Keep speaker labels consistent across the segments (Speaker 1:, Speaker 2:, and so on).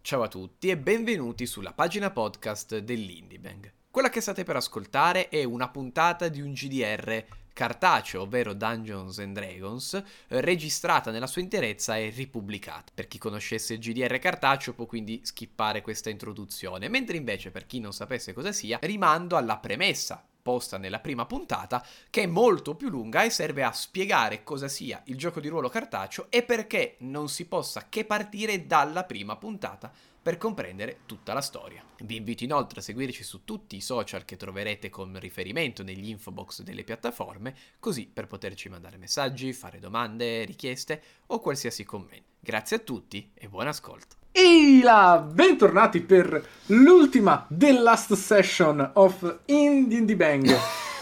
Speaker 1: Ciao a tutti e benvenuti sulla pagina podcast dell'Indibang. Quella che state per ascoltare è una puntata di un GDR cartaceo, ovvero Dungeons and Dragons, eh, registrata nella sua interezza e ripubblicata. Per chi conoscesse il GDR cartaceo può quindi skippare questa introduzione, mentre invece per chi non sapesse cosa sia, rimando alla premessa posta nella prima puntata, che è molto più lunga e serve a spiegare cosa sia il gioco di ruolo cartaceo e perché non si possa che partire dalla prima puntata per comprendere tutta la storia. Vi invito inoltre a seguirci su tutti i social che troverete con riferimento negli info box delle piattaforme, così per poterci mandare messaggi, fare domande, richieste o qualsiasi commento. Grazie a tutti e buon ascolto.
Speaker 2: Ehi là, bentornati per l'ultima The Last Session of Indie Indie Bang.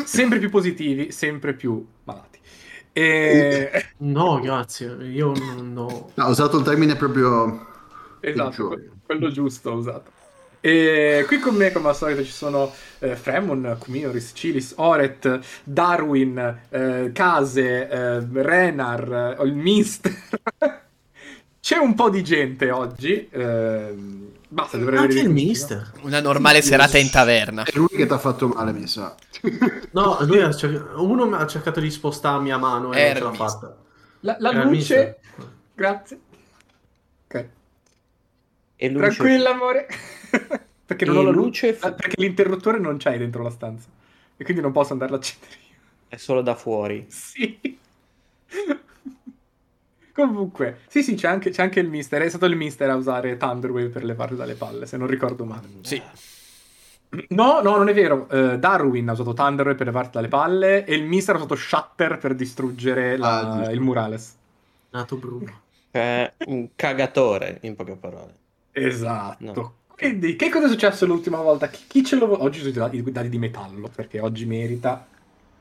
Speaker 2: Sempre più positivi, sempre più malati. E...
Speaker 3: No, grazie, io non ho...
Speaker 4: No, ho usato il termine proprio...
Speaker 2: Esatto,
Speaker 4: Peggiori.
Speaker 2: que- quello giusto ho usato. E qui con me, come al solito, ci sono eh, Fremon, Cumioris, Cilis, Oret, Darwin, eh, Case, eh, Renar, eh, il Mister. C'è un po' di gente oggi. ehm, basta, dovrei
Speaker 3: Anche
Speaker 2: vedere
Speaker 3: il
Speaker 2: tutti, no?
Speaker 3: mister.
Speaker 1: Una normale serata in taverna.
Speaker 4: È lui che ti ha fatto male, mi sa.
Speaker 3: No, lui ha cer- uno mi ha cercato di spostarmi a mano e
Speaker 1: Era
Speaker 3: non
Speaker 1: il
Speaker 3: ce l'ha fatta.
Speaker 2: La, la
Speaker 3: Era Eh, il
Speaker 2: luce.
Speaker 3: mister.
Speaker 2: Grazie. Ok.
Speaker 5: E luce,
Speaker 2: Tranquilla, amore. perché non
Speaker 5: E
Speaker 2: ho la lu-
Speaker 5: luce fu-
Speaker 2: ah, Perché l'interruttore non c'hai dentro la stanza. E quindi non posso andarla a accendere io.
Speaker 5: è solo da fuori.
Speaker 2: Sì. Comunque, sì, sì, c'è anche, c'è anche il mister. È stato il mister a usare Thunderwave per levarlo dalle palle, se non ricordo male.
Speaker 1: Sì,
Speaker 2: No, no, non è vero. Eh, Darwin ha usato Thunderwave per levarti dalle palle e il mister ha usato Shatter per distruggere la-
Speaker 4: Ah, giusto.
Speaker 2: il murales.
Speaker 3: Nato Bruno.
Speaker 5: È Eh, un cagatore, in poche parole.
Speaker 2: Esatto.
Speaker 5: No.
Speaker 2: Quindi, che cosa è successo l'ultima volta? Chi, chi ce lo... Oggi sono i dadi, i dadi di metallo, perché oggi merita.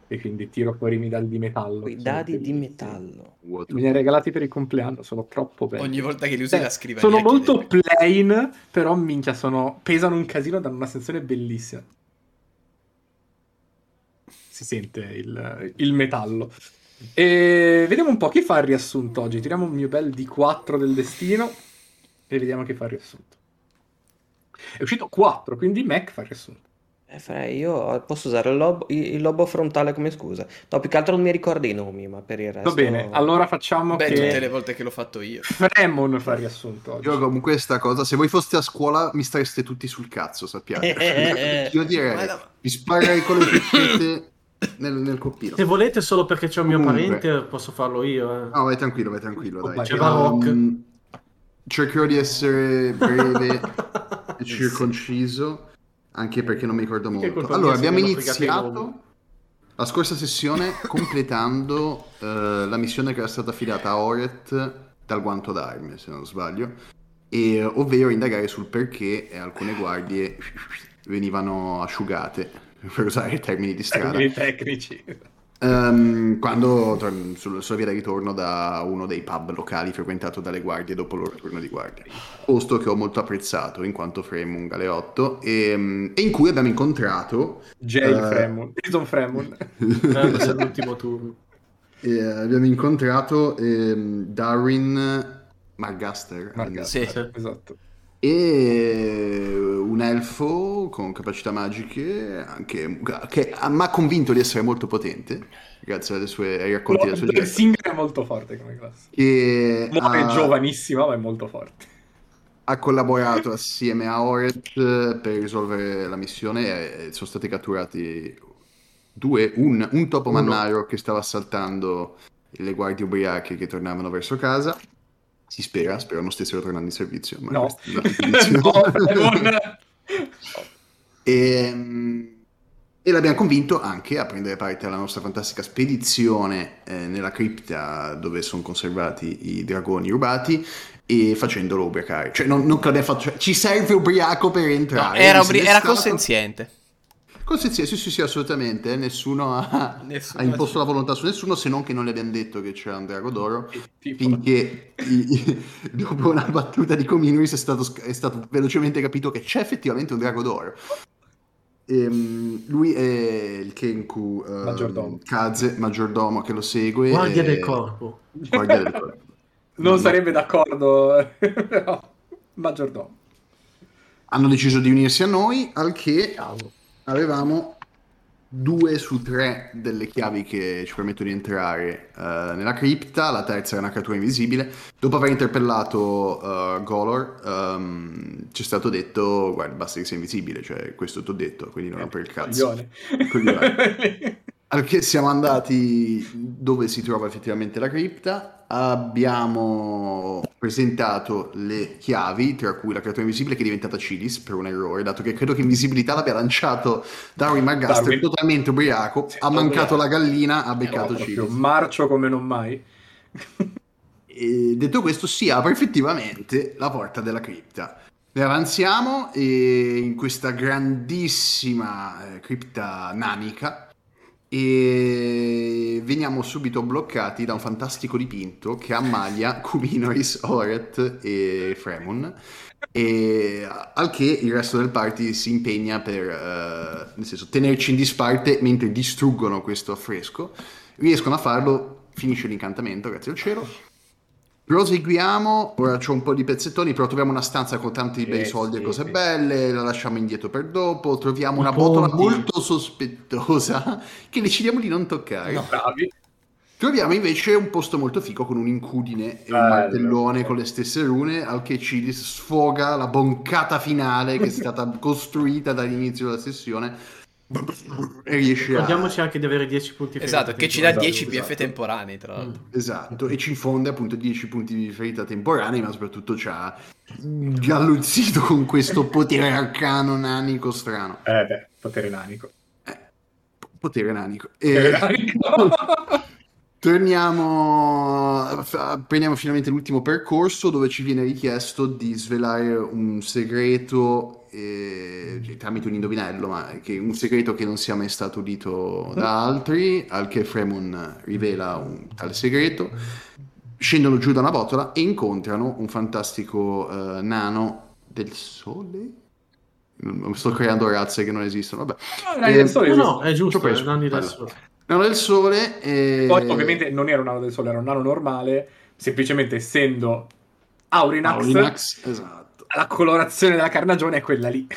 Speaker 2: E quindi tiro fuori i miei dadi di metallo.
Speaker 5: Quei
Speaker 2: Sono
Speaker 5: dadi di
Speaker 2: bellissimi.
Speaker 5: metallo.
Speaker 4: Vuoto.
Speaker 2: Me li ha regalati per il compleanno, sono troppo belli.
Speaker 1: ogni volta che li usi
Speaker 2: Eh,
Speaker 1: la scrivania.
Speaker 2: sono
Speaker 1: chiude.
Speaker 2: molto plain, però minchia, sono... pesano un casino, danno una sensazione bellissima. Si sente il, il metallo. E vediamo un po' chi fa il riassunto oggi. Tiriamo un mio bel D4 del destino e vediamo chi fa il riassunto. È uscito 4, quindi Mac fa il riassunto.
Speaker 5: Eh, fra, io posso usare il lobo, il il lobo frontale come scusa. No, più che altro non mi ricordo i nomi, ma per il resto...
Speaker 2: Va bene, allora facciamo
Speaker 1: Beh, tutte le
Speaker 2: che
Speaker 1: volte che l'ho fatto io.
Speaker 2: Fremon fa il riassunto oggi.
Speaker 4: Io comunque sta cosa, se voi foste a scuola mi stareste tutti sul cazzo, sappiate. Io
Speaker 1: Ma
Speaker 4: direi,
Speaker 1: la-
Speaker 4: vi sparerei con le piccette nel, nel coppino.
Speaker 3: Se volete solo perché c'è un mio
Speaker 4: Comunque.
Speaker 3: parente posso farlo io. eh.
Speaker 4: No, vai tranquillo, vai tranquillo, dai.
Speaker 2: C'è
Speaker 4: Ehm,
Speaker 3: Baroque.
Speaker 4: cercherò di essere breve e circonciso, anche perché non mi ricordo
Speaker 2: Perché
Speaker 4: molto.
Speaker 2: colpa
Speaker 4: Allora,
Speaker 3: mia se
Speaker 4: abbiamo
Speaker 3: mi hanno fregato i nomi?
Speaker 4: iniziato la scorsa sessione completando eh, la missione che era stata affidata a Oret dal guanto d'arme, se non sbaglio, e, ovvero indagare sul perché eh, alcune guardie venivano asciugate, per usare i termini di strada.
Speaker 2: Termini tecnici.
Speaker 4: Ehm, quando tor- sul- sulla via di ritorno da uno dei pub locali frequentato dalle guardie dopo il loro turno di guardia, posto che ho molto apprezzato in quanto Fremung alle 8 ehm, e, e in cui abbiamo incontrato
Speaker 2: Jay
Speaker 4: Eh.
Speaker 2: Fremon, Jason Fremon.
Speaker 3: Eh, questo è l'ultimo turno.
Speaker 4: eh, abbiamo incontrato ehm, Darwin Margaster
Speaker 2: Margaster.
Speaker 1: Sì.
Speaker 2: Esatto.
Speaker 4: e eh, un elfo con capacità magiche anche- che mi ha convinto di essere molto potente grazie alle sue, ai racconti della sua
Speaker 2: il
Speaker 4: gente
Speaker 2: singer è molto forte come classe.
Speaker 4: che
Speaker 2: Muore
Speaker 4: ha-
Speaker 2: giovanissima, ma è molto forte.
Speaker 4: ha collaborato assieme a Oret eh, per risolvere la missione e sono stati catturati due, un, un topo
Speaker 3: Uno.
Speaker 4: mannaro che stava assaltando le guardie ubriache che tornavano verso casa. Si spera, spero non stessero tornando in servizio. Ma
Speaker 2: No,
Speaker 4: questo è un altro indizio.
Speaker 2: No, non-
Speaker 4: e, mm, e l'abbiamo convinto anche a prendere parte alla nostra fantastica spedizione eh, nella cripta dove sono conservati i dragoni rubati e facendolo ubriacare. Cioè, non, non che l'abbiamo fatto, cioè, ci serve ubriaco per
Speaker 1: No,
Speaker 4: entrare.
Speaker 1: era,
Speaker 4: Quindi se
Speaker 1: obri-
Speaker 4: n'è
Speaker 1: era
Speaker 4: stato-
Speaker 1: consenziente.
Speaker 4: Consenziente, sì, sì, sì, assolutamente. eh, Nessuno ha,
Speaker 1: Nessuno-
Speaker 4: ha imposto la volontà su nessuno, se non che non le abbiamo detto che c'era un drago d'oro.
Speaker 2: Tipo,
Speaker 4: Finché i- i- dopo una battuta di Cominuis è stato, sc- è stato velocemente capito che c'è effettivamente un drago d'oro. Ehm, lui è il Kenku ehm,
Speaker 2: Maggiordomo.
Speaker 4: Kaze, maggiordomo che lo segue.
Speaker 3: Guardia
Speaker 4: e-
Speaker 3: del corpo.
Speaker 4: Guardia del corpo.
Speaker 2: non sarebbe d'accordo, però. Maggiordomo.
Speaker 4: hanno deciso di unirsi a noi, al che
Speaker 3: Cavolo.
Speaker 4: avevamo due su tre delle chiavi che ci permettono di entrare eh, nella cripta, la terza era una creatura invisibile. Dopo aver interpellato eh, Golor, ehm, ci è stato detto, guarda, basta che sia invisibile, cioè questo ti ho detto, quindi non rompere il cazzo.
Speaker 2: Coglione.
Speaker 4: Coglione. Al che siamo andati dove si trova effettivamente la cripta, abbiamo presentato le chiavi, tra cui la creatura invisibile che è diventata Cilis per un errore, dato che credo che invisibilità l'abbia lanciato Darwin McGaster
Speaker 2: Darwin.
Speaker 4: totalmente ubriaco,
Speaker 2: Sì,
Speaker 4: ha
Speaker 2: ubriaco.
Speaker 4: mancato la gallina, ha
Speaker 2: Era
Speaker 4: beccato
Speaker 2: proprio
Speaker 4: Cilis.
Speaker 2: Marcio come non mai.
Speaker 4: E detto questo, si apre effettivamente la porta della cripta. Ne avanziamo e in questa grandissima eh, cripta namica e veniamo subito bloccati da un fantastico dipinto che ammaglia Kuminoris, Oret e Fremon e al che il resto del party si impegna per eh, nel senso, tenerci in disparte mentre distruggono questo affresco riescono a farlo finisce l'incantamento grazie al cielo proseguiamo ora c'ho un po' di pezzettoni però troviamo una stanza con tanti bei
Speaker 2: Sì,
Speaker 4: soldi e
Speaker 2: sì,
Speaker 4: cose
Speaker 2: sì.
Speaker 4: belle la lasciamo indietro per dopo troviamo una
Speaker 3: Un po'
Speaker 4: botola
Speaker 3: di-
Speaker 4: molto sospettosa che decidiamo di non toccare
Speaker 2: Bravi.
Speaker 4: Troviamo invece un posto molto fico con un incudine e un
Speaker 2: Bello.
Speaker 4: martellone con le stesse rune, al che ci sfoga la boncata finale che è stata costruita dall'inizio della sessione e riesce a...
Speaker 3: Ricordiamoci anche di avere 10 punti
Speaker 1: Esatto,
Speaker 3: fermi.
Speaker 1: che ci dà
Speaker 4: Esatto,
Speaker 1: 10 PF
Speaker 4: esatto.
Speaker 1: temporanei, tra l'altro.
Speaker 3: Mm.
Speaker 4: Esatto, e ci infonde appunto 10 punti di ferita temporanei, ma soprattutto ci ha galluzzito con questo potere arcano nanico strano.
Speaker 2: Eh beh, potere nanico.
Speaker 4: P- Potere nanico.
Speaker 2: Potere
Speaker 4: E...
Speaker 2: nanico.
Speaker 4: Eh, Torniamo, fa- prendiamo finalmente l'ultimo percorso dove ci viene richiesto di svelare un segreto eh, cioè, tramite un indovinello, ma che, un segreto che non sia mai stato udito da altri, al che Fremon rivela un tale segreto. Scendono giù da una botola e incontrano un fantastico eh, nano del sole. Non- Sto creando razze che non esistono, vabbè.
Speaker 2: No, nani del sole
Speaker 3: No,
Speaker 2: esiste.
Speaker 3: no, è giusto,
Speaker 4: Ci ho preso.
Speaker 3: è Nanni
Speaker 4: Bella.
Speaker 3: adesso.
Speaker 4: Nano del sole eh, e...
Speaker 2: Poi ovviamente non era un nano del sole, era un nano normale, semplicemente essendo Aurinax,
Speaker 4: Aurinax, Ah, esatto.
Speaker 2: la colorazione della carnagione è quella lì.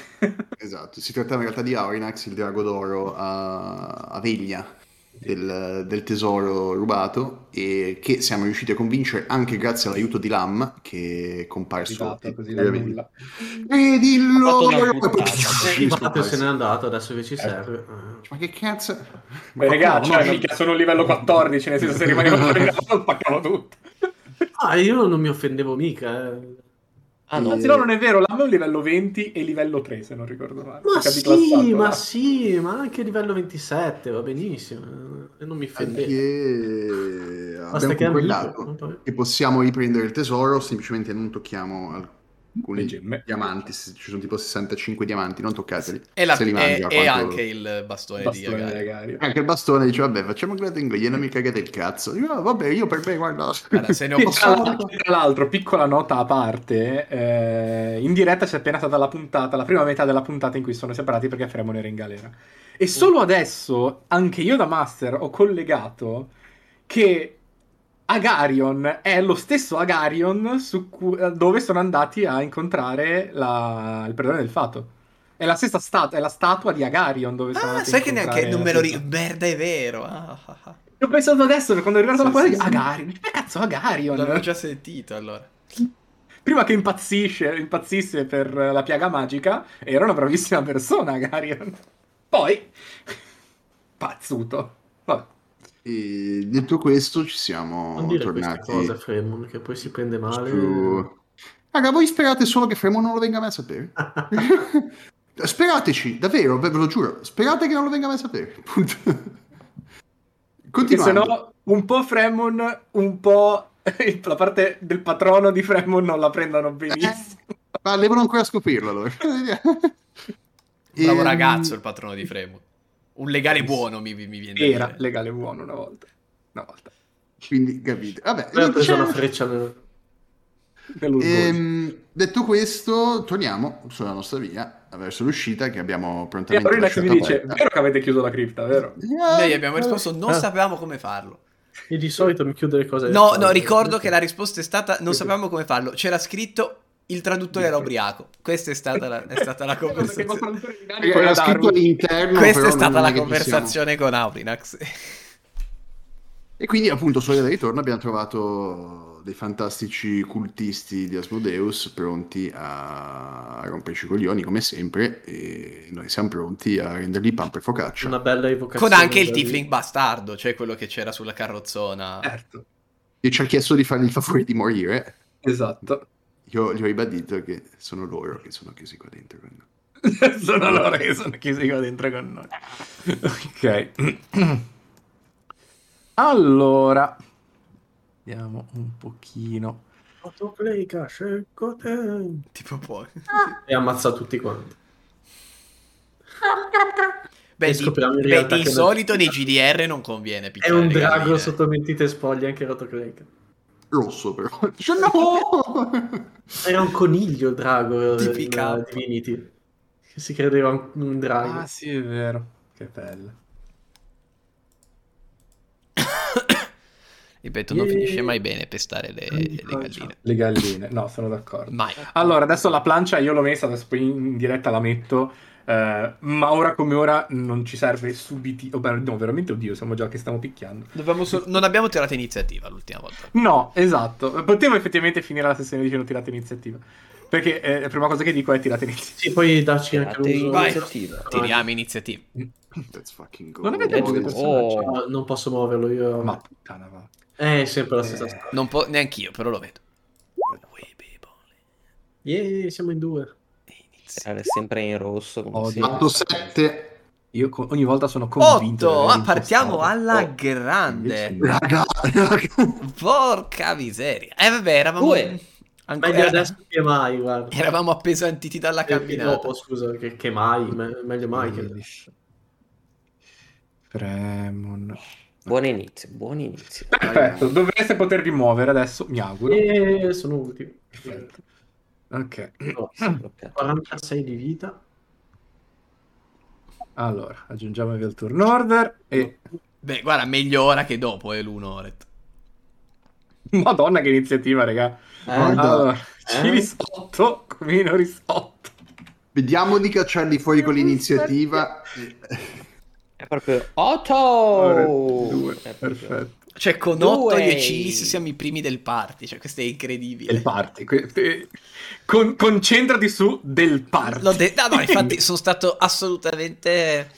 Speaker 4: Esatto, si trattava in realtà di Aurinax, il drago d'oro a, a veglia del, del tesoro rubato e che siamo riusciti a convincere anche grazie all'aiuto di Lam che è comparso
Speaker 2: Esatto, così da nulla.
Speaker 4: E
Speaker 5: Ha
Speaker 4: dillo!
Speaker 5: fatto una puttana.
Speaker 4: Sì,
Speaker 3: Infatti se n'è
Speaker 4: scomparso.
Speaker 3: andato, adesso che ci serve.
Speaker 4: Ma che cazzo?
Speaker 2: Beh,
Speaker 4: Ma
Speaker 2: regà,
Speaker 4: no,
Speaker 2: cioè,
Speaker 4: no,
Speaker 2: minchia, sono un livello 14, nel senso se rimanevo fuori da loro, spaccavo tutto.
Speaker 3: Ah, io non mi offendevo mica. eh.
Speaker 5: Ah, no.
Speaker 2: Anzi, no, non è vero, l'hanno un livello 20 e livello 3, se non ricordo male.
Speaker 3: Ma
Speaker 2: Perché
Speaker 3: sì,
Speaker 2: abiclassato,
Speaker 3: ma
Speaker 4: eh.
Speaker 2: là.
Speaker 3: sì, ma anche a livello 27 va benissimo. eh, E non mi offendevo.
Speaker 4: perché
Speaker 3: Basta
Speaker 4: abbiamo
Speaker 3: che
Speaker 4: concordato
Speaker 3: amico.
Speaker 4: che possiamo riprendere il tesoro, semplicemente non tocchiamo alcuni
Speaker 2: Le gemme.
Speaker 4: diamanti, se ci sono tipo 65 diamanti, non toccateli.
Speaker 1: E, la-
Speaker 4: se li
Speaker 1: e-
Speaker 4: mangia,
Speaker 1: e
Speaker 4: quanto-
Speaker 1: anche il bastone, di
Speaker 2: Bastone
Speaker 1: Agari.
Speaker 2: legario.
Speaker 4: Anche il bastone dice, vabbè, facciamo gratingo, glielo mi cagate il cazzo. Dico, "Ah, vabbè, io per me, guarda...
Speaker 1: Guarda, se ne ho Ah,
Speaker 2: Sì, tra,
Speaker 1: passato.
Speaker 2: l'altro, tra l'altro, piccola nota a parte, eh, in diretta c'è appena stata la puntata, la prima metà della puntata in cui sono separati perché Fremon era in galera. E solo adesso, anche io da Master, ho collegato che Agarion è lo stesso Agarion su cu- eh, dove sono andati a incontrare la- il perdone del fato. È la stessa statua, è la statua di Agarion dove sono
Speaker 1: Ah,
Speaker 2: andati a
Speaker 1: sai che neanche
Speaker 2: incontrare
Speaker 1: non
Speaker 2: la
Speaker 1: me lo
Speaker 2: stessa.
Speaker 1: ricordo. Merda, è vero. Ah, ah, ah.
Speaker 2: L'ho pensato adesso, quando è arrivato la
Speaker 4: Sì,
Speaker 2: cosa
Speaker 4: sì,
Speaker 2: di
Speaker 4: sì.
Speaker 2: Agarion. Che cazzo Agarion?
Speaker 1: L'avevo già sentito allora.
Speaker 2: prima che impazzisce, impazzisse per la piaga magica, era una bravissima persona, Garion. Poi, pazzuto. Vabbè.
Speaker 4: E detto questo, ci siamo
Speaker 3: Non dire queste
Speaker 4: tornati Eh,
Speaker 3: cose a Fremon, che poi si prende male.
Speaker 4: su... Raga, voi sperate solo che Fremon non lo venga mai a sapere? Sperateci, davvero, ve ve lo giuro. Sperate che non lo venga mai a sapere. Punto.
Speaker 2: Perché se
Speaker 4: Continuando.
Speaker 2: no, un po' Fremon, un po' la parte del patrono di Fremon non la prendano benissimo.
Speaker 4: Eh, Ma devono ancora scoprirlo allora.
Speaker 1: Bravo
Speaker 4: Ehm,
Speaker 1: ragazzo il patrono di Fremo. Un legale buono mi, mi viene
Speaker 4: Eh.
Speaker 1: da
Speaker 2: Era
Speaker 1: dire.
Speaker 2: legale buono una volta. Una volta.
Speaker 4: Quindi capite. Vabbè,
Speaker 3: Poi ha preso
Speaker 4: c'è-
Speaker 3: una freccia nel...
Speaker 2: Nell'orgoglio.
Speaker 4: Ehm, detto questo, torniamo sulla nostra via verso l'uscita che abbiamo
Speaker 2: E
Speaker 4: prontamente
Speaker 2: allora Rex mi
Speaker 4: lasciato
Speaker 2: dice,
Speaker 4: aperta. Eh,
Speaker 2: vero che avete chiuso la cripta, vero?
Speaker 1: Noi abbiamo risposto, non
Speaker 3: Ah.
Speaker 1: sapevamo come farlo.
Speaker 3: Io di solito mi chiudo le cose. eh,
Speaker 1: No, no, ricordo che la risposta è stata, non sapevamo come farlo. C'era scritto, Il traduttore era ubriaco. Questa è stata la, è stata
Speaker 2: Ecco,
Speaker 1: la conversazione.
Speaker 4: Era Ecco, scritto all'interno.
Speaker 1: Questa è
Speaker 4: però
Speaker 1: stata la
Speaker 4: non che ci siamo.
Speaker 1: conversazione con Aurinax.
Speaker 4: E quindi, appunto, sulla ida e ritorno abbiamo trovato dei fantastici cultisti di Asmodeus pronti a romperci i coglioni, come sempre, e noi siamo pronti a rendergli pan per focaccia.
Speaker 3: Una bella
Speaker 1: Con
Speaker 3: evocazione.
Speaker 1: anche il
Speaker 3: da
Speaker 1: tiefling bastardo, cioè quello che c'era sulla carrozzona.
Speaker 2: Certo,
Speaker 4: E ci ha chiesto di fargli il favore di morire.
Speaker 2: esatto.
Speaker 4: Io gli ho ribadito che sono loro che sono chiusi qua dentro.
Speaker 2: sono loro che sono chiusi qua dentro con noi. Ok. Allora, vediamo un pochino.
Speaker 3: lì. Autoplica, scelgo te.
Speaker 1: Tipo poi.
Speaker 3: E ammazza tutti quanti.
Speaker 1: Beh,
Speaker 3: E
Speaker 1: di,
Speaker 3: scopriamo in
Speaker 1: beh,
Speaker 3: realtà
Speaker 1: di
Speaker 3: che-
Speaker 1: solito nei GDR non conviene
Speaker 3: È
Speaker 4: Cioè,
Speaker 1: picchiare
Speaker 3: un
Speaker 1: le
Speaker 3: drago
Speaker 4: eh.
Speaker 1: galline.
Speaker 3: sotto mentite spoglie anche Rotoclake.
Speaker 4: Rosso, però. Dice, no!
Speaker 3: Era un coniglio il drago
Speaker 1: Di
Speaker 3: in,
Speaker 1: pick
Speaker 3: eh,
Speaker 1: up.
Speaker 3: Divinity. Che si credeva un, un drago.
Speaker 2: Ah, sì, è vero. Che bello.
Speaker 1: Ripeto, non
Speaker 3: Yeee.
Speaker 1: finisce mai bene pestare le, le galline.
Speaker 2: Le galline. No, sono d'accordo.
Speaker 1: Mai.
Speaker 2: Allora, adesso la plancia io l'ho messa, adesso poi in diretta la metto. eh, ma ora come ora non ci serve subito. Oh, beh, no, veramente, oddio, siamo già che stiamo picchiando.
Speaker 1: Dobbiamo sol- non abbiamo tirato iniziativa l'ultima volta.
Speaker 2: No, esatto. Potevo effettivamente finire la sessione dicendo tirate iniziativa. Perché eh, la prima cosa che dico è tirate iniziativa.
Speaker 3: Sì, poi darci anche
Speaker 5: Tirate
Speaker 3: l'uso.
Speaker 1: Vai.
Speaker 5: iniziativa.
Speaker 1: Tiriamo iniziativa.
Speaker 4: Let's fucking go.
Speaker 2: Non avete
Speaker 5: Eh,
Speaker 2: due
Speaker 5: oh.
Speaker 2: personaggi?
Speaker 3: No, Ah, non posso muoverlo io.
Speaker 2: Ma puttana va.
Speaker 3: Eh, È sempre la
Speaker 2: Eh.
Speaker 3: stessa storia.
Speaker 1: Non po- neanch'io, però lo vedo. We be bully.
Speaker 3: Yeah, siamo in due.
Speaker 1: Inizia.
Speaker 5: Tirare sempre in rosso. come
Speaker 2: Odio.
Speaker 5: sempre.
Speaker 4: Fatto 7.
Speaker 2: Io co- ogni volta sono convinto. di
Speaker 1: Otto,
Speaker 2: aver
Speaker 1: ah, partiamo
Speaker 2: impostato.
Speaker 1: alla
Speaker 2: Oh,
Speaker 1: grande.
Speaker 2: invece no.
Speaker 4: Raga, raga.
Speaker 1: Porca miseria. Eh vabbè, eravamo...
Speaker 5: Due.
Speaker 1: Ancora-
Speaker 3: Meglio adesso che mai, guarda.
Speaker 1: Eravamo appesantiti dalla
Speaker 3: camminato.
Speaker 1: camminata.
Speaker 3: scusa, che, che mai, me- meglio mai che...
Speaker 2: Quindici. Fremon.
Speaker 5: Buon inizio, buon inizio.
Speaker 2: Perfetto, dovreste poter rimuovere adesso, mi auguro.
Speaker 3: Eh, sono ultimo.
Speaker 2: Perfetto. Ok,
Speaker 3: No,
Speaker 5: Si è
Speaker 2: Mm.
Speaker 5: bloccato.
Speaker 3: 46 di vita.
Speaker 2: allora, aggiungiamovi al turn order e...
Speaker 1: Beh, guarda, meglio ora che dopo, è l'unoret.
Speaker 2: Madonna che iniziativa, raga.
Speaker 5: Eh,
Speaker 2: Allora,
Speaker 3: Eh?
Speaker 2: Ciris 8, Minoris 8.
Speaker 4: Vediamo di cacciarli fuori con l'iniziativa.
Speaker 5: Eh, è proprio
Speaker 1: Oh.
Speaker 5: Otto!
Speaker 2: 2,
Speaker 1: Eh,
Speaker 5: È proprio-
Speaker 2: perfetto.
Speaker 1: Cioè, con
Speaker 5: Due.
Speaker 1: 8 io e Cilis siamo i primi del party. Cioè, questo è incredibile.
Speaker 2: Del party. que- eh, con- concentrati su del party.
Speaker 1: L'ho de- no, no, infatti sono stato assolutamente...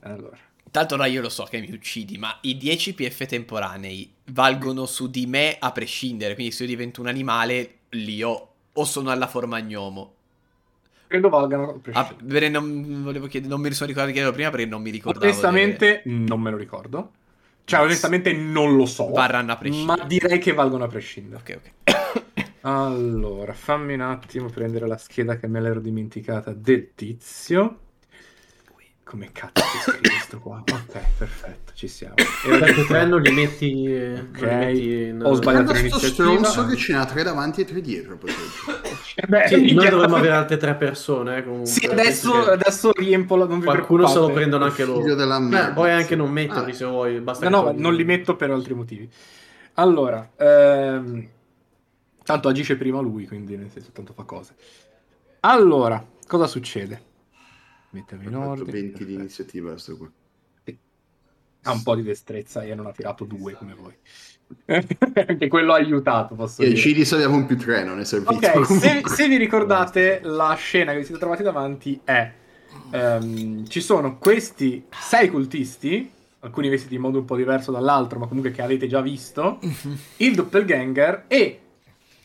Speaker 2: Allora,
Speaker 1: Tanto ora io lo so che mi uccidi, ma i 10 PF temporanei valgono su di me a prescindere. Quindi se io divento un animale, li ho. O sono alla forma gnomo.
Speaker 2: credo valgano...
Speaker 1: Ah, bene, non, volevo chiedere, non mi sono ricordato di chiederlo prima perché non mi ricordavo.
Speaker 2: Onestamente non me lo ricordo. Cioè, onestamente non lo so.
Speaker 1: delle- Varranno a prescindere.
Speaker 2: Ma direi che valgono a prescindere.
Speaker 1: Ok, ok.
Speaker 2: Allora, fammi un attimo prendere la scheda che me l'ero dimenticata del tizio. Come cazzo si scrive questo qua? Ok, perfetto, ci siamo. Era
Speaker 3: Perché
Speaker 2: del
Speaker 3: tre non
Speaker 2: tre.
Speaker 3: li metti, eh, non
Speaker 2: Ok.
Speaker 3: li metti in...
Speaker 2: Ho sbagliato.
Speaker 4: Guarda sto
Speaker 2: l'iniziativa.
Speaker 4: stronzo che ce n'ha tre davanti e tre dietro. potrebbe.
Speaker 2: Eh beh,
Speaker 3: Sì, noi
Speaker 2: minchia.
Speaker 3: dovremmo avere altre tre persone, eh, comunque.
Speaker 2: Sì, adesso,
Speaker 3: Penso che
Speaker 2: adesso riempo la... Non vi
Speaker 3: Qualcuno se lo
Speaker 2: preoccupate.
Speaker 3: prendono anche loro.
Speaker 4: Figlio della
Speaker 3: Beh,
Speaker 4: merda.
Speaker 3: puoi anche non metterli
Speaker 4: Ah.
Speaker 3: se vuoi, basta
Speaker 2: No,
Speaker 3: che
Speaker 2: no,
Speaker 3: togli-
Speaker 2: non li metto per altri motivi. Allora, ehm, tanto agisce prima lui, quindi nel senso tanto fa cose. Allora, cosa succede? Mettermi in
Speaker 4: Ho fatto
Speaker 2: ordine.
Speaker 4: 20 di
Speaker 2: perfetto.
Speaker 4: iniziativa sto qua.
Speaker 2: Ha un po' di destrezza e non ha tirato due come voi. Anche quello ha aiutato, posso
Speaker 4: E
Speaker 2: dire.
Speaker 4: ci risolviamo un più tre, non è servito.
Speaker 2: Ok, se,
Speaker 4: comunque.
Speaker 2: se vi ricordate, la scena che vi siete trovati davanti è... ehm, ci sono questi sei cultisti, alcuni vestiti in modo un po' diverso dall'altro, ma comunque che avete già visto, il doppelganger e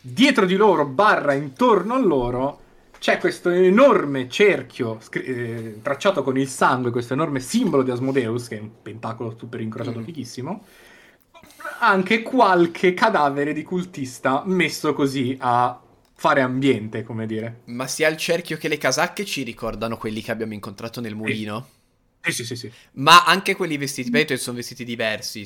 Speaker 2: dietro di loro, barra intorno a loro, c'è questo enorme cerchio scri- eh, tracciato con il sangue, questo enorme simbolo di Asmodeus, che è un pentacolo super incrociato
Speaker 1: Mm.
Speaker 2: fighissimo, anche qualche cadavere di cultista messo così a fare ambiente, come dire.
Speaker 1: Ma sia il cerchio che le casacche ci ricordano quelli che abbiamo incontrato nel mulino.
Speaker 2: Sì, sì, sì, sì.
Speaker 1: Ma anche quelli vestiti, beh, sono vestiti diversi.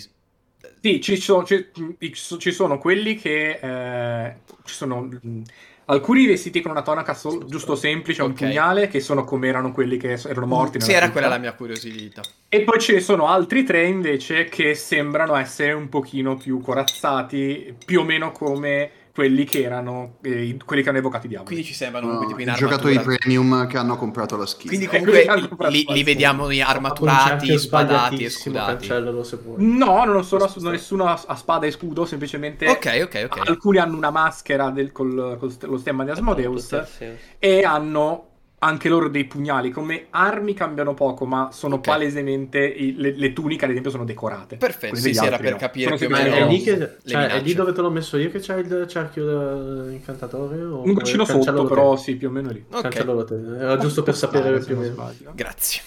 Speaker 2: Sì, ci sono, ci- ci so- ci sono quelli che... eh, ci sono mh, alcuni vestiti con una tonaca sol- giusto semplice, un
Speaker 1: Ok.
Speaker 2: pugnale, che sono come erano quelli che so- erano morti.
Speaker 1: Sì,
Speaker 2: nella
Speaker 1: era
Speaker 2: cripta.
Speaker 1: quella la mia curiosità.
Speaker 2: E poi ce ne sono altri tre invece che sembrano essere un pochino più corazzati, più o meno come quelli che erano eh, i- quelli che hanno evocato i diavoli.
Speaker 1: Quindi ci sembrano
Speaker 4: No,
Speaker 1: comunque tipo in
Speaker 4: i
Speaker 1: armatura.
Speaker 4: giocatori premium che hanno comprato la skin.
Speaker 1: Quindi
Speaker 2: Eh, quelli
Speaker 1: comunque
Speaker 2: hanno
Speaker 1: li, li
Speaker 2: fatto-
Speaker 1: vediamo armaturati, spadati e scudati.
Speaker 3: Cancellalo se puoi.
Speaker 2: No, non sono ass- nessuno a, a spada e scudo, semplicemente
Speaker 1: Ok, ok, ok.
Speaker 2: alcuni hanno una maschera del- col, col st- lo stemma di Asmodeus
Speaker 5: Terseus.
Speaker 2: e hanno anche loro dei pugnali. Come armi cambiano poco, ma sono
Speaker 1: Ok.
Speaker 2: palesemente i- le, le tuniche, ad esempio, sono decorate.
Speaker 1: Perfetto,
Speaker 2: Quelle
Speaker 1: sì,
Speaker 2: degli
Speaker 1: sì, era
Speaker 2: altri
Speaker 1: per
Speaker 2: no.
Speaker 1: capire
Speaker 2: Sono
Speaker 1: più o
Speaker 3: Ma
Speaker 1: meno.
Speaker 2: semplicemente
Speaker 1: le
Speaker 3: è, lì
Speaker 2: un-
Speaker 3: che, cioè, è
Speaker 1: minacce.
Speaker 3: lì dove te l'ho messo io che c'è il cerchio eh, incantatore? o-
Speaker 2: Un goccino
Speaker 3: cancellalo
Speaker 2: sotto,
Speaker 3: te.
Speaker 2: però sì, più o meno lì.
Speaker 1: Ok.
Speaker 3: Cancellalo te. Era giusto per
Speaker 2: Posso spostare,
Speaker 3: sapere
Speaker 2: se
Speaker 3: più o
Speaker 2: non
Speaker 3: meno.
Speaker 2: sbaglio.
Speaker 1: Grazie.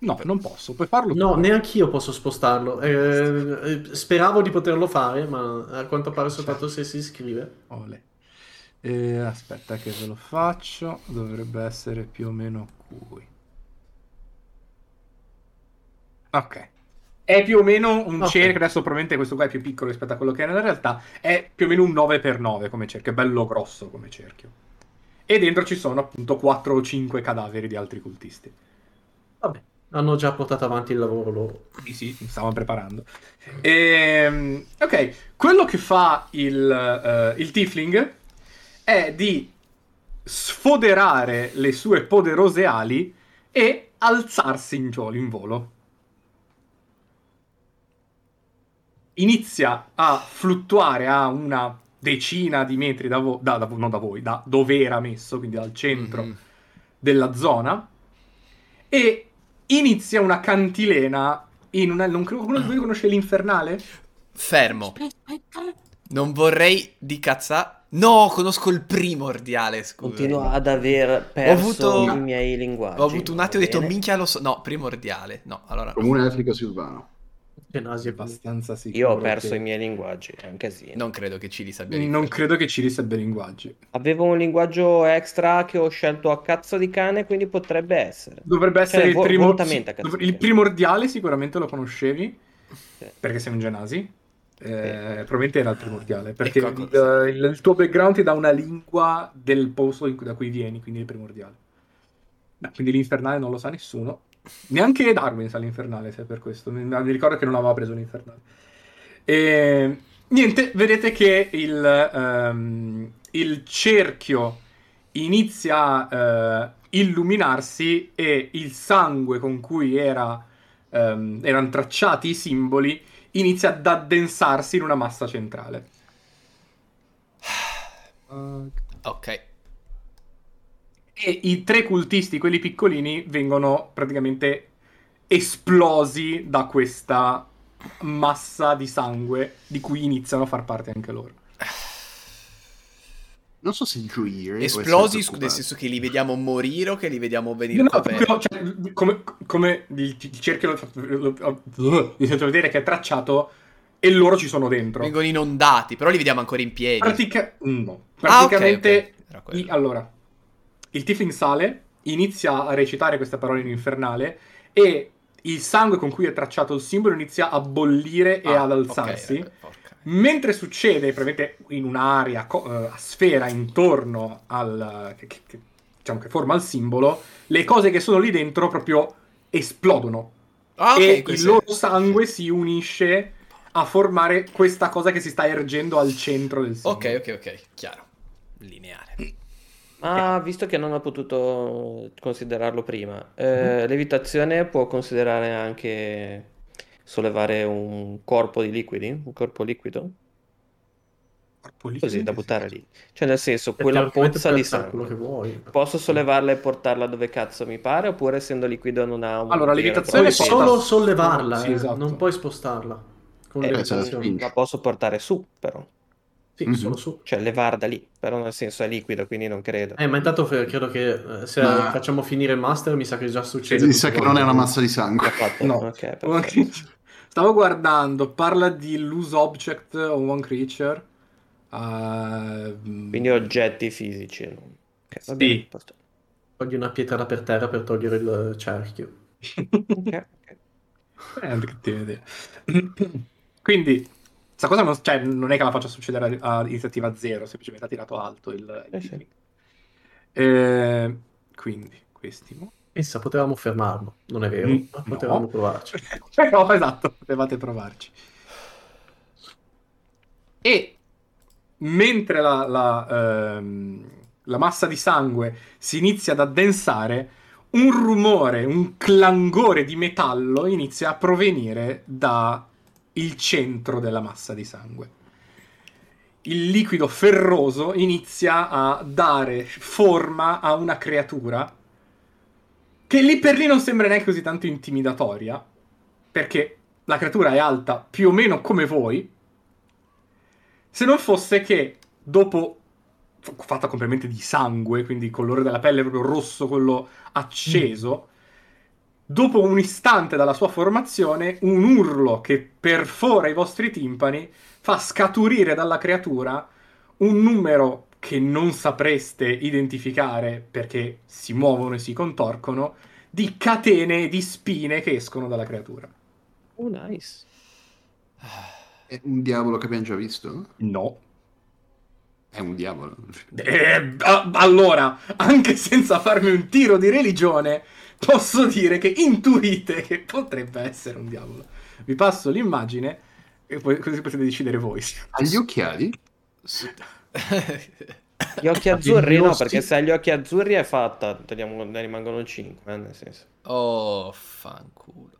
Speaker 2: No, non posso, puoi farlo.
Speaker 3: No, neanch'io posso spostarlo. Eh, eh, speravo di poterlo fare, ma a quanto pare soltanto se si iscrive.
Speaker 2: Ole. Eh, aspetta che ve lo faccio, dovrebbe essere più o meno qui. Ok. È più o meno un
Speaker 3: Ok.
Speaker 2: cerchio, adesso probabilmente questo qua è più piccolo rispetto a quello che è nella realtà, è più o meno un 9x9 come cerchio, è bello grosso come cerchio. E dentro ci sono appunto 4 o 5 cadaveri di altri cultisti.
Speaker 3: Vabbè, hanno già portato avanti il lavoro loro.
Speaker 2: Sì, sì, mi stavamo preparando. Ehm, ok, quello che fa il, eh, il Tiefling è di sfoderare le sue poderose ali e alzarsi in, gio- in volo. Inizia a fluttuare a una decina di metri da, voi, da, da vo- non da voi, da dove era messo, quindi dal centro
Speaker 1: Mhm.
Speaker 2: della zona e inizia una cantilena in una... Non credo, qualcuno di voi conosce l'Infernale?
Speaker 1: Fermo. Non vorrei di cazzà. No, conosco il primordiale, scusa.
Speaker 5: Continua ad aver perso
Speaker 1: avuto-
Speaker 5: i miei linguaggi.
Speaker 1: Ho avuto un
Speaker 5: va
Speaker 1: attimo ho detto
Speaker 5: bene.
Speaker 1: minchia lo so. No, primordiale. No, allora.
Speaker 4: Comune Africa Silvano.
Speaker 3: C'è Nasia.
Speaker 2: abbastanza sicuro.
Speaker 5: Io ho perso
Speaker 2: che-
Speaker 5: i miei linguaggi, è un casino.
Speaker 1: Non credo che Cili sappia di
Speaker 2: Non credo che Ciri sappia linguaggi.
Speaker 5: Avevo un linguaggio extra che ho scelto a cazzo di cane, quindi potrebbe essere.
Speaker 2: Dovrebbe
Speaker 5: Cioè,
Speaker 2: essere il,
Speaker 5: vo-
Speaker 2: primo...
Speaker 5: volutamente a cazzo di
Speaker 2: il
Speaker 5: cane.
Speaker 2: primordiale, sicuramente lo conoscevi,
Speaker 5: Sì.
Speaker 2: perché sei un genasi. Eh, probabilmente era il primordiale perché
Speaker 1: Ecco,
Speaker 2: il,
Speaker 1: ecco.
Speaker 2: il- il tuo background ti dà una lingua del posto in cui- da cui vieni quindi il primordiale No, quindi l'infernale non lo sa nessuno neanche Darwin sa l'infernale se è per questo mi, mi ricordo che non aveva preso l'infernale e, niente vedete che il, ehm, il cerchio inizia a eh, illuminarsi e il sangue con cui era, ehm, erano tracciati i simboli inizia ad addensarsi in una massa centrale.
Speaker 1: Ok.
Speaker 2: E i tre cultisti, quelli piccolini, vengono praticamente esplosi da questa massa di sangue di cui iniziano a far parte anche loro.
Speaker 4: Non so se gioire.
Speaker 1: Esplosi,
Speaker 4: o essere
Speaker 1: scu- nel
Speaker 4: preoccupati.
Speaker 1: senso che li vediamo morire o che li vediamo venire
Speaker 2: No,
Speaker 1: coperti?
Speaker 2: però, cioè, come, come il, il cerchio lo, lo- lo- vi sento vedere che è tracciato e loro ci sono dentro.
Speaker 1: Vengono inondati, però li vediamo ancora in piedi.
Speaker 2: Pratica- no.
Speaker 1: Ah, ok,
Speaker 2: Praticamente
Speaker 1: ok, era
Speaker 2: I-
Speaker 1: quello.
Speaker 2: allora, il Tifling sale, inizia a recitare queste parole in infernale e il sangue con cui è tracciato il simbolo inizia a bollire e
Speaker 1: Ah,
Speaker 2: ad
Speaker 1: ok,
Speaker 2: alzarsi.
Speaker 1: era que- porca.
Speaker 2: Mentre succede, praticamente in un'area co- eh, a sfera intorno al che, che- che- diciamo che forma il simbolo, le cose che sono lì dentro proprio esplodono
Speaker 1: Ah, ok,
Speaker 2: e il
Speaker 1: questo è-
Speaker 2: loro sangue si unisce a formare questa cosa che si sta ergendo al centro del simbolo.
Speaker 1: Ok, ok, ok, chiaro. Lineare.
Speaker 5: Ma visto che non ho potuto considerarlo prima, eh,
Speaker 2: Mhm.
Speaker 5: levitazione può considerare anche sollevare un corpo di liquidi, un corpo liquido,
Speaker 2: Corpo liquido,
Speaker 5: così da
Speaker 2: sì.
Speaker 5: buttare lì. Cioè nel senso, quella pozza di
Speaker 3: quello che
Speaker 5: sangue.
Speaker 3: vuoi.
Speaker 5: Posso sollevarla e portarla dove cazzo mi pare, oppure essendo liquido non ha un
Speaker 2: Allora,
Speaker 5: vero e
Speaker 2: levitazione
Speaker 5: proprio
Speaker 3: Puoi
Speaker 2: Sì,
Speaker 3: solo
Speaker 2: esatto.
Speaker 3: sollevarla,
Speaker 2: Sì,
Speaker 3: eh,
Speaker 2: esatto.
Speaker 3: non puoi spostarla. Con
Speaker 5: Eh,
Speaker 3: le
Speaker 4: se la
Speaker 3: azioni.
Speaker 4: spingi.
Speaker 5: La posso portare su, però.
Speaker 3: Sì,
Speaker 4: Mhm.
Speaker 3: solo su.
Speaker 5: Cioè, levar da lì. Però nel senso è liquido, quindi non credo.
Speaker 3: Eh, ma intanto fe- credo che eh, se
Speaker 4: Ma-
Speaker 3: facciamo finire il master mi sa che già succede.
Speaker 4: Mi
Speaker 3: tutto
Speaker 4: sa che
Speaker 3: quanto.
Speaker 4: non è una massa di sangue.
Speaker 5: L'ho fatto.
Speaker 2: No.
Speaker 5: Ok, perfetto.
Speaker 2: One creature. Stavo guardando, parla di lose object o one creature. Ehm,
Speaker 5: Quindi oggetti fisici. no? Ok, va bene,
Speaker 2: Sì.
Speaker 5: posto.
Speaker 3: Togli una pietra per terra per togliere il eh, cerchio.
Speaker 5: Ok, ok.
Speaker 2: Eh, che cattiva idea. Quindi, sta cosa non, cioè, non è che la faccia succedere a, a iniziativa zero, semplicemente ha tirato alto il...
Speaker 5: Eh
Speaker 2: il
Speaker 5: sì.
Speaker 2: Eh, quindi, questi... mo-
Speaker 3: Pensa, potevamo fermarlo, non è vero,
Speaker 2: Mm,
Speaker 3: ma
Speaker 2: no.
Speaker 3: potevamo provarci.
Speaker 2: Però, esatto, potevate provarci. E mentre la, la, ehm, la massa di sangue si inizia ad addensare, un rumore, un clangore di metallo inizia a provenire dal centro della massa di sangue. Il liquido ferroso inizia a dare forma a una creatura che lì per lì non sembra neanche così tanto intimidatoria, perché la creatura è alta più o meno come voi, se non fosse che dopo f- fatta completamente di sangue, quindi il colore della pelle è proprio rosso, quello acceso, dopo un istante dalla sua formazione, un urlo che perfora i vostri timpani fa scaturire dalla creatura un numero che non sapreste identificare perché si muovono e si contorcono, di catene e di spine che escono dalla creatura.
Speaker 5: Oh, nice.
Speaker 4: È un diavolo che abbiamo già visto?
Speaker 2: No.
Speaker 4: È un diavolo.
Speaker 2: Eh, a- allora, anche senza farmi un tiro di religione, posso dire che intuite che potrebbe essere un diavolo. Vi passo l'immagine e poi così potete decidere voi.
Speaker 4: Ha gli occhiali?
Speaker 1: S-
Speaker 5: Gli occhi azzurri no,
Speaker 3: nostri-
Speaker 5: perché se hai gli occhi azzurri è fatta, teniamo- ne rimangono 5, nel senso.
Speaker 1: oh, fanculo.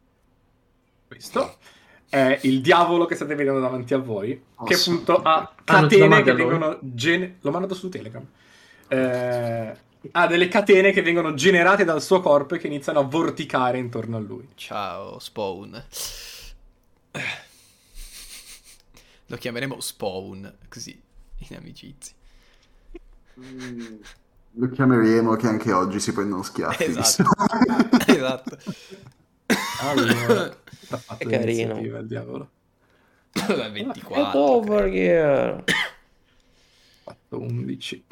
Speaker 2: Questo è il diavolo che state vedendo davanti a voi,
Speaker 4: Oh,
Speaker 2: che
Speaker 4: sì.
Speaker 2: appunto ha
Speaker 3: Ah, non ce lo
Speaker 2: catene
Speaker 3: mandi
Speaker 2: che
Speaker 3: a noi?
Speaker 2: vengono gen- l'ho mandato su Telegram. Eh, ha delle catene che vengono generate dal suo corpo e che iniziano a vorticare intorno a lui.
Speaker 1: Ciao, Spawn. Lo chiameremo Spawn, così, in amicizia.
Speaker 4: Lo chiameremo che anche oggi si prendono schiaffi.
Speaker 1: Esatto. esatto.
Speaker 2: Allora, ha fatto
Speaker 5: È carino.
Speaker 2: l'iniziativa il diavolo.
Speaker 1: La
Speaker 5: Get
Speaker 1: 24.
Speaker 5: over here.
Speaker 2: Ha fatto 11.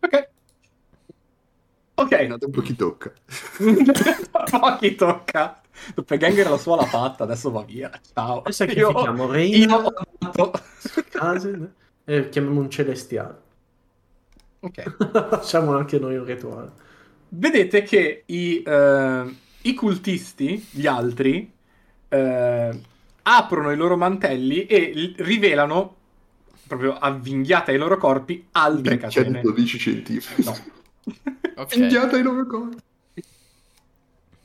Speaker 2: Ok. Ok.
Speaker 4: Dopo chi tocca?
Speaker 2: Pochi tocca. Doppelganger la sua la fatta, adesso va via. Ciao.
Speaker 3: Adesso che
Speaker 2: Io-
Speaker 3: chiamo
Speaker 2: Io
Speaker 3: Reina,
Speaker 2: ho dato.
Speaker 3: Case, e eh, chiamiamo un celestiale.
Speaker 2: Ok.
Speaker 3: Facciamo anche noi un rituale.
Speaker 2: Vedete che i, eh, i cultisti, gli altri, eh, aprono i loro mantelli e l- rivelano, proprio avvinghiate ai loro corpi, altre catene.
Speaker 4: 112 centimetri.
Speaker 2: No.
Speaker 1: Ok.
Speaker 4: Inviata ai loro corpi.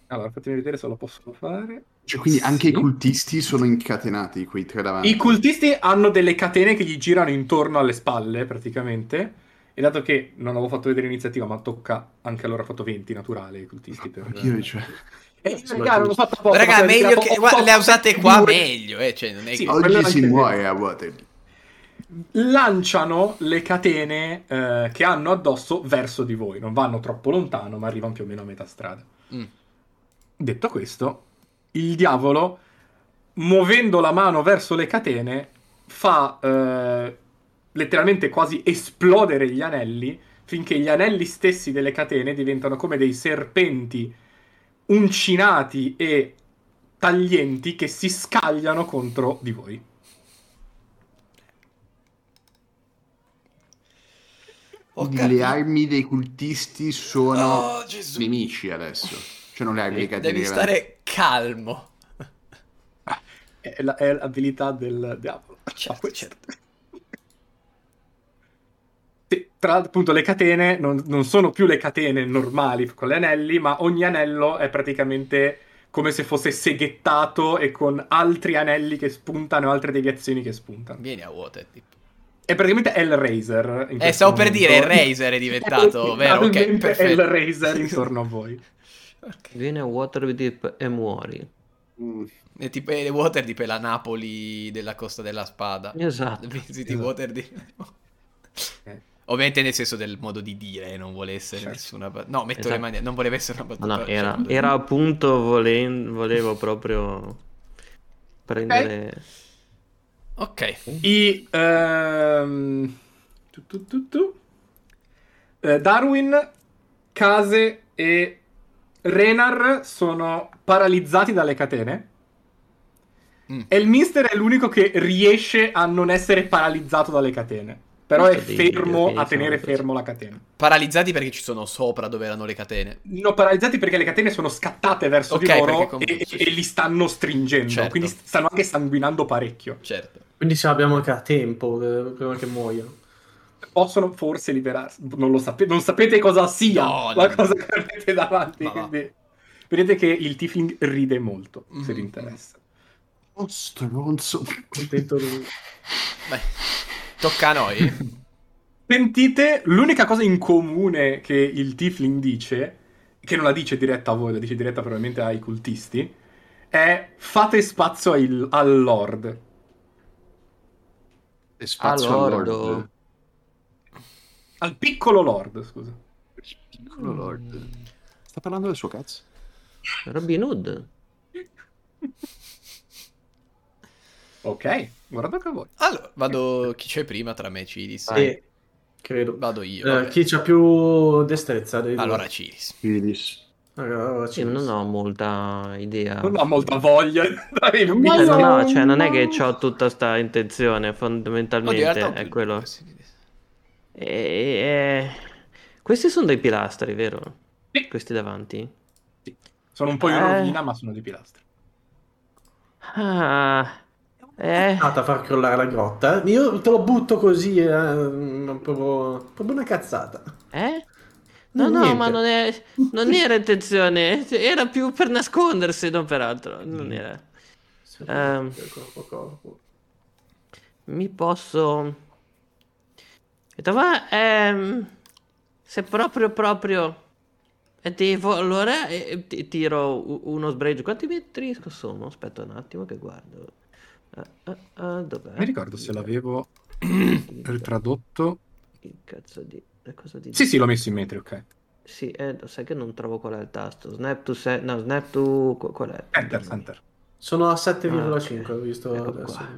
Speaker 2: Allora, fatemi vedere se lo possono fare.
Speaker 4: Cioè, quindi anche
Speaker 2: Sì.
Speaker 4: i cultisti sono incatenati, quei tre davanti.
Speaker 2: I cultisti hanno delle catene che gli girano intorno alle spalle, praticamente. E dato che non avevo fatto vedere l'iniziativa, ma tocca anche a loro, ho fatto 20 naturale i cultisti. Per...
Speaker 4: Anch'io, cioè.
Speaker 2: Eh, raga, avevo fatto poco, cioè, ma
Speaker 1: Raga,
Speaker 2: sono
Speaker 1: meglio
Speaker 2: tirato
Speaker 1: che...
Speaker 2: otto-
Speaker 1: guarda, le usate qua
Speaker 2: due.
Speaker 1: meglio, eh. Cioè, non è
Speaker 2: Sì,
Speaker 1: che...
Speaker 2: quello
Speaker 4: Oggi
Speaker 2: anche
Speaker 4: si
Speaker 2: io.
Speaker 4: muore a Waterloo.
Speaker 2: lanciano le catene eh, che hanno addosso verso di voi. Non vanno troppo lontano, ma arrivano più o meno a metà strada.
Speaker 1: Mm.
Speaker 2: Detto questo, il diavolo, muovendo la mano verso le catene, fa eh, letteralmente quasi esplodere gli anelli finché gli anelli stessi delle catene diventano come dei serpenti uncinati e taglienti che si scagliano contro di voi.
Speaker 1: Ho
Speaker 4: Le
Speaker 1: capito.
Speaker 4: armi dei cultisti sono
Speaker 1: Oh, Gesù.
Speaker 4: nemici adesso. Cioè, non le armi dei catene.
Speaker 1: Devi stare calmo.
Speaker 2: È, la- è l'abilità del diavolo. Fa
Speaker 1: Certo,
Speaker 2: questo.
Speaker 1: certo.
Speaker 2: Sì, tra appunto le catene non, non sono più le catene normali con gli anelli, ma ogni anello è praticamente come se fosse seghettato e con altri anelli che spuntano, altre deviazioni che spuntano.
Speaker 1: Vieni a water, tipo.
Speaker 2: È praticamente Hellraiser.
Speaker 1: Eh,
Speaker 2: in questo
Speaker 1: stavo per dire,
Speaker 2: momento.
Speaker 1: Razer è diventato, vero? Ok,
Speaker 2: Totalmente
Speaker 1: perfetto.
Speaker 2: Hellraiser intorno a voi.
Speaker 1: Ok.
Speaker 5: Vieni a Waterdeep e muori.
Speaker 4: "Mm,
Speaker 1: È Eh, tipo è Water di la Napoli della Costa della Spada.
Speaker 5: Esatto.
Speaker 1: Visiti
Speaker 2: Esatto.
Speaker 1: Water di... Ovviamente nel senso del modo di dire, eh, non vuole essere
Speaker 2: Certo.
Speaker 1: nessuna bat- No, metto le
Speaker 5: Esatto.
Speaker 1: mani, non voleva essere una battuta.
Speaker 5: No, no, era,
Speaker 1: cioè,
Speaker 5: era appunto volen- volevo proprio prendere...
Speaker 1: Ok,
Speaker 2: I ehm, tu, tu, tu, tu. Eh, Darwin, Case e Renar sono paralizzati dalle catene.
Speaker 1: Mm.
Speaker 2: E il Mister è l'unico che riesce a non essere paralizzato dalle catene. Però è
Speaker 5: Questo dei
Speaker 2: fermo
Speaker 5: video,
Speaker 2: a tenere
Speaker 5: quindi,
Speaker 2: fermo la catena.
Speaker 1: Paralizzati perché ci sono sopra dove erano le catene.
Speaker 2: No, paralizzati perché le catene sono scattate verso
Speaker 1: Ok,
Speaker 2: di loro
Speaker 1: perché com-
Speaker 2: e,
Speaker 1: sì,
Speaker 2: e
Speaker 1: sì.
Speaker 2: li stanno stringendo,
Speaker 1: Certo.
Speaker 2: quindi st- stanno anche sanguinando parecchio.
Speaker 1: Certo.
Speaker 3: Quindi ce l'abbiamo anche a tempo eh, prima che muoiano.
Speaker 2: Possono forse liberarsi, non lo sapete, non sapete cosa sia
Speaker 1: No,
Speaker 2: la
Speaker 1: no.
Speaker 2: cosa che avete davanti.
Speaker 1: Ma va.
Speaker 2: quindi- Vedete che il Tifling ride molto, se vi
Speaker 1: Mm.
Speaker 2: interessa.
Speaker 4: Oh, stronzo.
Speaker 3: Contento lui.
Speaker 1: Beh, tocca a noi.
Speaker 2: Sentite, l'unica cosa in comune che il Tifling dice, che non la dice diretta a voi, la dice diretta probabilmente ai cultisti, è fate spazio al, al Lord.
Speaker 4: E spazio al
Speaker 5: Allordo.
Speaker 4: Lord.
Speaker 2: Al piccolo Lord, scusa.
Speaker 4: Piccolo Lord. Sta parlando del suo cazzo.
Speaker 5: Robin Hood.
Speaker 2: Ok, guardate anche voi.
Speaker 1: Allora, vado chi c'è prima tra me e Cilis.
Speaker 5: Vai.
Speaker 3: E- credo.
Speaker 1: Vado io.
Speaker 3: Eh,
Speaker 1: vabbè.
Speaker 3: chi c'ha più destrezza? dei due?
Speaker 1: Allora Cilis.
Speaker 4: Iris.
Speaker 3: Allora, allora,
Speaker 5: Io non ho molta idea.
Speaker 2: Non ha molta voglia. Dai, non mi-
Speaker 5: Eh, no, no,
Speaker 3: No,
Speaker 5: cioè non è che
Speaker 3: no.
Speaker 5: ho tutta sta intenzione,
Speaker 1: Oddio, in
Speaker 5: fondamentalmente
Speaker 1: realtà ho
Speaker 5: è
Speaker 1: più-
Speaker 5: quello.
Speaker 1: sì, sì, sì.
Speaker 5: E- e- Questi sono dei pilastri, vero?
Speaker 2: Sì.
Speaker 5: Questi davanti.
Speaker 2: Sono un po' in
Speaker 5: Eh.
Speaker 2: rovina, ma sono di pilastri.
Speaker 5: Ah, eh,
Speaker 3: Ah, a far crollare la grotta. eh. Io te lo butto così, eh, ma proprio, proprio una cazzata.
Speaker 5: eh? No,
Speaker 3: Mm,
Speaker 5: no,
Speaker 3: niente.
Speaker 5: ma non, è, non era intenzione, era più per nascondersi, non per altro. Non era. Ehm.
Speaker 3: Corpo a corpo.
Speaker 5: Mi posso... E dov'è? Ehm, se proprio proprio... E tipo, allora e- e ti- tiro u- uno sbreggio. Quanti metri sono? Aspetta un attimo che guardo. Ah, ah, ah, dov'è?
Speaker 2: Mi ricordo se l'avevo
Speaker 5: Il
Speaker 2: tradotto.
Speaker 5: cazzo di... la cosa di...
Speaker 2: Sì, sì, l'ho messo in metri, ok.
Speaker 5: Sì, eh, lo sai che non trovo qual è il tasto. Snap to... se- No, snap to... qu- Qual è?
Speaker 2: Enter, enter.
Speaker 3: Sono a 7,5, ho visto
Speaker 5: Ah, Ecco
Speaker 3: adesso.
Speaker 5: qua.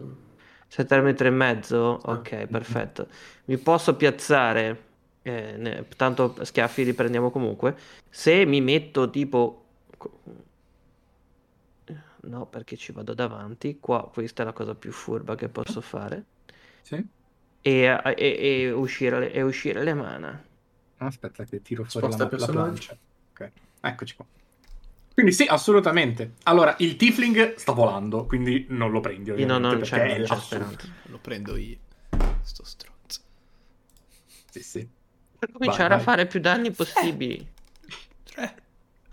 Speaker 5: 7 metri e mezzo?
Speaker 2: Ah.
Speaker 5: Ok, perfetto. Mi posso piazzare, eh, ne- tanto schiaffi li prendiamo comunque. Se mi metto tipo... co- No, perché ci vado davanti. Qua, questa è la cosa più furba che posso fare.
Speaker 2: Sì.
Speaker 5: E, e- e uscire, le- e uscire le mani.
Speaker 2: Ah, Aspetta che tiro fuori
Speaker 3: Sposta
Speaker 2: la, la
Speaker 3: personaggio.
Speaker 2: plancia. Ok, eccoci qua. Quindi sì, assolutamente. Allora, il Tifling sta volando, quindi non lo prendi
Speaker 5: Io no,
Speaker 2: ovviamente.
Speaker 5: no, non
Speaker 2: perché
Speaker 5: c'è,
Speaker 2: è
Speaker 5: non c'è
Speaker 2: lassù.
Speaker 5: speranza.
Speaker 1: Lo prendo io. Sto stronzo.
Speaker 2: Sì, sì.
Speaker 5: Per cominciare
Speaker 2: vai. Eh,
Speaker 5: a fare più danni possibili.
Speaker 1: Tre.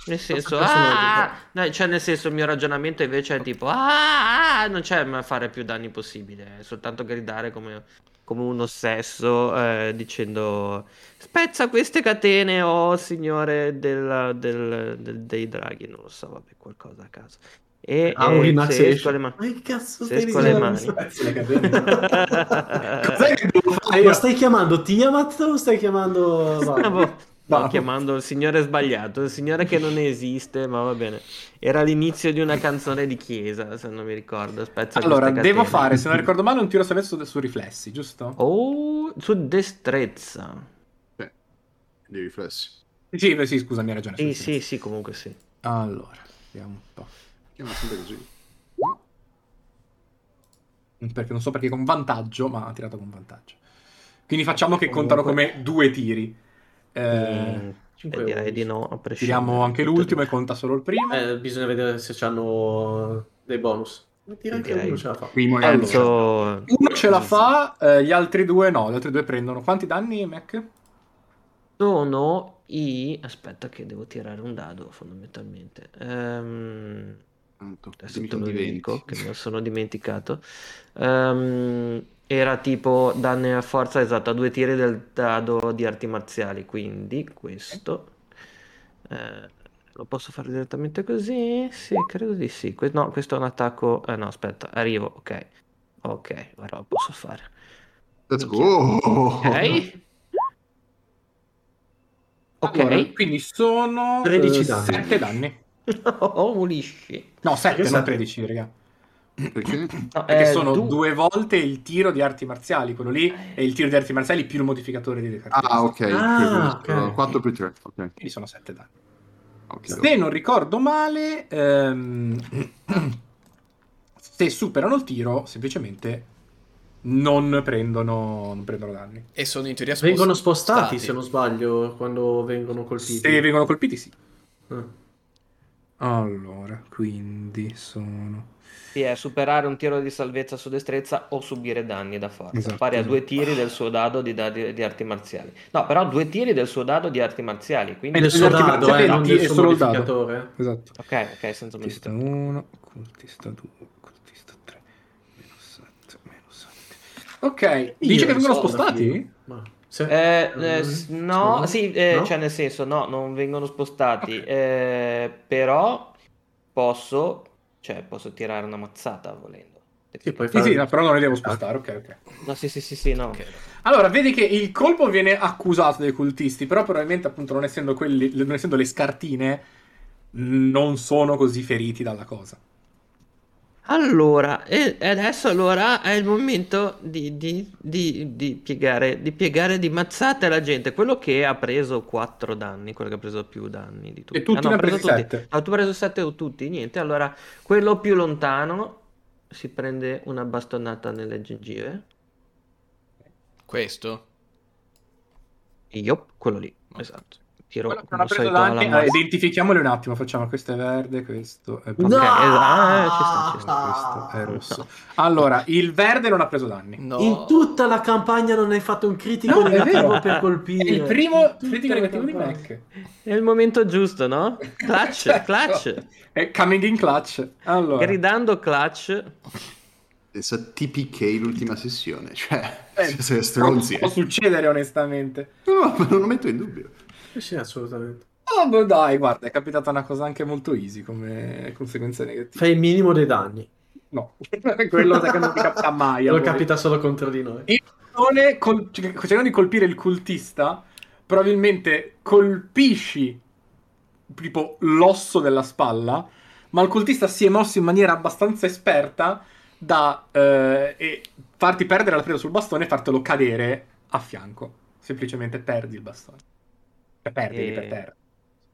Speaker 5: Nel senso,
Speaker 3: Questo non è
Speaker 5: ah, no, cioè nel senso il mio ragionamento invece è tipo, ah, ah, non c'è ma fare più danni possibile, è soltanto gridare come, come un ossesso eh, dicendo spezza queste catene, oh signore della- del- del- dei draghi, non lo so, vabbè, qualcosa a caso. E,
Speaker 3: Ah,
Speaker 5: e
Speaker 3: un
Speaker 5: se
Speaker 3: Remax
Speaker 5: Eh, esco le mani-
Speaker 3: Ma che cazzo
Speaker 5: Se
Speaker 3: stai
Speaker 5: esco le
Speaker 3: dicendo?
Speaker 5: mani.
Speaker 2: Cos'è che
Speaker 5: eh,
Speaker 2: devo fare io?
Speaker 3: Ma Eh, stai chiamando Tiamat o stai chiamando...
Speaker 5: Ah,
Speaker 3: Vabbè.
Speaker 5: boh. Sto
Speaker 2: Bravo.
Speaker 5: chiamando il signore sbagliato, il signore che non esiste, ma va bene. Era l'inizio di una canzone di chiesa, se non mi ricordo. Spezza
Speaker 2: Allora,
Speaker 5: queste
Speaker 2: devo
Speaker 5: catene.
Speaker 2: fare, se non ricordo male, un tiro salvezzo su, su riflessi, giusto?
Speaker 5: Oh, su destrezza.
Speaker 4: Sì. Dei riflessi.
Speaker 2: Sì, sì, sì, scusami, hai ragione.
Speaker 5: Sì,
Speaker 2: sì,
Speaker 5: sì, sì, comunque sì.
Speaker 2: Allora, vediamo un po'.
Speaker 4: Chiama sempre così.
Speaker 2: Perché non so perché con vantaggio, ma ha tirato con vantaggio. Quindi facciamo che contano come due tiri. Eh,
Speaker 5: Mm,
Speaker 3: cinque
Speaker 5: eh, direi
Speaker 3: undici.
Speaker 5: di no, a prescindere.
Speaker 2: tiriamo anche
Speaker 5: Tutto
Speaker 2: l'ultimo
Speaker 5: di-
Speaker 2: e conta solo il primo.
Speaker 3: Eh, bisogna vedere se hanno dei bonus. Direi che
Speaker 5: Direi.
Speaker 3: uno ce la fa.
Speaker 4: Primo è
Speaker 2: Allora.
Speaker 5: Penso...
Speaker 2: Uno ce la fa, eh, gli altri due no. Gli altri due prendono. Quanti danni, Mac?
Speaker 5: Sono i... Aspetta che devo tirare un dado, fondamentalmente. Ehm...
Speaker 4: Tanto,
Speaker 5: adesso
Speaker 4: dimmi
Speaker 5: te
Speaker 4: che
Speaker 5: lo
Speaker 4: non
Speaker 5: dico
Speaker 4: diventi.
Speaker 5: che me lo sono dimenticato Ehm, era tipo danni a forza esatto a due tiri del dado di arti marziali quindi questo eh, lo posso fare direttamente così sì credo di sì Que- no questo è un attacco eh, no aspetta arrivo ok ok ora lo posso fare
Speaker 4: Let's go!
Speaker 5: ok ok
Speaker 2: Allora, quindi sono
Speaker 3: 13
Speaker 2: eh,
Speaker 3: danni.
Speaker 2: sette danni.
Speaker 5: oh mulisci
Speaker 2: No, 7, non
Speaker 3: Perché sette?
Speaker 2: 13, raga.
Speaker 4: Perché?
Speaker 5: No,
Speaker 2: Perché
Speaker 5: eh,
Speaker 2: sono
Speaker 5: du-
Speaker 2: due volte il tiro di arti marziali. Quello lì è il tiro di arti marziali più il modificatore di carte.
Speaker 4: Ah, ok.
Speaker 3: Ah, ok.
Speaker 4: 4 più 3. Ok.
Speaker 2: Quindi sono sette danni.
Speaker 4: ok.
Speaker 2: Se non ricordo male, ehm, se superano il tiro, semplicemente non prendono, non prendono danni.
Speaker 1: E sono in teoria spostati.
Speaker 3: Vengono spostati, se non sbaglio, quando vengono colpiti.
Speaker 2: Se vengono colpiti, sì.
Speaker 3: Ah.
Speaker 2: Allora, quindi sono...
Speaker 5: Sì, è superare un tiro di salvezza su destrezza o subire danni da forza,
Speaker 2: Esatto,
Speaker 5: pari a
Speaker 2: esatto.
Speaker 5: due tiri del suo dado di, dadi- di arti marziali. No, però due tiri del suo dado di arti marziali,
Speaker 3: È
Speaker 5: quindi...
Speaker 3: del suo
Speaker 2: Gli arti
Speaker 3: dado, eh,
Speaker 2: marziali
Speaker 3: non del
Speaker 2: è
Speaker 3: suo
Speaker 2: solo il dado.
Speaker 3: modificatore. eh.
Speaker 2: Esatto.
Speaker 5: Ok, ok, senza
Speaker 2: Cultista
Speaker 5: modificare.
Speaker 2: 1, cultista 2, cultista 3, meno 7, meno 7. Ok, dice
Speaker 3: Io
Speaker 2: che
Speaker 3: non
Speaker 2: vengono
Speaker 3: so, alla
Speaker 2: spostati?
Speaker 3: fine. Ma... se-
Speaker 5: Eh,
Speaker 3: Mm,
Speaker 5: eh, s- no,
Speaker 3: scusa.
Speaker 5: sì, eh,
Speaker 3: No?
Speaker 5: cioè nel senso, no, non vengono spostati, eh, però posso, cioè, posso tirare una mazzata volendo.
Speaker 3: Sì, puoi
Speaker 2: Sì,
Speaker 3: fare-
Speaker 2: sì, no, però non li devo spostare, ok, ok.
Speaker 5: No, sì, sì, sì, sì, no.
Speaker 1: Ok.
Speaker 2: Allora, vedi che il colpo viene accusato dai cultisti, però probabilmente appunto non essendo, quelli, non essendo le scartine, non sono così feriti dalla cosa.
Speaker 5: Allora, e e adesso allora è il momento di, di, di, di piegare, di piegare di mazzate la gente. Quello che ha preso 4 danni, quello che ha preso più danni di tutti.
Speaker 2: tutti
Speaker 5: Ah, no,
Speaker 2: ne ha
Speaker 5: ha preso
Speaker 2: presi
Speaker 5: tutti.
Speaker 2: sette.
Speaker 5: Ah, tu hai preso 7 o tutti? Niente. Allora, quello più lontano si prende una bastonata nelle gengive.
Speaker 1: Questo?
Speaker 5: Io, quello lì,
Speaker 1: Ok.
Speaker 5: esatto. Tiro
Speaker 2: Quello che non ha
Speaker 5: come
Speaker 2: preso
Speaker 5: solito alla
Speaker 2: danni, eh,
Speaker 5: mano.
Speaker 2: identifichiamoli un attimo, facciamo questo è verde, questo è
Speaker 5: Ok,
Speaker 2: blu,
Speaker 5: eh, ci sta, ci sta.
Speaker 2: questo è
Speaker 3: Ah.
Speaker 2: rosso. Allora, il verde non ha preso danni.
Speaker 1: No.
Speaker 3: In tutta la campagna non hai fatto un critico
Speaker 2: No, è
Speaker 3: negativo
Speaker 2: vero.
Speaker 3: per
Speaker 2: È
Speaker 3: colpire.
Speaker 2: il
Speaker 3: In
Speaker 2: primo
Speaker 3: tutta
Speaker 2: critico
Speaker 3: la
Speaker 2: negativo di
Speaker 3: campagna.
Speaker 2: Mac.
Speaker 5: È il momento giusto, no? Clutch,
Speaker 2: Certo.
Speaker 5: clutch.
Speaker 2: È coming in clutch. Allora,
Speaker 5: Gridando clutch.
Speaker 4: Stessa TPK l'ultima sessione, cioè,
Speaker 2: Eh,
Speaker 4: se siete stronzi.
Speaker 2: può,
Speaker 4: eh.
Speaker 2: può succedere onestamente.
Speaker 4: No, no, ma non lo metto in dubbio.
Speaker 3: Sì, Sì, assolutamente.
Speaker 2: Oh, beh, dai, guarda, è capitata una cosa anche molto easy come conseguenza negativa.
Speaker 3: Fai il minimo dei danni.
Speaker 2: No, quello sai che non ti capita mai. a
Speaker 3: Lo
Speaker 2: voi.
Speaker 3: capita solo contro di noi.
Speaker 2: Il pallone col- cercando di colpire il cultista, probabilmente colpisci tipo l'osso della spalla, ma il cultista si è mosso in maniera abbastanza esperta da eh, e farti perdere la presa sul bastone e fartelo cadere a fianco. Semplicemente perdi il bastone. Cioè, perdili
Speaker 5: E-
Speaker 2: per terra.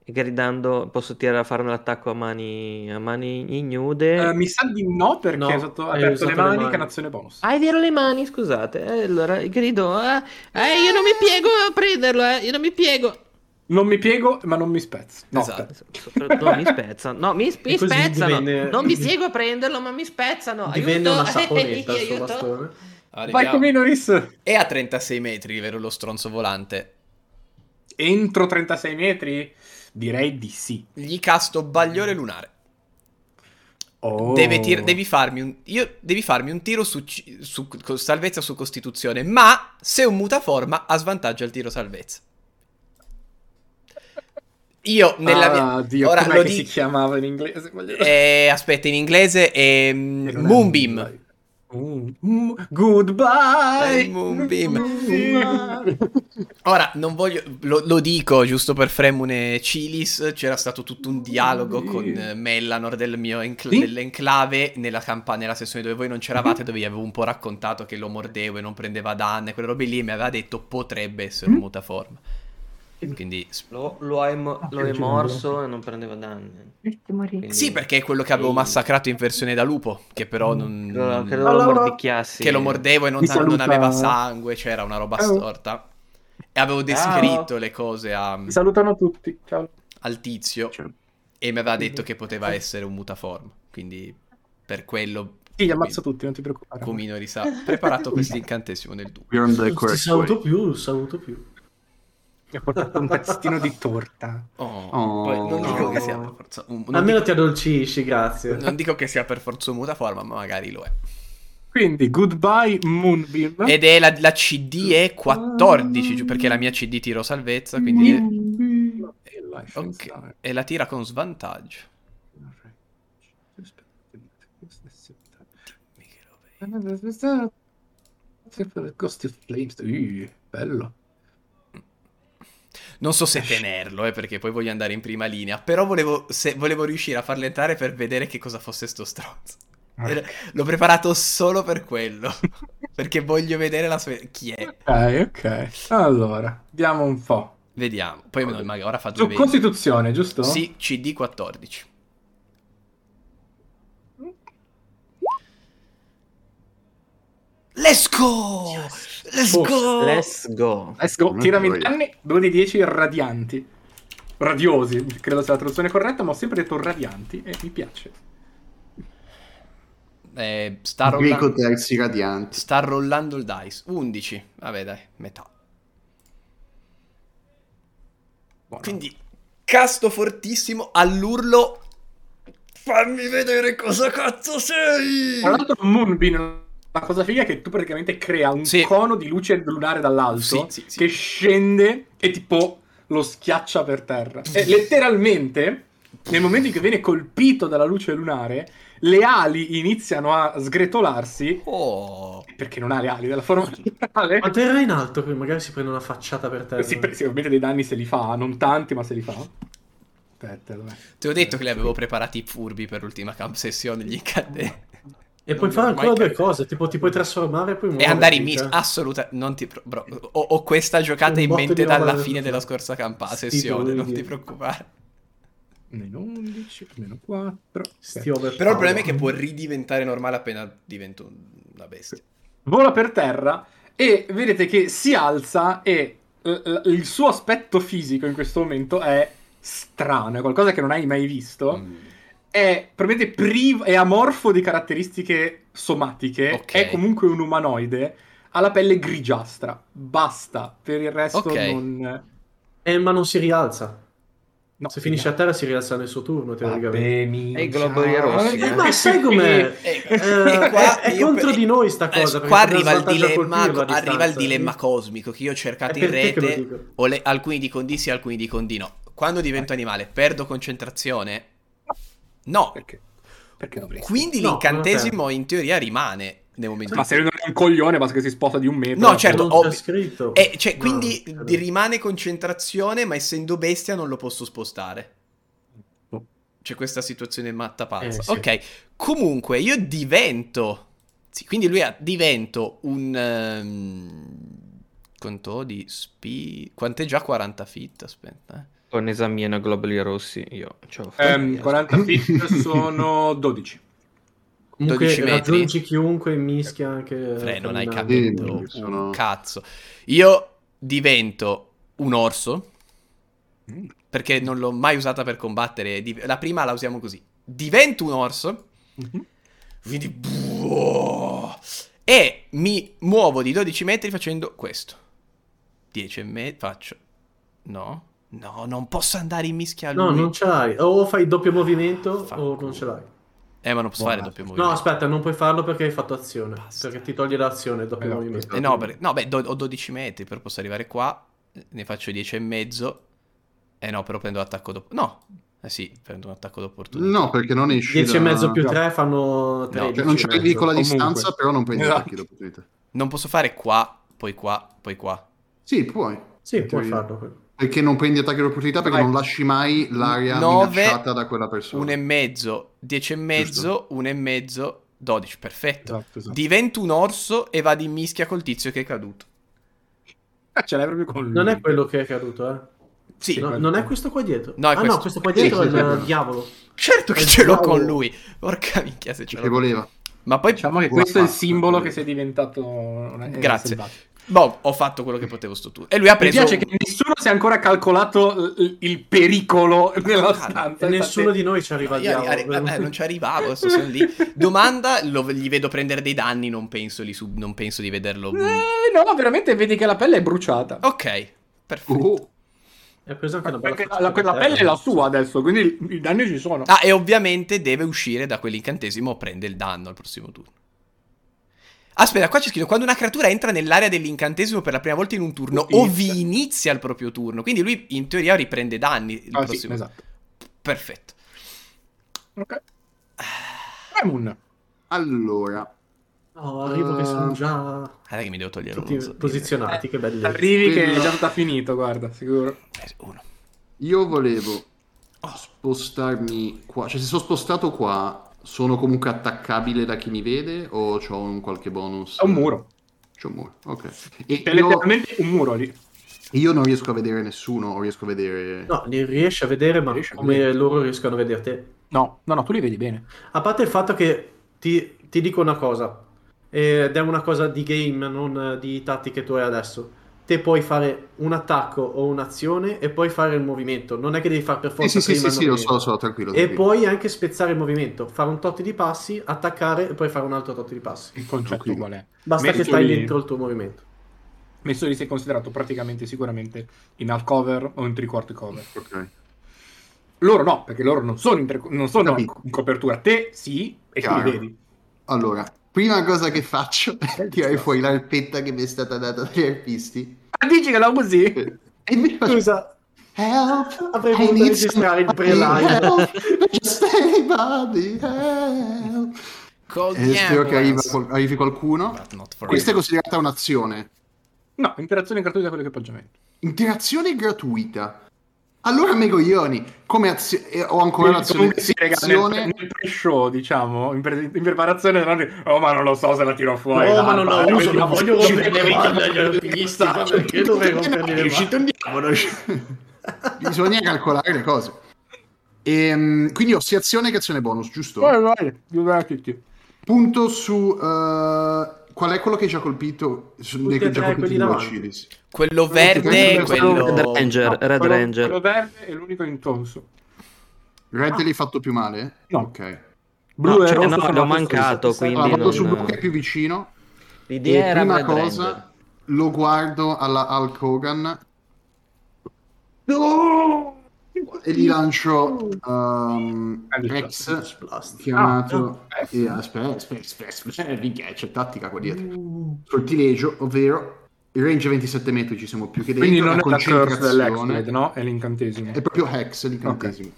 Speaker 5: E gridando posso tirare a fare un attacco a mani, a mani ignude.
Speaker 2: Eh, mi sa di no perché
Speaker 3: No,
Speaker 2: hai usato- ha
Speaker 3: hai
Speaker 2: aperto
Speaker 3: usato
Speaker 2: le
Speaker 3: le
Speaker 2: mani,
Speaker 3: mani.
Speaker 2: che è un'azione bonus.
Speaker 5: Ah, è vero le mani, scusate. Eh, allora grido, ah, eh, io non mi piego a prenderlo, eh, io non mi piego.
Speaker 2: Non mi piego, ma non mi spezzo. No,
Speaker 1: Esatto.
Speaker 2: aspetta.
Speaker 5: No, mi spezzano. No, mi, mi
Speaker 3: E così
Speaker 5: spezzano.
Speaker 3: divenne-
Speaker 5: Non mi piego a prenderlo, ma mi spezzano.
Speaker 3: Divenne
Speaker 5: Aiuto.
Speaker 1: eh,
Speaker 5: eh,
Speaker 3: una saponetta il suo
Speaker 5: Aiuto.
Speaker 3: bastone.
Speaker 2: Vai
Speaker 1: Arriviamo.
Speaker 2: con Minoris.
Speaker 1: È a 36 metri, vero lo stronzo volante?
Speaker 2: entro 36 metri? Direi di sì.
Speaker 1: Gli casto bagliore lunare.
Speaker 2: Mm. Oh.
Speaker 1: Deve tir- devi, farmi un- io- devi farmi un tiro su, ci- su- con salvezza su costituzione, ma se è un mutaforma ha svantaggio al tiro salvezza. Io nella mia...
Speaker 2: Ah, Dio,
Speaker 1: Ora
Speaker 2: com'è
Speaker 1: lo
Speaker 2: che si
Speaker 1: dico...
Speaker 2: chiamava in inglese? Voglio-
Speaker 1: Eh, aspetta, in inglese è mm,
Speaker 2: Eh, non è
Speaker 1: Moonbeam.
Speaker 2: Moonbeam. Mm. Mm. Goodbye.
Speaker 1: Eh, Moonbeam.
Speaker 2: Moonbeam.
Speaker 1: Ora, non voglio, lo, lo dico giusto per Fremune Cilis, c'era stato tutto un dialogo con eh, Mellanor del mio encl-
Speaker 2: Sì. Mhm.
Speaker 1: dell'enclave nella, campa- nella sessione dove voi non c'eravate, dove gli avevo un po' raccontato che lo mordevo e non prendeva danni, quelle robe lì, e mi aveva detto potrebbe
Speaker 2: Mhm.
Speaker 1: essere un mutaforma. Quindi... sp-
Speaker 5: Lo, lo hai, mo- lo hai morso e non prendeva danni. Quindi-
Speaker 1: Sì, perché è quello che avevo
Speaker 5: Sì.
Speaker 1: massacrato in versione da lupo, che però
Speaker 2: Mm.
Speaker 1: non...
Speaker 5: Credo, credo
Speaker 1: non-
Speaker 5: lo
Speaker 3: Allora-
Speaker 5: mordicchiassi.
Speaker 1: che lo mordevo e non,
Speaker 2: Mi
Speaker 1: non
Speaker 2: saluta- Eh.
Speaker 1: aveva sangue, c'era una roba
Speaker 2: Ciao.
Speaker 1: storta. E avevo descritto le cose a-
Speaker 2: Ah. Mi salutano tutti. Ciao.
Speaker 1: al tizio.
Speaker 4: Cioè,
Speaker 1: E mi aveva detto che poteva essere un mutaform. Quindi per quello.
Speaker 2: Sì, li ammazzo tutti, non ti preoccupare.
Speaker 1: Comino risa. Preparato questo incantesimo nel dubbio.
Speaker 4: we're on the
Speaker 3: Non ti
Speaker 4: correct
Speaker 3: saluto
Speaker 4: way.
Speaker 3: più, saluto più.
Speaker 2: Mi ha portato un pezzettino di torta.
Speaker 1: Oh,
Speaker 4: Oh.
Speaker 1: poi non dico
Speaker 3: No.
Speaker 1: che sia per forza. un- non,
Speaker 3: Almeno
Speaker 1: dico,
Speaker 3: ti addolcisci, grazie.
Speaker 1: non dico che sia per forza un mutaform, ma magari lo è.
Speaker 2: Quindi, goodbye Moonbeam.
Speaker 1: Ed è la, la CDE 14, giù- cioè, perché la mia CD tiro salvezza, quindi.
Speaker 4: Mm.
Speaker 1: è-
Speaker 2: Moonbeam. E life and
Speaker 1: ok,
Speaker 2: style.
Speaker 1: E la tira con svantaggio.
Speaker 2: Ghost of Flames, Ih, bello.
Speaker 1: Non so se tenerlo, eh, perché poi voglio andare in prima linea. Però volevo, se- volevo riuscire a farlo entrare per vedere che cosa fosse sto stronzo. Era- L'ho preparato solo per quello. perché voglio vedere la sua. Chi è?
Speaker 2: Ok, ok. Allora, vediamo un po'.
Speaker 1: Vediamo. Poi no, magari ora fa
Speaker 2: Su
Speaker 1: 220.
Speaker 2: Costituzione, giusto?
Speaker 1: Sì, CD 14. Let's go! Let's
Speaker 2: Oh,
Speaker 1: go!
Speaker 5: Let's go.
Speaker 2: Let's go.
Speaker 4: Non
Speaker 2: Tirami i
Speaker 4: voglio.
Speaker 2: danni, 2 di 10 radianti. Radiosi, credo sia la traduzione corretta, ma ho sempre detto radianti e mi piace.
Speaker 1: Eh, sta,
Speaker 4: Greco
Speaker 1: rolla-
Speaker 4: terzi radianti.
Speaker 1: sta rollando il dice. 11. Vabbè, dai, metà.
Speaker 2: Buono.
Speaker 1: Quindi casto fortissimo all'urlo. Fammi vedere cosa cazzo sei!
Speaker 2: Tra l'altro Moonbeam, la cosa figa è che tu praticamente crea un
Speaker 1: Sì.
Speaker 2: cono di luce lunare dall'alto
Speaker 1: Sì, sì, sì.
Speaker 2: che scende e tipo lo schiaccia per terra. E letteralmente, nel momento in cui viene colpito dalla luce lunare, le ali iniziano a sgretolarsi
Speaker 1: Oh.
Speaker 2: perché non ha le ali della forma naturale.
Speaker 3: Quanto era in alto? Qui magari si prende una facciata per terra.
Speaker 2: Sì, per- sì, ovviamente dei danni se li fa, non tanti, ma se li fa. eh. Aspetta, dov'è?
Speaker 1: Ti ho detto che li avevo preparati furbi per l'ultima camp sessione, gli incadde.
Speaker 3: E
Speaker 1: Non
Speaker 3: puoi fare
Speaker 1: ormai
Speaker 3: ancora due
Speaker 1: capito.
Speaker 3: cose, tipo ti puoi trasformare e poi
Speaker 1: E
Speaker 3: muoverti,
Speaker 1: andare in Ah, miss,
Speaker 3: cioè.
Speaker 1: assolutamente, non ti pro- bro, ho, ho questa giocata
Speaker 3: Un
Speaker 1: in
Speaker 3: botto
Speaker 1: mente
Speaker 3: di roba
Speaker 1: dalla
Speaker 3: da-
Speaker 1: fine della scorsa campa
Speaker 3: Sti
Speaker 1: sessione, non
Speaker 3: doidi.
Speaker 1: ti preoccupare.
Speaker 2: Meno 11, meno 4.
Speaker 3: Sti overpower.
Speaker 1: Però il problema è che può ridiventare normale appena divento un- una bestia.
Speaker 2: vola per terra e vedete che si alza e l- l- il suo aspetto fisico in questo momento è strano, è qualcosa che non hai mai visto.
Speaker 1: Mm.
Speaker 2: È probabilmente privo, è amorfo di caratteristiche somatiche,
Speaker 1: Ok.
Speaker 2: è comunque un umanoide, ha la pelle grigiastra, basta, per il resto
Speaker 1: Ok.
Speaker 2: non...
Speaker 3: Eh, ma non si rialza.
Speaker 2: No,
Speaker 3: Se finisce a terra si rialza nel suo turno, teoricamente.
Speaker 2: Vabbè, minchia.
Speaker 5: E i globuli rossi,
Speaker 3: Eh, ma sai com'è?
Speaker 1: E,
Speaker 3: Eh, è- è contro di noi sta cosa, perché
Speaker 1: eh, Qua
Speaker 3: per
Speaker 1: arriva il,
Speaker 3: vantaggio a
Speaker 1: dilemma,
Speaker 3: colpirlo a
Speaker 1: arriva il
Speaker 3: distanza,
Speaker 1: dilemma
Speaker 3: sì.
Speaker 1: cosmico che io ho cercato
Speaker 3: È
Speaker 1: in
Speaker 3: per te che lo
Speaker 1: rete,
Speaker 3: dico. Eh.
Speaker 1: ho le- alcuni dicono di sì, alcuni dicono di no. Quando divento animale, perdo concentrazione? No.
Speaker 2: Perché? Perché dovresti?
Speaker 1: Quindi
Speaker 3: No,
Speaker 1: l'incantesimo in teoria rimane nel momento
Speaker 2: Ma
Speaker 1: in
Speaker 2: se non è un coglione basta che si sposta di un metro.
Speaker 1: No, certo,
Speaker 3: Non c'è
Speaker 1: ovvio.
Speaker 3: scritto.
Speaker 1: Eh, cioè,
Speaker 3: No,
Speaker 1: quindi
Speaker 3: certo.
Speaker 1: di- rimane concentrazione, ma essendo bestia non lo posso spostare.
Speaker 2: Oh.
Speaker 1: C'è questa situazione matta pazza.
Speaker 3: Eh, sì.
Speaker 1: Ok, comunque io divento... Sì, quindi lui ha- divento un... ehm, Conto di spi... Quant'è già 40 feet? Aspetta, eh.
Speaker 5: Con esamina globuli rossi, io ce l'ho fatta.
Speaker 2: Ehm, 40 feet sono 12.
Speaker 3: Comunque
Speaker 1: 12 metri.
Speaker 3: raggiungi chiunque e mischia anche...
Speaker 1: Fre, non hai
Speaker 3: camminando.
Speaker 1: capito
Speaker 4: Sì, sono-
Speaker 1: un cazzo. Io divento un orso,
Speaker 3: Mm.
Speaker 1: perché non l'ho mai usata per combattere. Di- La prima la usiamo così. Divento un orso, Quindi buoh, e mi muovo di 12 metri facendo questo. 10 metri faccio. No, no, non posso andare in mischia a lui.
Speaker 3: No, non ce l'hai. O fai doppio movimento
Speaker 1: Fa
Speaker 3: o
Speaker 1: culo.
Speaker 3: non ce l'hai.
Speaker 1: Eh, ma non posso fare doppio
Speaker 3: No,
Speaker 1: movimento.
Speaker 3: aspetta, non puoi farlo perché hai fatto azione.
Speaker 1: Basta.
Speaker 3: Perché ti toglie l'azione dopo il
Speaker 2: Eh, no,
Speaker 3: movimento.
Speaker 1: Eh, no, per- no, beh, do- ho 12 metri, però posso arrivare qua, ne faccio 10 e mezzo. Eh no, però prendo l'attacco dopo. No. Eh sì, prendo un attacco d'opportunità.
Speaker 4: No, perché non esci
Speaker 3: 10 e
Speaker 4: da-
Speaker 3: mezzo più 3 fanno 13.
Speaker 4: Cioè, non c'è
Speaker 3: e
Speaker 4: il
Speaker 3: mezzo.
Speaker 4: con la
Speaker 2: Comunque.
Speaker 4: distanza, però non prendi
Speaker 2: Esatto.
Speaker 4: attacchi d'opportunità.
Speaker 1: Non posso fare qua, poi qua, poi qua.
Speaker 4: Sì, puoi.
Speaker 3: Sì, puoi
Speaker 4: Sì.
Speaker 3: farlo.
Speaker 4: Perché non prendi attacchi d'opportunità perché
Speaker 2: Vai.
Speaker 4: non lasci mai l'area
Speaker 1: Nove,
Speaker 4: minacciata da quella persona.
Speaker 1: 1 e mezzo, 10 e mezzo, 1 e mezzo, 12, perfetto.
Speaker 2: Esatto, esatto.
Speaker 1: Divento un orso e vado in mischia col tizio che è caduto.
Speaker 2: Ah, ce l'hai proprio con lui.
Speaker 3: Non è quello che è caduto, eh.
Speaker 1: Sì,
Speaker 3: No, non è questo qua dietro.
Speaker 1: No, è
Speaker 3: ah,
Speaker 1: questo.
Speaker 3: no, questo qua
Speaker 4: Sì,
Speaker 3: dietro
Speaker 4: sì,
Speaker 3: è il
Speaker 4: sì, quello.
Speaker 3: diavolo.
Speaker 1: certo che
Speaker 3: Eh,
Speaker 1: ce l'ho
Speaker 3: bravo.
Speaker 1: con lui. Porca minchia se ce
Speaker 4: Perché
Speaker 1: l'ho.
Speaker 4: voleva.
Speaker 1: Ma poi
Speaker 2: Diciamo che
Speaker 4: Buona
Speaker 2: questo è il
Speaker 4: pasta.
Speaker 2: simbolo che sei diventato. eh,
Speaker 1: Grazie.
Speaker 2: selvatico.
Speaker 1: boh, ho fatto quello che potevo sto turno. E lui ha
Speaker 2: Mi
Speaker 1: preso
Speaker 2: piace
Speaker 1: un-
Speaker 2: che nessuno si è ancora calcolato l- il pericolo nella stanza.
Speaker 3: E nessuno
Speaker 2: Infatti-
Speaker 3: di noi ci arriva al
Speaker 1: Io arri-
Speaker 3: diavolo.
Speaker 1: arri- eh, non ci arrivavo, adesso sono lì. Domanda, lo- gli vedo prendere dei danni, non penso, li sub- non penso di vederlo.
Speaker 2: Eh, no, veramente vedi che la pelle è bruciata.
Speaker 1: Ok, perfetto.
Speaker 4: Uh,
Speaker 3: È preso anche una bella
Speaker 2: Perché la,
Speaker 3: facciata
Speaker 2: la- quella
Speaker 3: per
Speaker 2: pelle è
Speaker 3: terra.
Speaker 2: la sua adesso, quindi i- i danni ci sono.
Speaker 1: Ah, e ovviamente deve uscire da quell'incantesimo o prende il danno al prossimo turno. Aspetta, qua c'è scritto, quando una creatura entra nell'area dell'incantesimo per la prima volta in un turno, o
Speaker 2: Inizia.
Speaker 1: vi inizia il proprio turno, quindi lui in teoria riprende danni il
Speaker 2: Ah, sì,
Speaker 1: prossimo.
Speaker 2: esatto.
Speaker 1: Perfetto.
Speaker 2: Ok. Remun.
Speaker 4: allora,
Speaker 3: No, arrivo che sono già
Speaker 1: Guarda che mi devo togliere
Speaker 3: tutti
Speaker 1: uno, so-
Speaker 3: posizionati, che belli.
Speaker 2: Arrivi che è
Speaker 4: Quello-
Speaker 2: già tutta finito, guarda, sicuro.
Speaker 1: Eh, Uno.
Speaker 4: io volevo spostarmi qua. Cioè, se sono spostato qua, sono comunque attaccabile da chi mi vede o ho un qualche bonus?
Speaker 2: È un muro.
Speaker 4: C'è un muro, ok. E
Speaker 2: C'è
Speaker 4: io,
Speaker 2: letteralmente un muro lì.
Speaker 4: io non riesco a vedere nessuno, o riesco a vedere...
Speaker 3: No, li riesci a vedere, ma
Speaker 2: Riesci a
Speaker 3: come
Speaker 2: vedere.
Speaker 3: loro riescono a vedere te.
Speaker 2: No, no, no, tu li vedi bene.
Speaker 3: A parte il fatto che ti, ti dico una cosa. ed è una cosa di game, non di tattiche tue adesso. Te puoi fare un attacco o un'azione e poi fare il movimento. Non è che devi fare per forza
Speaker 4: sì, sì,
Speaker 3: prima
Speaker 4: sì,
Speaker 3: il
Speaker 4: sì, lo
Speaker 3: movimento.
Speaker 4: so, lo so, tranquillo.
Speaker 3: E
Speaker 4: tranquillo.
Speaker 3: puoi anche spezzare il movimento, fare un tot di passi, attaccare e poi fare un altro tot di passi.
Speaker 2: Il concetto
Speaker 4: Ok.
Speaker 2: qual è?
Speaker 3: Basta
Speaker 2: Metti
Speaker 3: che stai
Speaker 2: lì-
Speaker 3: dentro il tuo movimento.
Speaker 2: Messo lì sei considerato praticamente sicuramente in half cover o in three quarter cover.
Speaker 4: Ok.
Speaker 2: Loro no, perché loro non sono in, tre- non sono
Speaker 4: Capito.
Speaker 2: in copertura. Te sì, e tu
Speaker 4: Chiaro.
Speaker 2: li vedi.
Speaker 4: Allora, prima cosa che faccio è tirare
Speaker 2: discorso.
Speaker 4: fuori l'arpetta che mi è stata data dagli arpisti.
Speaker 2: Ah, dici che la usi?
Speaker 4: E mi faccio...
Speaker 3: Scusa,
Speaker 4: Help!
Speaker 3: Avrei
Speaker 4: I
Speaker 3: voluto
Speaker 4: need
Speaker 3: registrare il
Speaker 4: somebody,
Speaker 3: pre-live.
Speaker 4: help! Just anybody, help!
Speaker 1: Call
Speaker 4: E
Speaker 1: the
Speaker 4: Eh, spero che arriva
Speaker 1: ambulance.
Speaker 4: qual- arrivi qualcuno.
Speaker 1: But not for
Speaker 4: Questa è
Speaker 1: you.
Speaker 4: considerata un'azione.
Speaker 2: No, interazione gratuita con l'equipaggiamento.
Speaker 4: Interazione gratuita. Allora, Megoglioni, come azio- eh, ho ancora un'azione
Speaker 2: Comunque sì, raga, nel,
Speaker 4: azione-
Speaker 2: nel pre-show, diciamo, in, pre- in preparazione, non è- oh ma non lo so se la tiro fuori.
Speaker 3: no,
Speaker 2: la-
Speaker 3: ma non la
Speaker 2: la-
Speaker 3: uso, non voglio
Speaker 2: Ci
Speaker 3: rompere le
Speaker 2: vediamo.
Speaker 3: palle agli alpinisti, ma perché dovrei rompergli le palle? cioè.
Speaker 4: Bisogna calcolare le cose. Ehm, quindi ho sia azione che azione bonus, giusto?
Speaker 2: Vai, vai, divertiti.
Speaker 4: Punto su eh, qual è quello che ci ha colpito su-
Speaker 3: Tutti e
Speaker 4: già
Speaker 3: tre,
Speaker 4: colpiti
Speaker 3: quelli
Speaker 4: da
Speaker 3: davanti.
Speaker 4: Cilis?
Speaker 1: Quello
Speaker 4: Quello-
Speaker 1: verde,
Speaker 5: Red
Speaker 1: quello...
Speaker 5: Ranger,
Speaker 2: No,
Speaker 5: Red
Speaker 2: quello-
Speaker 5: Ranger.
Speaker 2: Quello verde è l'unico intonso.
Speaker 4: Red li ha fatto più male?
Speaker 2: No.
Speaker 4: Ok.
Speaker 2: Blu
Speaker 5: No,
Speaker 2: e
Speaker 5: cioè,
Speaker 2: rosso
Speaker 5: no,
Speaker 2: sono la
Speaker 5: l'ho
Speaker 2: stessa-
Speaker 5: mancato,
Speaker 2: stessa-
Speaker 5: quindi
Speaker 4: Allora, vado
Speaker 5: non-
Speaker 4: su blu che è più vicino.
Speaker 5: L'idea
Speaker 4: e
Speaker 5: era
Speaker 4: prima
Speaker 5: Red
Speaker 4: cosa
Speaker 5: Ranger.
Speaker 4: lo guardo alla Hulk Hogan
Speaker 2: No!
Speaker 4: e gli lancio ehm,
Speaker 3: Smash
Speaker 4: Rex
Speaker 3: Blast.
Speaker 4: chiamato eh, aspetta aspetta aspetta aspetta Eh, minchia, c'è tattica qua dietro sul tileggio ovvero il range 27 metri ci siamo più che dentro
Speaker 2: Quindi non è la curse
Speaker 4: concentrazione
Speaker 2: dell'Exped, no? È l'incantesimo.
Speaker 4: è proprio Hex l'incantesimo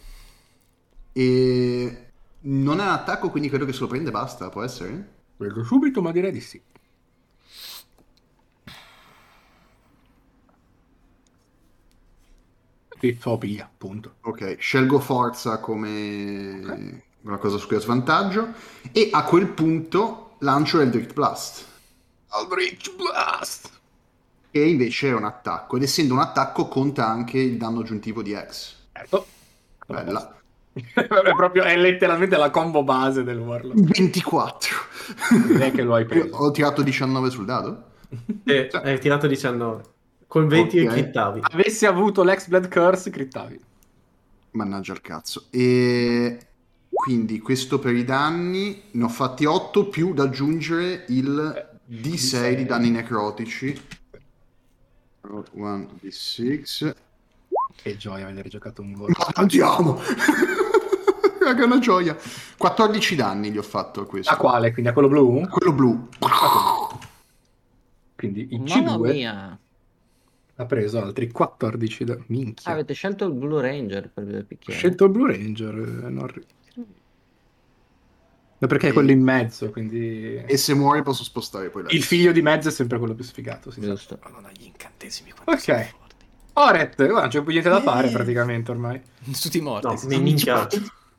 Speaker 4: e non è un attacco quindi credo che se lo prende e basta può essere?
Speaker 2: Vedo subito, ma direi di sì. Sì, Sopiglia, appunto.
Speaker 4: Ok, scelgo forza come una cosa su cui ho svantaggio e a quel punto lancio Eldritch Blast,
Speaker 2: Aldrich Blast!
Speaker 4: che invece è un attacco ed essendo un attacco conta anche il danno aggiuntivo di X.
Speaker 2: Certo.
Speaker 4: Bella.
Speaker 2: è proprio, è letteralmente la combo base del Warlock.
Speaker 4: 24.
Speaker 2: Non è che lo hai
Speaker 4: Io
Speaker 2: preso.
Speaker 4: ho tirato 19 sul dado?
Speaker 3: Eh, hai tirato 19. Con 20
Speaker 4: Ok.
Speaker 3: e chittavi.
Speaker 2: Avessi avuto l'Exblade Curse, crittavi.
Speaker 4: Mannaggia il cazzo. E quindi questo per i danni ne ho fatti 8 più da aggiungere il
Speaker 2: Eh,
Speaker 4: D6 di danni necrotici. 1 D6
Speaker 2: Che gioia vedere giocato un Warlock.
Speaker 4: Ma andiamo! Raga, è una gioia. 14 danni gli ho fatto a questo.
Speaker 2: A quale? Quindi a quello blu?
Speaker 4: Quello blu.
Speaker 2: Quindi il
Speaker 5: Mamma
Speaker 2: C2
Speaker 5: mia,
Speaker 2: ha preso altri 14 da... Minchia.
Speaker 5: avete scelto il Blue Ranger per
Speaker 2: Ho
Speaker 5: picchiare.
Speaker 2: scelto il Blue Ranger, eh, non... ri- No, perché è quello in mezzo, quindi...
Speaker 4: E se muore posso spostare poi la-
Speaker 2: Il figlio di mezzo è sempre quello più sfigato, si sa.
Speaker 5: Giusto.
Speaker 1: Madonna, gli incantesimi quanto
Speaker 2: Ok.
Speaker 1: sono forti.
Speaker 2: Oret, Oh, guarda, non c'è più niente da fare praticamente ormai.
Speaker 1: Tutti morti.
Speaker 3: No,
Speaker 1: sì.
Speaker 3: mi minchia.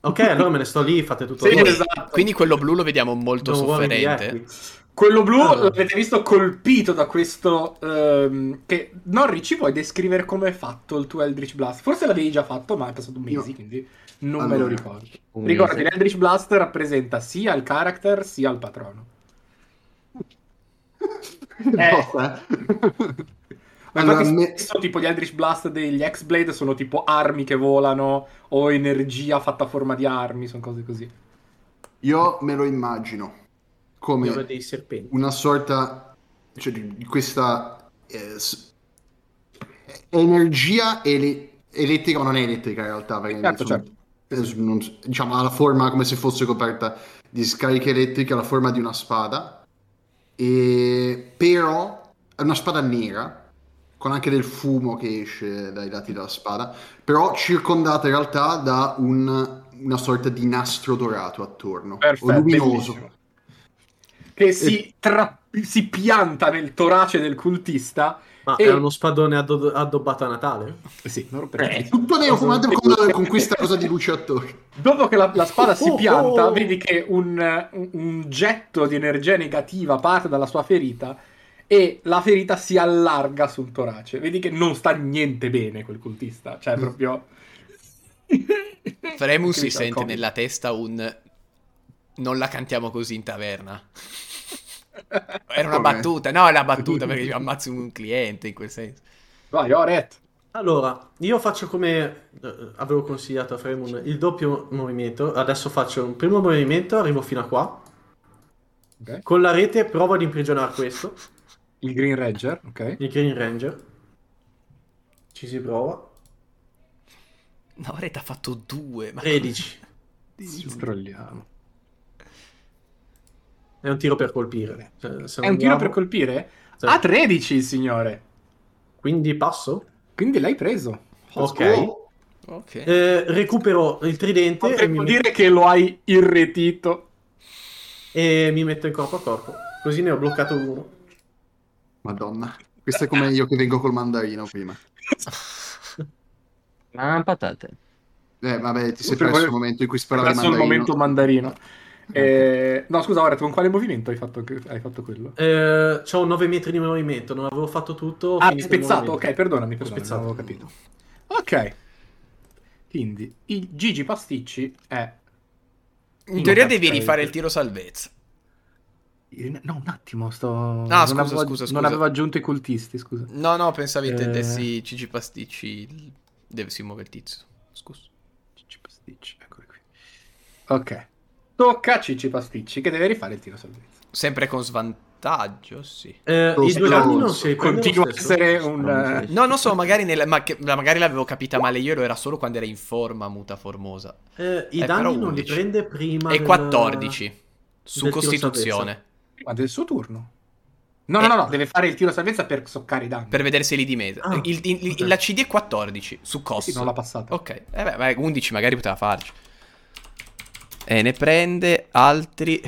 Speaker 3: Ok, allora me ne sto lì, fate tutto
Speaker 2: Sì,
Speaker 3: voi.
Speaker 2: esatto.
Speaker 1: Quindi quello blu lo vediamo molto
Speaker 3: Don't worry,
Speaker 1: sofferente.
Speaker 3: di Equi.
Speaker 2: Quello blu
Speaker 3: Ah.
Speaker 2: l'avete visto colpito da questo... ehm, che Norri, ci puoi descrivere come è fatto il tuo Eldritch Blast? Forse l'avevi già fatto, ma è passato mesi,
Speaker 4: Io-
Speaker 2: quindi non me lo
Speaker 4: Allora.
Speaker 2: ricordo.
Speaker 5: Un
Speaker 2: Ricordati,
Speaker 5: mese.
Speaker 2: l'Eldritch Blast rappresenta sia il character, sia il patrono.
Speaker 4: Boh, eh.
Speaker 2: Ma
Speaker 4: Allora,
Speaker 2: infatti
Speaker 4: me-
Speaker 2: spesso tipo gli Eldritch Blast degli X-Blade sono tipo armi che volano o energia fatta a forma di armi, sono cose così.
Speaker 4: Io me lo immagino
Speaker 3: Come
Speaker 4: come
Speaker 3: dei serpenti.
Speaker 4: una sorta cioè, di di questa eh, s- energia ele- elettrica, ma non è elettrica in realtà, perché
Speaker 2: Certo,
Speaker 4: sono-
Speaker 2: certo.
Speaker 4: eh, s- non s- diciamo ha la forma come se fosse coperta di scariche elettriche, ha la forma di una spada, e però è una spada nera con anche del fumo che esce dai lati della spada, però circondata in realtà da un- una sorta di nastro dorato attorno, o luminoso.
Speaker 2: bellissimo. Che si, tra- si pianta nel torace del cultista.
Speaker 3: Ma
Speaker 2: E-
Speaker 3: è uno spadone addo- addobbato a Natale?
Speaker 2: Eh Sì, non rompere
Speaker 4: È
Speaker 2: il cazzo.
Speaker 4: tutto nero fumato
Speaker 2: Cosa-
Speaker 4: con, con questa cosa di luce attorno.
Speaker 2: Dopo che la, la spada si
Speaker 3: Oh,
Speaker 2: pianta,
Speaker 3: oh.
Speaker 2: vedi che un, un- un getto di energia negativa parte dalla sua ferita e la ferita si allarga sul torace. Vedi che non sta niente bene quel cultista, cioè proprio...
Speaker 1: Fremus si
Speaker 2: Critical
Speaker 1: sente
Speaker 2: Covid.
Speaker 1: nella testa un... Non la cantiamo così in taverna. Era una
Speaker 4: Come?
Speaker 1: battuta, no, è una battuta perché io ammazzo un cliente in quel senso.
Speaker 2: Vai, Oret.
Speaker 3: Allora, io faccio come eh, avevo consigliato a Fremon il doppio movimento. Adesso faccio un primo movimento, arrivo fino a qua.
Speaker 2: Ok.
Speaker 3: Con la rete provo ad imprigionare questo,
Speaker 2: Il Green Ranger, ok.
Speaker 3: il Green Ranger. Ci si prova.
Speaker 1: No, Red ha fatto due, ma
Speaker 3: 13.
Speaker 2: Scrolliamo.
Speaker 3: È un tiro per colpire. Se- se
Speaker 2: È
Speaker 3: non
Speaker 2: un tiro
Speaker 3: bravo-
Speaker 2: per colpire?
Speaker 3: Sì.
Speaker 2: A 13, il signore.
Speaker 3: Quindi passo.
Speaker 2: Quindi l'hai preso.
Speaker 3: Ok.
Speaker 4: Oh,
Speaker 1: Ok.
Speaker 3: Eh, recupero il tridente e mi,
Speaker 2: Potremmo
Speaker 3: met-
Speaker 2: dire che lo hai irretito.
Speaker 3: e mi metto in corpo a corpo. Così ne ho bloccato uno.
Speaker 4: Madonna. Questo è come io che vengo col mandarino prima.
Speaker 5: Ma patate.
Speaker 4: Eh, vabbè, ti sei
Speaker 2: Per
Speaker 4: perso
Speaker 2: voi-
Speaker 4: il momento in cui
Speaker 2: Però
Speaker 4: sparavi il
Speaker 2: adesso il
Speaker 4: mandarino.
Speaker 2: momento mandarino. Eh, no, scusa, Oret, con quale movimento hai fatto, hai fatto quello?
Speaker 3: Eh, c'ho 9 metri di movimento, non avevo fatto tutto. ho
Speaker 2: Ah,
Speaker 3: finito il
Speaker 2: spezzato,
Speaker 3: movimento.
Speaker 2: ok, perdonami, perdonami,
Speaker 3: spezzato.
Speaker 2: non avevo capito. Ok. Quindi, il Gigi Pasticci è...
Speaker 1: In teoria
Speaker 2: Non
Speaker 1: devi
Speaker 2: cazzo,
Speaker 1: rifare
Speaker 2: eh.
Speaker 1: il tiro salvezza.
Speaker 2: No, un attimo, sto...
Speaker 1: Ah,
Speaker 2: non
Speaker 1: scusa,
Speaker 2: avevo-
Speaker 1: scusa, scusa.
Speaker 2: Non avevo aggiunto i cultisti, scusa.
Speaker 1: No, no, pensavi
Speaker 2: Eh.
Speaker 1: intendessi Cici Pasticci. il- Deve si muove il tizio. Scusa.
Speaker 2: Cicci Pasticci, eccolo qui. Ok. Tocca a Cicci Pasticci che deve rifare il tiro salvezza.
Speaker 1: Sempre con svantaggio, sì.
Speaker 3: Eh,
Speaker 4: Lo
Speaker 3: I due
Speaker 4: so,
Speaker 3: danni
Speaker 4: lo
Speaker 3: non
Speaker 4: so.
Speaker 3: si riprendono
Speaker 2: Continua a
Speaker 3: lo stesso?
Speaker 2: essere un...
Speaker 5: Non
Speaker 2: eh,
Speaker 5: so.
Speaker 1: No, non so, magari, nel- ma che- la- magari l'avevo capita male io, lo era solo quando era in forma muta formosa.
Speaker 3: Eh, I
Speaker 1: Eh, però
Speaker 3: danni non li
Speaker 1: 11.
Speaker 3: prende prima.
Speaker 1: E
Speaker 3: del-
Speaker 1: 14 su
Speaker 3: del tiro
Speaker 1: Costituzione,
Speaker 2: Ma del suo turno. No, no, no, no, deve fare il tiro salvezza Eh. per soccare i danni.
Speaker 1: per vedere se li dimesa.
Speaker 3: Ah,
Speaker 1: Il- il- il-
Speaker 3: ok.
Speaker 1: La CD è 14 su Cos.
Speaker 2: Sì, non l'ha passata.
Speaker 1: Ok, eh beh, beh, 11 magari poteva farci. E ne prende altri.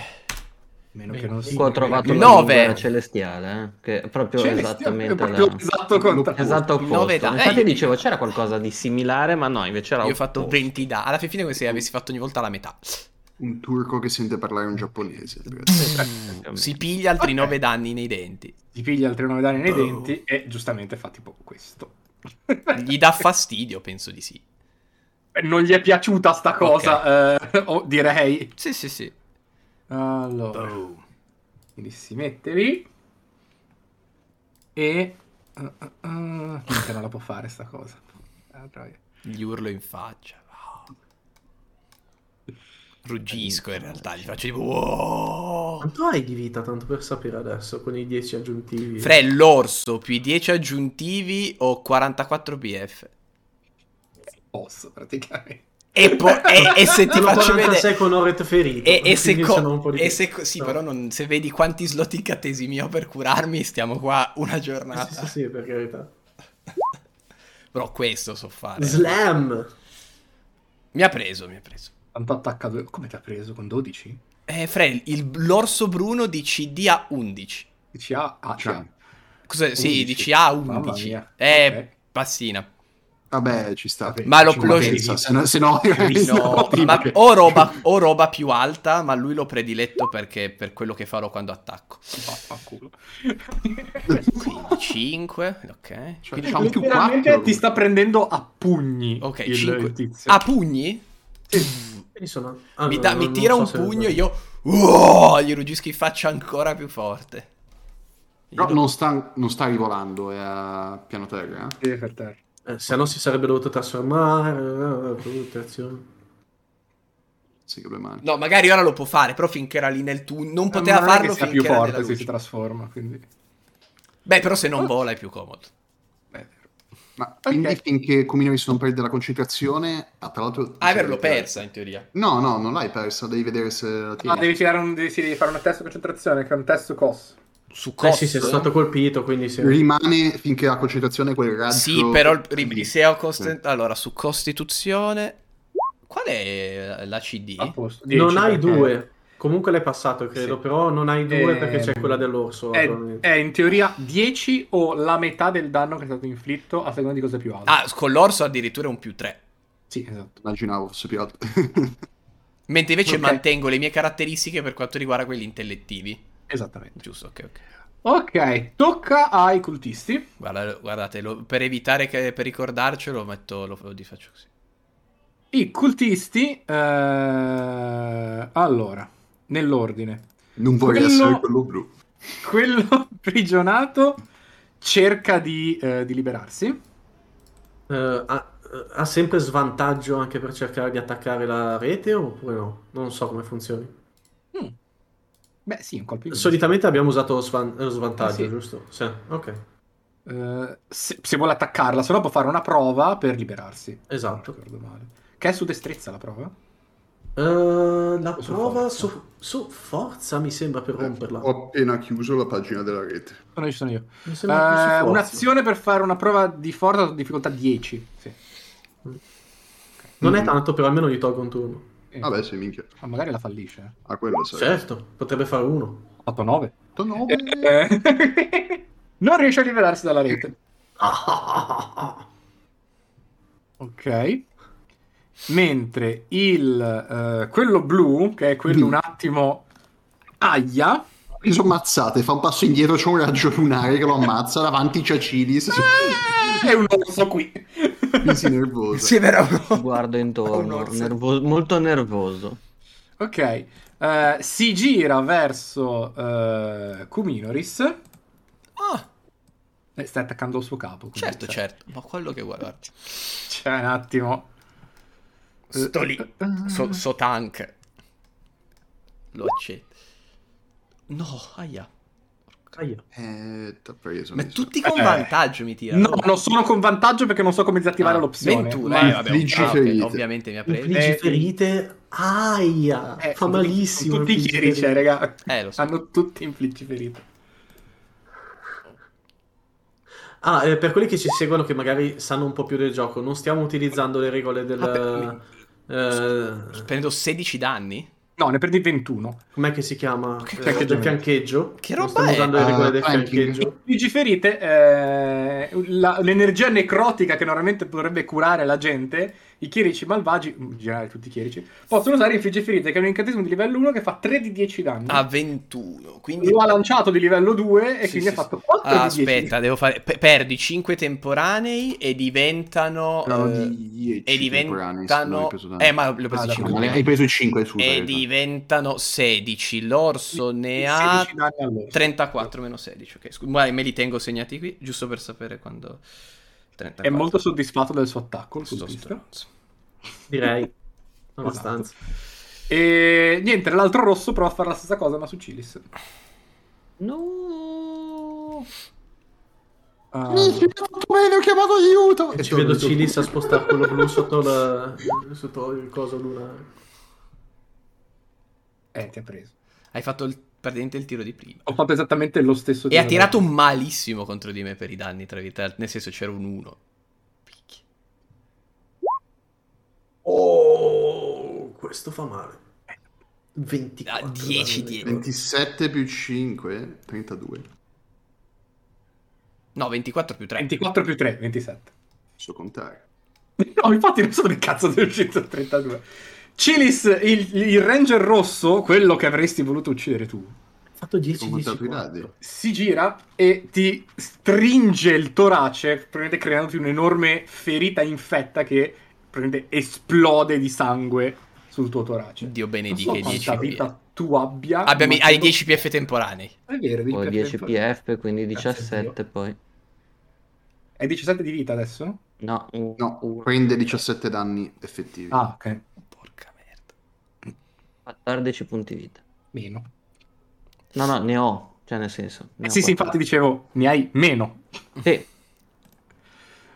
Speaker 2: Meno che non
Speaker 3: Sì,
Speaker 2: si...
Speaker 5: Qua ho trovato la
Speaker 1: Nove.
Speaker 5: lingua celestiale, eh, che è proprio
Speaker 2: Celestia, è
Speaker 5: esattamente
Speaker 2: proprio
Speaker 5: la...
Speaker 2: esatto contrario.
Speaker 5: Esatto opposto.
Speaker 1: Nove da-
Speaker 5: Infatti
Speaker 1: eh, io-
Speaker 5: dicevo c'era qualcosa di similare, ma no, invece era
Speaker 1: Io ho fatto
Speaker 5: opposto.
Speaker 1: 20 da. Alla fine, è come se avessi fatto ogni volta la metà.
Speaker 4: Un turco che sente parlare un giapponese.
Speaker 1: Si piglia altri 9 danni nei denti.
Speaker 2: Ti piglia altri 9 danni nei denti e giustamente fa tipo questo.
Speaker 1: Gli dà fastidio, penso di sì.
Speaker 2: non gli è piaciuta sta cosa, eh, o direi.
Speaker 1: Sì, sì, sì.
Speaker 2: Allora, quindi si mette lì e... ah, ah, ah, minchia, non la può fare sta cosa. Ah, troia.
Speaker 1: Gli urlo in faccia. Oh. Ruggisco in realtà, gli faccio tipo. "Wow".
Speaker 3: Quanto hai di vita, tanto per sapere adesso, con i 10 aggiuntivi?
Speaker 1: Fre l'orso più i 10 aggiuntivi o 44 BF.
Speaker 2: Posso praticamente.
Speaker 1: E, po- e- e se ti
Speaker 3: Sono
Speaker 1: faccio
Speaker 3: 46
Speaker 1: vedere.
Speaker 3: con Oret ferito.
Speaker 1: E, e se,
Speaker 3: quindi
Speaker 1: co-
Speaker 3: sono un po' di
Speaker 1: e
Speaker 3: più.
Speaker 1: se co- sì,
Speaker 3: No.
Speaker 1: però non- se vedi quanti slot in catesimi ho per curarmi, stiamo qua una giornata.
Speaker 3: Eh, Sì, sì, sì, per carità.
Speaker 1: Però questo so fare.
Speaker 3: Slam!
Speaker 1: mi ha preso, mi ha preso.
Speaker 2: Tanto attacca due. Come ti ha preso con 12?
Speaker 1: Eh, Fre, il- l'orso bruno di CDA 11.
Speaker 2: Dici ah, ah,
Speaker 4: Ciao.
Speaker 2: ciao.
Speaker 1: Cos'è? Sì,
Speaker 2: 11.
Speaker 1: di CA
Speaker 2: Mamma
Speaker 1: 11.
Speaker 2: mia.
Speaker 1: Eh,
Speaker 2: Ok.
Speaker 1: passina.
Speaker 4: Vabbè, ci sta.
Speaker 2: Vabbè,
Speaker 1: Ma lo-
Speaker 4: Ci
Speaker 1: lo-
Speaker 4: pensa, se no, se no,
Speaker 1: No,
Speaker 4: no,
Speaker 1: ma o roba, o roba più alta, ma lui l'ho prediletto perché per quello che farò quando attacco.
Speaker 2: Vaffanculo.
Speaker 1: 5, ok.
Speaker 4: Cioè,
Speaker 1: Quindi- diciamo
Speaker 4: c'ha un più
Speaker 2: Veramente
Speaker 4: 4.
Speaker 2: ti sta prendendo a pugni.
Speaker 1: Ok,
Speaker 2: il,
Speaker 1: cinque. Ah.
Speaker 2: il tizio.
Speaker 1: A pugni?
Speaker 3: Quindi sono... ah,
Speaker 1: mi,
Speaker 3: no,
Speaker 1: dà-
Speaker 3: no,
Speaker 1: mi
Speaker 3: non
Speaker 1: tira
Speaker 3: so
Speaker 1: un
Speaker 3: se-
Speaker 1: pugno e io oh, gli ruggisco in faccia ancora più forte.
Speaker 4: Però non sta, non sta rivolando, è a piano terra. eh?
Speaker 2: Deve per terra.
Speaker 3: Eh, se no si sarebbe dovuto trasformare... eh, protezione.
Speaker 4: Sì, che due mani.
Speaker 1: No, magari ora lo può fare, però finché era lì nel tu non poteva
Speaker 2: Eh, Non è che
Speaker 1: farlo
Speaker 2: sia
Speaker 1: finché
Speaker 2: più
Speaker 1: era nella
Speaker 2: forte se
Speaker 1: luce.
Speaker 2: si Ah. trasforma. Quindi...
Speaker 1: Beh, però se non vola è più comodo.
Speaker 2: Beh, è vero.
Speaker 4: Ma quindi finché Cominovis non perde la concentrazione, ah, tra l'altro...
Speaker 1: Ah, è vero, l'ho persa in teoria.
Speaker 4: No, no, non l'hai persa, devi vedere se la
Speaker 2: Ah,
Speaker 4: tiri.
Speaker 2: devi, tirare un, devi, sì, devi fare un test di concentrazione, che è un test su COS.
Speaker 1: Su
Speaker 3: Eh
Speaker 1: cosa?
Speaker 3: sì, sì, è stato colpito, quindi sì.
Speaker 4: Rimane finché la concentrazione è quel raggio...
Speaker 1: Sì, però il- ri-
Speaker 4: Sì.
Speaker 1: se ho costen- Allora, su Costituzione... Qual è la CD?
Speaker 2: A posto.
Speaker 3: non
Speaker 2: 10,
Speaker 3: hai
Speaker 2: perché-
Speaker 3: due. Comunque l'hai passato, credo,
Speaker 2: Sì.
Speaker 3: però non hai due
Speaker 2: Eh,
Speaker 3: perché c'è quella dell'orso.
Speaker 2: È,
Speaker 3: attualmente.
Speaker 2: è in teoria 10 o la metà del danno che è stato inflitto a seconda di cosa è più alto.
Speaker 1: Ah, con l'orso addirittura un più 3.
Speaker 2: Sì, esatto.
Speaker 4: Immaginavo fosse più alto.
Speaker 1: Mentre invece
Speaker 2: Ok.
Speaker 1: mantengo le mie caratteristiche per quanto riguarda quelli intellettivi.
Speaker 2: Esattamente.
Speaker 1: Giusto, ok, ok.
Speaker 2: Ok, tocca ai cultisti.
Speaker 1: Guarda- guardate, lo- per evitare che... Per ricordarcelo, metto... Lo, lo faccio così.
Speaker 2: I cultisti, eh, allora, nell'ordine.
Speaker 4: non vorrei
Speaker 2: Quello-
Speaker 4: essere quello blu.
Speaker 2: Quello imprigionato cerca di, eh, di liberarsi.
Speaker 3: Eh, ha, ha sempre svantaggio anche per cercare di attaccare la rete oppure no? Non so come funzioni.
Speaker 2: Beh, sì, un colpo in più.
Speaker 3: Solitamente abbiamo usato lo, svan- lo svantaggio,
Speaker 2: Sì.
Speaker 3: giusto? Sì, ok.
Speaker 2: Eh, se, se vuole attaccarla, se no può fare una prova per liberarsi.
Speaker 3: Esatto.
Speaker 2: Non ricordo male. Che è su destrezza la prova?
Speaker 3: Eh, la
Speaker 2: Su
Speaker 3: prova
Speaker 2: forza. Eh,
Speaker 3: su, su forza mi sembra per romperla.
Speaker 4: Ho appena chiuso la pagina della rete.
Speaker 2: Sono io, sono io.
Speaker 3: Mi sembra più su
Speaker 2: Eh,
Speaker 3: forza.
Speaker 2: un'azione per fare una prova di forza difficoltà 10. Sì.
Speaker 3: Non è
Speaker 4: Mm.
Speaker 3: tanto, però almeno gli tolgo un turno.
Speaker 2: Eh,
Speaker 4: Vabbè, se minchia.
Speaker 2: ma magari la fallisce. eh.
Speaker 4: A quello sai.
Speaker 3: Certo, potrebbe fare uno.
Speaker 2: 8-9.
Speaker 4: Certo, no, beh.
Speaker 2: Eh, non riesce a liberarsi dalla rete. Ok. Mentre il eh, quello blu, che è quello un attimo aia,
Speaker 4: Ha preso mazzate, fa un passo indietro, c'è un raggio lunare che lo ammazza, davanti c'è Cilis, si,
Speaker 2: è un osso qui.
Speaker 4: si nervosa.
Speaker 1: Ah! Sì, però.
Speaker 5: Guardo
Speaker 1: Un
Speaker 5: intorno,
Speaker 1: orso.
Speaker 5: nervo- molto nervoso.
Speaker 2: ok. eh, si gira verso eh, Kuminoris.
Speaker 1: Ah,
Speaker 2: Eh, sta attaccando il suo capo. quindi
Speaker 1: certo,
Speaker 2: c'è-
Speaker 1: certo. Ma quello che guardarti.
Speaker 2: C'è Cioè, un attimo.
Speaker 1: Sto lì. So, so tank. Lo accetto. No, aia.
Speaker 3: Aia.
Speaker 4: Eh, t'ha preso.
Speaker 1: Ma
Speaker 4: mi sa.
Speaker 1: tutti con
Speaker 2: Eh.
Speaker 1: vantaggio mi tirano.
Speaker 2: No, non sono con vantaggio perché non so come disattivare
Speaker 1: Ah,
Speaker 2: l'opzione.
Speaker 1: 21,
Speaker 2: ma-
Speaker 1: eh, vabbè,
Speaker 4: Infliggi
Speaker 1: ah, ok,
Speaker 4: ferite.
Speaker 1: ovviamente mi ha preso.
Speaker 3: Infliggi
Speaker 2: Eh,
Speaker 3: ferite. Aia.
Speaker 2: Eh,
Speaker 3: fa
Speaker 2: sono tutti-
Speaker 3: malissimo.
Speaker 2: sono Tutti i
Speaker 3: infliggi
Speaker 2: chierici,
Speaker 3: ferite.
Speaker 2: eh, raga.
Speaker 1: Eh, lo so.
Speaker 2: Hanno tutti infliggi ferite.
Speaker 3: Ah, eh, per quelli che ci seguono, che magari sanno un po' più del gioco, non stiamo utilizzando le regole del. eh,
Speaker 1: Prendo 16 danni?
Speaker 2: No, ne prendi 21.
Speaker 3: com'è che si chiama?
Speaker 1: Che
Speaker 3: Eh,
Speaker 1: cacchio
Speaker 3: del
Speaker 2: di-
Speaker 3: fiancheggio.
Speaker 1: Che
Speaker 3: Non
Speaker 1: roba
Speaker 3: stiamo
Speaker 1: è?
Speaker 3: usando le regole
Speaker 4: Ah,
Speaker 3: del
Speaker 4: tanking.
Speaker 3: fiancheggio.
Speaker 2: Infliggi ferite, eh, la- l'energia necrotica che normalmente potrebbe curare la gente, i chierici malvagi, in generale tutti i chierici, possono usare infliggi ferite, che è un incantesimo di livello 1 che fa 3 di 10 danni.
Speaker 1: A 21. Ah, Quindi...
Speaker 2: Lo ha lanciato di livello 2 e
Speaker 1: Sì,
Speaker 2: quindi
Speaker 1: sì,
Speaker 2: ha fatto
Speaker 1: sì.
Speaker 2: 4
Speaker 1: Ah,
Speaker 2: di 10.
Speaker 1: aspetta, devo fare... pe- perdi 5 temporanei e diventano...
Speaker 4: Erano
Speaker 1: eh,
Speaker 4: di 10
Speaker 1: e
Speaker 4: temporanei, se non
Speaker 1: diventano...
Speaker 4: ho preso tanto.
Speaker 1: Eh, ma le ho presi
Speaker 2: Ah, da-
Speaker 1: 5.
Speaker 4: Ma ne hai preso 5, scusa.
Speaker 1: E
Speaker 4: in realtà.
Speaker 1: diventano 16. L'orso ne
Speaker 2: 16
Speaker 1: ha
Speaker 2: danni all'orso.
Speaker 1: 34 meno 16. Ok, scusa, guarda, me li tengo segnati qui, giusto per sapere quando... 34.
Speaker 2: È molto soddisfatto del suo attacco. il
Speaker 1: Sto
Speaker 2: cultista.
Speaker 1: stronzo.
Speaker 3: Direi.
Speaker 1: Esatto.
Speaker 3: Abbastanza.
Speaker 2: E niente, l'altro rosso prova a fare la stessa cosa, ma su Cilis.
Speaker 5: No.
Speaker 2: Ah,
Speaker 4: Minchia, mi ha fatto bene, ho chiamato aiuto!
Speaker 1: Oh,
Speaker 4: E
Speaker 3: Ci
Speaker 4: torno
Speaker 3: vedo
Speaker 4: giù.
Speaker 3: Cilis a spostare quello blu sotto, la- sotto il coso lunare.
Speaker 2: eh, ti ha preso.
Speaker 1: Hai fatto il- praticamente il tiro di prima.
Speaker 2: Ho fatto esattamente lo stesso.
Speaker 1: E ha
Speaker 2: tiro.
Speaker 1: tirato malissimo contro di me per i danni, tra virgolette, nel senso c'era un 1.
Speaker 3: Oh, questo fa male. 24.
Speaker 1: Ah, 10,
Speaker 3: danni.
Speaker 1: 10.
Speaker 4: 27 più 5, 32.
Speaker 1: No, 24 più 3.
Speaker 2: 24 più 3, 27.
Speaker 4: So contare.
Speaker 2: No, infatti non so dove cazzo sei uscito il 32. Cilis, il, il ranger rosso, quello che avresti voluto uccidere tu,
Speaker 3: Ho fatto 10,
Speaker 4: Ho
Speaker 3: 10.
Speaker 4: contato i
Speaker 3: quattro.
Speaker 4: dadi.
Speaker 2: si gira e ti stringe il torace, probabilmente creandoti un'enorme ferita infetta che probabilmente esplode di sangue sul tuo torace.
Speaker 1: Dio
Speaker 2: Non
Speaker 1: benedica
Speaker 2: so
Speaker 1: i 10
Speaker 2: quanta vita tu abbia.
Speaker 1: Abbiamo,
Speaker 2: ma
Speaker 1: hai
Speaker 2: tu-
Speaker 1: 10 PF temporanei.
Speaker 2: È vero,
Speaker 5: Poi 10
Speaker 2: PF.
Speaker 5: PF, quindi
Speaker 2: Grazie a
Speaker 5: 17 poi.
Speaker 2: È 17 di vita adesso?
Speaker 5: No, un-
Speaker 4: No,
Speaker 5: un-
Speaker 4: prende 17 danni effettivi.
Speaker 2: Ah, ok.
Speaker 1: Porca merda.
Speaker 5: 14 punti vita.
Speaker 2: Meno.
Speaker 5: No, no, ne ho. Cioè, nel senso. ne
Speaker 2: Eh
Speaker 5: ho
Speaker 2: sì, sì,
Speaker 5: 14.
Speaker 2: infatti dicevo, ne hai meno.
Speaker 5: Sì,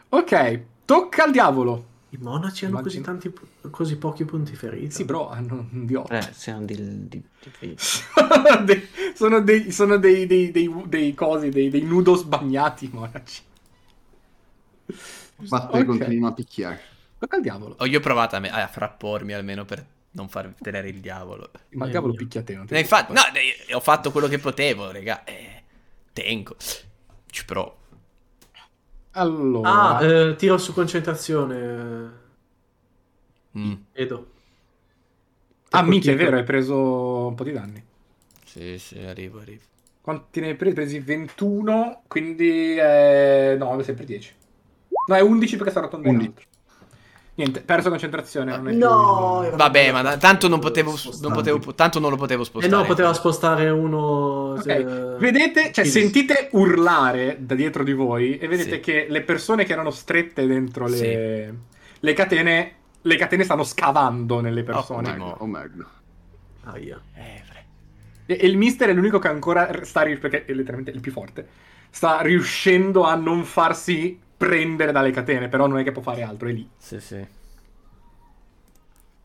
Speaker 2: Ok, tocca al diavolo.
Speaker 3: I monaci hanno così,
Speaker 2: Immagino.
Speaker 3: tanti, pu- così pochi punti feriti.
Speaker 2: Sì, bro, hanno un dio.
Speaker 5: tre, eh, siamo di, di- di-
Speaker 2: sono dei, sono dei, sono dei, dei, dei, dei cosi, dei, dei nudo sbagnati, monaci.
Speaker 4: Batte
Speaker 2: Ok.
Speaker 4: continua a picchiare.
Speaker 2: Tocca al diavolo.
Speaker 1: Oh, io ho provato a, me- a frappormi almeno per non far tenere il diavolo.
Speaker 2: Ma il
Speaker 3: Eh,
Speaker 2: diavolo
Speaker 3: mio.
Speaker 2: picchia te. Non ti
Speaker 1: Eh, infatti, no,
Speaker 2: preoccupare.
Speaker 1: eh, ho fatto quello che potevo, raga. Eh, tengo. Ci provo.
Speaker 2: Allora,
Speaker 3: Ah, eh, tiro su concentrazione.
Speaker 1: Mm,
Speaker 3: Edo.
Speaker 2: ah, minchia, è vero, hai preso un po' di danni.
Speaker 1: Sì, sì, arrivo, arrivo.
Speaker 2: Quanti ne hai presi? Presi 21, quindi eh, no, è sempre 10. No, è 11 perché sta arrotondato.
Speaker 4: 11.
Speaker 2: Niente, perso concentrazione. Non è
Speaker 3: No,
Speaker 2: più...
Speaker 3: era-
Speaker 1: Vabbè, ma da- tanto non potevo,
Speaker 3: Spostare.
Speaker 1: non potevo- tanto non lo potevo
Speaker 3: E
Speaker 1: spostare.
Speaker 3: Eh no, poteva spostare uno... eh,
Speaker 2: Ok, Vedete, cioè
Speaker 3: sì, sì.
Speaker 2: sentite urlare da dietro di voi e vedete
Speaker 1: Sì.
Speaker 2: che le persone che erano strette dentro le, le catene, le catene stanno scavando nelle persone.
Speaker 1: Ottimo.
Speaker 4: Oh merda.
Speaker 3: Aia.
Speaker 1: Eh, fre-
Speaker 2: E, e il mister è l'unico che ancora r- sta rius- perché è letteralmente il più forte. Sta riuscendo a non farsi prendere dalle catene, però non è che può fare altro, è lì.
Speaker 5: Sì, sì.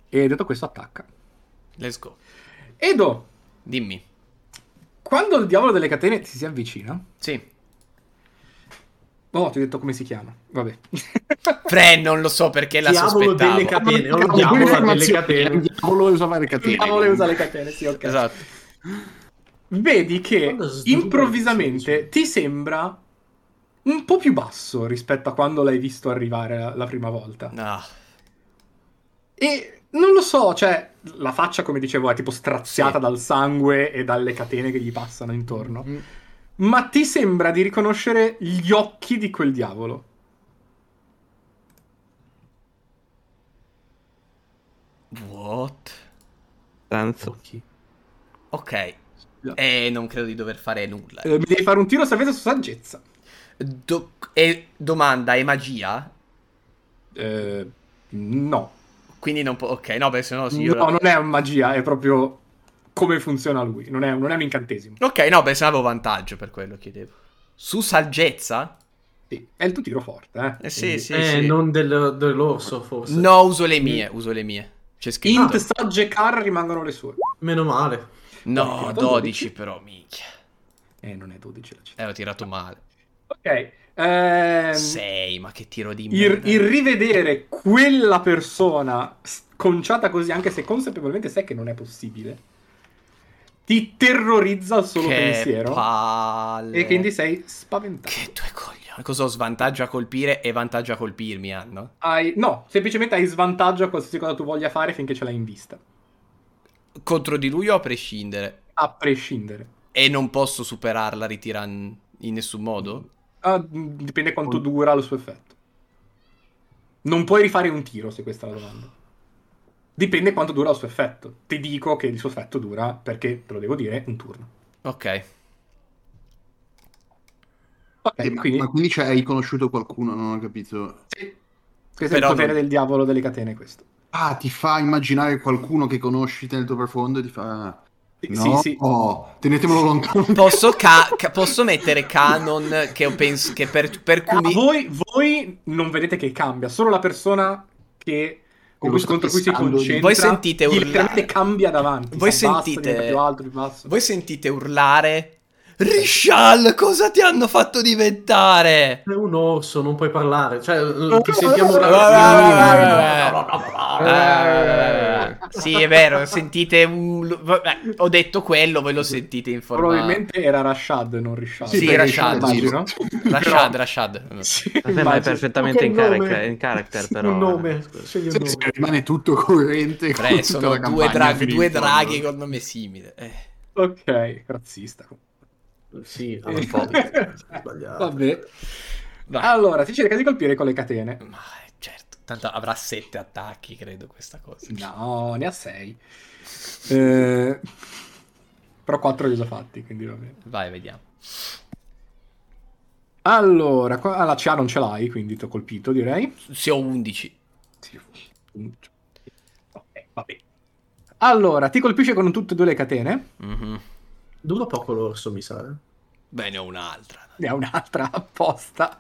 Speaker 2: E detto questo attacca.
Speaker 1: Let's go.
Speaker 2: Edo,
Speaker 1: Dimmi.
Speaker 2: quando il diavolo delle catene ti si avvicina...
Speaker 1: Sì.
Speaker 2: No, ti ho detto come si chiama. Vabbè.
Speaker 1: Fre, non lo so perché la
Speaker 3: Diavolo
Speaker 1: sospettavo.
Speaker 3: delle catene, o il diavolo
Speaker 4: Con quelle
Speaker 3: delle
Speaker 4: informazioni,
Speaker 3: catene.
Speaker 4: Il diavolo usava le catene.
Speaker 2: Il diavolo usa le catene, sì, ok.
Speaker 1: Esatto.
Speaker 2: Vedi che
Speaker 3: Quando sdruccia,
Speaker 2: improvvisamente
Speaker 3: sì, sì.
Speaker 2: ti sembra un po' più basso rispetto a quando l'hai visto arrivare la, la prima volta.
Speaker 1: Ah,
Speaker 2: E non lo so, cioè, la faccia, come dicevo, è tipo straziata
Speaker 1: Sì.
Speaker 2: dal sangue e dalle catene che gli passano intorno.
Speaker 4: Mm.
Speaker 2: Ma ti sembra di riconoscere gli occhi di quel diavolo.
Speaker 1: what?
Speaker 5: Tanto.
Speaker 1: Ok.
Speaker 4: No.
Speaker 1: E non credo di dover fare nulla.
Speaker 2: Eh, mi devi fare un tiro salvezza su saggezza.
Speaker 1: Do- e domanda, è magia?
Speaker 2: Eh, no.
Speaker 1: Quindi non può... Ok, no, beh, se no... sì, io
Speaker 2: No,
Speaker 1: la-
Speaker 2: non è magia, è proprio come funziona lui. Non è, non è un incantesimo.
Speaker 1: Ok, no, beh, se no avevo vantaggio per quello, chiedevo. Su saggezza?
Speaker 2: Sì, è il tuo tiro forte, eh.
Speaker 1: Eh sì, sì,
Speaker 3: eh,
Speaker 1: sì.
Speaker 3: non del- dell'orso forse.
Speaker 1: No, uso le mie, uso le mie. C'è scritto.
Speaker 2: Int, sagge, car rimangono le sue.
Speaker 3: Meno male.
Speaker 1: No,
Speaker 2: Ok,
Speaker 1: 12 però, minchia.
Speaker 2: Eh, non è 12 la città.
Speaker 1: Eh, ho tirato male.
Speaker 2: Ok. ehm,
Speaker 1: 6, ma che tiro di
Speaker 2: il,
Speaker 1: merda.
Speaker 2: il rivedere quella persona sconciata così, anche se consapevolmente sai che non è possibile, ti terrorizza il solo
Speaker 1: che
Speaker 2: pensiero.
Speaker 1: palle.
Speaker 2: E quindi sei spaventato.
Speaker 1: Che due coglioni. Cosa ho svantaggio a colpire e vantaggio a colpirmi hanno?
Speaker 2: Hai- no, semplicemente hai svantaggio a qualsiasi cosa tu voglia fare finché ce l'hai in vista.
Speaker 1: Contro di lui o a prescindere?
Speaker 2: A prescindere.
Speaker 1: E non posso superarla ritirando in nessun modo?
Speaker 2: Ah, mh, dipende quanto dura il suo effetto. Non puoi rifare un tiro se questa è la domanda. Dipende quanto dura il suo effetto. Ti dico che il suo effetto dura, perché te lo devo dire, un turno.
Speaker 1: Ok.
Speaker 2: Ok,
Speaker 4: Eh, ma,
Speaker 2: quindi
Speaker 4: ma quindi cioè, hai riconosciuto qualcuno, non ho capito.
Speaker 2: sì. questo è il
Speaker 1: Però
Speaker 2: potere
Speaker 1: non-
Speaker 2: del diavolo delle catene questo.
Speaker 4: Ah, ti fa immaginare qualcuno che conosci nel tuo profondo e ti fa... ah,
Speaker 2: Sì,
Speaker 4: No,
Speaker 2: sì, sì.
Speaker 4: oh, tenetemelo lontano.
Speaker 1: Posso, ca- ca- posso mettere canon che, ho pens- che per, per cui...
Speaker 2: Ah,
Speaker 1: mi-
Speaker 2: voi, voi non vedete che cambia, solo la persona che
Speaker 4: Che lo sta
Speaker 2: contro cui si
Speaker 4: fissando.
Speaker 2: concentra
Speaker 1: Voi sentite
Speaker 2: gli
Speaker 1: urlare.
Speaker 2: letteralmente cambia davanti.
Speaker 1: Voi
Speaker 2: si abbassa,
Speaker 1: sentite-
Speaker 2: diventa più alto, più basso.
Speaker 1: Voi sentite urlare... Rishal, cosa ti hanno fatto diventare?
Speaker 3: È un orso, non puoi parlare. Cioè, ti sentiamo...
Speaker 1: Sì, è vero, sentite un... vabbè, Ho detto quello, voi lo sentite in forma...
Speaker 2: Probabilmente era Rashad, non Rishad.
Speaker 1: Sì,
Speaker 4: perché
Speaker 1: Rashad,
Speaker 4: c'è il
Speaker 2: immagino.
Speaker 4: virus.
Speaker 1: Rashad, Rashad.
Speaker 2: Sì,
Speaker 5: Vabbè, ma è
Speaker 2: immagino.
Speaker 5: perfettamente
Speaker 3: Ok,
Speaker 5: in
Speaker 3: il nome.
Speaker 5: character, in character però.
Speaker 3: Un
Speaker 5: eh,
Speaker 3: nome,
Speaker 5: scusa.
Speaker 3: scegli un
Speaker 4: Sì,
Speaker 3: nome.
Speaker 4: sì, rimane tutto coerente con
Speaker 1: Tre,
Speaker 4: tutta
Speaker 1: sono
Speaker 4: la
Speaker 1: due,
Speaker 4: campagna
Speaker 1: drag-
Speaker 4: fino in
Speaker 1: due
Speaker 4: fondo.
Speaker 1: draghi con nome simile. Eh.
Speaker 2: Ok, razzista.
Speaker 3: Sì, ha Ah, un po' di- sbagliato.
Speaker 2: Vabbè.
Speaker 1: Vai.
Speaker 2: Allora, si cerca di colpire con le catene.
Speaker 1: Ma certo, tanto avrà sette attacchi, credo, questa cosa.
Speaker 2: No, ne ha 6. Eh, però 4 li ho già fatti, quindi va bene.
Speaker 1: Vai, vediamo.
Speaker 2: Allora, qua, la CA non ce l'hai, quindi ti ho colpito, direi.
Speaker 1: Se ho 11.
Speaker 2: Sì. Ok, va bene. Allora, ti colpisce con tutte e due le catene.
Speaker 3: Dura poco l'orso, mi sa. eh.
Speaker 1: Beh, ne Mhm. ho un'altra.
Speaker 2: Ne ha un'altra apposta.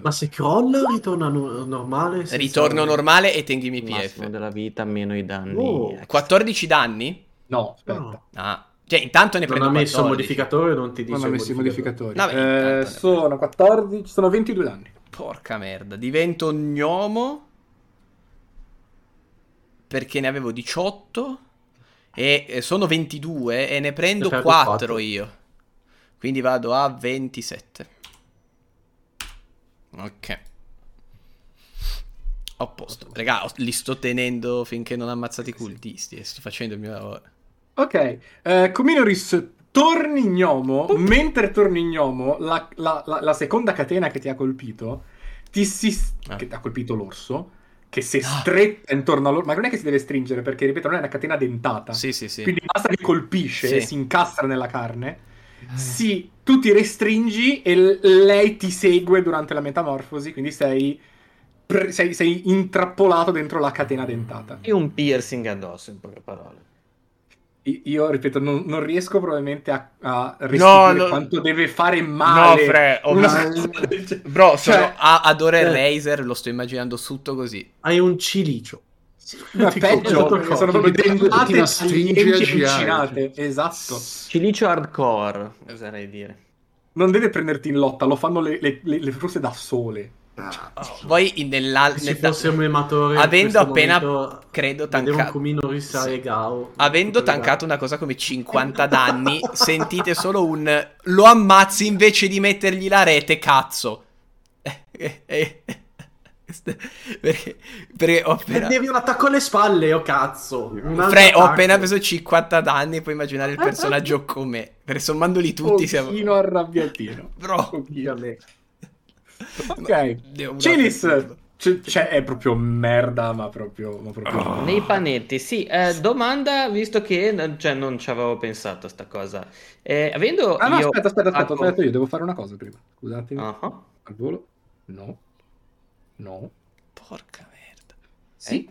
Speaker 3: Ma se crolla o ritorna no- normale? senza-
Speaker 1: Ritorno normale e tenghimi
Speaker 5: Il massimo
Speaker 1: PF.
Speaker 5: della vita meno i danni.
Speaker 3: Oh.
Speaker 5: extra.
Speaker 1: 14 danni?
Speaker 2: No, aspetta.
Speaker 3: No,
Speaker 1: Ah. Cioè, intanto ne
Speaker 3: non
Speaker 1: prendo
Speaker 3: ha messo il
Speaker 1: 14.
Speaker 3: modificatore, non ti dice
Speaker 2: Non ho messo i modificatori.
Speaker 1: No, beh, intanto
Speaker 2: Eh,
Speaker 1: ne-
Speaker 2: sono 14, sono 22 danni.
Speaker 1: Porca merda, divento un gnomo perché ne avevo 18 e e sono 22 e ne prendo
Speaker 3: Ne perdo
Speaker 1: 4,
Speaker 3: quattro.
Speaker 1: io. Quindi vado a 27. Ok. A posto. Raga, ho- li sto tenendo finché non ammazzate i cultisti e sto facendo il mio lavoro.
Speaker 2: Ok, eh, Cominoris torni gnomo. Mentre torni gnomo, la, la- la- la seconda catena che ti ha colpito fortissima
Speaker 1: Ah.
Speaker 2: che ha colpito l'orso, che si è
Speaker 1: Ah.
Speaker 2: stretta intorno all'orso, ma non è che si deve stringere perché, ripeto, non è una catena dentata.
Speaker 1: Sì, sì, sì.
Speaker 2: Quindi basta che colpisce,
Speaker 1: Sì. Ah.
Speaker 2: si incastra nella carne. Sì, tu ti restringi e l- lei ti segue durante la metamorfosi, quindi sei, pre- sei, sei intrappolato dentro la catena dentata.
Speaker 5: E un piercing addosso, in poche parole.
Speaker 2: I- Io, ripeto, non, non riesco probabilmente a, a restituire
Speaker 1: no.
Speaker 2: quanto deve fare male
Speaker 1: No, Fre, oh,
Speaker 2: una
Speaker 1: ma-
Speaker 2: cosa del genere.
Speaker 1: Bro, sono
Speaker 2: Cioè-
Speaker 1: a- adoro il
Speaker 3: Eh.
Speaker 1: Razer, lo sto immaginando sotto così.
Speaker 3: Hai un cilicio.
Speaker 2: Ma
Speaker 3: Ti
Speaker 2: peggio,
Speaker 3: colpisce
Speaker 2: perché
Speaker 3: tutto
Speaker 2: sono
Speaker 3: il
Speaker 2: proprio
Speaker 4: Ti continua a
Speaker 2: dentate
Speaker 4: stringere e a girare.
Speaker 2: avvicinate. Esatto.
Speaker 5: Cilicio hardcore, oserei dire.
Speaker 2: Non deve prenderti in lotta, lo fanno le, le, le- le fruste da sole.
Speaker 4: Cazzo.
Speaker 1: Poi in- nell'al-
Speaker 3: corpo. Se
Speaker 1: nel-
Speaker 3: ci fosse un ematore, in
Speaker 1: avendo
Speaker 3: questo
Speaker 1: appena,
Speaker 3: momento,
Speaker 1: credo,
Speaker 3: vedevo un
Speaker 1: tancato...
Speaker 3: Kumino Rissai
Speaker 1: Sì.
Speaker 3: e Gao.
Speaker 1: Avendo
Speaker 3: Tutto
Speaker 1: tancato una cosa come 50 danni, sentite solo un lo ammazzi invece di mettergli la rete, cazzo. Eh, eh, eh. perché, perché ho appena,
Speaker 3: Prendevi un attacco alle spalle, oh cazzo. Un altro
Speaker 1: Fre, ho
Speaker 3: attacco. Eh,
Speaker 1: appena preso 50 danni, puoi immaginare il personaggio come. Per sommandoli tutti siamo...
Speaker 2: Pochino arrabbiatino.
Speaker 1: Bro,
Speaker 2: Pochino.
Speaker 1: Ma-
Speaker 2: Ok.
Speaker 1: devo-
Speaker 2: Cilis, c- cioè, è proprio merda, ma proprio... Ma proprio...
Speaker 4: Ah.
Speaker 5: Nei panetti, sì, eh, domanda, visto che non- cioè, non ci avevo pensato a sta cosa. Eh, avendo
Speaker 2: Ah no,
Speaker 5: io
Speaker 2: aspetta, aspetta, aspetta,
Speaker 5: fatto-
Speaker 2: ho sbagliato io, devo fare una cosa prima. Scusatemi,
Speaker 5: Ah,
Speaker 2: al volo. No. No.
Speaker 1: Porca merda.
Speaker 2: Sì.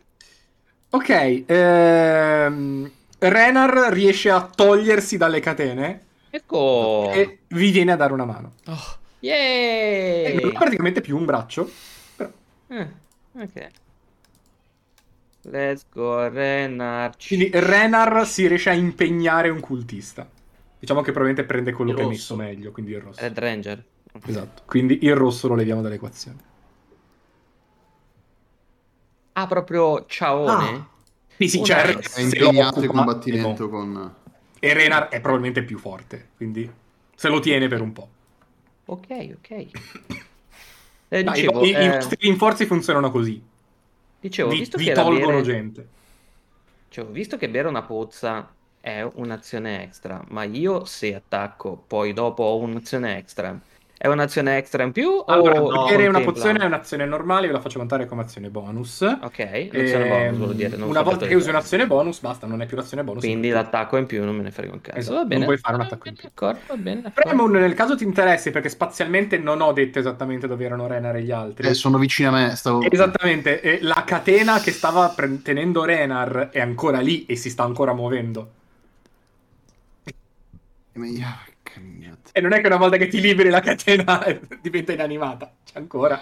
Speaker 2: Ok, ehm, Renar riesce a togliersi dalle catene
Speaker 5: Ecco,
Speaker 2: e vi viene a dare una mano.
Speaker 1: Oh,
Speaker 5: Yay!
Speaker 2: Non ha praticamente più un braccio. Però...
Speaker 5: Eh, ok. Let's go, Renarci.
Speaker 2: Quindi eh, Renar si riesce a impegnare un cultista. Diciamo che probabilmente prende quello
Speaker 3: Il
Speaker 2: che è messo
Speaker 3: rosso.
Speaker 2: meglio, quindi il rosso.
Speaker 5: Red Ranger.
Speaker 2: Esatto, quindi il rosso lo leviamo dall'equazione.
Speaker 5: Ah, proprio ciaone?
Speaker 3: Ah.
Speaker 2: Sì, sì,
Speaker 5: Una-
Speaker 2: cioè,
Speaker 5: è
Speaker 2: Re-
Speaker 4: È
Speaker 2: se
Speaker 4: impegnato
Speaker 2: lo
Speaker 4: in
Speaker 2: occupa,
Speaker 4: combattimento
Speaker 2: no.
Speaker 4: con...
Speaker 2: E Renar è probabilmente più forte, quindi se lo tiene per un po'.
Speaker 5: Ok, ok.
Speaker 2: Dai,
Speaker 5: Eh, dicevo,
Speaker 2: i, i
Speaker 5: eh,
Speaker 2: vostri rinforzi funzionano così.
Speaker 5: dicevo,
Speaker 2: vi
Speaker 5: visto
Speaker 2: vi
Speaker 5: che la
Speaker 2: tolgono
Speaker 5: bere-
Speaker 2: gente.
Speaker 5: Cioè, visto che bere una pozza è un'azione extra, ma io se attacco poi dopo ho un'azione extra, è un'azione extra in più
Speaker 2: Allora,
Speaker 5: o
Speaker 3: no,
Speaker 2: bere una
Speaker 5: contempla?
Speaker 2: pozione è un'azione normale, io la faccio vantare come azione bonus. Ehm,
Speaker 5: Ok, l'azione bonus vuol dire. non
Speaker 2: una
Speaker 5: soltanto
Speaker 2: volta che
Speaker 5: il-
Speaker 2: usi un'azione bonus, basta, non è più l'azione bonus.
Speaker 5: Quindi
Speaker 2: è tutto.
Speaker 5: l'attacco in più non me ne frega un cazzo.
Speaker 2: Esatto,
Speaker 5: va
Speaker 2: non
Speaker 5: bene.
Speaker 2: puoi fare un attacco in più.
Speaker 5: D'accordo, va bene. d'accordo.
Speaker 2: Premon, nel caso ti interessi, perché spazialmente non ho detto esattamente dove erano Renar e gli altri.
Speaker 4: Eh, sono vicino a me, stavo...
Speaker 2: Esattamente, e la catena che stava pre- tenendo Renar è ancora lì e si sta ancora muovendo.
Speaker 4: Ma- ah, porca minchia.
Speaker 2: E non è che una volta che ti liberi la catena diventa inanimata, c'è ancora.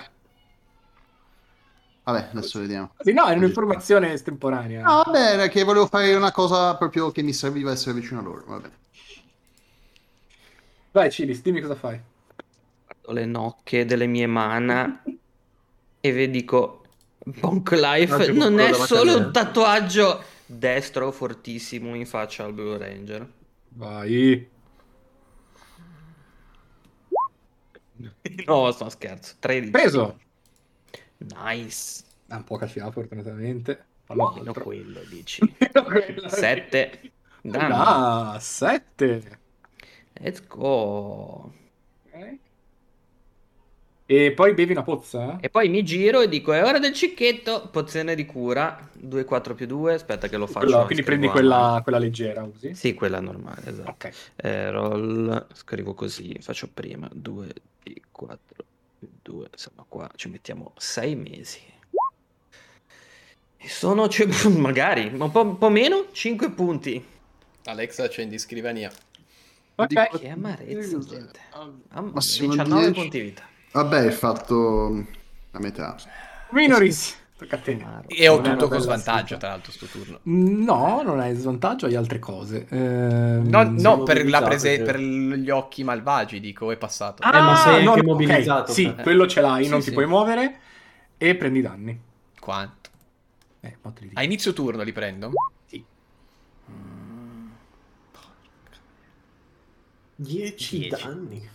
Speaker 4: Vabbè, adesso vediamo.
Speaker 2: Sì, no, è un'informazione estemporanea.
Speaker 4: No, vabbè, era che volevo fare una cosa proprio che mi serviva essere vicino a loro, vabbè.
Speaker 2: Vai, Cilis, dimmi cosa fai.
Speaker 5: Guardo le nocche delle mie mana e vi dico: Bonk Life
Speaker 3: Oggi qualcuno
Speaker 5: non è
Speaker 3: davanti a
Speaker 5: solo
Speaker 3: me.
Speaker 5: un tatuaggio destro fortissimo in faccia al Blue Ranger.
Speaker 2: Vai.
Speaker 5: No, sto scherzo. 13.
Speaker 2: Preso.
Speaker 5: Nice.
Speaker 2: Ha Ah, un po' cacciato, fortunatamente.
Speaker 5: Meno quello, dici.
Speaker 2: quello.
Speaker 5: Sette. Danno.
Speaker 2: Ah, sette. Eh.
Speaker 5: Let's go.
Speaker 2: E poi bevi una pozza? eh?
Speaker 5: E poi mi giro e dico: È ora del cicchetto. Pozione di cura 2, 4 più 2. Aspetta, che lo faccio.
Speaker 2: Quella-
Speaker 5: non
Speaker 2: quindi
Speaker 5: scrivo
Speaker 2: prendi
Speaker 5: a
Speaker 2: quella,
Speaker 5: mano.
Speaker 2: quella leggera, usi?
Speaker 5: Sì, quella normale. Esatto.
Speaker 2: Ok.
Speaker 5: Eh, roll. Scrivo così. Faccio prima 2 di 4 più 2. Insomma, qua ci mettiamo 6 mesi. E sono. c- magari ma un po', un po' meno 5 punti.
Speaker 1: Alexa, accendi scrivania.
Speaker 2: Ok.
Speaker 5: Che amarezza, gente. Mamma mia,
Speaker 4: Eh, Massimo
Speaker 5: 19
Speaker 4: 10.
Speaker 5: Ah, punti vita.
Speaker 4: Vabbè, hai fatto la metà.
Speaker 2: Minoris. Tocca a te.
Speaker 5: Amaro.
Speaker 1: E ho
Speaker 2: Non
Speaker 1: tutto
Speaker 2: è una
Speaker 1: con
Speaker 2: bella
Speaker 1: svantaggio,
Speaker 2: sfida.
Speaker 1: tra l'altro, sto turno.
Speaker 2: No, non hai svantaggio, hai altre cose. Ehm,
Speaker 1: No, no
Speaker 3: siamo
Speaker 1: per, la
Speaker 3: mobilizzati,
Speaker 1: prese-
Speaker 2: eh.
Speaker 3: credo.
Speaker 1: per gli occhi malvagi, dico, è passato.
Speaker 2: Ah!
Speaker 3: Eh, ma sei anche
Speaker 2: ok,
Speaker 3: mobilizzato,
Speaker 2: Sì,
Speaker 3: eh.
Speaker 2: quello ce l'hai,
Speaker 1: Sì,
Speaker 2: non ti
Speaker 1: sì.
Speaker 2: puoi muovere e prendi danni.
Speaker 1: Quanto?
Speaker 2: Eh, mo te li dico.
Speaker 1: A inizio turno li prendo? Mm,
Speaker 2: Sì.
Speaker 3: 10
Speaker 1: Dieci.
Speaker 3: danni.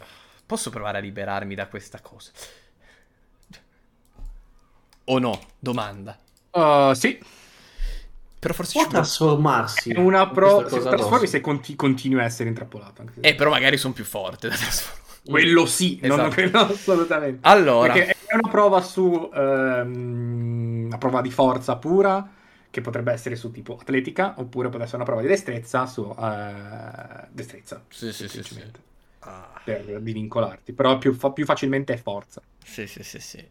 Speaker 1: Posso provare a liberarmi da questa cosa? O no? Domanda.
Speaker 2: Uh, sì,
Speaker 1: Però forse
Speaker 3: Può
Speaker 1: ci provo.
Speaker 3: trasformarsi.
Speaker 2: è una
Speaker 3: in
Speaker 2: pro.
Speaker 3: questa
Speaker 2: Se
Speaker 3: cosa
Speaker 2: trasformi
Speaker 3: addosso.
Speaker 2: se conti- continui a essere intrappolato. Anche se-
Speaker 1: Eh, però magari sono più forte da trasformare.
Speaker 2: quello sì, non
Speaker 1: Eh, Esatto.
Speaker 2: quello assolutamente.
Speaker 1: Allora,
Speaker 2: Perché è una prova su ehm, una prova di forza pura che potrebbe essere su tipo atletica oppure potrebbe essere una prova di destrezza su eh, destrezza
Speaker 1: Sì, sì, sì, sì.
Speaker 2: semplicemente,
Speaker 1: Ah,
Speaker 2: per divincolarti però più, fa- più facilmente è forza
Speaker 1: sì, sì, sì, sì.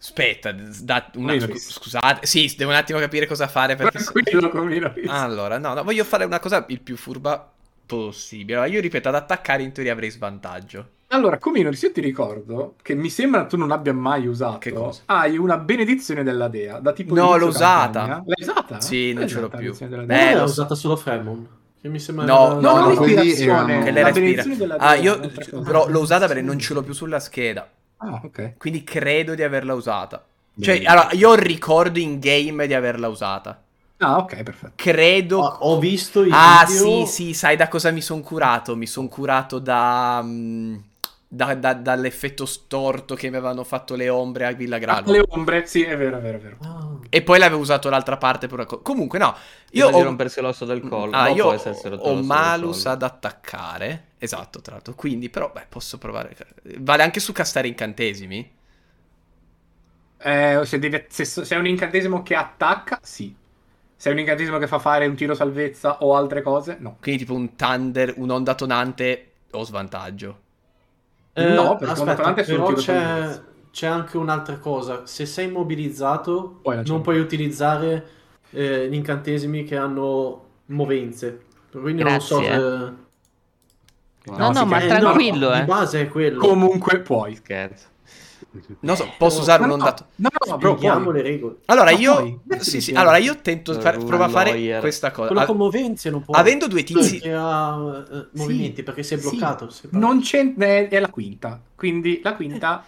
Speaker 1: Aspetta, d- da- una-
Speaker 2: Minoris.
Speaker 1: scu- scusate. Sì, devo un attimo capire cosa fare
Speaker 2: Ah,
Speaker 1: perché... Ah, se-
Speaker 2: Tranquillo, Comino.
Speaker 1: Allora, no, no, voglio fare una cosa il più furba possibile. Allora, io ripeto, ad attaccare in teoria avrei svantaggio.
Speaker 2: Allora, Comino, io ti ricordo che mi sembra tu non abbia mai usato.
Speaker 1: Che cosa?
Speaker 2: Hai una benedizione della dea da tipo.
Speaker 1: No,
Speaker 2: inizio
Speaker 1: l'ho usata.
Speaker 2: campagna. L'hai usata?
Speaker 1: Sì, non
Speaker 2: L'hai
Speaker 1: ce l'ho
Speaker 2: usata la
Speaker 1: più.
Speaker 2: benedizione della
Speaker 1: Eh,
Speaker 2: dea?
Speaker 3: Eh,
Speaker 1: lo
Speaker 3: l'ho
Speaker 1: so.
Speaker 3: usata solo Fremon. Che mi sembra...
Speaker 1: No, ehm,
Speaker 2: No,
Speaker 4: no,
Speaker 2: non
Speaker 4: no, quelli
Speaker 2: l'ispirazione,
Speaker 4: erano-
Speaker 1: Che
Speaker 4: Che
Speaker 1: le
Speaker 4: lei
Speaker 2: la
Speaker 4: era
Speaker 1: respira.
Speaker 2: benedizione della dea.
Speaker 1: Ah, io
Speaker 2: un'altra cosa.
Speaker 1: però l'ho usata perché non ce l'ho più sulla scheda.
Speaker 2: Ah, ok.
Speaker 1: Quindi credo di averla usata. Cioè,
Speaker 4: Benissimo.
Speaker 1: allora, io ricordo in game di averla usata.
Speaker 2: Ah, ok, perfetto.
Speaker 1: Credo.
Speaker 3: Ho, ho visto i
Speaker 1: ah,
Speaker 3: video...
Speaker 1: sì, sì, sai da cosa mi sono curato? Mi sono curato da, mm, da- da- dall'effetto storto che mi avevano fatto le ombre a Villa
Speaker 2: Ah,
Speaker 1: Grano.
Speaker 2: le ombre, sì, è vero, è vero, è vero.
Speaker 3: Ah.
Speaker 1: E poi l'avevo usato l'altra parte per una cosa. Comunque, no. Io
Speaker 5: Prima di
Speaker 1: ho...
Speaker 5: rompersi l'osso del collo,
Speaker 1: Ah,
Speaker 5: dopo
Speaker 1: io
Speaker 5: essersi rotto
Speaker 1: ho
Speaker 5: l'osso del
Speaker 1: malus
Speaker 5: collo.
Speaker 1: ad attaccare. Esatto, tra l'altro. Quindi, però, beh, posso provare. Vale anche su castare incantesimi?
Speaker 2: Eh, se, devi- se- se è un incantesimo che attacca, sì. Se è un incantesimo che fa fare un tiro salvezza o altre cose, no.
Speaker 1: Quindi, tipo un thunder, un'onda tonante, ho svantaggio.
Speaker 3: Eh,
Speaker 2: No, perché
Speaker 3: aspetta,
Speaker 2: un attaccante è solo
Speaker 3: però
Speaker 2: un tiro
Speaker 3: c'è,
Speaker 2: salvezza.
Speaker 3: c'è anche un'altra cosa. Se sei immobilizzato,
Speaker 2: Poi la
Speaker 3: non
Speaker 2: c'è.
Speaker 3: puoi utilizzare eh, gli incantesimi che hanno movenze. Quindi non
Speaker 5: Grazie,
Speaker 3: so
Speaker 5: eh.
Speaker 3: se...
Speaker 4: No,
Speaker 2: No,
Speaker 3: si
Speaker 2: no, ma
Speaker 3: chiama- no,
Speaker 5: tranquillo, eh.
Speaker 3: Di base è quello.
Speaker 2: Comunque puoi.
Speaker 5: Scherzo.
Speaker 1: Non so, posso usare un'onda. to-
Speaker 2: No, no, no, bro,
Speaker 3: Spieghiamo
Speaker 2: puoi.
Speaker 3: le regole.
Speaker 1: Allora,
Speaker 2: Oh, Ma
Speaker 1: io.
Speaker 2: poi, metti
Speaker 1: Sì, sì,
Speaker 2: insieme.
Speaker 1: allora, io tento. di fare-
Speaker 5: Una
Speaker 1: Provo a fare
Speaker 5: lawyer.
Speaker 1: questa cosa. Ah,
Speaker 3: Quello
Speaker 1: A-
Speaker 3: con movenze non può.
Speaker 1: Avendo due tizi.
Speaker 3: Perché ha eh,
Speaker 2: Sì.
Speaker 3: movimenti, perché si è
Speaker 2: Sì.
Speaker 3: bloccato. si è bloccato.
Speaker 2: Non c'è, eh, è, è la quinta. Quindi la quinta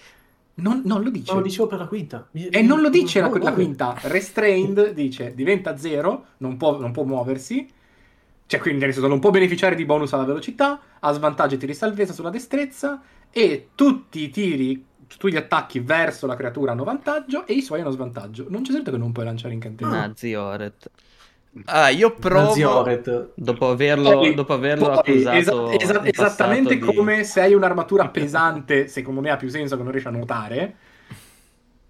Speaker 2: non, Eh. non lo dice.
Speaker 3: Ma lo dicevo per la quinta. Mi-
Speaker 2: E non lo dice la,
Speaker 3: Oh,
Speaker 2: la
Speaker 3: guarda.
Speaker 2: quinta. Restrained dice diventa zero, non può, non può muoversi. Cioè, quindi nel senso, non può beneficiare di bonus alla velocità, ha svantaggio ai tiri salvezza sulla destrezza e tutti i tiri, tutti gli attacchi verso la creatura hanno vantaggio e i suoi hanno svantaggio. Non c'è scritto che non puoi lanciare incantesimi.
Speaker 5: Nazi Oret.
Speaker 1: Allora, io
Speaker 3: Nazi
Speaker 1: provo.
Speaker 3: Oret.
Speaker 5: Dopo averlo,
Speaker 2: Poi-
Speaker 5: dopo averlo
Speaker 2: poi,
Speaker 5: accusato.
Speaker 2: esa- esa-
Speaker 5: in passato
Speaker 2: esattamente
Speaker 5: di-
Speaker 2: come se hai un'armatura pesante, secondo me ha più senso che non riesci a nuotare.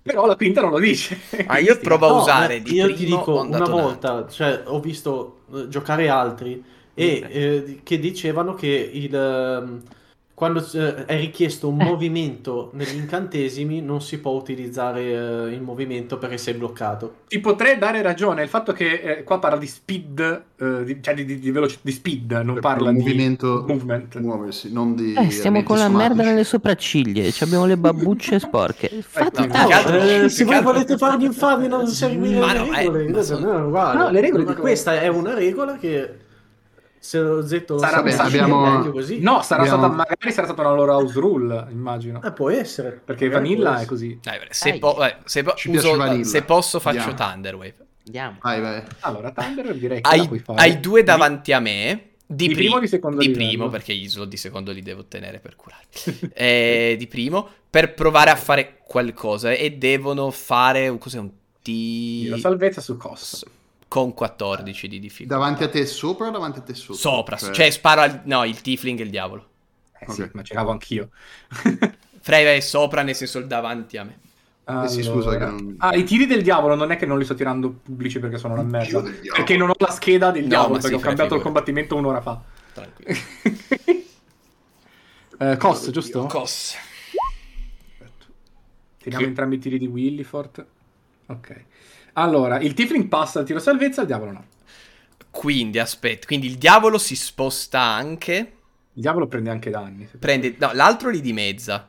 Speaker 2: Però la quinta non lo dice.
Speaker 1: Ah, io provo a
Speaker 3: No,
Speaker 1: usare
Speaker 3: ma
Speaker 1: di
Speaker 3: io
Speaker 1: primo
Speaker 3: ti dico
Speaker 1: onda
Speaker 3: una
Speaker 1: tonante.
Speaker 3: volta cioè, ho visto eh, giocare altri
Speaker 1: Mm.
Speaker 3: e eh, di- che dicevano che il, ehm, quando eh, è richiesto un movimento negli incantesimi non si può utilizzare eh, il movimento perché sei bloccato
Speaker 2: Ti potrei dare ragione. Il fatto che eh, qua parla di speed, eh, di- cioè di, di, di veloci- di speed, non parla di
Speaker 4: movimento,
Speaker 2: movement.
Speaker 4: muoversi, non di
Speaker 6: Eh, stiamo
Speaker 4: elementi
Speaker 6: con la
Speaker 4: somatici.
Speaker 6: merda nelle sopravciglie, ci abbiamo le babbucce sporche. Fate
Speaker 1: Ah, no, più che altro-
Speaker 6: tanto.
Speaker 1: più
Speaker 3: Eh,
Speaker 1: che
Speaker 3: se voi
Speaker 1: altro-
Speaker 3: volete farvi infami non seguire
Speaker 1: Ma
Speaker 3: le
Speaker 1: no, eh,
Speaker 3: regole
Speaker 1: ma
Speaker 3: Adesso,
Speaker 1: sono-
Speaker 3: no, guarda,
Speaker 2: No, le regole
Speaker 3: ma
Speaker 2: dicono-
Speaker 3: questa è una regola che se lo zetto lo
Speaker 2: Sarà-
Speaker 3: sa
Speaker 2: beh,
Speaker 3: bene,
Speaker 4: abbiamo-
Speaker 3: è meglio così
Speaker 2: No, sarà
Speaker 4: Abbiamo-
Speaker 2: stata, magari sarà stata una loro house rule, immagino.
Speaker 3: Eh, può essere
Speaker 2: Perché
Speaker 3: Magari può
Speaker 2: Vanilla è
Speaker 3: essere.
Speaker 2: così.
Speaker 1: Dai, se,
Speaker 6: Dai.
Speaker 1: po- eh, se po-
Speaker 4: Ci
Speaker 1: uso-
Speaker 4: piace Vanilla.
Speaker 1: se posso faccio
Speaker 4: Andiamo.
Speaker 1: Thunderwave.
Speaker 6: Andiamo.
Speaker 4: Vai, vai.
Speaker 2: Allora, Thunder direi che la puoi
Speaker 1: Hai,
Speaker 2: fare.
Speaker 1: hai due davanti a me. Di,
Speaker 2: Di
Speaker 1: pri-
Speaker 2: primo o di secondo
Speaker 1: Di
Speaker 2: livello?
Speaker 1: primo, perché gli slot di secondo li devo ottenere per curarti. Eh, di primo, per provare a fare qualcosa. E devono fare un- cos'è un
Speaker 2: La
Speaker 1: T
Speaker 2: salvezza su cost.
Speaker 1: con 14 di difficoltà.
Speaker 4: Davanti a te sopra o davanti a te sotto?
Speaker 1: Sopra, cioè sparo al... No, il Tifling e il diavolo.
Speaker 2: Eh sì,
Speaker 4: Ok.
Speaker 2: ma c'eravo anch'io.
Speaker 1: Freve è sopra, nel senso il davanti a me.
Speaker 2: Allora.
Speaker 4: Eh sì, scusa che non-
Speaker 2: Ah, i tiri del diavolo non è che non li sto tirando pubblici perché sono una merda.
Speaker 4: Dio del diavolo.
Speaker 2: Perché non ho la scheda del
Speaker 1: No,
Speaker 2: diavolo,
Speaker 1: ma
Speaker 2: perché
Speaker 1: sì,
Speaker 2: ho
Speaker 1: fra,
Speaker 2: cambiato il
Speaker 1: figurati.
Speaker 2: combattimento un'ora fa.
Speaker 1: Tranquillo.
Speaker 2: eh, cost, giusto?
Speaker 1: Cos.
Speaker 2: Perfetto. Tiriamo entrambi i tiri di Willifort. Ok. Allora, il Tifling passa al tiro salvezza, il diavolo no.
Speaker 1: Quindi, aspetta. Quindi il diavolo si sposta anche...
Speaker 2: Il diavolo prende anche danni. se-
Speaker 1: Prende... No, l'altro li dimezza.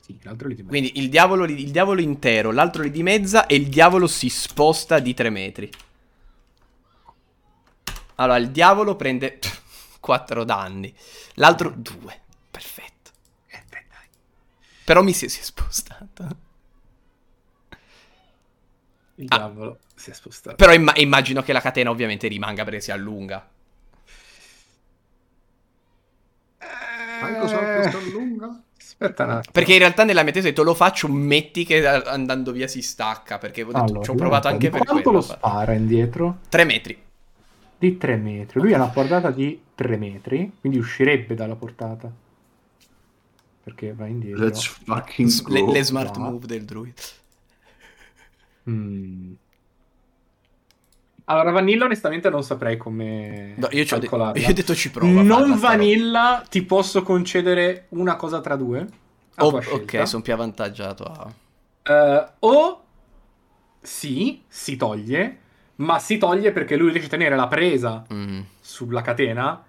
Speaker 2: Sì, l'altro li dimezza.
Speaker 1: Quindi il diavolo, li- il diavolo intero, l'altro li dimezza e il diavolo si sposta di 3 metri. Allora, il diavolo prende 4 danni, l'altro 2. Perfetto.
Speaker 2: Eh, beh, dai.
Speaker 1: Però mi si, si è spostato.
Speaker 2: Il
Speaker 1: Ah.
Speaker 2: diavolo si è spostato.
Speaker 1: Però imma- immagino che la catena ovviamente rimanga perché si allunga.
Speaker 4: Franco Sacco si
Speaker 2: eh.
Speaker 4: allunga.
Speaker 2: Aspetta un attimo.
Speaker 1: Perché in realtà nella mia tesi ho detto lo faccio, metti che eh, andando via si stacca. Perché ho detto,
Speaker 2: Allora,
Speaker 1: ci ho provato anche
Speaker 2: vediamo un po'.
Speaker 1: per
Speaker 2: Di
Speaker 1: quello.
Speaker 2: Quanto lo spara indietro?
Speaker 1: 3 metri.
Speaker 2: Di 3 metri. Lui ha una portata di 3 metri, quindi uscirebbe dalla portata. perché va indietro.
Speaker 4: Let's fucking
Speaker 1: S-
Speaker 4: go.
Speaker 1: le, le smart
Speaker 2: no. Eh,
Speaker 1: move del druid.
Speaker 2: Mm. Allora, Vanilla onestamente non saprei come
Speaker 1: No, io, ci ho de-
Speaker 2: calcolarla.
Speaker 1: io ho detto ci prova.
Speaker 2: non Vanilla, ti posso concedere una cosa tra due? A tua scelta.
Speaker 1: Oh, ok, sono più avvantaggiato. a-
Speaker 2: Eh, o sì, si toglie, ma si toglie perché lui riesce a tenere la presa
Speaker 1: Mm.
Speaker 2: sulla catena.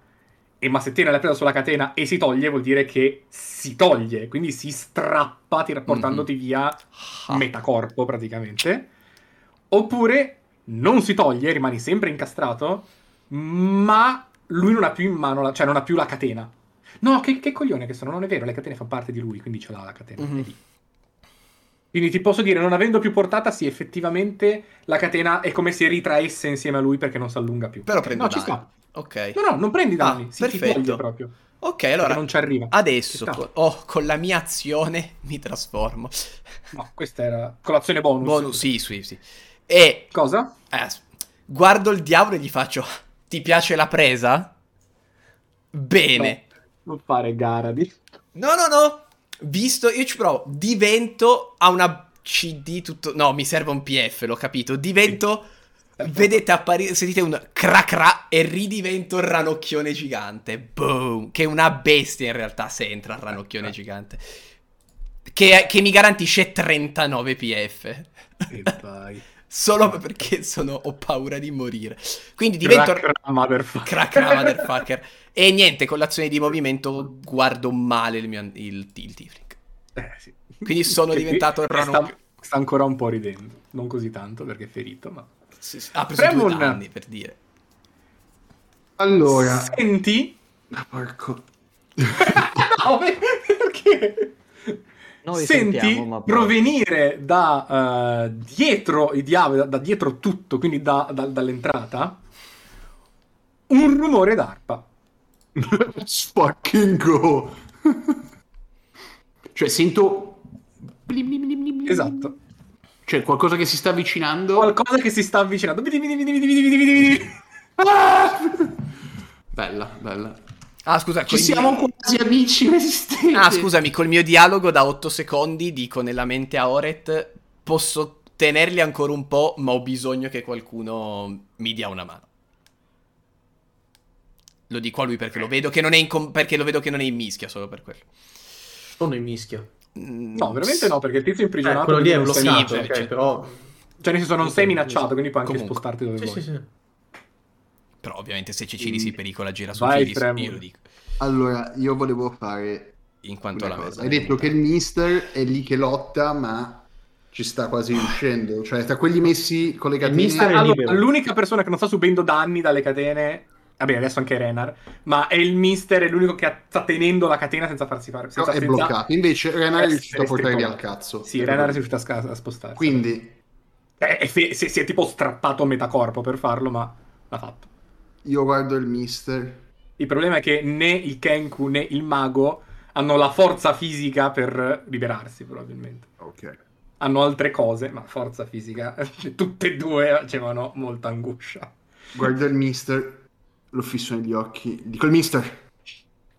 Speaker 2: E ma se tiene la presa sulla catena e si toglie, vuol dire che si toglie, quindi si strappa ti- portandoti via
Speaker 1: Ah.
Speaker 2: metacorpo praticamente. Oppure non si toglie, rimani sempre incastrato, ma lui non ha più in mano, la, cioè non ha più la catena. No, che, che coglione che sono, non è vero, le catene fanno parte di lui, quindi ce l'ha la catena.
Speaker 1: Mhm.
Speaker 2: Quindi ti posso dire, non avendo più portata, sì, effettivamente la catena è come se ritraesse insieme a lui perché non si allunga più.
Speaker 1: Però
Speaker 2: Ok,
Speaker 1: prendo
Speaker 2: No, ci
Speaker 1: danni.
Speaker 2: sta.
Speaker 1: Ok.
Speaker 2: No, no, non prendi danni,
Speaker 1: Ah,
Speaker 2: si ti
Speaker 1: perfetto.
Speaker 2: toglie proprio.
Speaker 1: Ok,
Speaker 2: Perché
Speaker 1: allora
Speaker 2: non ci arriva.
Speaker 1: adesso
Speaker 2: Ci sta.
Speaker 1: co- oh, con la mia azione mi trasformo.
Speaker 2: No, questa era colazione bonus.
Speaker 1: Bonus, sì, sì, sì. E
Speaker 2: Cosa?
Speaker 1: eh, s- guardo il diavolo e gli faccio "Ti piace la presa?" Bene.
Speaker 2: Non fare gara di...
Speaker 1: No, no, no. Visto, io ci provo. Divento a una CD tutto. No, mi serve un PF, l'ho capito. Divento. Vedete apparire. Sentite un cra cra e ridivento il ranocchione gigante. Boom. Che è una bestia in realtà se entra il ranocchione gigante. Che, che mi garantisce 39 PF.
Speaker 2: E vai.
Speaker 1: Solo perché sono, ho paura di morire. Quindi divento.
Speaker 2: Crack, crack, motherfucker.
Speaker 1: Crack, crack, motherfucker. E niente, con l'azione di movimento guardo male il, mio, il, il Tiefling.
Speaker 2: Eh, sì.
Speaker 1: Quindi sono
Speaker 2: Che
Speaker 1: diventato il
Speaker 2: qui
Speaker 1: ranocchio.
Speaker 2: Sta, sta ancora un po' ridendo. Non così tanto perché è ferito, ma...
Speaker 1: Sì, sì, Ha preso due
Speaker 2: Fremon.
Speaker 1: danni, per dire.
Speaker 4: Allora,
Speaker 2: Senti...
Speaker 4: Ah, porco.
Speaker 2: No, beh, perché?
Speaker 7: Noi
Speaker 2: Senti
Speaker 7: sentiamo, ma poi-
Speaker 2: provenire da eh, dietro i diavoli, da, da dietro tutto, quindi da- da- dall'entrata, un rumore d'arpa.
Speaker 4: Let's fucking go. cioè, sento. blim, blim, blim, blim, blim.
Speaker 2: Esatto.
Speaker 4: Cioè, qualcosa che si sta avvicinando.
Speaker 2: Qualcosa che si sta avvicinando. Vidi, vidi, vidi, vidi, vidi, vidi, vidi, vidi.
Speaker 4: Bella, bella.
Speaker 1: Ah, scusa,
Speaker 4: Ci
Speaker 1: col
Speaker 4: siamo
Speaker 1: mio-
Speaker 4: quasi amici resistenti.
Speaker 1: Ah, scusami, col mio dialogo da 8 secondi dico nella mente a Oret posso tenerli ancora un po', ma ho bisogno che qualcuno mi dia una mano. Lo dico a lui perché lo vedo che non è in, com- perché lo vedo che non è in mischia, solo per quello. Mm,
Speaker 3: Sono in mischia.
Speaker 2: No, veramente no, perché il tizio è imprigionato.
Speaker 3: Eh, quello lì è
Speaker 2: quindi non sei
Speaker 3: bloccato,
Speaker 1: minacciato,
Speaker 3: ok,
Speaker 1: cioè.
Speaker 3: però...
Speaker 2: Cioè, nel senso, non sei minacciato,
Speaker 3: Sì,
Speaker 2: quindi puoi anche
Speaker 1: Comunque.
Speaker 2: spostarti dove
Speaker 3: Sì,
Speaker 2: vuoi.
Speaker 3: sì, sì.
Speaker 1: Però ovviamente se Cecili si pericola gira su
Speaker 2: Vai,
Speaker 1: Filis,
Speaker 2: Fremon.
Speaker 1: io lo dico.
Speaker 4: Allora, io volevo fare
Speaker 1: In quanto
Speaker 4: una
Speaker 1: la
Speaker 4: cosa. Hai detto che il mister è lì che lotta, ma ci sta quasi riuscendo. Cioè, tra quelli messi con le
Speaker 3: Il
Speaker 4: catene...
Speaker 3: mister è
Speaker 2: Allora,
Speaker 3: libero.
Speaker 2: l'unica persona che non sta subendo danni dalle catene. Vabbè, adesso anche Renar. Ma è il mister, è l'unico che ha- sta tenendo la catena senza farsi fare.
Speaker 4: però
Speaker 2: Senza,
Speaker 4: è
Speaker 2: senza-
Speaker 4: bloccato. Invece Renar è riuscito a
Speaker 2: essere
Speaker 4: portarli al
Speaker 2: strippato.
Speaker 4: cazzo.
Speaker 2: Sì, Renar è riuscito a, sca- a spostarsi.
Speaker 4: Quindi
Speaker 2: Eh, è fe- si, si è tipo strappato a metà corpo per farlo, ma l'ha fatto.
Speaker 4: io guardo il mister.
Speaker 2: Il problema è che né il Kenku né il mago hanno la forza fisica per liberarsi, probabilmente.
Speaker 4: Ok.
Speaker 2: Hanno altre cose, ma forza fisica. Tutte e due facevano molta angoscia.
Speaker 4: Guardo il mister, lo fisso negli occhi. Dico il mister.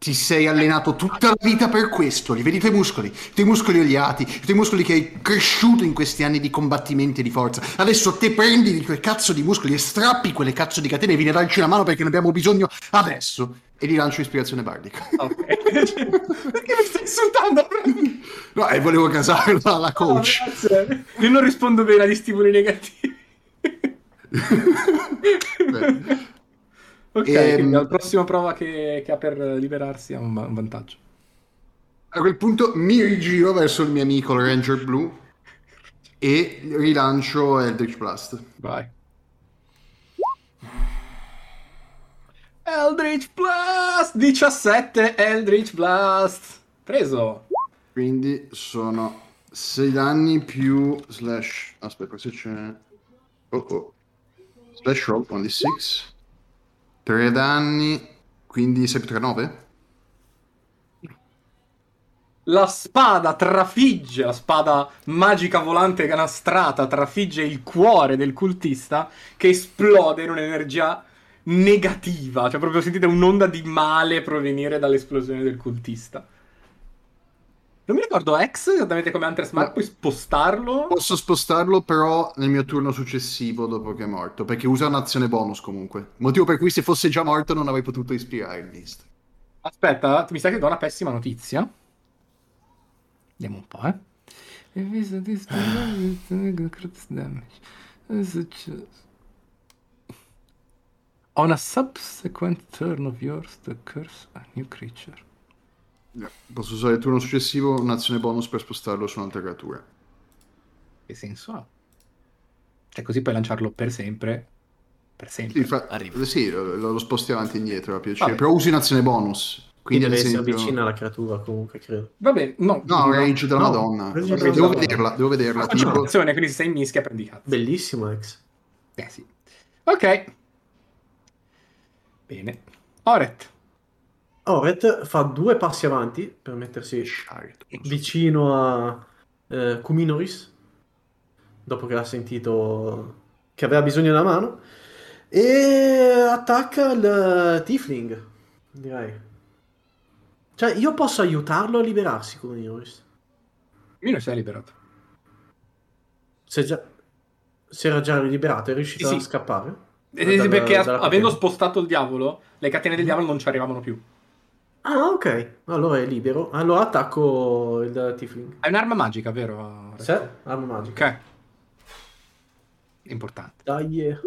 Speaker 4: Ti sei allenato tutta la vita per questo, li vedi i tuoi muscoli, i tuoi muscoli oliati, i tuoi muscoli che hai cresciuto in questi anni di combattimenti e di forza. Adesso te prendi i tuoi cazzo di muscoli e strappi quelle cazzo di catene e vieni a darci una mano perché ne abbiamo bisogno adesso. E gli lancio ispirazione bardica.
Speaker 2: Ok. Cioè, Perché mi stai insultando?
Speaker 4: No, e volevo casarla alla coach.
Speaker 2: No, Ah, grazie. Io non rispondo bene agli stimoli negativi.
Speaker 4: Beh.
Speaker 2: ok,
Speaker 4: Ehm.
Speaker 2: quindi la prossima prova che, che ha per liberarsi ha un, va- un vantaggio.
Speaker 4: A quel punto mi rigiro verso il mio amico, il Ranger Blu, e rilancio Eldritch Blast.
Speaker 2: Vai. Eldritch Blast 17 Eldritch Blast preso.
Speaker 4: Quindi sono 6 danni più slash. Aspetta, se c'è. Oh oh. Slash roll 1d6. 3 danni. Quindi 6 più 3, 9.
Speaker 2: La spada trafigge, la spada magica volante canastrata trafigge il cuore del cultista che esplode in un'energia negativa, cioè proprio sentite un'onda di male provenire dall'esplosione del cultista. Non mi ricordo X esattamente come Hunter Mark,
Speaker 4: No.
Speaker 2: puoi spostarlo.
Speaker 4: Posso spostarlo però nel mio turno successivo dopo che è morto, perché usa un'azione bonus comunque. Motivo per cui se fosse già morto non avrei potuto ispirarmi.
Speaker 2: Aspetta, mi sa che do una pessima notizia. Vediamo un po', eh. E visto di damage. È successo. On a subsequent turn of yours, the curse a new creature.
Speaker 4: Posso usare il turno successivo un'azione bonus per spostarlo su un'altra creatura.
Speaker 2: Che senso ha? Cioè, così puoi lanciarlo per sempre. Per sempre.
Speaker 4: Sì, fa- eh,
Speaker 1: Arriva.
Speaker 4: sì, lo, lo sposti avanti e indietro a piacere,
Speaker 2: Vabbè.
Speaker 4: però usi un'azione bonus. Quindi ad
Speaker 3: deve
Speaker 4: esempio...
Speaker 3: essere vicina alla creatura comunque, credo.
Speaker 2: Va bene, no.
Speaker 4: No, un range della
Speaker 3: No,
Speaker 4: Madonna.
Speaker 3: range
Speaker 4: Perché
Speaker 3: della
Speaker 4: Devo
Speaker 3: Madonna.
Speaker 4: vederla, devo vederla.
Speaker 2: Faccio
Speaker 4: tipo-
Speaker 2: un'azione, quindi se sei in mischia prendi cazzo.
Speaker 3: Bellissimo, ex.
Speaker 2: Eh sì. Ok. Bene. Oret.
Speaker 3: Oret fa due passi avanti per mettersi vicino a eh, Kuminoris, dopo che l'ha sentito che aveva bisogno di una mano, e attacca il Tifling, direi. Cioè, io posso aiutarlo a liberarsi, Kuminoris.
Speaker 2: Mino si è liberato.
Speaker 3: Se già... Si era già liberato, è riuscito
Speaker 2: Sì,
Speaker 3: a
Speaker 2: sì.
Speaker 3: scappare.
Speaker 2: Eh,
Speaker 3: Dalla-
Speaker 2: perché as-
Speaker 3: dalla catena.
Speaker 2: avendo spostato il diavolo, le catene del diavolo non ci arrivavano più.
Speaker 3: Ah, ok. Allora è libero. Allora attacco il Tifling.
Speaker 2: Hai un'arma magica, vero? Oret?
Speaker 3: Sì, arma magica.
Speaker 2: Ok. Importante.
Speaker 3: Dai. eh.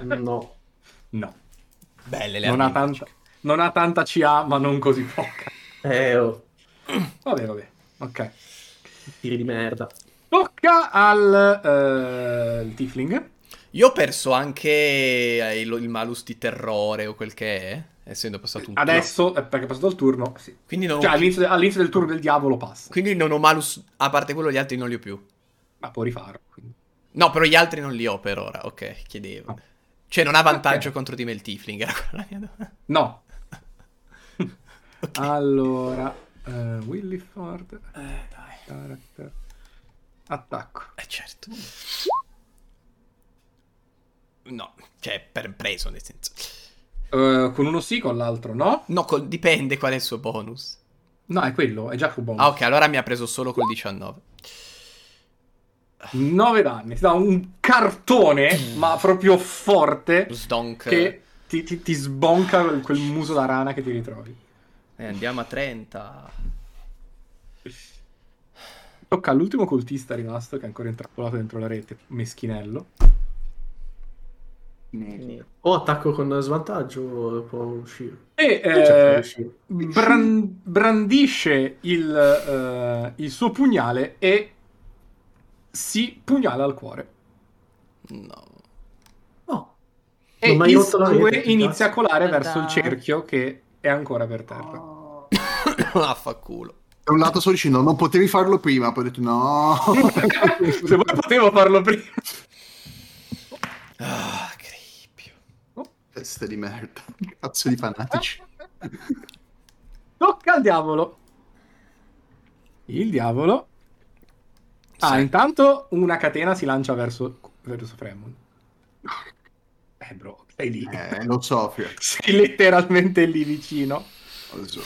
Speaker 3: No.
Speaker 2: No.
Speaker 1: Belle le
Speaker 2: Non ha,
Speaker 1: armi
Speaker 2: tanta,
Speaker 1: magiche.
Speaker 2: non ha tanta CA, ma non così poca.
Speaker 3: Eh, oh,
Speaker 2: Vabbè, vabbè. Ok.
Speaker 3: tiri di merda.
Speaker 2: Tocca al eh, il Tiefling.
Speaker 1: Io ho perso anche eh, il, il malus di terrore o quel che è, essendo passato un turno.
Speaker 2: Adesso, eh, perché è passato il turno, sì.
Speaker 1: Quindi non, ho,
Speaker 2: Cioè, all'inizio, all'inizio del turno del diavolo passa.
Speaker 1: quindi non ho malus, a parte quello gli altri non li ho più.
Speaker 2: Ma può rifarlo. quindi.
Speaker 1: No, però gli altri non li ho per ora, ok, chiedevo.
Speaker 2: No.
Speaker 1: Cioè non ha vantaggio
Speaker 2: Ah. Ok.
Speaker 1: contro di me il Tifling, era quella la mia domanda.
Speaker 2: No.
Speaker 1: Ok.
Speaker 2: Allora, eh, Willy Ford,
Speaker 1: Eh, dai.
Speaker 2: character, attacco.
Speaker 1: Eh certo. No, cioè per preso nel senso.
Speaker 2: Eh, con uno sì, con l'altro no.
Speaker 1: No, col- dipende qual è il suo bonus.
Speaker 2: No, è quello, è già fu bonus.
Speaker 1: Ah ok, allora mi ha preso solo col 19.
Speaker 2: 9 danni, ti dà un cartone,
Speaker 1: Mm.
Speaker 2: ma proprio forte,
Speaker 1: Sdonk.
Speaker 2: che ti, ti- ti sbonca quel, quel muso da rana che ti ritrovi.
Speaker 1: Eh, andiamo a 30.
Speaker 2: Tocca all'ultimo coltista rimasto, che è ancora intrappolato dentro la rete, meschinello.
Speaker 3: O attacco con svantaggio o può uscire.
Speaker 2: E
Speaker 3: Non c'è più
Speaker 2: eh,
Speaker 3: uscire.
Speaker 2: bran- brandisce il, eh, il suo pugnale e si pugnala al cuore.
Speaker 1: No.
Speaker 3: No.
Speaker 2: E
Speaker 3: Non mi hai
Speaker 2: il
Speaker 3: rotto la
Speaker 2: sangue
Speaker 3: rete,
Speaker 2: inizia a
Speaker 3: cazzo.
Speaker 2: colare verso il cerchio che è ancora per terra.
Speaker 1: Affaculo.
Speaker 4: Da un lato sto dicendo, non potevi farlo prima, poi ho detto no.
Speaker 2: Se voi potevo farlo prima.
Speaker 1: Ah, creepio.
Speaker 4: Teste di merda. Cazzo di fanatici.
Speaker 2: Tocca al diavolo. Il diavolo. Ah,
Speaker 1: Sì.
Speaker 2: intanto una catena si lancia verso, verso Fremon. Eh, bro, sei lì.
Speaker 4: Eh, lo so, Fio.
Speaker 2: Sei letteralmente lì vicino.
Speaker 4: Lo so.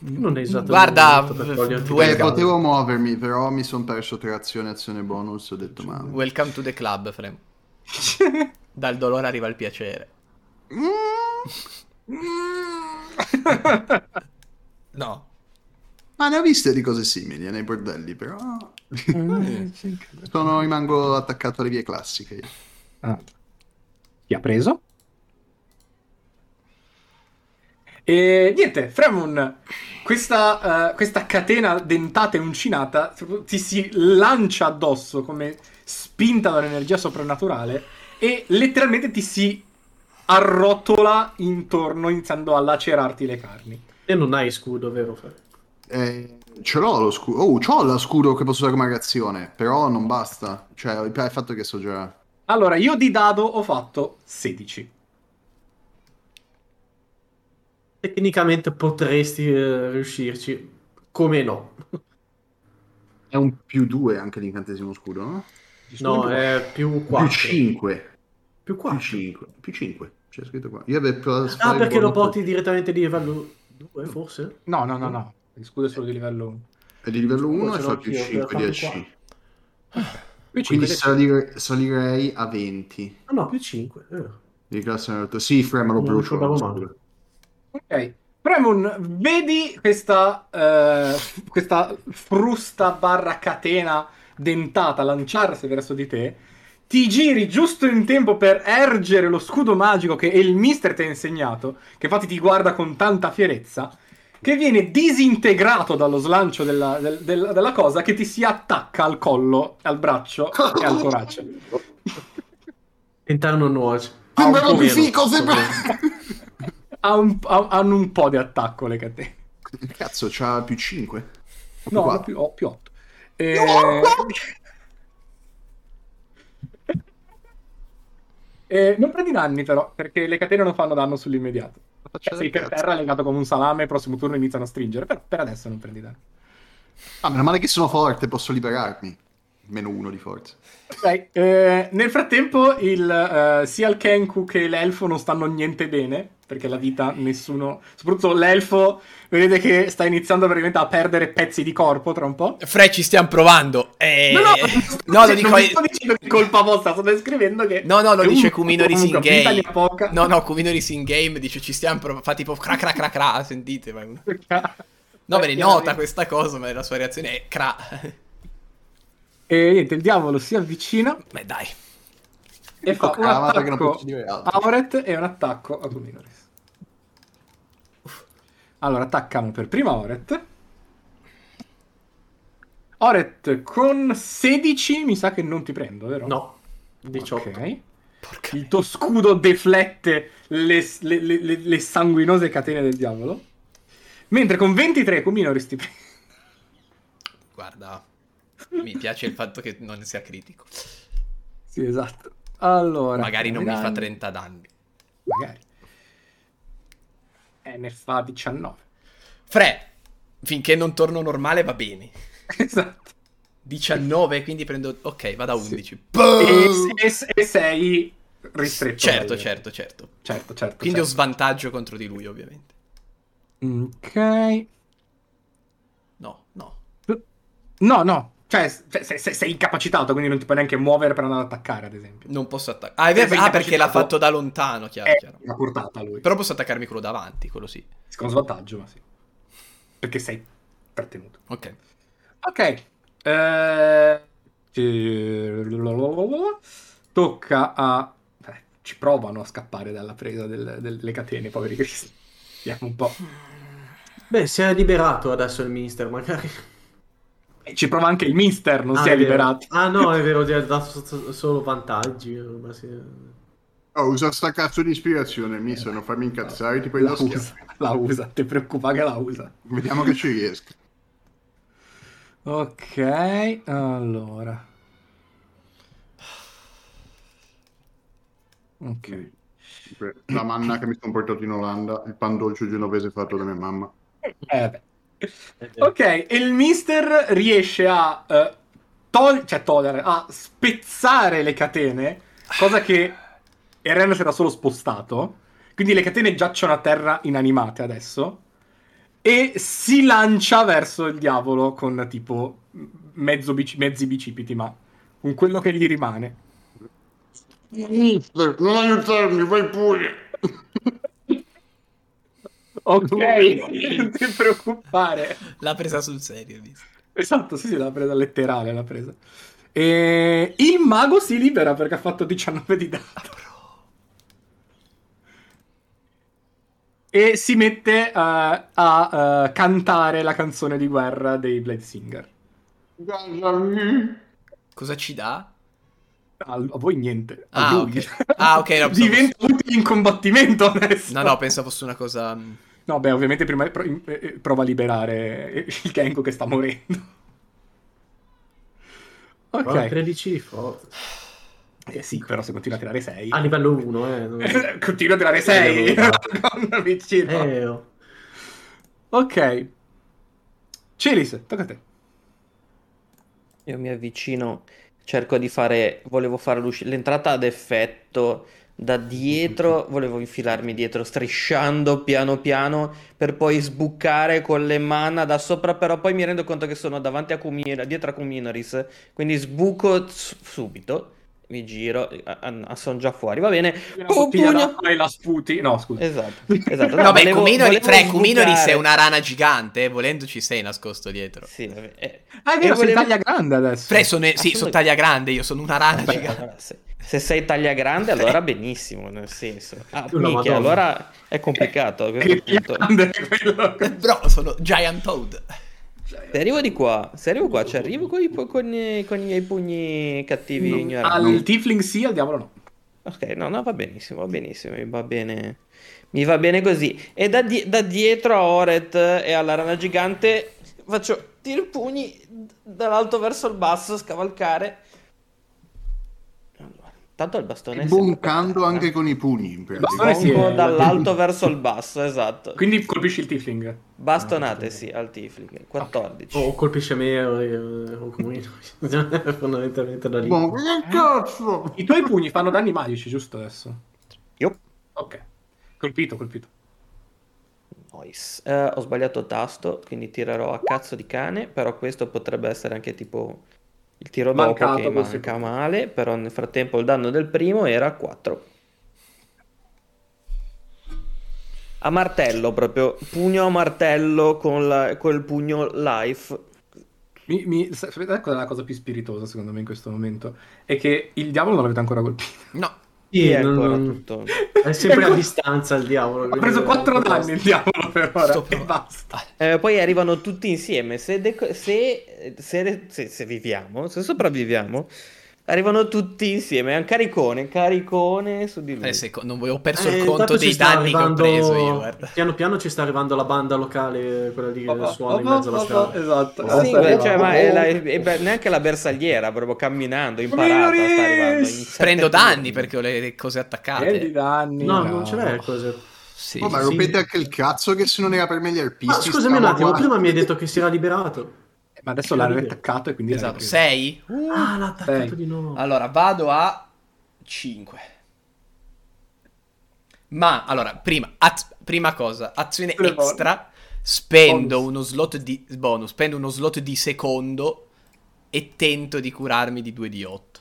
Speaker 3: Non è esatto.
Speaker 1: Guarda,
Speaker 3: il momento per toglierti
Speaker 1: due-
Speaker 4: Eh,
Speaker 3: le gambe.
Speaker 4: potevo muovermi, però mi sono perso tre azioni, azione bonus, ho detto ma...
Speaker 1: Welcome to the club, Frem. Dal dolore arriva il piacere.
Speaker 4: Mm,
Speaker 1: No.
Speaker 4: Ma ne ho viste di cose simili eh, nei bordelli, però... Sono, rimango attaccato alle vie classiche.
Speaker 2: Ah. Chi ha preso? E niente, Fremon, questa, eh, questa catena dentata e uncinata ti si lancia addosso come spinta dall'energia soprannaturale e letteralmente ti si arrotola intorno iniziando a lacerarti le carni.
Speaker 3: Te non hai scudo, vero? Fra?
Speaker 4: Eh, ce l'ho lo scudo. Oh, c'ho lo scudo che posso usare come reazione, però non basta. Cioè, il il fatto è che so già...
Speaker 2: Allora, io di dado ho fatto 16.
Speaker 3: Tecnicamente potresti eh, riuscirci. Come no?
Speaker 4: È un più 2 anche l'incantesimo scudo, no?
Speaker 3: No, è più 4.
Speaker 4: Più 5.
Speaker 3: Più
Speaker 4: Più
Speaker 3: 4.
Speaker 4: 5. Più 5. C'è scritto qua. Io avevo provato a
Speaker 3: Ah,
Speaker 4: fare il
Speaker 3: perché lo
Speaker 4: bonus-
Speaker 3: porti direttamente di livello 2, forse?
Speaker 2: No, no, no, no, il scudo è solo di livello 1.
Speaker 4: È di livello 1
Speaker 3: Oh,
Speaker 4: e
Speaker 3: ce
Speaker 4: fa
Speaker 3: l'ho
Speaker 4: più
Speaker 3: anch'io,
Speaker 4: 5
Speaker 3: però
Speaker 4: di
Speaker 3: fammi
Speaker 4: AC.
Speaker 2: Qui
Speaker 4: Quindi
Speaker 2: 5
Speaker 4: salire- salirei a 20
Speaker 3: Ah, no, più 5.
Speaker 4: di classe 98. Sì, fremalo
Speaker 3: Non
Speaker 4: brucio.
Speaker 3: ricordavo male.
Speaker 4: scusa.
Speaker 2: Ok. Premon, vedi questa, eh, questa frusta barra catena dentata lanciarsi verso di te. Ti giri giusto in tempo per ergere lo scudo magico che il mister ti ha insegnato, che infatti ti guarda con tanta fierezza, che viene disintegrato dallo slancio della, del- del- della cosa che ti si attacca al collo, al braccio e al torace.
Speaker 3: Interno nuoce.
Speaker 4: Sembra
Speaker 3: Ah, un po'
Speaker 4: un
Speaker 3: meno.
Speaker 4: fico, sembra...
Speaker 2: Ha un- ha- hanno un po' di attacco le catene.
Speaker 4: Cazzo, c'ha più 5.
Speaker 3: Eh
Speaker 2: No,
Speaker 4: Qua.
Speaker 2: ho più, ho più Eh, 8. Eh, non prendi danni però, perché le catene non fanno danno sull'immediato. Cioè, sei per terra legato come un salame, il prossimo turno iniziano a stringere, però per adesso non prendi danni.
Speaker 4: Ah, meno male che sono forte, posso liberarmi. Meno 1 di forza.
Speaker 2: Ok, eh, nel frattempo il, eh, sia il Kenku che l'elfo non stanno niente bene, perché la vita nessuno... Soprattutto l'elfo, vedete che sta iniziando veramente a perdere pezzi di corpo tra un po'.
Speaker 1: Fre, ci stiamo provando. Eh...
Speaker 2: No, no,
Speaker 1: No, lo
Speaker 2: non
Speaker 1: dico...
Speaker 2: sto dicendo che è colpa vostra, sto descrivendo che...
Speaker 1: No, no, lo
Speaker 2: è un-
Speaker 1: dice Cumino Racing
Speaker 2: comunque, vita
Speaker 1: Game.
Speaker 2: ne ha poca.
Speaker 1: No, no, Cumino Racing Game dice ci stiamo provando. Fa tipo cra cra cra cra, sentite. ma- No, me ne nota questa cosa, ma la sua reazione è cra.
Speaker 2: E niente, il diavolo si avvicina
Speaker 1: Beh, dai.
Speaker 2: e fa un
Speaker 4: Toccava, perché "Ah, non
Speaker 2: attacco
Speaker 4: posso dire altro.
Speaker 2: a Oret e un attacco a Cuminoris. Allora, attaccamo per prima Oret. Oret con 16 mi sa che non ti prendo, vero?
Speaker 3: No, 18.
Speaker 2: Ok.
Speaker 1: Porca.
Speaker 2: Il tuo scudo deflette le, le- le- le- le sanguinose catene del diavolo. Mentre con 23 Cuminoris ti prende.
Speaker 1: Guarda, mi piace il fatto che non sia critico.
Speaker 2: Sì, esatto. Allora,
Speaker 1: Magari non mi fa
Speaker 2: danni.
Speaker 1: 30 danni.
Speaker 2: Magari. Eh, ne fa 19.
Speaker 1: Fre, finché non torno normale va bene.
Speaker 2: Esatto.
Speaker 1: 19, quindi prendo... Ok, vado a Certo,
Speaker 2: Sì.
Speaker 1: 11.
Speaker 2: E,
Speaker 1: Boom!
Speaker 2: e- e sei ristretto.
Speaker 1: Oh. Certo,
Speaker 2: dai-
Speaker 1: certo, certo.
Speaker 2: certo, certo.
Speaker 1: Quindi ho
Speaker 5: Esatto.
Speaker 2: certo.
Speaker 1: svantaggio contro di lui, ovviamente.
Speaker 2: Ok.
Speaker 1: No, no.
Speaker 2: No, no. Cioè, s- cioè, sei, sei- sei incapacitato, quindi non ti puoi neanche muovere per andare ad attaccare, ad esempio.
Speaker 1: Non posso attaccare. Ah, è
Speaker 5: Eh,
Speaker 1: vero,
Speaker 2: Sei
Speaker 1: ah, perché l'ha
Speaker 5: diciamo
Speaker 2: incapacitato.
Speaker 1: fatto da lontano, chiaro,
Speaker 2: È
Speaker 1: chiaro.
Speaker 2: una portata lui.
Speaker 1: Però posso attaccarmi quello davanti, quello sì.
Speaker 2: Con svantaggio, ma sì. Perché sei trattenuto.
Speaker 1: Ok.
Speaker 2: Ok. Eh, eh, Tocca a... eh, Ci provano a scappare dalla presa del- delle catene, poveri cristi. Vediamo un po'.
Speaker 3: Beh, si è liberato adesso il mister, magari.
Speaker 2: E Eh, Ci prova anche il mister, non si è
Speaker 3: vero.
Speaker 2: liberato.
Speaker 3: Ah no, è vero, gli ha dato so- so- solo vantaggi. ma sì.
Speaker 4: Oh, usa sta cazzo di ispirazione, mi se non farmi incazzare, ti
Speaker 2: La
Speaker 4: prendo
Speaker 2: usa,
Speaker 4: schiaffo.
Speaker 2: la usa, ti preoccupa che la usa.
Speaker 4: Vediamo che ci riesco.
Speaker 2: Ok, allora. Ok.
Speaker 4: La manna che mi sono portato in Olanda, il pan dolce genovese fatto da mia mamma.
Speaker 2: Eh, vabbè. Ok, e il mister riesce a eh, tol- cioè, togliere, a spezzare le catene, cosa che Eren si era solo spostato. Quindi le catene giacciono a terra inanimate adesso. E si lancia verso il diavolo con tipo mezzo bici- mezzi bicipiti, ma con quello che gli rimane.
Speaker 4: Non aiutarmi, vai pure!
Speaker 2: Ok, non ti preoccupare.
Speaker 1: L'ha presa sul serio, visto.
Speaker 2: Esatto, sì, sì, l'ha presa letterale, l'ha presa. E il mago si libera perché ha fatto 19 di danno. E si mette eh, a eh, cantare la canzone di guerra dei Blade Singer.
Speaker 4: Guardami!
Speaker 1: Cosa ci dà?
Speaker 2: A, a voi niente. A
Speaker 1: Ah,
Speaker 2: lui.
Speaker 1: ok. Ah, ok, no, pensavo
Speaker 2: Diventa utile in combattimento adesso.
Speaker 1: No, no, penso fosse una cosa... mm,
Speaker 2: No, beh, ovviamente prima pro- in- eh, eh, prova a liberare eh, il Kenko che sta morendo.
Speaker 3: Però
Speaker 2: Ok.
Speaker 3: 13 di forza.
Speaker 2: Eh sì, però se continua a tirare 6.
Speaker 3: A livello 1, eh. non-
Speaker 2: continua a tirare 6. non vicino.
Speaker 3: Eh, oh.
Speaker 2: Ok. Celis, tocca a te.
Speaker 5: Io mi avvicino, cerco di fare, volevo fare l'usci- l'entrata ad effetto da dietro, volevo infilarmi dietro strisciando piano piano per poi sbuccare con le mani da sopra, però poi mi rendo conto che sono davanti a Kumino, dietro a Kuminoris, quindi sbuco s- subito, mi giro, a- a- sono già fuori, va bene,
Speaker 2: Una
Speaker 5: Pum,
Speaker 2: bottiglia
Speaker 5: pugno.
Speaker 2: d'acqua e la sputi. No, scusa.
Speaker 5: Esatto, esatto.
Speaker 1: No, beh,
Speaker 5: volevo-
Speaker 1: Cuminori,
Speaker 5: volevo
Speaker 1: tre, Cuminori
Speaker 5: sbucare.
Speaker 1: sei una rana gigante, eh, volendo ci sei nascosto dietro.
Speaker 5: Sì, vabbè, eh,
Speaker 2: Ah, è
Speaker 5: E
Speaker 2: vero, sei
Speaker 5: volevo-
Speaker 2: taglia grande adesso.
Speaker 1: Tre sono, sì, sono
Speaker 5: Assolutamente.
Speaker 1: taglia grande, io sono una rana
Speaker 5: Beh,
Speaker 1: gigante.
Speaker 5: allora, se, se sei taglia grande, allora benissimo, nel senso. Ah,
Speaker 3: Una
Speaker 5: minchia,
Speaker 3: Madonna.
Speaker 5: allora è complicato a questo
Speaker 2: Che taglia
Speaker 5: punto.
Speaker 2: grande è quello.
Speaker 1: Bro, sono Giant Toad.
Speaker 5: Se arrivo di qua, se arrivo qua, ci arrivo con i, con i- con i miei pugni cattivi ignoranti.
Speaker 2: Al Tifling sì, al diavolo no.
Speaker 5: Ok, no, no, va benissimo, va benissimo, mi va bene. Mi va bene così. E da, di- da dietro a Oret e alla rana gigante faccio tiro i pugni d- dall'alto verso il basso, scavalcare. Allora, tanto il bastone... è sempre-
Speaker 4: Boncando anche con i pugni, in pratica.
Speaker 2: Bastone sì,
Speaker 5: Bonco
Speaker 2: eh.
Speaker 5: dall'alto verso il basso, esatto.
Speaker 2: Quindi colpisci il Tifling.
Speaker 5: Bastonate, sì, al Tifling. 14.
Speaker 2: Oh.
Speaker 3: O colpisce me o, o comunque fondamentalmente da lì.
Speaker 4: Boh, che cazzo!
Speaker 2: I tuoi pugni fanno danni magici, giusto adesso?
Speaker 5: Yup.
Speaker 2: Ok. Colpito, colpito.
Speaker 5: Nice. Eh, ho sbagliato tasto, quindi tirerò a cazzo di cane, però questo potrebbe essere anche tipo il tiro dopo
Speaker 2: Mancato
Speaker 5: che
Speaker 2: col
Speaker 5: manca
Speaker 2: secondo.
Speaker 5: male, però nel frattempo il danno del primo era 4. A martello proprio, pugno a martello con la- col pugno life.
Speaker 2: Mi, mi, sa- sapete qual è la cosa più spiritosa secondo me in questo momento? È che il diavolo non l'avete ancora colpito.
Speaker 1: No,
Speaker 3: Sì,
Speaker 5: E ancora
Speaker 3: non-
Speaker 5: tutto.
Speaker 3: È sempre eh, a
Speaker 2: Ecco.
Speaker 3: distanza il diavolo.
Speaker 2: Ha
Speaker 3: quindi-
Speaker 2: preso 4 danni il diavolo per ora
Speaker 1: sto
Speaker 2: e
Speaker 1: pro-
Speaker 2: basta.
Speaker 5: Eh, poi arrivano tutti insieme. Se, deco- se- se- se- se viviamo, se sopravviviamo, arrivano tutti insieme. È un caricone, caricone su di lui.
Speaker 1: Eh, se- non avevo perso
Speaker 3: Eh,
Speaker 1: il
Speaker 3: intanto
Speaker 1: conto
Speaker 3: ci
Speaker 1: dei
Speaker 3: sta
Speaker 1: danni
Speaker 3: arrivando-
Speaker 1: che ho preso io, guarda.
Speaker 3: Piano piano ci sta arrivando la banda locale, quella lì che
Speaker 2: Oh,
Speaker 3: suona in
Speaker 2: oh,
Speaker 3: mezzo alla
Speaker 2: oh,
Speaker 3: strada.
Speaker 2: Esatto.
Speaker 3: Sì,
Speaker 5: Sì,
Speaker 2: Adesso
Speaker 5: ma-
Speaker 2: arriva-
Speaker 5: cioè, ma
Speaker 2: oh,
Speaker 5: è
Speaker 2: oh.
Speaker 5: la- è be- neanche la bersagliera, proprio camminando, imparata.
Speaker 2: Minoris!
Speaker 5: Sta arrivando in sette
Speaker 1: Prendo
Speaker 5: turni.
Speaker 1: danni perché ho le, le cose attaccate.
Speaker 2: Prendi danni.
Speaker 3: No, non ce l'hai cosa.
Speaker 1: Sì.
Speaker 4: Oh, ma
Speaker 3: sì.
Speaker 4: rompete anche il cazzo che se non era per me gli arpisti.
Speaker 3: Ma scusami un
Speaker 4: stavo
Speaker 3: attimo,
Speaker 4: qua.
Speaker 3: prima mi hai detto che si era liberato.
Speaker 2: Ma adesso l'ha riattaccato e quindi l'ha
Speaker 1: Esatto,
Speaker 2: ripreso.
Speaker 1: 6?
Speaker 3: Ah, l'ha attaccato
Speaker 2: Sei.
Speaker 3: di nuovo.
Speaker 1: Allora, vado a 5. Ma, allora, prima, az- prima cosa, azione
Speaker 2: Le bonus.
Speaker 1: extra, spendo
Speaker 2: Bonus.
Speaker 1: uno slot di bonus, spendo uno slot di secondo e tento di curarmi di 2 di Eh. 8.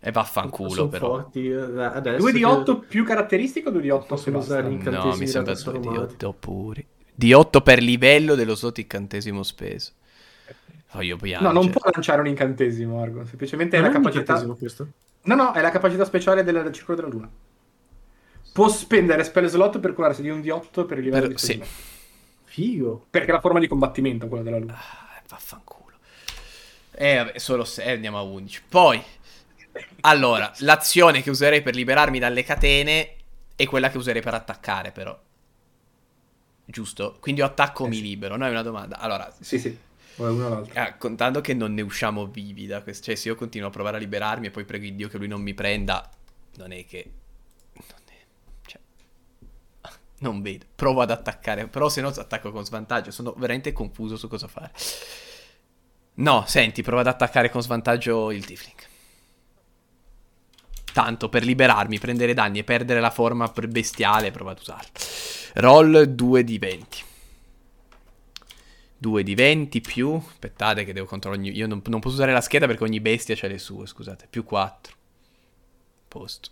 Speaker 1: E vaffanculo
Speaker 3: Sono
Speaker 1: però.
Speaker 3: forti, eh, adesso
Speaker 2: 2 di
Speaker 3: che-
Speaker 2: 8 più caratteristico o 2 di 8
Speaker 3: Posso
Speaker 2: se basta?
Speaker 3: usare l'incantesimo?
Speaker 1: No, mi sembra
Speaker 3: da
Speaker 1: 2 di
Speaker 3: trasformati.
Speaker 1: 8 pure. Di 8 per livello dello slot incantesimo speso.
Speaker 3: Eh.
Speaker 1: Voglio
Speaker 2: No,
Speaker 1: piangere.
Speaker 2: non può lanciare un incantesimo, Argo. Semplicemente è
Speaker 3: Non
Speaker 2: la
Speaker 3: è un
Speaker 2: capacità...
Speaker 3: incantesimo questo?
Speaker 2: No, no, è la capacità speciale del del Circolo della Luna. Può spendere spell slot per curarsi di un di 8 per il livello
Speaker 1: Per-
Speaker 2: di
Speaker 1: sì.
Speaker 2: spell.
Speaker 3: Figo.
Speaker 2: Perché è la forma di combattimento quella della Luna.
Speaker 1: Ah, vaffanculo. Eh, vabbè, solo 6, andiamo a 11. Poi, allora, l'azione che userei per liberarmi dalle catene è quella che userei per attaccare, però. Giusto? Quindi io attacco o mi libero? No, è una domanda. Allora,
Speaker 2: Sì, sì. O è uno o l'altro.
Speaker 1: Ah, contando che non ne usciamo vivi da questo, cioè se io continuo a provare a liberarmi e poi prego il Dio che lui non mi prenda, non è che... Non è... cioè... Non vedo, provo ad attaccare, però se no attacco con svantaggio, sono veramente confuso su cosa fare. No, senti, provo ad attaccare con svantaggio il Tifling. Tanto per liberarmi, prendere danni e perdere la forma per- bestiale, provo ad usarlo. Roll 2 di 20. 2 di 20 più. Aspettate, che devo controllare. ogni- Io non, non posso usare la scheda perché ogni bestia ha le sue. Scusate, più 4. Posto.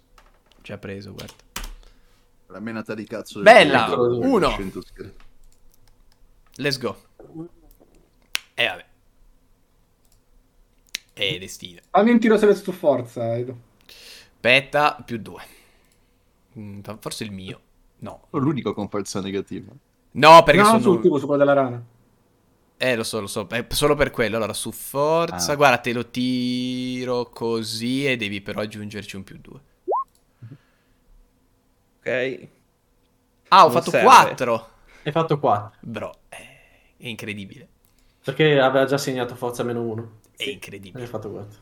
Speaker 1: Già preso, guarda.
Speaker 4: La menata di cazzo. del
Speaker 1: Bella!
Speaker 4: diavolo.
Speaker 1: Uno.
Speaker 4: 100 scherzi.
Speaker 1: Let's go. E vabbè. E destino.
Speaker 2: Fammi un tiro se su forza, Edo.
Speaker 1: Aspetta, più 2. forse il mio. No.
Speaker 4: L'unico con forza negativa.
Speaker 1: No, perché
Speaker 2: no,
Speaker 1: sono...
Speaker 2: sul tubo, su quello della rana.
Speaker 1: Eh, lo so, lo so, è solo per quello. Allora, su forza,
Speaker 4: Ah.
Speaker 1: guarda, te lo tiro così e devi però aggiungerci un più 2.
Speaker 5: Ok.
Speaker 1: Ah, ho
Speaker 5: Non
Speaker 1: fatto
Speaker 5: serve.
Speaker 1: 4.
Speaker 3: Hai fatto 4,
Speaker 1: Bro, eh, è incredibile.
Speaker 3: perché aveva già segnato forza meno 1.
Speaker 1: È incredibile.
Speaker 3: Hai fatto 4.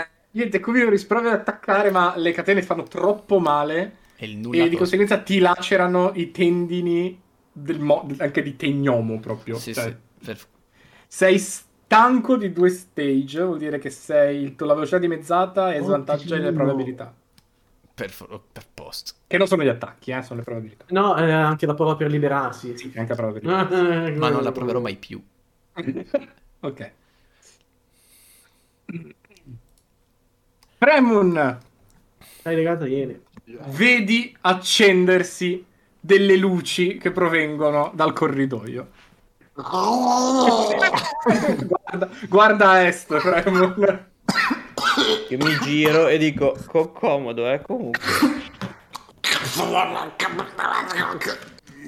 Speaker 2: Eh, niente, Cumino risprova ad attaccare, ma le catene fanno troppo male.
Speaker 1: È il nulla.
Speaker 2: E di
Speaker 1: cosa.
Speaker 2: conseguenza ti lacerano i tendini del mo- anche di tegnomo proprio.
Speaker 1: Sì,
Speaker 2: Cioè,
Speaker 1: sì. per-
Speaker 2: Sei s- tanco di due stage, vuol dire che sei il- la velocità dimezzata e
Speaker 3: Oddio.
Speaker 2: svantaggia le probabilità.
Speaker 1: Per, for- per posto.
Speaker 2: Che non sono gli attacchi, eh, sono le probabilità.
Speaker 3: No, eh, anche la prova per liberarsi.
Speaker 2: Sì, anche la probabilità.
Speaker 1: Ma
Speaker 3: Ma
Speaker 1: non la proverò mai più. Ah.
Speaker 2: ok. Premun,
Speaker 3: Hai legata ieri.
Speaker 2: vedi accendersi delle luci che provengono dal corridoio. guarda, guarda a est, Premun.
Speaker 5: Io mi giro e dico, co- comodo, eh, comunque.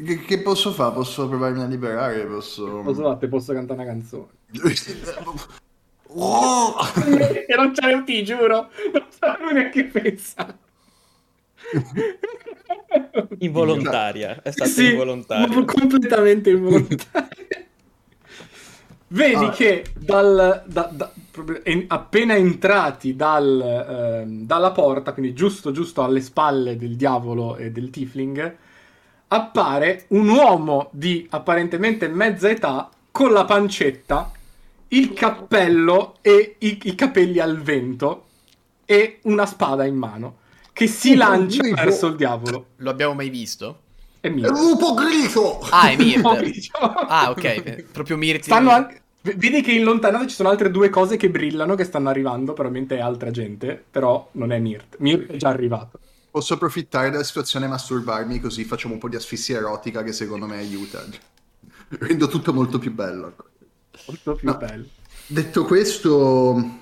Speaker 4: Che, che posso fare? Posso provarmi a liberare? Posso...
Speaker 2: Posso, te posso cantare una canzone?
Speaker 4: Oh!
Speaker 2: e non c'è un ti giuro. Non sapevo neanche pensa.
Speaker 5: Involontaria, è stata
Speaker 2: Sì,
Speaker 5: involontaria.
Speaker 2: proprio completamente involontaria. Vedi
Speaker 4: Ah.
Speaker 2: che dal- da- da- proprio en- appena entrati dal, ehm, dalla porta, quindi giusto giusto alle spalle del diavolo e del tiefling, appare un uomo di apparentemente mezza età con la pancetta, il cappello e i, i capelli al vento e una spada in mano che si
Speaker 4: Oh,
Speaker 2: lancia
Speaker 4: Dio.
Speaker 2: verso il diavolo.
Speaker 1: Lo abbiamo mai visto?
Speaker 2: È
Speaker 4: È un
Speaker 2: mio.
Speaker 4: lupo grigio!
Speaker 1: Ah, è Mirt.
Speaker 2: Diciamo-
Speaker 1: ah, ok. pe- Proprio Mirt.
Speaker 2: Stanno anche- v- Vedi che in lontananza ci sono altre due cose che brillano, che stanno arrivando, probabilmente è altra gente, però non è Mirt. Mirt è già arrivato.
Speaker 4: Posso approfittare della situazione e masturbarmi così facciamo un po' di asfissia erotica che secondo me aiuta. Rendo tutto molto più bello.
Speaker 2: Molto più
Speaker 4: No.
Speaker 2: bello.
Speaker 4: Detto questo,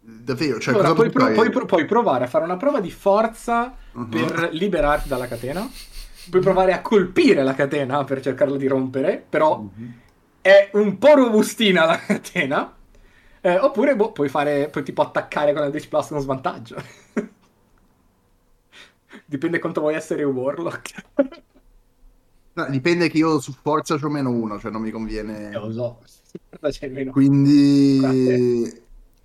Speaker 4: davvero, cioè,
Speaker 2: Allora,
Speaker 4: cosa
Speaker 2: puoi,
Speaker 4: puoi
Speaker 2: pro-
Speaker 4: fare?
Speaker 2: puoi pro- puoi provare a fare una prova di forza
Speaker 4: Mhm.
Speaker 2: per liberarti dalla catena. Puoi provare a colpire la catena per cercarla di rompere, però
Speaker 4: Mhm.
Speaker 2: è un po' robustina la catena. Eh, oppure boh, puoi fare, puoi tipo attaccare con la Dish Plus uno svantaggio. Dipende quanto vuoi essere un warlock.
Speaker 4: No, dipende che io su forza c'ho meno uno, cioè non mi conviene.
Speaker 2: Eh, lo so. Cosa c'è in meno?
Speaker 4: Quindi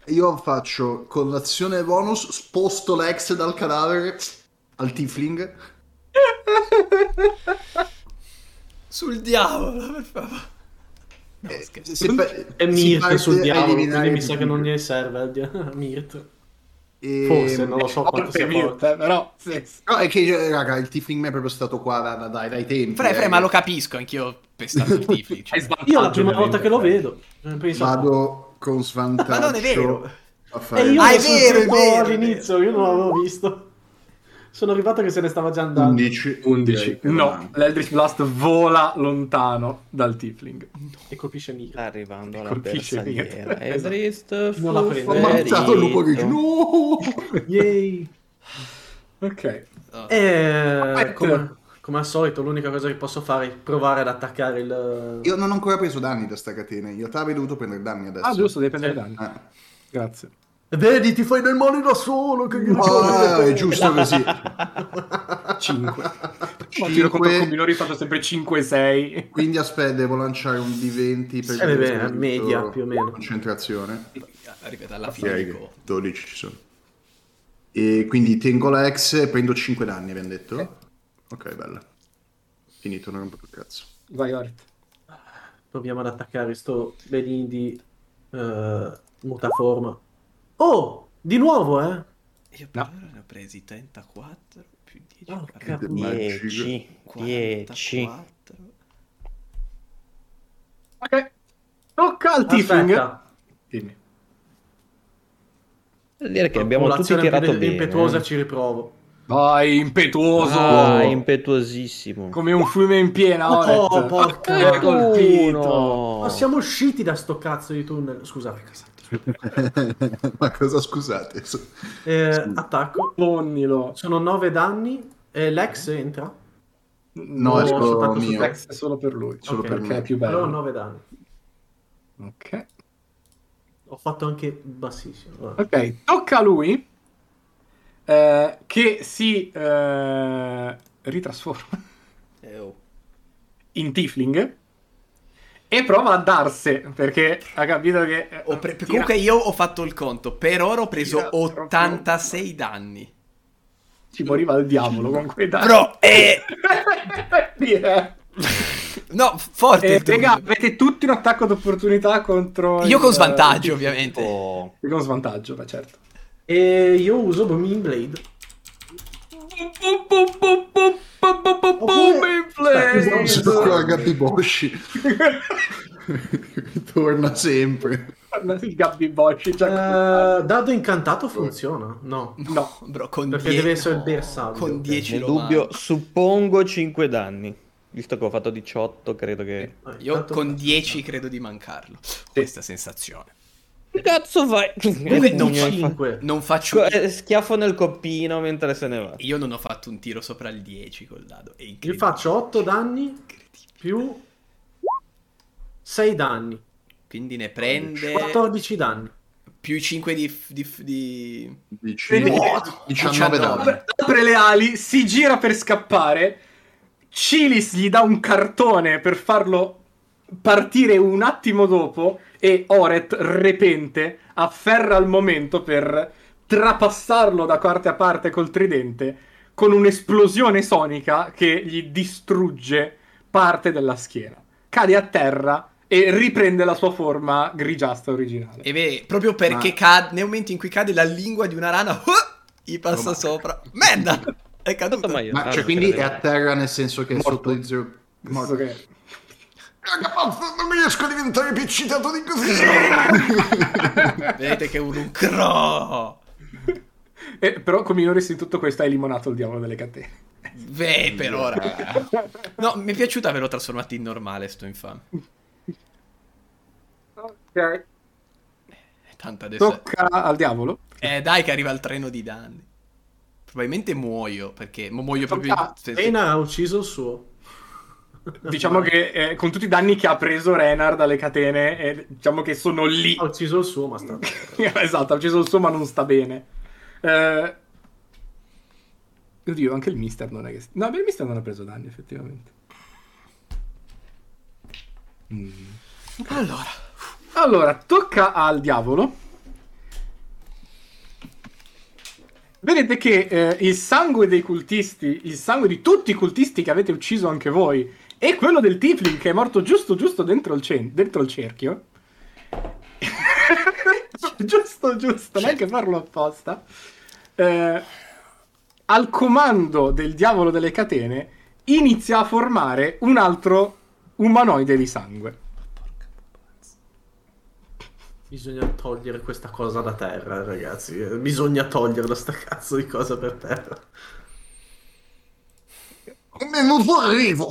Speaker 4: io faccio con l'azione bonus, sposto l'ex dal cadavere al tiefling.
Speaker 1: Sul diavolo, per favore. No,
Speaker 4: Eh,
Speaker 1: scherzo.
Speaker 4: se fa-
Speaker 3: È
Speaker 4: si
Speaker 3: Mirt
Speaker 4: parte a
Speaker 3: sul diavolo,
Speaker 4: eliminare
Speaker 3: quindi mi
Speaker 4: il
Speaker 3: sa che non gli serve al dia- Mirt.
Speaker 4: E-
Speaker 3: Forse, non lo
Speaker 4: eh,
Speaker 3: so quanto
Speaker 2: Forse
Speaker 3: sia
Speaker 2: è mute,
Speaker 3: forte.
Speaker 2: però sì, sì.
Speaker 4: No, è che, eh, raga, il tiefling mi è proprio stato qua da- da- dai, dai tempi.
Speaker 1: Fre,
Speaker 4: eh.
Speaker 1: fre, ma lo capisco, anch'io ho pestato il tifli.
Speaker 2: Hai
Speaker 1: Cioè.
Speaker 2: svantaggio,
Speaker 3: Io la prima volta
Speaker 2: ovviamente.
Speaker 3: che lo vedo, eh, penso...
Speaker 4: Vado con svantaggio.
Speaker 1: Ma non è vero.
Speaker 4: a fare-
Speaker 3: E io
Speaker 1: Ah, è
Speaker 3: l'ho
Speaker 1: vero, è
Speaker 3: sentito
Speaker 1: vero, è vero.
Speaker 3: all'inizio, io non l'avevo visto. Sono arrivato che se ne stava già andando.
Speaker 4: 11.
Speaker 2: 11. No, l'Eldritch Blast vola lontano dal Tiefling.
Speaker 3: E colpisce Mirt.
Speaker 5: Sta arrivando alla
Speaker 2: Colpisce
Speaker 5: bersagliera.
Speaker 2: niente.
Speaker 5: È triste,
Speaker 3: Non la
Speaker 5: fu
Speaker 3: prendo.
Speaker 4: Ho ammazzato il lupo grigio.
Speaker 5: ferito.
Speaker 4: No!
Speaker 3: Yay!
Speaker 2: Ok.
Speaker 1: Oh.
Speaker 3: Eh,
Speaker 2: Aspetta.
Speaker 3: come, come al solito, l'unica cosa che posso fare è provare ad attaccare il...
Speaker 4: Io non ho ancora preso danni da sta catena. In realtà avrei dovuto prendere danni adesso.
Speaker 2: Ah, giusto, devi prendere danni.
Speaker 4: Eh.
Speaker 2: Grazie.
Speaker 3: Vedi, ti fai del male da solo, che
Speaker 4: Ah, è giusto così.
Speaker 2: 5. Ma tiro contro il
Speaker 4: Cinque.
Speaker 2: combinori faccio sempre 5 6.
Speaker 4: Quindi aspetta, devo lanciare un D20 per
Speaker 3: Eh, beh,
Speaker 4: il punto
Speaker 3: media, più o meno.
Speaker 4: Concentrazione.
Speaker 1: Arrivata Ah, alla fine
Speaker 4: Ok,
Speaker 1: dico...
Speaker 4: 12 ci sono. E quindi tengo l'ex e prendo 5 danni, abbiamo detto. Ok, bella. Finito, non rompo più il cazzo.
Speaker 2: Vai Ort.
Speaker 3: Proviamo ad attaccare sto Belin di eh, mutaforma. Oh, di nuovo, eh?
Speaker 1: Io
Speaker 2: No.
Speaker 1: per ora ne ho presi 34 più 10.
Speaker 3: Oh,
Speaker 1: 40,
Speaker 3: cavolo.
Speaker 5: 10, 10.
Speaker 1: 44.
Speaker 2: Ok. Tocca al Tiefling.
Speaker 3: Aspetta,
Speaker 2: Dimmi.
Speaker 5: Vuol dire che abbiamo tutti
Speaker 3: l'azione
Speaker 5: tirato
Speaker 3: più
Speaker 5: bene. eh.
Speaker 3: impetuosa ci riprovo.
Speaker 2: Vai, impetuoso.
Speaker 5: Ah, impetuosissimo.
Speaker 2: Come un fiume in piena,
Speaker 3: Oh,
Speaker 2: Oret.
Speaker 3: porca.
Speaker 2: Mi ha colpito.
Speaker 5: Uno.
Speaker 3: Ma siamo usciti da sto cazzo di tunnel. Scusate.
Speaker 4: Ma cosa scusate? So-
Speaker 3: Eh, attacco.
Speaker 2: Bonnilo.
Speaker 3: Sono 9 danni. Eh, Lex entra.
Speaker 4: No,
Speaker 3: No,
Speaker 4: è solo
Speaker 3: soltanto su
Speaker 4: mio.
Speaker 3: Dex.
Speaker 2: Dex è solo per lui.
Speaker 4: Solo
Speaker 3: Ok,
Speaker 4: per
Speaker 2: perché
Speaker 4: me.
Speaker 2: è più
Speaker 3: Allora
Speaker 2: bello.
Speaker 3: 9 danni.
Speaker 2: Ok.
Speaker 3: Ho fatto anche bassissimo. Allora.
Speaker 2: Ok, tocca a lui eh, che si eh, ritrasforma
Speaker 1: Eh, oh.
Speaker 2: in Tifling e prova a darsi perché ha capito che... eh,
Speaker 1: Ho Oh, pre-
Speaker 2: tira-
Speaker 1: comunque io ho fatto il conto, per ora ho preso
Speaker 2: Tira proprio-
Speaker 1: 86 danni.
Speaker 2: ci moriva il diavolo con quei dadi.
Speaker 1: Bro, eh,
Speaker 2: Dire.
Speaker 1: No, forte
Speaker 2: Eh,
Speaker 1: il turno.
Speaker 2: raga, avete tutti un attacco d'opportunità contro.
Speaker 1: Io
Speaker 2: il-
Speaker 1: con
Speaker 3: eh,
Speaker 1: svantaggio, ovviamente.
Speaker 4: Oh,
Speaker 2: Io con svantaggio, beh, certo.
Speaker 3: E io uso Booming Blade.
Speaker 2: Boom,
Speaker 4: non
Speaker 2: Blade!
Speaker 4: sono ancora Gabiboshi. Torna sempre.
Speaker 2: Il Gabby Bosch, già.
Speaker 3: Eh, dado incantato funziona? No.
Speaker 2: No.
Speaker 1: Bro, con
Speaker 3: Perché
Speaker 1: die-
Speaker 3: deve essere il bersaglio.
Speaker 1: Con 10
Speaker 5: Nel
Speaker 1: lo
Speaker 5: dubbio,
Speaker 1: mando.
Speaker 5: suppongo 5 danni. Visto che ho fatto 18, credo che...
Speaker 3: Eh,
Speaker 1: Io
Speaker 3: tanto-
Speaker 1: con 10 credo di mancarlo. Questa sensazione.
Speaker 5: Che cazzo fai?
Speaker 1: Comunque non
Speaker 5: Pugno,
Speaker 1: fa-
Speaker 5: infatti.
Speaker 3: 5.
Speaker 1: Non faccio.
Speaker 5: Eh, Schiaffo nel coppino mentre se ne va.
Speaker 1: Io non ho fatto un tiro sopra il 10 col dado. È
Speaker 3: Gli
Speaker 1: incredibile.
Speaker 3: faccio 8 danni
Speaker 1: Incredibile.
Speaker 3: più 6 danni.
Speaker 1: Quindi ne prende
Speaker 3: 14 danni.
Speaker 1: più 5 di, di- di-
Speaker 4: Dici-
Speaker 2: What?
Speaker 4: 19 danni.
Speaker 2: Apre, apre le ali, si gira per scappare. Cilis gli dà un cartone per farlo partire un attimo dopo. E Oret, repente, afferra il momento per trapassarlo da parte a parte col tridente con un'esplosione sonica che gli distrugge parte della schiena. Cade a terra e riprende la sua forma grigiastra originale.
Speaker 1: E beh, proprio perché
Speaker 4: Ma-
Speaker 1: cade, nel momento in cui cade la lingua di una rana, uh, gli passa
Speaker 4: Ma-
Speaker 1: sopra. Merda! È caduto.
Speaker 5: Ma io-
Speaker 4: Ma
Speaker 5: ah,
Speaker 4: cioè,
Speaker 5: non
Speaker 4: quindi è
Speaker 5: credo.
Speaker 4: a terra nel senso che è
Speaker 2: Morto.
Speaker 4: sotto di zero.
Speaker 2: Morto che-
Speaker 4: Raga, pazzo, non riesco a diventare più eccitato di così.
Speaker 1: Vedete che è un lucro.
Speaker 2: Eh, però come Minoris in tutto questo hai limonato il diavolo delle catene.
Speaker 1: Beh, per ora. No, mi è piaciuto averlo trasformato in normale, sto infame.
Speaker 2: Ok.
Speaker 1: Tanto adesso...
Speaker 2: Tocca al diavolo.
Speaker 1: Eh, dai che arriva il treno di danni. Probabilmente muoio, perché... mo muoio
Speaker 2: Tocca
Speaker 1: proprio... in-
Speaker 2: a
Speaker 1: se- se-
Speaker 3: Reina ha ucciso il suo.
Speaker 2: Diciamo che eh, con tutti i danni che ha preso Renar dalle catene, eh, diciamo che sono lì.
Speaker 3: Ha ucciso il suo, ma sta.
Speaker 2: esatto, ha ucciso il suo ma non sta bene. Eh... Oddio, anche il mister non è che... No, beh, il mister non ha preso danni effettivamente. Mm.
Speaker 1: Allora,
Speaker 2: Allora, tocca al diavolo. Vedete che eh, il sangue dei cultisti, il sangue di tutti i cultisti che avete ucciso anche voi, e quello del Tiflin che è morto giusto giusto dentro il, cen- dentro il cerchio. giusto giusto, neanche farlo apposta. Eh, al comando del diavolo delle catene inizia a formare un altro umanoide di sangue.
Speaker 3: Bisogna togliere questa cosa da terra, ragazzi. Eh, Bisogna toglierla sta cazzo di cosa per terra.
Speaker 4: non so arrivo.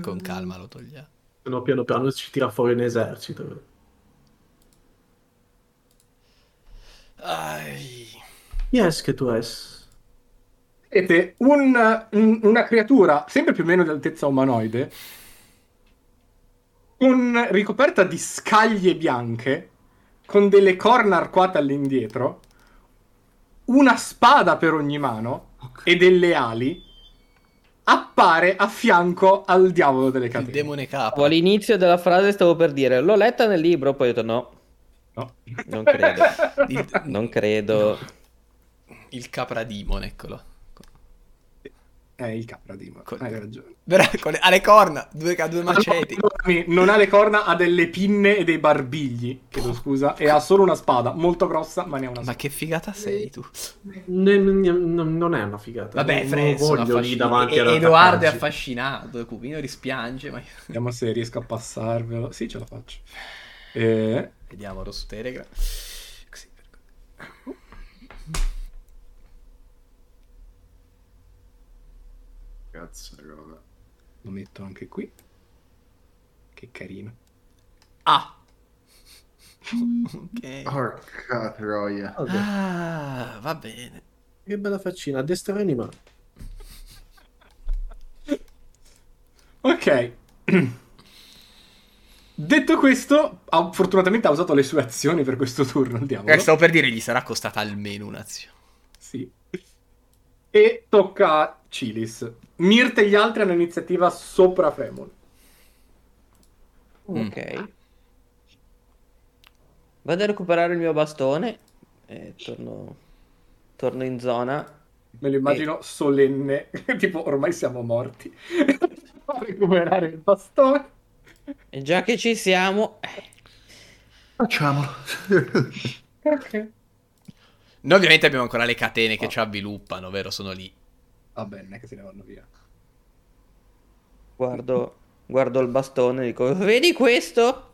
Speaker 1: con calma lo togliamo.
Speaker 3: Se no, piano piano ci tira fuori un esercito.
Speaker 1: Ai.
Speaker 3: Yes, che tu es.
Speaker 2: Vedete un- un- una creatura sempre più o meno di altezza umanoide, con ricoperta di scaglie bianche, con delle corna arcuate all'indietro, una spada per ogni mano e delle ali, appare a fianco al diavolo delle
Speaker 1: Il
Speaker 2: catene.
Speaker 1: demone capo.
Speaker 5: All'inizio della frase stavo per dire, l'ho letta nel libro, poi ho detto no,
Speaker 2: No.
Speaker 5: non credo.
Speaker 1: Il,
Speaker 5: Non credo.
Speaker 1: il capradimone, eccolo.
Speaker 2: Eh, il capra demon,
Speaker 1: Col-
Speaker 2: hai ragione.
Speaker 1: Vera- con le- ha le corna, due, ca- due maceti.
Speaker 2: Scusami, Non ha le corna, ha delle pinne e dei barbigli. Chiedo scusa. E ha solo una spada, molto grossa, ma ne ha una
Speaker 1: Ma che figata sei tu.
Speaker 3: Ne- ne- ne- non è una figata.
Speaker 1: Vabbè,
Speaker 3: non,
Speaker 1: Fred,
Speaker 3: non
Speaker 1: sono
Speaker 3: voglio lì
Speaker 1: affascinato.
Speaker 3: davanti ad
Speaker 1: E- Edoardo è
Speaker 3: attaccarci.
Speaker 1: affascinato. Cupino rispiange, ma io-
Speaker 2: Vediamo se riesco a passarvelo. Sì, ce la faccio. Eh,
Speaker 1: Vediamolo su Telegram. Così, per-
Speaker 4: Cazzo, roba.
Speaker 2: lo metto anche qui. Che carino.
Speaker 1: Ah! ok.
Speaker 4: Porca troia.
Speaker 3: Vabbè,
Speaker 1: Ah, va bene.
Speaker 3: Che bella faccina, a destra animale.
Speaker 2: Ok. Detto questo, ha- fortunatamente ha usato le sue azioni per questo turno, il diavolo.
Speaker 1: Eh, stavo per dire, gli sarà costata almeno un'azione.
Speaker 2: Sì. E tocca a Cilis. Mirte e gli altri hanno iniziativa sopra Fremon.
Speaker 5: Ok. Vado a recuperare il mio bastone e torno, torno in zona
Speaker 2: Me lo immagino solenne, tipo ormai siamo morti. A recuperare il bastone.
Speaker 5: E già che ci siamo,
Speaker 4: Facciamolo.
Speaker 2: Perché?
Speaker 1: Noi ovviamente abbiamo ancora le catene che ci avviluppano, vero? Sono lì.
Speaker 2: Vabbè, non è che se ne vanno via.
Speaker 5: guardo, guardo il bastone e dico: Vedi questo?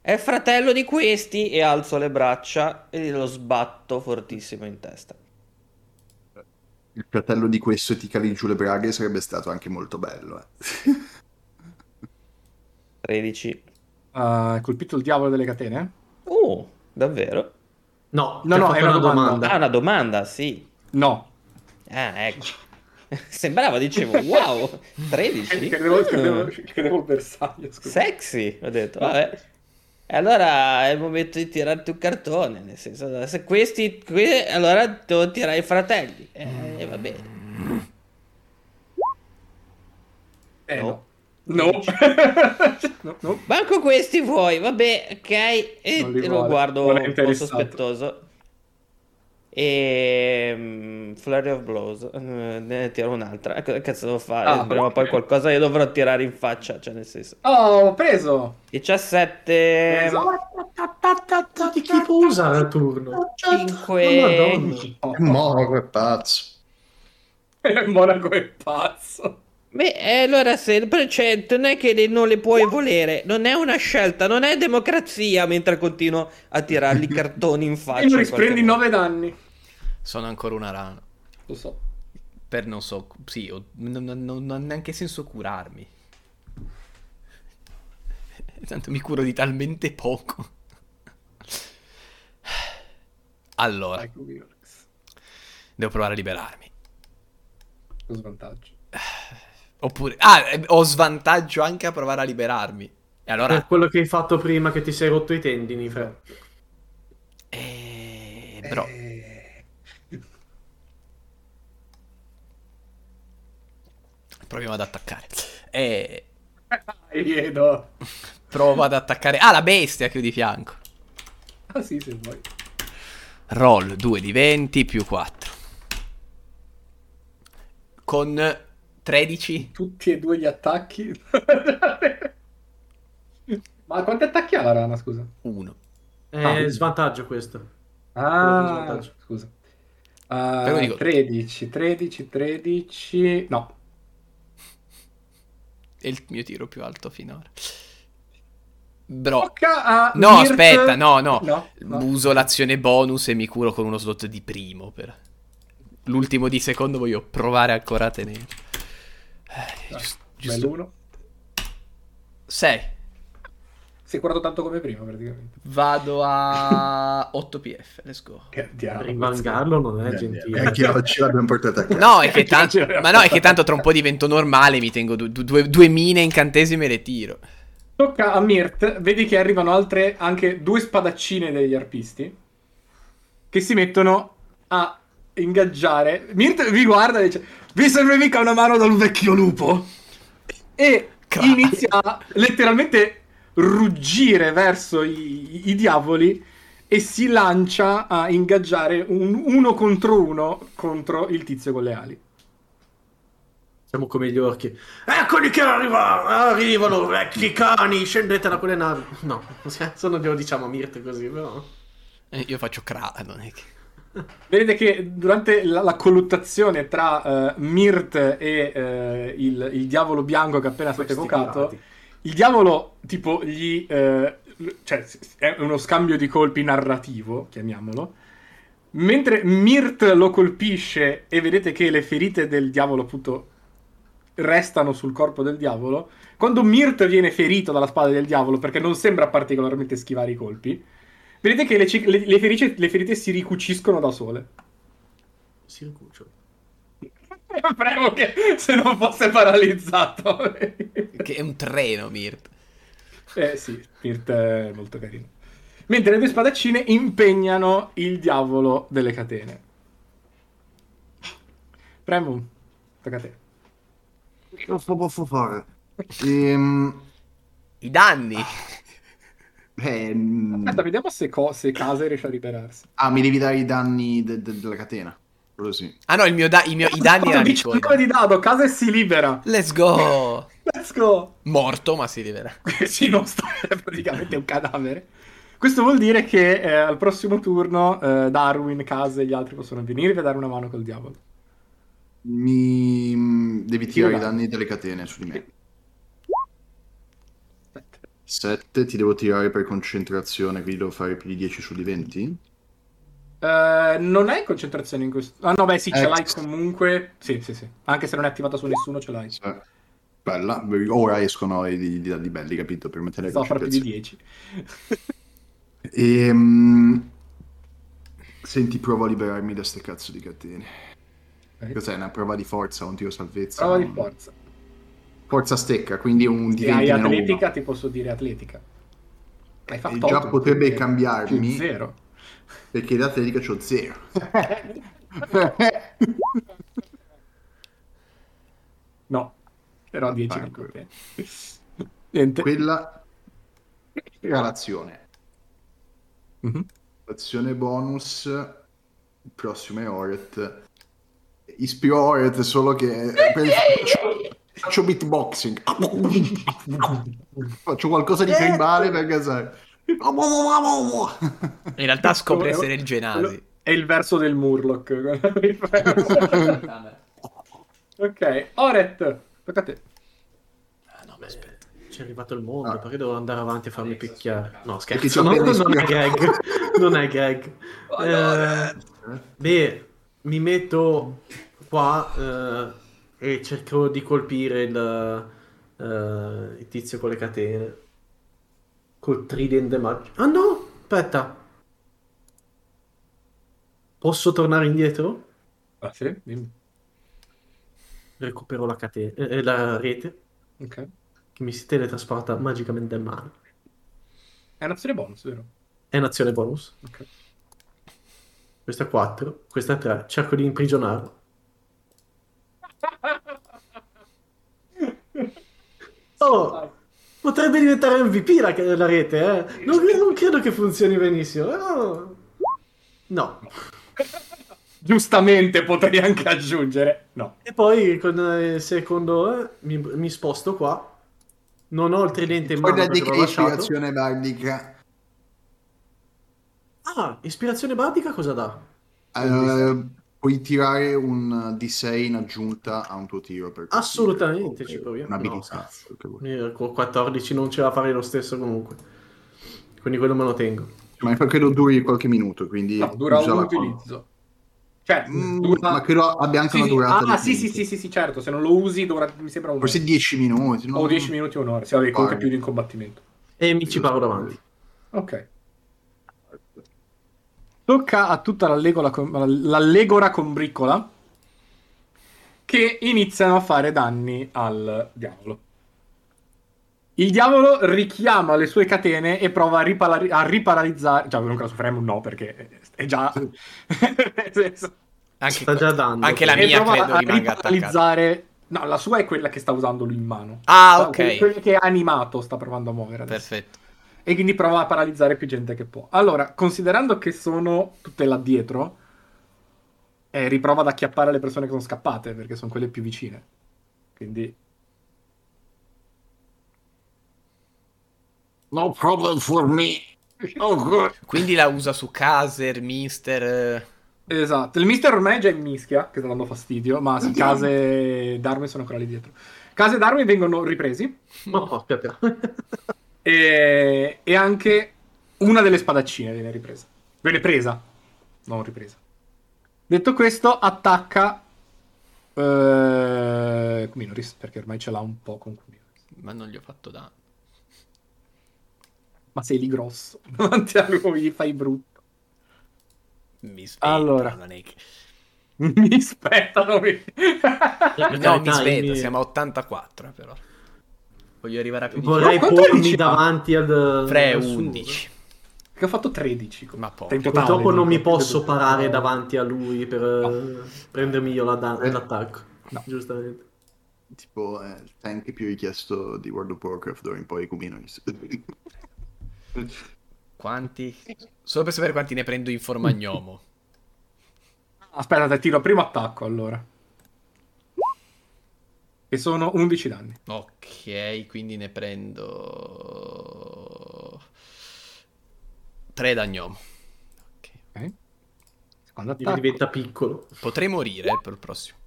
Speaker 5: È fratello di questi. E alzo le braccia e lo sbatto fortissimo in testa.
Speaker 4: Il fratello di questo e ti cali giù le braghe sarebbe stato anche molto bello. eh.
Speaker 5: 13.
Speaker 2: Ah, hai colpito il diavolo delle catene?
Speaker 5: Uh, davvero?
Speaker 3: No,
Speaker 2: No,
Speaker 3: ti ho
Speaker 2: no,
Speaker 3: fatto
Speaker 2: è una domanda.
Speaker 5: Ah, una domanda, sì.
Speaker 2: No.
Speaker 5: Ah, ecco. Sembrava, dicevo, wow, 13?
Speaker 2: Credevo, credevo,
Speaker 5: Ah,
Speaker 2: credevo il bersaglio, scusa.
Speaker 5: sexy, ho detto, vabbè. E allora è il momento di tirarti un cartone, nel senso, se questi, qui, allora devo tirare i fratelli. E
Speaker 2: Mm.
Speaker 5: va bene.
Speaker 2: Eh, no. No.
Speaker 5: No.
Speaker 2: no, no.
Speaker 5: Manco questi vuoi, vabbè, ok. E
Speaker 2: Non li
Speaker 5: e lo
Speaker 2: vuole,
Speaker 5: guardo
Speaker 2: non è
Speaker 5: un po'
Speaker 2: interessato.
Speaker 5: sospettoso. E mm, Flurry of Blows, Eh, ne tiro un'altra. Eh, Cosa cazzo devo fare?
Speaker 2: Ah,
Speaker 5: Prima o
Speaker 2: ok.
Speaker 5: poi qualcosa io dovrò tirare in faccia, cioè nel senso.
Speaker 2: Oh, ho preso!
Speaker 5: 17
Speaker 2: Preso.
Speaker 3: Ma Di chi può usare al turno?
Speaker 5: 5
Speaker 2: Oh,
Speaker 4: Moro, che pazzo.
Speaker 2: il monaco è pazzo.
Speaker 5: Beh, eh, allora se il precetto non è che le- non le puoi volere, non è una scelta, non è democrazia mentre continuo a tirargli i cartoni in faccia.
Speaker 2: E non
Speaker 5: in qualche
Speaker 2: risprendi
Speaker 5: modo.
Speaker 2: 9 danni.
Speaker 1: Sono ancora una rana.
Speaker 2: Lo so.
Speaker 1: Per non so... Sì, o- non, non- non ha neanche senso curarmi. Tanto mi curo di talmente poco. Allora,
Speaker 2: Dai, Ruby Orcs.
Speaker 1: devo provare a liberarmi.
Speaker 2: Lo svantaggio.
Speaker 1: Oppure... Ah, eh, ho svantaggio anche a provare a liberarmi. E allora...
Speaker 3: Per quello che hai fatto prima che ti sei rotto i tendini, Fred.
Speaker 1: Eh, però...
Speaker 2: Eh,
Speaker 1: Proviamo ad attaccare. Eh,
Speaker 2: Dai, Edo.
Speaker 1: provo ad attaccare. Ah, la bestia che ho di fianco.
Speaker 2: Ah sì, se vuoi.
Speaker 1: Roll 2 di 20 più 4. Con 13.
Speaker 2: Tutti e due gli attacchi. Ma quanti attacchi ha la rana, scusa?
Speaker 1: 1.
Speaker 3: È
Speaker 2: Ah.
Speaker 3: svantaggio questo. Quello di
Speaker 2: Ah,
Speaker 3: svantaggio.
Speaker 2: scusa.
Speaker 1: Però
Speaker 2: Ah,
Speaker 1: dico-
Speaker 2: 13, 13, 13. No,
Speaker 1: È il mio tiro più alto finora. Bro.
Speaker 2: Tocca a
Speaker 1: No,
Speaker 2: Mirt.
Speaker 1: aspetta, no, no.
Speaker 2: No, no.
Speaker 1: Uso l'azione bonus e mi curo con uno slot di primo. Per... L'ultimo di secondo voglio provare ancora a tenere. Eh, gius-
Speaker 2: Bello
Speaker 1: giusto.
Speaker 2: uno.
Speaker 1: 6.
Speaker 2: Si è curato tanto come prima, praticamente.
Speaker 1: Vado a 8 PF. Let's go.
Speaker 2: Che diavolo.
Speaker 3: Rimangarlo non è
Speaker 4: E
Speaker 3: gentile.
Speaker 4: anche oggi l'abbiamo portata a casa.
Speaker 1: No, è che
Speaker 2: Chi ce
Speaker 1: tanto,
Speaker 2: l'aveva
Speaker 1: ma no, è che
Speaker 2: fatta?
Speaker 1: tanto tra un po' divento normale, mi tengo du- du- due, due mine incantesime e le tiro.
Speaker 2: Tocca a Mirt. Vedi che arrivano altre anche due spadaccine degli arpisti che si mettono a ingaggiare. Mirt vi guarda e dice: Vi serve mica una mano dal vecchio lupo? E
Speaker 1: Cazzo.
Speaker 2: inizia a letteralmente ruggire verso i, i diavoli e si lancia a ingaggiare un uno contro uno contro il tizio con le ali.
Speaker 3: Siamo come gli orchi. Eccoli che arrivano! Arrivano, vecchi cani! Scendete da quelle navi! No, scherzo, non glielo diciamo a Mirte così, però.
Speaker 1: Eh, Io faccio cra, non è che...
Speaker 2: Vedete che durante la, la colluttazione tra eh, Mirt e eh, il, il diavolo bianco che è appena stato
Speaker 3: Questi
Speaker 2: evocato,
Speaker 3: pirati.
Speaker 2: il diavolo tipo gli... eh, l- cioè s- s- è uno scambio di colpi narrativo, chiamiamolo. Mentre Mirt lo colpisce e vedete che le ferite del diavolo appunto restano sul corpo del diavolo, quando Mirt viene ferito dalla spada del diavolo perché non sembra particolarmente schivare i colpi, vedete che le, cic- le- le ferice- le ferite si ricuciscono da sole.
Speaker 3: Si ricuccio.
Speaker 2: Premo che se non fosse paralizzato.
Speaker 1: che è un treno, Mirt.
Speaker 2: eh sì, Mirt è molto carino. Mentre le due spadaccine impegnano il diavolo delle catene. Premo, tocca a te.
Speaker 4: Posso, posso fare. Ehm,
Speaker 1: I danni.
Speaker 4: ehm, eh, mm,
Speaker 2: Aspetta, vediamo se, co- se Case riesce a liberarsi.
Speaker 4: ah, mi devi dare i danni de- de- della catena. Così.
Speaker 1: Ah no, il mio da- i, mio- i danni erano
Speaker 2: Fatto
Speaker 1: i
Speaker 2: 5
Speaker 1: coda.
Speaker 2: di dado, casa e si libera.
Speaker 1: Let's go!
Speaker 2: Let's go.
Speaker 1: Morto, ma si libera.
Speaker 2: sì, non sta è praticamente un cadavere. Questo vuol dire che eh, al prossimo turno eh, Darwin, Case e gli altri possono venirvi a dare una mano col diavolo.
Speaker 4: Mi... mm, Devi tirare i
Speaker 2: danno.
Speaker 4: danni delle catene su di me. 7 ti devo tirare per concentrazione, quindi devo fare più di 10 su di 20.
Speaker 2: Eh, non hai concentrazione in questo. Ah, no, beh, sì, ce
Speaker 4: Eh,
Speaker 2: l'hai
Speaker 4: sì.
Speaker 2: comunque. Sì, sì, sì. Anche se non è attivata su nessuno, ce l'hai.
Speaker 4: Eh, Bella, ora escono i di, di, di belli, capito? Per mettere
Speaker 2: Sto a far più di
Speaker 4: concentrazione.
Speaker 2: 10.
Speaker 4: Ehm, Senti, provo a liberarmi da ste cazzo di catene.
Speaker 2: Ok.
Speaker 4: Cos'è? Una prova di forza, un tiro salvezza?
Speaker 2: Eh. Prova di
Speaker 4: Un-
Speaker 2: forza.
Speaker 4: Forza stecca, quindi un di
Speaker 2: Se hai
Speaker 4: 20 meno uno.
Speaker 2: atletica, ti posso dire atletica. Hai
Speaker 4: E
Speaker 2: fatto
Speaker 4: già
Speaker 2: otto,
Speaker 4: potrebbe
Speaker 2: quindi-
Speaker 4: cambiarmi.
Speaker 2: Zero.
Speaker 4: Perché in atletica c'ho 0.
Speaker 2: No,
Speaker 4: Ah,
Speaker 2: però 10 di
Speaker 4: Vaffanculo.
Speaker 2: colpi. Niente.
Speaker 4: Quella era l'azione.
Speaker 2: Mhm.
Speaker 4: Azione bonus. Il prossimo è Oret. Ispiro Oret, solo che per- faccio, faccio beatboxing. faccio qualcosa di tribale per gasare.
Speaker 1: In realtà scopre
Speaker 2: Quello-
Speaker 1: essere il Genasi.
Speaker 2: È il verso del Murloc.
Speaker 1: Vabbè.
Speaker 2: ok, Oret, tocca a te.
Speaker 3: Ah, no, ma aspetta. C'è arrivato il mondo,
Speaker 4: Ah.
Speaker 3: perché devo andare avanti e farmi picchiare? No,
Speaker 4: Perché ci
Speaker 3: scherzo,
Speaker 4: ho
Speaker 3: no,
Speaker 4: appena
Speaker 3: non è
Speaker 4: ispirato.
Speaker 3: gag. Non è gag.
Speaker 2: Allora.
Speaker 3: Eh, beh, mi metto qua eh, e cerco di colpire il, eh, il tizio con le catene. Col tridente magico. Ah no, aspetta. Posso tornare indietro?
Speaker 2: Ah, sì? Dimmi.
Speaker 3: Recupero la, catena, eh, la rete
Speaker 2: Ok.
Speaker 3: che mi si teletrasporta magicamente in mano.
Speaker 2: È un'azione bonus, vero?
Speaker 3: È un'azione bonus.
Speaker 2: Ok.
Speaker 3: Questa è 4, questa è 3. Cerco di imprigionarlo. Oh, potrebbe diventare MVP la, la rete, eh? Non, non credo che funzioni benissimo. però- No.
Speaker 2: Giustamente potrei anche aggiungere. No.
Speaker 3: E poi con eh, il secondo eh, mi, mi sposto qua. Non ho il tridente in mano
Speaker 4: Ricordati
Speaker 3: perché
Speaker 4: che
Speaker 3: l'ho lasciato.
Speaker 4: ispirazione bardica.
Speaker 3: Ah, ispirazione bardica cosa dà?
Speaker 4: Eh, puoi tirare un D6 in aggiunta a un tuo tiro. per colpire,
Speaker 3: Assolutamente,
Speaker 4: o per
Speaker 3: ci proviamo.
Speaker 4: Un'abilità.
Speaker 3: No,
Speaker 4: quello che vuoi.
Speaker 3: Eh, Con 14 non ce la farei lo stesso comunque. Quindi quello me lo tengo.
Speaker 4: Ma infatti credo duri qualche minuto, quindi...
Speaker 2: No, dura
Speaker 4: usa
Speaker 2: un
Speaker 4: la-
Speaker 2: utilizzo. Cioè,
Speaker 4: Mm,
Speaker 2: dura...
Speaker 4: Ma credo abbia anche
Speaker 2: Sì,
Speaker 4: una
Speaker 2: sì.
Speaker 4: durata.
Speaker 2: Ah,
Speaker 4: di
Speaker 2: sì, sì,
Speaker 4: minuti.
Speaker 2: sì, sì, sì, certo. Se non lo usi, dovrà... mi sembra un...
Speaker 4: Forse 10 minuti. no?
Speaker 2: o 10 minuti o un'ora. Sì, vabbè, comunque
Speaker 4: Guarda.
Speaker 2: più di un combattimento.
Speaker 3: E mi ci paro davanti.
Speaker 2: Ok. Tocca a tutta l'allegora, com- l'allegora combriccola che iniziano a fare danni al diavolo. Il diavolo richiama le sue catene e prova a, ripala- a riparalizzare. Già, non caso Fremon no, perché è già. Nel senso-
Speaker 1: Anche,
Speaker 3: Sta già dando.
Speaker 1: anche la
Speaker 2: e
Speaker 1: mia
Speaker 2: Eh, prova
Speaker 1: credo
Speaker 2: a
Speaker 1: rimanga attaccata.
Speaker 2: riparalizzare. No, la sua è quella che sta usando lui in mano.
Speaker 1: Ah,
Speaker 2: Que-
Speaker 1: ok.
Speaker 2: Quella che è animato sta provando a muovere. adesso
Speaker 1: Perfetto.
Speaker 2: e quindi prova a paralizzare più gente che può. Allora, considerando che sono tutte là dietro, eh, riprova ad acchiappare le persone che sono scappate, perché sono quelle più vicine. Quindi...
Speaker 7: No problem for me. Oh, good.
Speaker 1: Quindi la usa su Caser, Mister. eh,
Speaker 2: Esatto, il mister ormai è già in mischia, che sta dando fastidio, ma sì, case e Darwin sono ancora lì dietro. Case e Darwin vengono ripresi
Speaker 3: Ma porca però.
Speaker 1: Eh,
Speaker 2: e, e anche una delle spadaccine viene ripresa. Viene presa, non ripresa. Detto questo, attacca eh, Kuminoris, perché ormai ce l'ha un po' con Kuminoris.
Speaker 1: Ma non gli ho fatto danno.
Speaker 2: Ma sei lì grosso, davanti a lui gli fai brutto.
Speaker 1: Mi spento,
Speaker 2: Allora.
Speaker 1: non è che-
Speaker 2: Mi spettano mi-
Speaker 3: Eh,
Speaker 1: No, mi spento, siamo a 84 però. Voglio arrivare a più di
Speaker 2: No,
Speaker 3: Vorrei
Speaker 2: quanto è
Speaker 3: pormi
Speaker 2: vicino?
Speaker 3: davanti al...
Speaker 1: 3,
Speaker 3: al suo.
Speaker 1: 11.
Speaker 2: Che ho fatto 13. comunque.
Speaker 1: Ma poco.
Speaker 2: In totale,
Speaker 3: Purtroppo non mi
Speaker 2: dico.
Speaker 3: posso parare davanti a lui per eh, prendermi io la da-
Speaker 4: Eh.
Speaker 3: l'attacco.
Speaker 2: No.
Speaker 3: Giustamente.
Speaker 4: Tipo eh, il tank più richiesto di World of Warcraft d'ora in poi, Kuminoris.
Speaker 1: Quanti? Solo per sapere quanti ne prendo in Formagnomo.
Speaker 2: Aspetta, te tiro primo attacco allora. Che sono 11 danni.
Speaker 1: Ok, quindi ne prendo... Tre d'agnomo. Ok.
Speaker 2: Ok. Secondo
Speaker 3: Div-
Speaker 2: attacco.
Speaker 3: diventa piccolo.
Speaker 1: Potrei morire per il prossimo.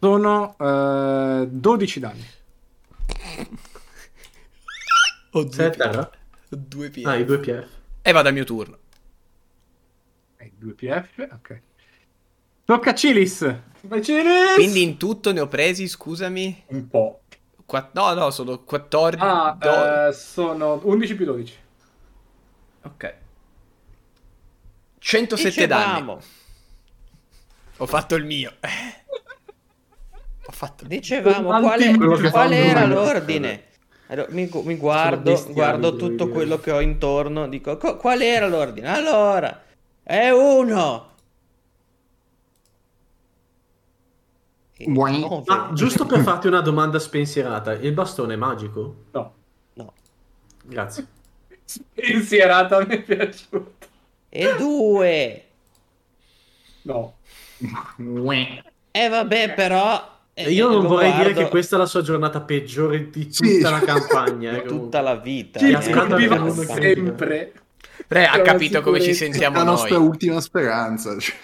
Speaker 2: Sono eh, 12 danni.
Speaker 1: Ho due
Speaker 3: Sei a
Speaker 1: piedi.
Speaker 3: terra?
Speaker 1: Ho due piedi.
Speaker 3: Ah, i due PF.
Speaker 1: E vado al mio turno.
Speaker 2: Ok, 2 PF, ok. Tocca a Cilis. Vai Cilis!
Speaker 1: Quindi in tutto ne ho presi, scusami.
Speaker 2: Un po'.
Speaker 1: Qua- No, no, sono 14.
Speaker 2: Ah,
Speaker 1: do-
Speaker 2: eh, sono 11 più 12.
Speaker 1: Ok. 107 danni.
Speaker 5: Dicevamo,
Speaker 1: Ho fatto il mio. Eh. Ho fatto il mio.
Speaker 5: dicevamo qual, è-
Speaker 2: Quello che
Speaker 5: qual
Speaker 2: fanno
Speaker 5: era
Speaker 2: male.
Speaker 5: l'ordine. Allora, mi, gu- mi guardo,
Speaker 3: bestiali,
Speaker 5: guardo
Speaker 3: devo
Speaker 5: tutto
Speaker 3: dire.
Speaker 5: quello che ho intorno, dico "Co- qual era l'ordine? Allora, è uno. E
Speaker 4: Buoni.
Speaker 5: nove.
Speaker 3: Ma giusto per farti una domanda spensierata, il bastone è magico?
Speaker 2: No.
Speaker 5: No.
Speaker 3: Grazie.
Speaker 2: Spensierata mi è piaciuta.
Speaker 5: E due.
Speaker 2: No.
Speaker 5: E Eh, vabbè, però... eh,
Speaker 3: E io non
Speaker 5: lo
Speaker 3: vorrei dire
Speaker 5: guardo
Speaker 3: che questa è la sua giornata peggiore di tutta
Speaker 4: Sì.
Speaker 3: la campagna. eh,
Speaker 5: tutta la vita.
Speaker 2: Cilis
Speaker 3: eh,
Speaker 2: colpiva
Speaker 3: eh,
Speaker 5: abbastanza.
Speaker 3: eh,
Speaker 2: sempre.
Speaker 1: Re, ha
Speaker 2: Però
Speaker 1: capito come ci
Speaker 2: sicurezza.
Speaker 1: sentiamo
Speaker 4: la nostra
Speaker 1: noi.
Speaker 4: ultima speranza. cioè.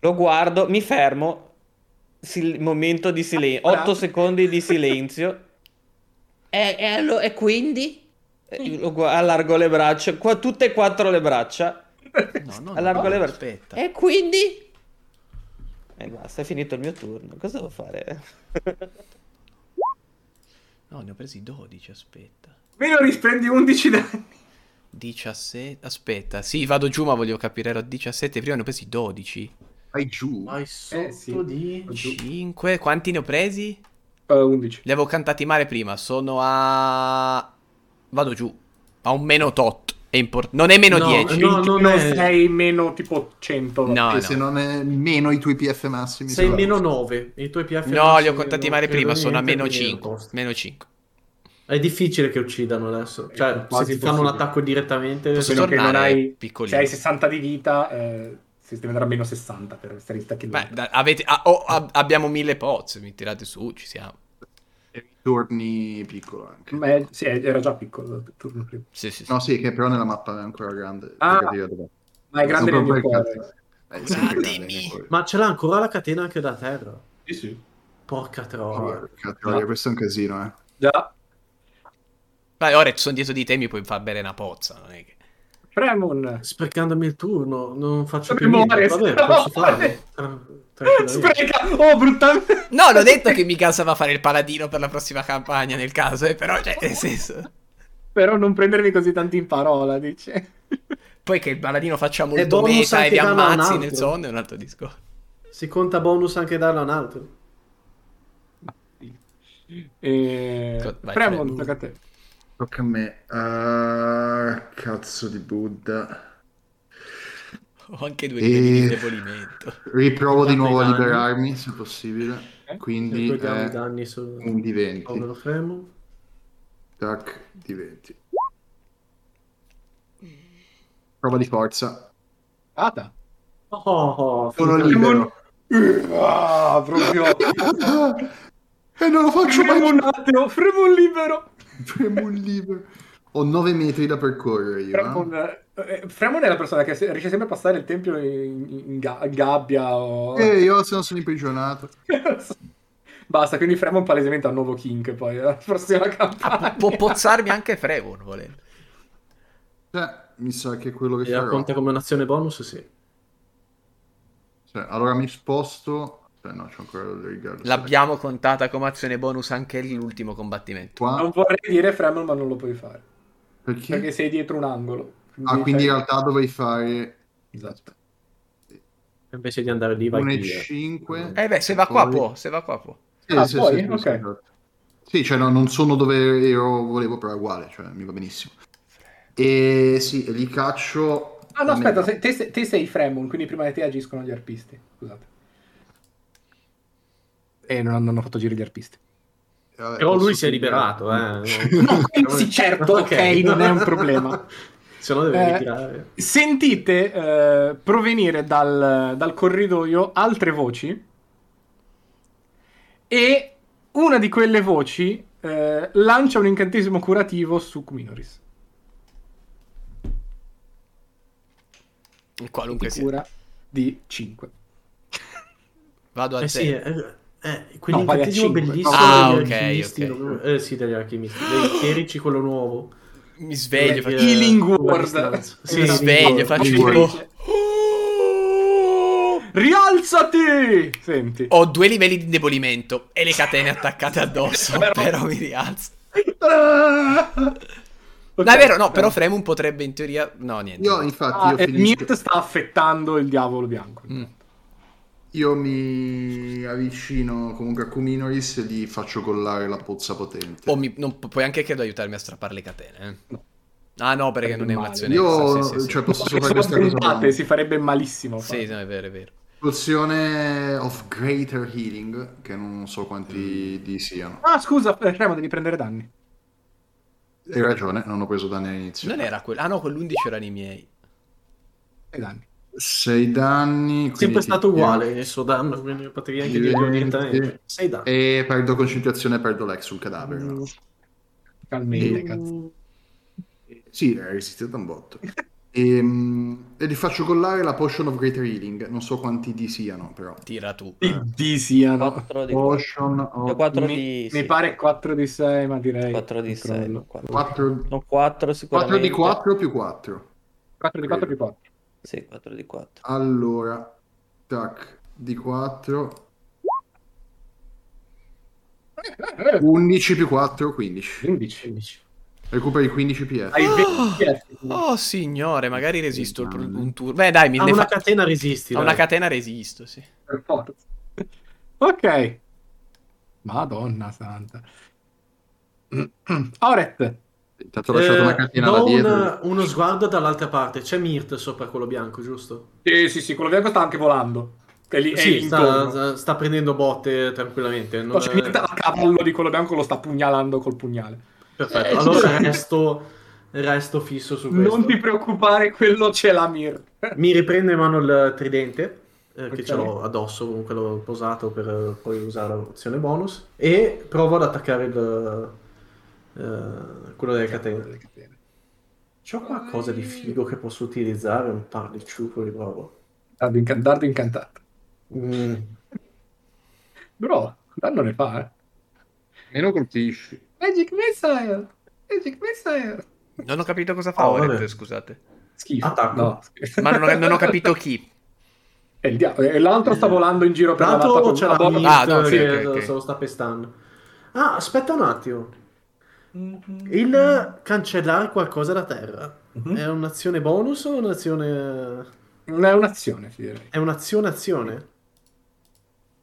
Speaker 5: Lo guardo, mi fermo. Sil- momento di silenzio, 8 secondi di silenzio. E, e allo- e quindi? Eh, io lo gu- allargo le braccia, qua, tutte e quattro le braccia.
Speaker 1: No, no,
Speaker 5: Allargo
Speaker 1: no,
Speaker 5: le Eh. braccia.
Speaker 1: Aspetta.
Speaker 5: E quindi? E basta, è finito il mio turno. Cosa devo fare?
Speaker 1: No, ne ho presi 12, aspetta.
Speaker 2: Meno risprendi 11 danni.
Speaker 1: 17. Aspetta, sì, vado giù, ma voglio capire. Ero a 17. Prima ne ho presi 12.
Speaker 4: Vai giù.
Speaker 3: Vai sotto
Speaker 2: sì.
Speaker 3: di...
Speaker 2: Giù.
Speaker 1: 5. Quanti ne ho presi?
Speaker 2: Eh, 11.
Speaker 1: Li avevo cantati male prima. Sono a. Vado giù. A un meno tot. È import- non è meno
Speaker 3: No,
Speaker 1: 10.
Speaker 3: no, non
Speaker 2: non
Speaker 3: è-
Speaker 2: sei meno tipo Cioè, 100.
Speaker 1: No,
Speaker 4: E
Speaker 1: no.
Speaker 4: Cioè, se non è meno i tuoi PF massimi.
Speaker 3: Sei
Speaker 4: se
Speaker 3: meno 9, i tuoi PF
Speaker 1: No, li ho
Speaker 3: massimi
Speaker 1: contati
Speaker 3: eh, non
Speaker 1: male
Speaker 3: credo
Speaker 1: prima. Sono a
Speaker 3: niente,
Speaker 1: meno
Speaker 3: quindi non
Speaker 1: 5.
Speaker 3: costa.
Speaker 1: Meno 5.
Speaker 3: È difficile che uccidano adesso.
Speaker 2: È
Speaker 3: Cioè, se
Speaker 2: quasi
Speaker 3: ti fanno un
Speaker 2: impossibile.
Speaker 3: attacco direttamente...
Speaker 1: Posso
Speaker 2: a meno che non
Speaker 1: tornare
Speaker 2: hai- Se
Speaker 1: piccolino.
Speaker 2: hai 60 di vita, eh, si diventerà meno 60 per stare stacchino.
Speaker 1: Beh, da- avete- ah, oh, ab- abbiamo mille pozze. Mi tirate su, ci siamo.
Speaker 4: Torni piccolo anche.
Speaker 2: Beh, sì, era già piccolo il turno prima.
Speaker 1: Sì, sì, sì.
Speaker 4: No, sì, che però nella mappa è ancora grande.
Speaker 2: Ah.
Speaker 4: per capire dov'è.
Speaker 2: Ma è grande nel mio
Speaker 4: Sono proprio
Speaker 2: cuore.
Speaker 4: il cazzo. Eh, È sempre grande nel
Speaker 1: Grandimi.
Speaker 4: mio cuore.
Speaker 3: Ma ce l'ha ancora la catena anche da terra.
Speaker 2: Sì, sì.
Speaker 3: Porca troia.
Speaker 4: Porca troia, questo è un casino, eh.
Speaker 2: Già.
Speaker 1: Vai, ora sono dietro di te. Mi puoi far bere una pozza. Non è che.
Speaker 2: Fremon.
Speaker 3: Sprecandomi il turno, non faccio
Speaker 2: Non
Speaker 3: più
Speaker 2: mi muore,
Speaker 3: niente. Vabbè,
Speaker 2: no,
Speaker 3: posso
Speaker 2: vabbè.
Speaker 3: farlo. Tra- tranquillamente.
Speaker 2: Spreca. Oh, brutta.
Speaker 1: No, l'ho detto che mi casava fare il paladino per la prossima campagna nel caso, eh, però cioè, nel senso.
Speaker 2: Però non prendermi così tanto in parola, dice.
Speaker 1: Poi che il paladino faccia
Speaker 3: E
Speaker 1: molto
Speaker 3: bonus
Speaker 1: meta e
Speaker 3: anche
Speaker 1: vi
Speaker 3: da un
Speaker 1: ammazzi
Speaker 3: altro.
Speaker 1: nel sonno è un altro discorso.
Speaker 3: Si conta bonus anche darlo a un altro.
Speaker 2: E...
Speaker 1: Co- vai,
Speaker 2: Fremon,
Speaker 1: Fremon.
Speaker 2: Eh, tocca a te.
Speaker 4: Tocca a me. Ah, cazzo di Buddha.
Speaker 1: Ho anche due
Speaker 4: E-
Speaker 1: livelli di indebolimento.
Speaker 4: Riprovo di nuovo a
Speaker 3: Danni. Eh?
Speaker 4: liberarmi, se possibile.
Speaker 2: Ok.
Speaker 4: Quindi
Speaker 3: Togliamo
Speaker 4: è
Speaker 3: i danni sul Oh,
Speaker 4: un di 20.
Speaker 3: povero Fremo.
Speaker 4: Tac, di 20. Prova di forza.
Speaker 2: Ada.
Speaker 3: Oh, oh, oh,
Speaker 4: Sono
Speaker 3: finalmente.
Speaker 4: libero.
Speaker 2: Ah, proprio.
Speaker 4: E Eh, non lo faccio mai
Speaker 2: Fremon ateo, Fremon libero.
Speaker 4: Premo un libero. Ho 9 metri da percorrere io. eh.
Speaker 2: Fremon, eh, Fremon è la persona che se- riesce sempre a passare il tempio in, in ga- gabbia o...
Speaker 4: E Eh, io se no sono imprigionato.
Speaker 2: Basta, quindi Fremon palesemente ha un nuovo kink poi alla prossima
Speaker 1: Ah,
Speaker 2: campagna.
Speaker 1: può pozzarmi anche Frevor volendo.
Speaker 4: Cioè, mi sa che è quello che
Speaker 3: E la
Speaker 4: farò.
Speaker 3: conta come un'azione bonus, sì.
Speaker 4: Cioè, allora mi sposto. Cioè, no, c'ho ancora il regalo.
Speaker 1: L'abbiamo contata come azione bonus anche l'ultimo combattimento.
Speaker 4: qua.
Speaker 2: Non vorrei dire Fremon, ma non lo puoi fare.
Speaker 4: Perché?
Speaker 2: Perché sei dietro un angolo.
Speaker 4: Ah, quindi in
Speaker 2: cioè-
Speaker 4: realtà dovrei fare
Speaker 2: Esatto.
Speaker 3: Invece di andare lì, vai
Speaker 4: 1 e
Speaker 3: qui, eh.
Speaker 4: 5.
Speaker 1: Eh beh, se va qua può, se va qua può.
Speaker 4: Sì,
Speaker 2: Ah,
Speaker 4: sì,
Speaker 2: poi?
Speaker 4: sì, sì,
Speaker 2: Ok.
Speaker 4: sì, esatto. Sì, cioè no, non sono dove ero, volevo, però è uguale, cioè mi va benissimo. E sì, li caccio.
Speaker 2: Ah no,
Speaker 4: a
Speaker 2: aspetta,
Speaker 4: metà.
Speaker 2: se- te, se- te sei Fremon, quindi prima di te agiscono gli arpisti. Scusate. E Eh, non hanno, fatto giro gli arpisti.
Speaker 4: Vabbè,
Speaker 3: Però lui
Speaker 4: Eh, posso
Speaker 3: si è
Speaker 4: finire.
Speaker 3: liberato, eh.
Speaker 2: certo, sì, certo, ok, non è un problema.
Speaker 3: Se no deve
Speaker 2: Eh,
Speaker 3: ritirare.
Speaker 2: Sentite eh, provenire dal, dal corridoio altre voci e una di quelle voci eh, lancia un incantesimo curativo su Kuminoris.
Speaker 1: Qualunque
Speaker 2: Di
Speaker 1: sia.
Speaker 2: cura di 5.
Speaker 1: Vado a
Speaker 3: Eh sì,
Speaker 1: Cioè, te.
Speaker 3: eh, eh, quindi
Speaker 2: No, vai a
Speaker 3: incantesimo
Speaker 2: cinque.
Speaker 3: bellissimo
Speaker 1: Ah,
Speaker 3: degli
Speaker 1: ok,
Speaker 3: alchimisti,
Speaker 1: ok.
Speaker 3: no? Eh, sì, degli alchimisti, dei chierici, quello nuovo.
Speaker 1: Mi sveglio,
Speaker 3: Degli,
Speaker 1: faccio...
Speaker 2: eh, Healing
Speaker 3: quella
Speaker 2: Word.
Speaker 3: distanza. Sì,
Speaker 1: Mi
Speaker 2: Healing
Speaker 1: sveglio,
Speaker 2: Word.
Speaker 1: faccio...
Speaker 4: Healing
Speaker 2: Word.
Speaker 1: Oh!
Speaker 2: Rialzati! Senti.
Speaker 1: Ho due livelli di indebolimento e le catene attaccate addosso, però, mi rialzo.
Speaker 2: Ok,
Speaker 1: No, è vero, no,
Speaker 2: eh,
Speaker 1: però Fremon potrebbe in teoria... No, niente.
Speaker 4: Io infatti
Speaker 2: ah,
Speaker 4: io
Speaker 2: eh,
Speaker 4: finisco-
Speaker 2: Mirt sta affettando il diavolo bianco.
Speaker 1: Mm.
Speaker 4: Io mi avvicino comunque a Kuminoris e gli faccio collare la pozza potente.
Speaker 3: Oh,
Speaker 1: O mi- non, pu- puoi anche credo aiutarmi a strappare le catene. eh. Ah no, perché
Speaker 2: Perché
Speaker 1: non è
Speaker 2: male.
Speaker 1: un'azione
Speaker 4: Io
Speaker 1: extra, sì, sì, sì.
Speaker 4: cioè, posso
Speaker 2: Se
Speaker 4: fare questa
Speaker 2: sono
Speaker 4: cosa.
Speaker 2: bruciate,
Speaker 4: no?
Speaker 2: si farebbe malissimo.
Speaker 1: Sì,
Speaker 2: fa.
Speaker 1: no, è vero, è vero.
Speaker 4: Pozione of Greater Healing, che non so quanti di siano.
Speaker 2: Ah, scusa, eh, Remo, devi prendere danni.
Speaker 4: Hai ragione, non ho preso danni all'inizio.
Speaker 1: Non era quello... Ah no, quell'11 erano i miei.
Speaker 2: Sei danni.
Speaker 4: 6 danni. quindi
Speaker 3: Sempre
Speaker 4: ti-
Speaker 3: stato uguale il suo danno, quindi potevi anche dire direttamente. Sei da.
Speaker 4: E perdo concentrazione e perdo l'ex sul cadavere. no?
Speaker 2: Calmete, cazzo.
Speaker 4: Sì, è resistito un botto. Ehm, E, gli faccio collare la Potion of Greater Healing. Non so quanti di siano, però.
Speaker 1: Tira tu.
Speaker 2: Di siano.
Speaker 5: 4 di
Speaker 4: Potion of
Speaker 5: 4
Speaker 2: Mi,
Speaker 5: di
Speaker 2: mi pare 4 di 6, ma direi
Speaker 5: 4 di 6,
Speaker 2: controllo.
Speaker 5: no 4.
Speaker 4: 4
Speaker 5: No, 4 sicuramente.
Speaker 4: 4 di 4 più 4.
Speaker 2: 4 di 4 più 4.
Speaker 5: Sì, 4 di 4.
Speaker 4: Allora, tac, di 4.
Speaker 2: Eh,
Speaker 4: 11 più 4, 15.
Speaker 2: 15.
Speaker 4: Recuperi 15 PS.
Speaker 1: Ah!
Speaker 2: Hai 20 PF.
Speaker 1: Oh signore, magari resisto il pro- un turno. Beh dai, mi
Speaker 3: A
Speaker 1: ne
Speaker 3: una
Speaker 1: fa-
Speaker 3: catena resisti.
Speaker 1: a una
Speaker 3: dai.
Speaker 1: catena resisto, sì.
Speaker 2: per forza. Ok. Madonna santa. Oret.
Speaker 4: Intanto ho lasciato
Speaker 3: Eh,
Speaker 4: una catena
Speaker 3: do
Speaker 4: là
Speaker 3: un-
Speaker 4: dietro.
Speaker 3: uno sguardo dall'altra parte. C'è Mirt sopra quello bianco, giusto?
Speaker 2: Sì, sì, sì, quello bianco sta anche volando. È lì, è lì
Speaker 3: sì,
Speaker 2: intorno.
Speaker 3: sta, sta prendendo botte tranquillamente. non
Speaker 2: No, cioè,
Speaker 3: è-
Speaker 2: mi dà a cavallo di quello bianco lo sta pugnalando col pugnale.
Speaker 3: Perfetto. Allora resto, resto fisso su questo.
Speaker 2: Non ti preoccupare, quello c'è la Mir.
Speaker 3: Mi riprendo in mano il tridente, eh,
Speaker 2: Ok.
Speaker 3: che ce l'ho addosso, comunque l'ho posato per eh, poi usare l'opzione bonus, e provo ad attaccare il, eh, quello delle catene. C'ho qualcosa di figo che posso utilizzare? Un par di ciuffoli, provo.
Speaker 2: Dardo, inca- dardo incantato.
Speaker 3: Mm.
Speaker 2: Bro, danno ne fa, eh.
Speaker 4: Meno colpisci.
Speaker 2: Magic Missile! Magic Missile!
Speaker 1: Non ho capito cosa fa
Speaker 3: Oh,
Speaker 1: Oret,
Speaker 3: vabbè.
Speaker 1: scusate.
Speaker 2: Schifo.
Speaker 3: Attacco.
Speaker 2: No, schifo.
Speaker 1: Ma non ho, non ho capito chi.
Speaker 2: E, il dia- e l'altro sta volando in giro per la
Speaker 3: Tanto
Speaker 2: mappa
Speaker 3: Eh. c'è la
Speaker 2: con
Speaker 3: Mist
Speaker 2: la
Speaker 1: Ah, no, ok,
Speaker 3: che
Speaker 1: ok, ok.
Speaker 3: se lo sta pestando. Ah, aspetta un attimo.
Speaker 2: bolla.
Speaker 1: Mm-hmm.
Speaker 3: Il cancellare qualcosa da terra
Speaker 2: Mhm.
Speaker 3: è un'azione bonus o un'azione...
Speaker 2: Non è un'azione, ti direi.
Speaker 3: È un'azione azione?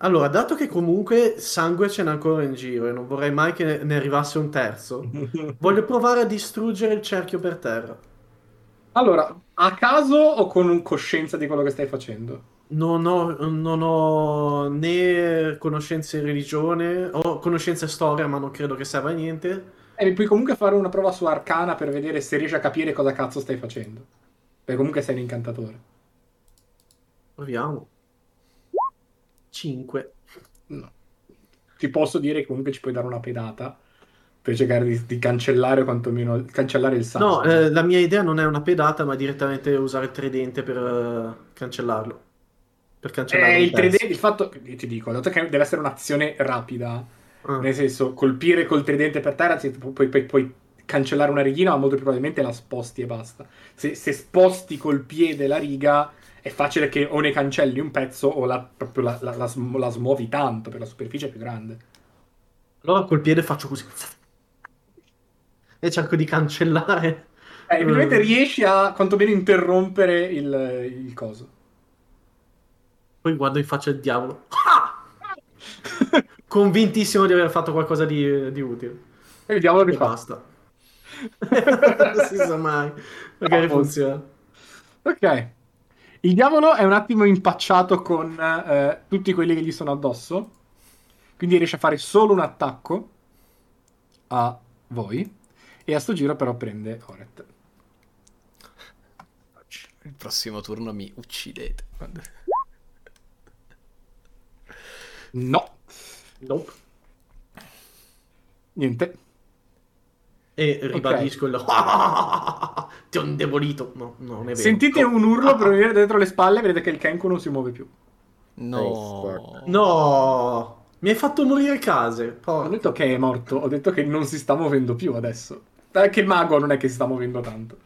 Speaker 3: Allora, dato che comunque sangue ce n'è ancora in giro e non vorrei mai che ne arrivasse un terzo, voglio provare a distruggere il cerchio per terra.
Speaker 2: Allora, a caso o con coscienza di quello che stai facendo?
Speaker 3: Non ho, non ho né conoscenze in religione, ho conoscenze in storia, ma non credo che serva a niente.
Speaker 2: E mi puoi comunque fare una prova su Arcana per vedere se riesci a capire cosa cazzo stai facendo. Perché comunque sei un incantatore.
Speaker 3: Proviamo. 5.
Speaker 2: No. Ti posso dire che comunque ci puoi dare una pedata per cercare di, di cancellare o quantomeno cancellare il sangue.
Speaker 3: No, eh, la mia idea non è una pedata, ma direttamente usare il tridente per eh, cancellarlo. Per cancellare
Speaker 2: Eh,
Speaker 3: un
Speaker 2: il,
Speaker 3: terzo.
Speaker 2: 3D, il fatto, io ti dico, dato che deve essere un'azione rapida,
Speaker 3: Ah.
Speaker 2: nel senso colpire col tridente per terra, sì, pu- puoi, puoi- puoi cancellare una righina, ma molto più probabilmente la sposti e basta. Se, se sposti col piede la riga, è facile che o ne cancelli un pezzo o la, proprio la, la- la smu- la smuovi tanto, per la superficie è più grande.
Speaker 3: Allora col piede faccio così. E cerco di cancellare.
Speaker 2: Eh, evidentemente
Speaker 3: Mm.
Speaker 2: riesci a quantomeno interrompere il, il coso.
Speaker 3: Poi guardo in faccia il diavolo. Ah! Convintissimo di aver fatto qualcosa di, di utile.
Speaker 2: E il diavolo
Speaker 3: E
Speaker 2: rifà.
Speaker 3: basta. non si sa mai. Magari
Speaker 2: Ah,
Speaker 3: funziona.
Speaker 2: Ok. Il diavolo è un attimo impacciato con eh, tutti quelli che gli sono addosso. Quindi riesce a fare solo un attacco a voi. E a sto giro però prende Oret.
Speaker 1: Il prossimo turno mi uccidete.
Speaker 2: No,
Speaker 3: Nope.
Speaker 2: niente.
Speaker 3: E ribadisco il... Ti ho indebolito. No, non è vero. Ah.
Speaker 2: Sentite un urlo provenire da dietro le spalle, vedete che il Kenko non si muove più.
Speaker 1: No.
Speaker 3: No! Mi hai fatto morire case.
Speaker 2: Ho
Speaker 3: Porca.
Speaker 2: detto che è morto, ho detto che non si sta muovendo più adesso. Eh, Che il mago non è che si sta muovendo tanto.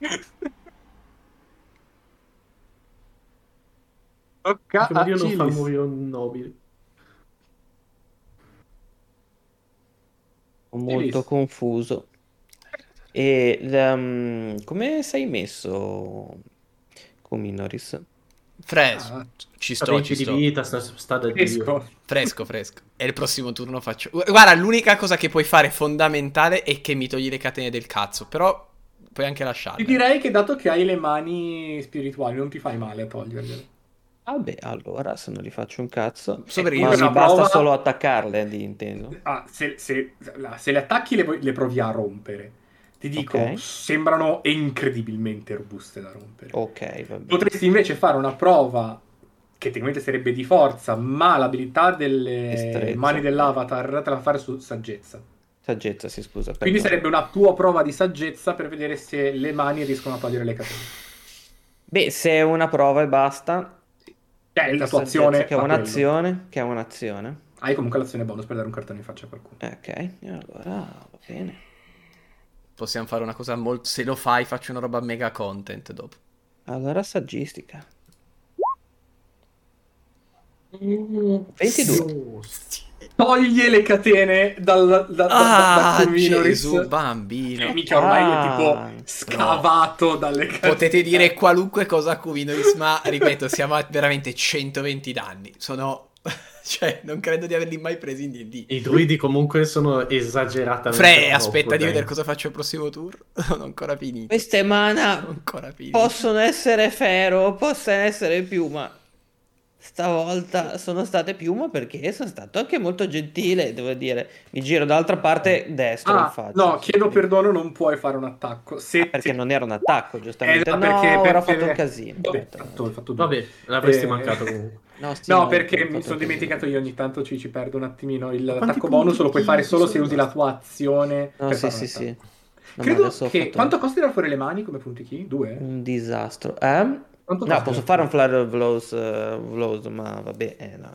Speaker 2: Ah,
Speaker 4: Tocca
Speaker 3: Come
Speaker 4: a
Speaker 3: Dio non fa
Speaker 4: Cilis.
Speaker 3: morire un nobile.
Speaker 2: visto.
Speaker 5: molto confuso. E la, mm, come sei messo con Minoris?
Speaker 1: Fresco.
Speaker 2: Ah.
Speaker 1: Ci
Speaker 3: Sta
Speaker 1: sto, ci
Speaker 3: di
Speaker 1: sto.
Speaker 3: vita, sta, sta da Dio.
Speaker 2: Esco.
Speaker 1: Fresco, fresco. E il prossimo turno faccio. Gu- Guarda, l'unica cosa che puoi fare fondamentale è che mi togli le catene del cazzo. Però puoi anche
Speaker 2: Ti
Speaker 1: lasciarle.
Speaker 2: direi che dato che hai le mani spirituali non ti fai male a toglierle.
Speaker 5: Vabbè, Ah, allora se non li faccio un cazzo,
Speaker 1: So per
Speaker 5: ma
Speaker 1: io.
Speaker 5: mi
Speaker 2: una
Speaker 5: basta
Speaker 2: prova-
Speaker 5: solo attaccarle, di inteso.
Speaker 2: Ah, se, se- la- se le attacchi le, le provi a rompere. Ti dico,
Speaker 5: Ok.
Speaker 2: sembrano incredibilmente robuste da rompere.
Speaker 5: Ok, va bene.
Speaker 2: Potresti invece fare una prova che tecnicamente sarebbe di forza, ma l'abilità delle
Speaker 5: Destrezza.
Speaker 2: mani dell'avatar te la fa fare su saggezza.
Speaker 5: Saggezza, si scusa.
Speaker 2: Quindi
Speaker 5: perdono.
Speaker 2: sarebbe una tua prova di saggezza per vedere se le mani riescono a togliere le catene.
Speaker 5: Beh, se è una prova e basta.
Speaker 2: Cioè, la tua
Speaker 5: Saggezza
Speaker 2: azione
Speaker 5: Che è
Speaker 2: fa quello.
Speaker 5: un'azione. Che è un'azione.
Speaker 2: Hai comunque l'azione bonus per dare un cartone in faccia a qualcuno.
Speaker 5: Ok, allora va bene.
Speaker 1: Possiamo fare una cosa molto. Se lo fai, faccio una roba mega content dopo.
Speaker 5: Allora saggistica. 22.
Speaker 2: Toglie le catene dal, da, da, da, da
Speaker 1: Ah,
Speaker 2: Kuminoris.
Speaker 1: Gesù,
Speaker 2: Che
Speaker 1: bambino.
Speaker 2: mica ormai
Speaker 5: Ah,
Speaker 2: è tipo scavato dalle catene.
Speaker 1: Potete dire qualunque cosa a Kuminoris, ma ripeto, siamo a veramente 120 danni. Sono. cioè, non credo di averli mai presi in DD.
Speaker 3: I druidi comunque sono esageratamente
Speaker 1: Fre,
Speaker 3: troppo,
Speaker 1: aspetta di
Speaker 3: dai.
Speaker 1: vedere cosa faccio al prossimo turno. Non ho ancora finito.
Speaker 5: Queste
Speaker 1: Non ho
Speaker 5: mana
Speaker 1: ancora finito.
Speaker 5: possono essere ferro, possono essere piuma. Stavolta sono state piuma perché sono stato anche molto gentile, devo dire. Mi giro dall'altra parte destra in
Speaker 2: Ah,
Speaker 5: faccia. Ah,
Speaker 2: no, chiedo perdono, non puoi fare un attacco. Se,
Speaker 5: Perché
Speaker 2: se-
Speaker 5: non era un attacco, giustamente.
Speaker 2: Eh, no,
Speaker 5: no,
Speaker 2: perché-
Speaker 5: ora ho
Speaker 2: perché-
Speaker 5: fatto un casino.
Speaker 2: Vabbè,
Speaker 5: Aspetta.
Speaker 2: fatto- fatto due.
Speaker 3: Vabbè, l'avresti
Speaker 2: Eh,
Speaker 3: mancato comunque.
Speaker 5: No, sì,
Speaker 2: No,
Speaker 5: no, ho
Speaker 2: perché mi
Speaker 5: fatto
Speaker 2: sono
Speaker 5: un
Speaker 2: dimenticato
Speaker 5: casino.
Speaker 2: io ogni tanto ci, ci perdo un attimino. Il-
Speaker 3: quanti
Speaker 2: L'attacco
Speaker 3: punti
Speaker 2: bonus lo puoi
Speaker 3: di-
Speaker 2: fare solo se
Speaker 3: sono
Speaker 2: usi la tua azione.
Speaker 5: No,
Speaker 2: per
Speaker 5: sì,
Speaker 2: fare un attacco.
Speaker 5: sì, sì. No, ma
Speaker 2: Credo
Speaker 5: adesso ho
Speaker 2: che...
Speaker 5: fatto Mm.
Speaker 2: Quanto costa tirare fuori le mani come punti chi? Due?
Speaker 5: Un disastro. Eh?
Speaker 2: Quanto
Speaker 5: No,
Speaker 2: costa?
Speaker 5: posso fare un flare of blows, eh, blows, ma vabbè, eh, no.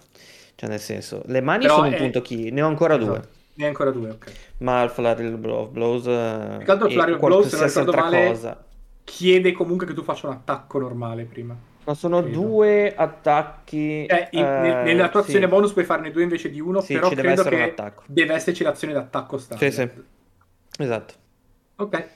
Speaker 5: Cioè, nel senso, le mani
Speaker 2: Però
Speaker 5: sono un
Speaker 2: è-
Speaker 5: punto chi, ne ho ancora
Speaker 2: Esatto.
Speaker 5: due,
Speaker 2: Ne hai ancora due, ok.
Speaker 5: ma il flare of blows... eh,
Speaker 2: Più che altro il
Speaker 5: e
Speaker 2: flare of blows, se non
Speaker 5: qualsiasi
Speaker 2: ricordo
Speaker 5: altra
Speaker 2: male-
Speaker 5: cosa.
Speaker 2: Chiede comunque che tu faccia un attacco normale prima.
Speaker 5: Ma sono
Speaker 2: Credo.
Speaker 5: due attacchi...
Speaker 2: Cioè, in-
Speaker 5: eh,
Speaker 2: nel- nella tua azione
Speaker 5: sì.
Speaker 2: bonus puoi farne due invece di uno,
Speaker 5: Sì,
Speaker 2: però
Speaker 5: ci deve
Speaker 2: credo
Speaker 5: essere un
Speaker 2: che
Speaker 5: attacco.
Speaker 2: deve esserci l'azione d'attacco standard.
Speaker 5: Sì, sì. Esatto.
Speaker 2: Ok.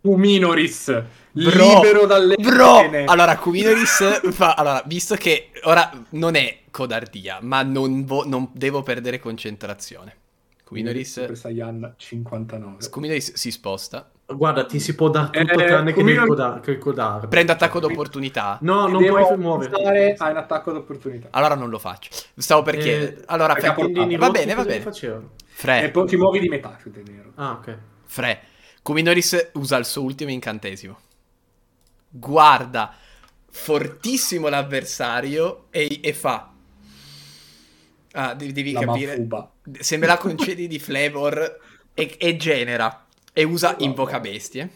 Speaker 2: Tu Minoris,
Speaker 1: Bro,
Speaker 2: libero dalle
Speaker 1: Bro,
Speaker 2: catene.
Speaker 1: allora Kuminoris fa. Allora, visto che ora non è codardia, ma non, vo- non devo perdere concentrazione.
Speaker 2: Super
Speaker 1: Kuminoris,
Speaker 2: Saiyan 59.
Speaker 1: Kuminoris si sposta.
Speaker 3: Guarda, ti si può dare tutto
Speaker 2: Eh,
Speaker 3: tranne che
Speaker 2: Kumino-
Speaker 3: del coda- che il codardo.
Speaker 1: Prendo attacco d'opportunità.
Speaker 3: No, non
Speaker 2: Devo
Speaker 3: puoi muovere.
Speaker 2: usare a un attacco d'opportunità.
Speaker 1: Allora non lo faccio. Stavo per
Speaker 3: Eh,
Speaker 1: chiedere. Allora,
Speaker 2: perché
Speaker 1: Fre,
Speaker 2: ha portato.
Speaker 1: va bene, va bene.
Speaker 3: Facevano?
Speaker 2: E
Speaker 3: Eh,
Speaker 1: Fre,
Speaker 2: poi ti muovi di metà più di nero.
Speaker 3: Ah, ok.
Speaker 1: Fre. Kuminoris usa il suo ultimo incantesimo. Guarda fortissimo l'avversario e, e fa. Ah, devi, devi
Speaker 2: La
Speaker 1: capire.
Speaker 2: mafuba.
Speaker 1: se me la concedi di flavor e, e genera e usa invoca bestie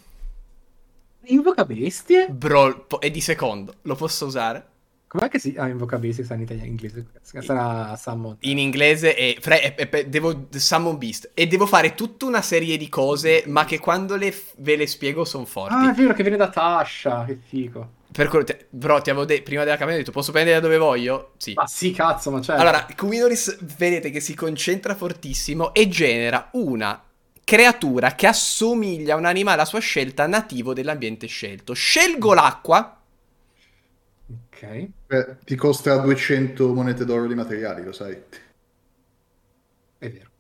Speaker 2: Invoca bestie?
Speaker 1: bro po- è di secondo lo posso usare
Speaker 2: Com'è che si... Ah, invoca bestie, sta in italiano, in inglese. Sarà Sammon.
Speaker 1: in inglese e fre- e- e- e- devo summon beast e devo fare tutta una serie di cose ma che quando le f- ve le spiego sono forti
Speaker 2: Ah, è vero che viene da Tasha, che figo.
Speaker 1: per quello te- bro ti avevo detto prima della camera ho detto posso prendere da dove voglio sì
Speaker 4: Ah,
Speaker 2: Ma sì, cazzo, ma
Speaker 4: eh.
Speaker 2: certo. c'è...
Speaker 1: Allora, Kuminoris vedete che si concentra fortissimo e genera una creatura che assomiglia a un animale a sua scelta nativo dell'ambiente scelto.
Speaker 4: Mm.
Speaker 1: Scelgo l'acqua.
Speaker 2: Ok.
Speaker 4: Eh,
Speaker 8: Beh, ti costa 200 monete d'oro di materiali, lo sai.
Speaker 2: È vero.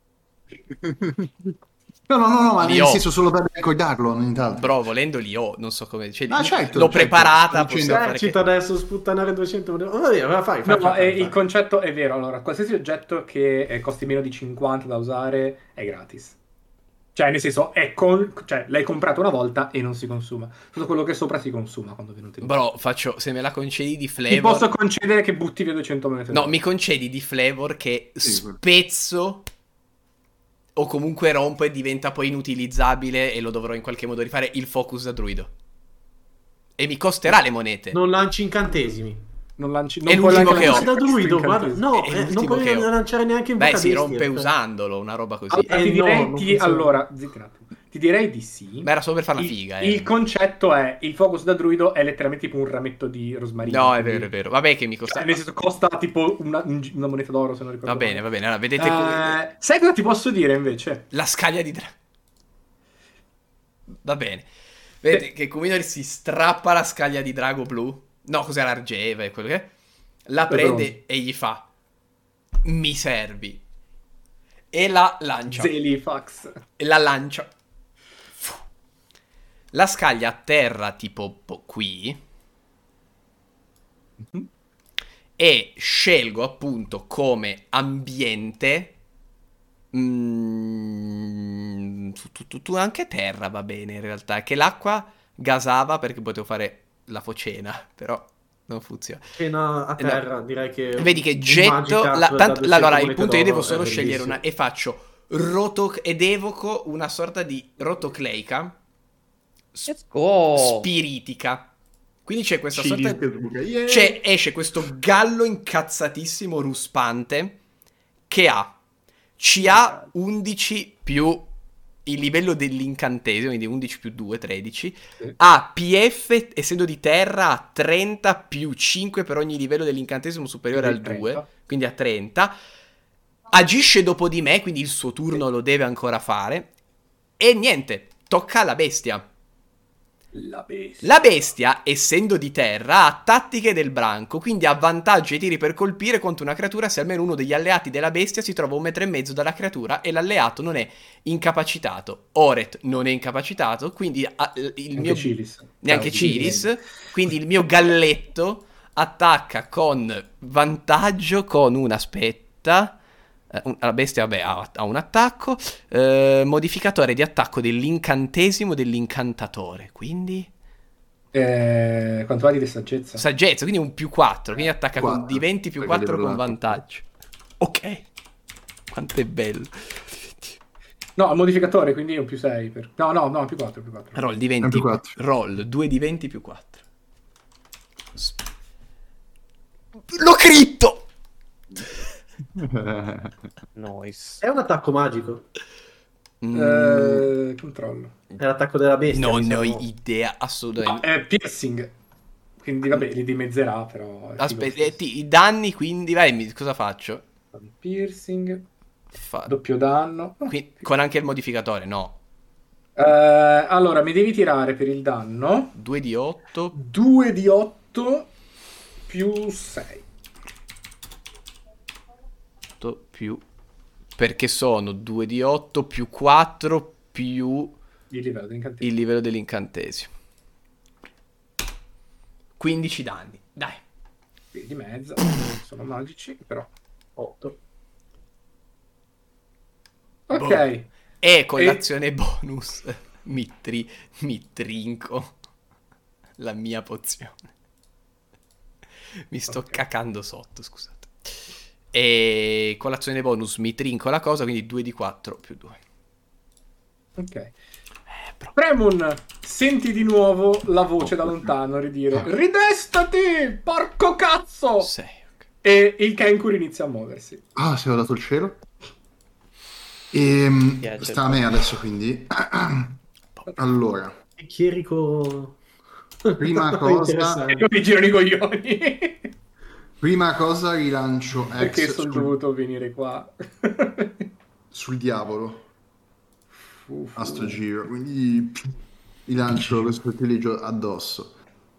Speaker 4: No, no, no, no, ma
Speaker 1: Io.
Speaker 4: nel senso solo per ricordarlo ogni tanto.
Speaker 1: Bro, volendo li ho, non so come... Cioè,
Speaker 4: Ah, certo,
Speaker 1: l'ho
Speaker 4: certo.
Speaker 1: preparata,
Speaker 4: Sto dicendo-
Speaker 1: possiamo fare
Speaker 3: Esercita
Speaker 1: che...
Speaker 3: adesso sputtanare 200 milioni. Oh, Vabbè, vai, fai,
Speaker 2: No,
Speaker 3: fai,
Speaker 2: ma eh,
Speaker 3: fai,
Speaker 2: il
Speaker 3: fai,
Speaker 2: concetto è vero. Allora, qualsiasi oggetto che eh, costi meno di 50 da usare è gratis. Cioè, nel senso, è con- cioè, l'hai comprato una volta e non si consuma. Tutto quello che è sopra si consuma quando viene utilizzato.
Speaker 1: Bro, faccio, se me la concedi di
Speaker 2: Ti
Speaker 1: flavor...
Speaker 2: posso concedere che butti via 200 monete
Speaker 1: No,
Speaker 2: d'oro.
Speaker 1: mi concedi di flavor che
Speaker 4: Sì, quello.
Speaker 1: spezzo o comunque rompo e diventa poi inutilizzabile e lo dovrò in qualche modo rifare il focus da druido. E mi costerà le monete.
Speaker 3: Non lanci incantesimi.
Speaker 2: Non lanci...
Speaker 1: È
Speaker 2: Non puoi
Speaker 1: l'ultimo
Speaker 2: neanche
Speaker 1: che ho.
Speaker 2: lanciare
Speaker 3: Da druido,
Speaker 2: questo
Speaker 3: guarda,
Speaker 2: incantesimo.
Speaker 3: no,
Speaker 1: È
Speaker 3: eh, non
Speaker 1: l'ultimo
Speaker 3: puoi
Speaker 1: che ho.
Speaker 3: lanciare neanche in cioè.
Speaker 1: Beh,
Speaker 3: bocca
Speaker 1: si
Speaker 3: bestia.
Speaker 1: rompe usandolo, una roba così.
Speaker 2: Allora,
Speaker 3: Eh,
Speaker 2: ti
Speaker 3: no,
Speaker 2: direi
Speaker 3: non
Speaker 2: di...
Speaker 3: funziona.
Speaker 2: Allora, zitti un attimo. Ti direi di sì.
Speaker 1: Ma era solo per farla
Speaker 2: Il-
Speaker 1: figa,
Speaker 2: il,
Speaker 1: eh.
Speaker 2: concetto è il focus da druido è letteralmente tipo un rametto di rosmarino.
Speaker 1: No, è
Speaker 2: quindi-
Speaker 1: vero, è vero. Vabbè che mi
Speaker 2: Cioè,
Speaker 1: costa...
Speaker 2: nel senso, costa tipo una, un- una moneta d'oro, se non ricordo
Speaker 1: Va bene, va bene. Allora, vedete come-
Speaker 2: Eh, sai cosa ti posso dire invece?
Speaker 1: la scaglia di... Dra- va bene. Vedete
Speaker 2: Eh.
Speaker 1: che Kuminori si strappa la scaglia di drago blu. No, cos'era argeva e quello che è. La
Speaker 2: Però-
Speaker 1: prende e gli fa... Mi servi. E la lancia.
Speaker 2: Zelifax.
Speaker 1: e la lancia. Fu. La scaglia atterra tipo po- qui. E scelgo appunto come ambiente. mm, tu- tu- tu- tu- anche terra va bene in realtà. Che l'acqua gasava perché potevo fare la focena, però non funziona.
Speaker 3: Cena a terra, direi che...
Speaker 1: Eh, Vedi che
Speaker 3: un
Speaker 1: getto.
Speaker 3: Magikarp
Speaker 1: la-
Speaker 3: da
Speaker 1: tant-
Speaker 3: 200
Speaker 1: allora, il
Speaker 3: monete
Speaker 1: punto è che devo
Speaker 3: d'oro
Speaker 1: solo
Speaker 3: è
Speaker 1: scegliere
Speaker 3: bellissimo.
Speaker 1: una. E faccio rotoc ed evoco una sorta di rotocleica s-
Speaker 6: Let's go.
Speaker 5: Oh.
Speaker 1: spiritica. Quindi c'è questa
Speaker 4: Cili
Speaker 1: sorta.
Speaker 4: e Luca, yeah!
Speaker 1: C'è, Cioè,
Speaker 2: Cioè,
Speaker 1: esce questo gallo incazzatissimo ruspante che ha CA 11 più il livello dell'incantesimo, quindi 11 più 2, 13,
Speaker 2: Sì.
Speaker 1: ha PF, essendo di terra, a 30 più 5 per ogni livello dell'incantesimo superiore al
Speaker 2: Quindi
Speaker 1: 2,
Speaker 2: 30.
Speaker 1: quindi a 30. Agisce dopo di me, quindi il suo turno lo deve ancora fare. E niente, tocca alla bestia.
Speaker 2: La bestia.
Speaker 1: La bestia, essendo di terra, ha tattiche del branco, quindi ha vantaggio ai tiri per colpire contro una creatura se almeno uno degli alleati della bestia si trova a un metro e mezzo dalla creatura e l'alleato non è incapacitato. Oret non è incapacitato, quindi ah, il
Speaker 2: Neanche
Speaker 1: mio...
Speaker 2: Cilis.
Speaker 1: neanche
Speaker 2: Ciao, Cilis.
Speaker 1: Cilis. Quindi il mio galletto attacca con vantaggio con un aspetta. eh, un- La bestia vabbè, ha, ha un attacco. eh, modificatore di attacco dell'incantesimo dell'incantatore. Quindi
Speaker 2: Eh, quanto vali di saggezza?
Speaker 1: saggezza, quindi un più 4. Quindi attacca con
Speaker 4: Eh, Quattro,
Speaker 1: di 20 più
Speaker 4: perché
Speaker 1: 4
Speaker 4: devo
Speaker 1: con
Speaker 4: l'altro.
Speaker 1: vantaggio. Ok. Quanto è bello.
Speaker 2: No, al modificatore, quindi un più 6. Per... No, no, no, più 4, più 4.
Speaker 1: Roll di 20.
Speaker 4: più quattro.
Speaker 1: Roll 2 di 20 più 4. L'ho critto!
Speaker 5: Noise.
Speaker 3: È un attacco magico,
Speaker 1: Mm,
Speaker 2: Eh, controllo.
Speaker 3: è l'attacco della bestia.
Speaker 1: non ne
Speaker 3: diciamo.
Speaker 1: ho idea
Speaker 2: Ah,
Speaker 1: assolutamente.
Speaker 2: eh, piercing. Quindi vabbè, li dimezzerà, però... è figo
Speaker 1: Aspetta,
Speaker 2: lo
Speaker 1: eh, ti- i danni quindi, vai, mi- cosa faccio?
Speaker 2: stesso. Piercing,
Speaker 1: Fa-
Speaker 2: doppio danno. No,
Speaker 1: qui- con anche il modificatore, no.
Speaker 2: Eh, allora, mi devi tirare per il danno
Speaker 1: 2 di 8,
Speaker 2: 2 di 8 più 6.
Speaker 1: 8 più... Perché sono 2 di 8 più 4 più
Speaker 2: di livello dell'incantesimo.
Speaker 1: il livello dell'incantesimo. 15 danni, dai.
Speaker 2: Quindi di mezza, non sono magici, però.
Speaker 3: 8.
Speaker 2: Ok,
Speaker 1: E con
Speaker 2: E-
Speaker 1: l'azione bonus mi, tri- mi trinco la mia pozione. Mi sto
Speaker 2: Ok.
Speaker 1: cacando sotto, scusate. E con l'azione bonus mi trinco la cosa, quindi 2 di 4 più 2.
Speaker 2: ok.
Speaker 1: Eh, però-
Speaker 2: Premun, senti di nuovo la voce da lontano ridire Ridestati, porco cazzo!
Speaker 4: Oh.
Speaker 1: Sei, ok.
Speaker 2: E il Kenkur inizia a muoversi.
Speaker 4: Ah, si è dato il cielo. Ehm,
Speaker 5: piace.
Speaker 4: sta a me adesso quindi. Allora,
Speaker 3: Chierico...
Speaker 4: Prima cosa-
Speaker 2: E
Speaker 3: Interessante.
Speaker 2: non mi girano i coglioni.
Speaker 4: prima cosa rilancio
Speaker 2: Perché
Speaker 4: X
Speaker 2: sono
Speaker 4: sul,
Speaker 2: dovuto venire qua.
Speaker 4: sul diavolo
Speaker 2: Fu, fu.
Speaker 4: a sto giro, quindi rilancio lo scortilegio addosso.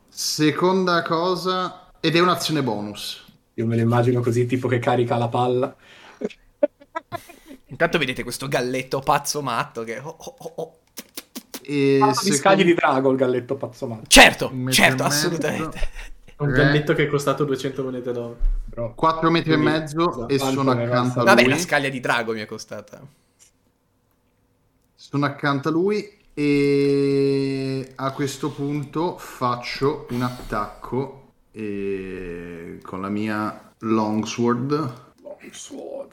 Speaker 4: Seconda cosa, ed è un'azione bonus.
Speaker 2: Io me lo immagino così, tipo che carica la palla.
Speaker 1: Intanto vedete questo galletto pazzo matto che... oh, oh, oh, oh.
Speaker 4: E
Speaker 2: Fatto di
Speaker 4: secondo-
Speaker 2: Ah, scagli di drago il galletto pazzomato.
Speaker 1: Certo,
Speaker 4: Un metro
Speaker 1: certo,
Speaker 4: e mezzo.
Speaker 1: assolutamente.
Speaker 3: Un
Speaker 4: Eh.
Speaker 3: galletto che è costato 200 monete d'oro.
Speaker 2: Però...
Speaker 4: 4 metri e mezzo
Speaker 2: Quanto
Speaker 4: e sono
Speaker 2: ne
Speaker 4: accanto
Speaker 2: resta?
Speaker 4: a
Speaker 1: Vabbè,
Speaker 4: lui.
Speaker 1: la scaglia di drago mi è costata.
Speaker 4: Sono accanto a lui e a questo punto faccio un attacco eh, con la mia longsword
Speaker 2: Longsword.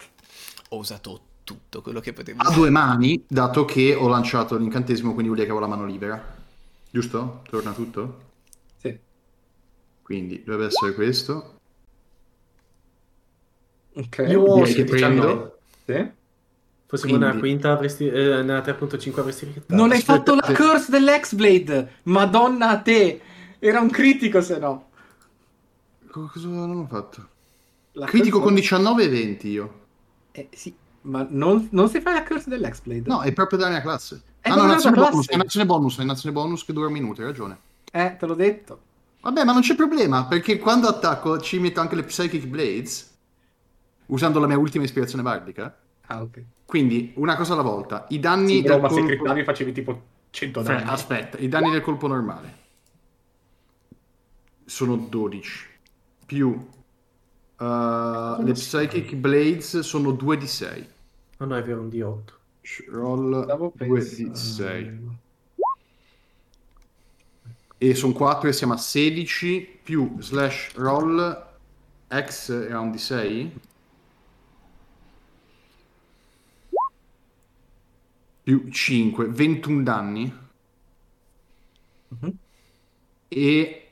Speaker 1: Ho usato tutto quello che potevo
Speaker 2: Ah.
Speaker 4: a due mani, dato che ho lanciato l'incantesimo, quindi vuol dire che avevo la mano libera. Giusto? Torna tutto?
Speaker 2: Sì.
Speaker 4: Quindi dovrebbe essere questo.
Speaker 2: Ok.
Speaker 3: Io
Speaker 4: Direi
Speaker 3: sì,
Speaker 4: che prendo.
Speaker 3: 19.
Speaker 2: Sì.
Speaker 3: Fossimo
Speaker 4: Quindi.
Speaker 3: nella quinta, avresti, eh, nella 3.5 avresti ricattato.
Speaker 2: Non hai
Speaker 4: aspetta,
Speaker 2: fatto la
Speaker 4: sì.
Speaker 2: curse dell'Exblade. Madonna a te. Era un critico se no.
Speaker 4: Co- Cosa non ho fatto?
Speaker 2: La
Speaker 4: Critico
Speaker 2: curse-
Speaker 4: con 19 e 20 io.
Speaker 2: Eh, sì, ma non, non si fa la curse dell'Exblade.
Speaker 4: No, è proprio della mia classe.
Speaker 2: È
Speaker 4: ah no,
Speaker 2: proprio
Speaker 4: un'azione
Speaker 2: della tua
Speaker 4: bonus,
Speaker 2: classe.
Speaker 4: è un'azione bonus, è un'azione bonus che dura un minuto, hai ragione.
Speaker 2: Eh, te l'ho detto.
Speaker 4: Vabbè, ma non c'è problema, perché quando attacco ci metto anche le Psychic Blades, usando la mia ultima ispirazione bardica.
Speaker 2: Ah, ok.
Speaker 4: Quindi, una cosa alla volta, i danni
Speaker 2: Sì,
Speaker 4: del
Speaker 2: però, ma se
Speaker 4: colpo-
Speaker 2: criticavi facevi tipo 100
Speaker 4: Fra-
Speaker 2: danni.
Speaker 4: Aspetta, i danni del colpo normale sono 12 più uh, le Psychic Blades sono 2 di 6.
Speaker 3: No, no, è vero, un D8.
Speaker 4: Roll
Speaker 2: Stavo
Speaker 4: 2
Speaker 2: pensando. Eh,
Speaker 4: di 6 e sono 4 e siamo a 16 più slash roll x round di 6 più 5 21 danni
Speaker 2: Mhm.
Speaker 4: e,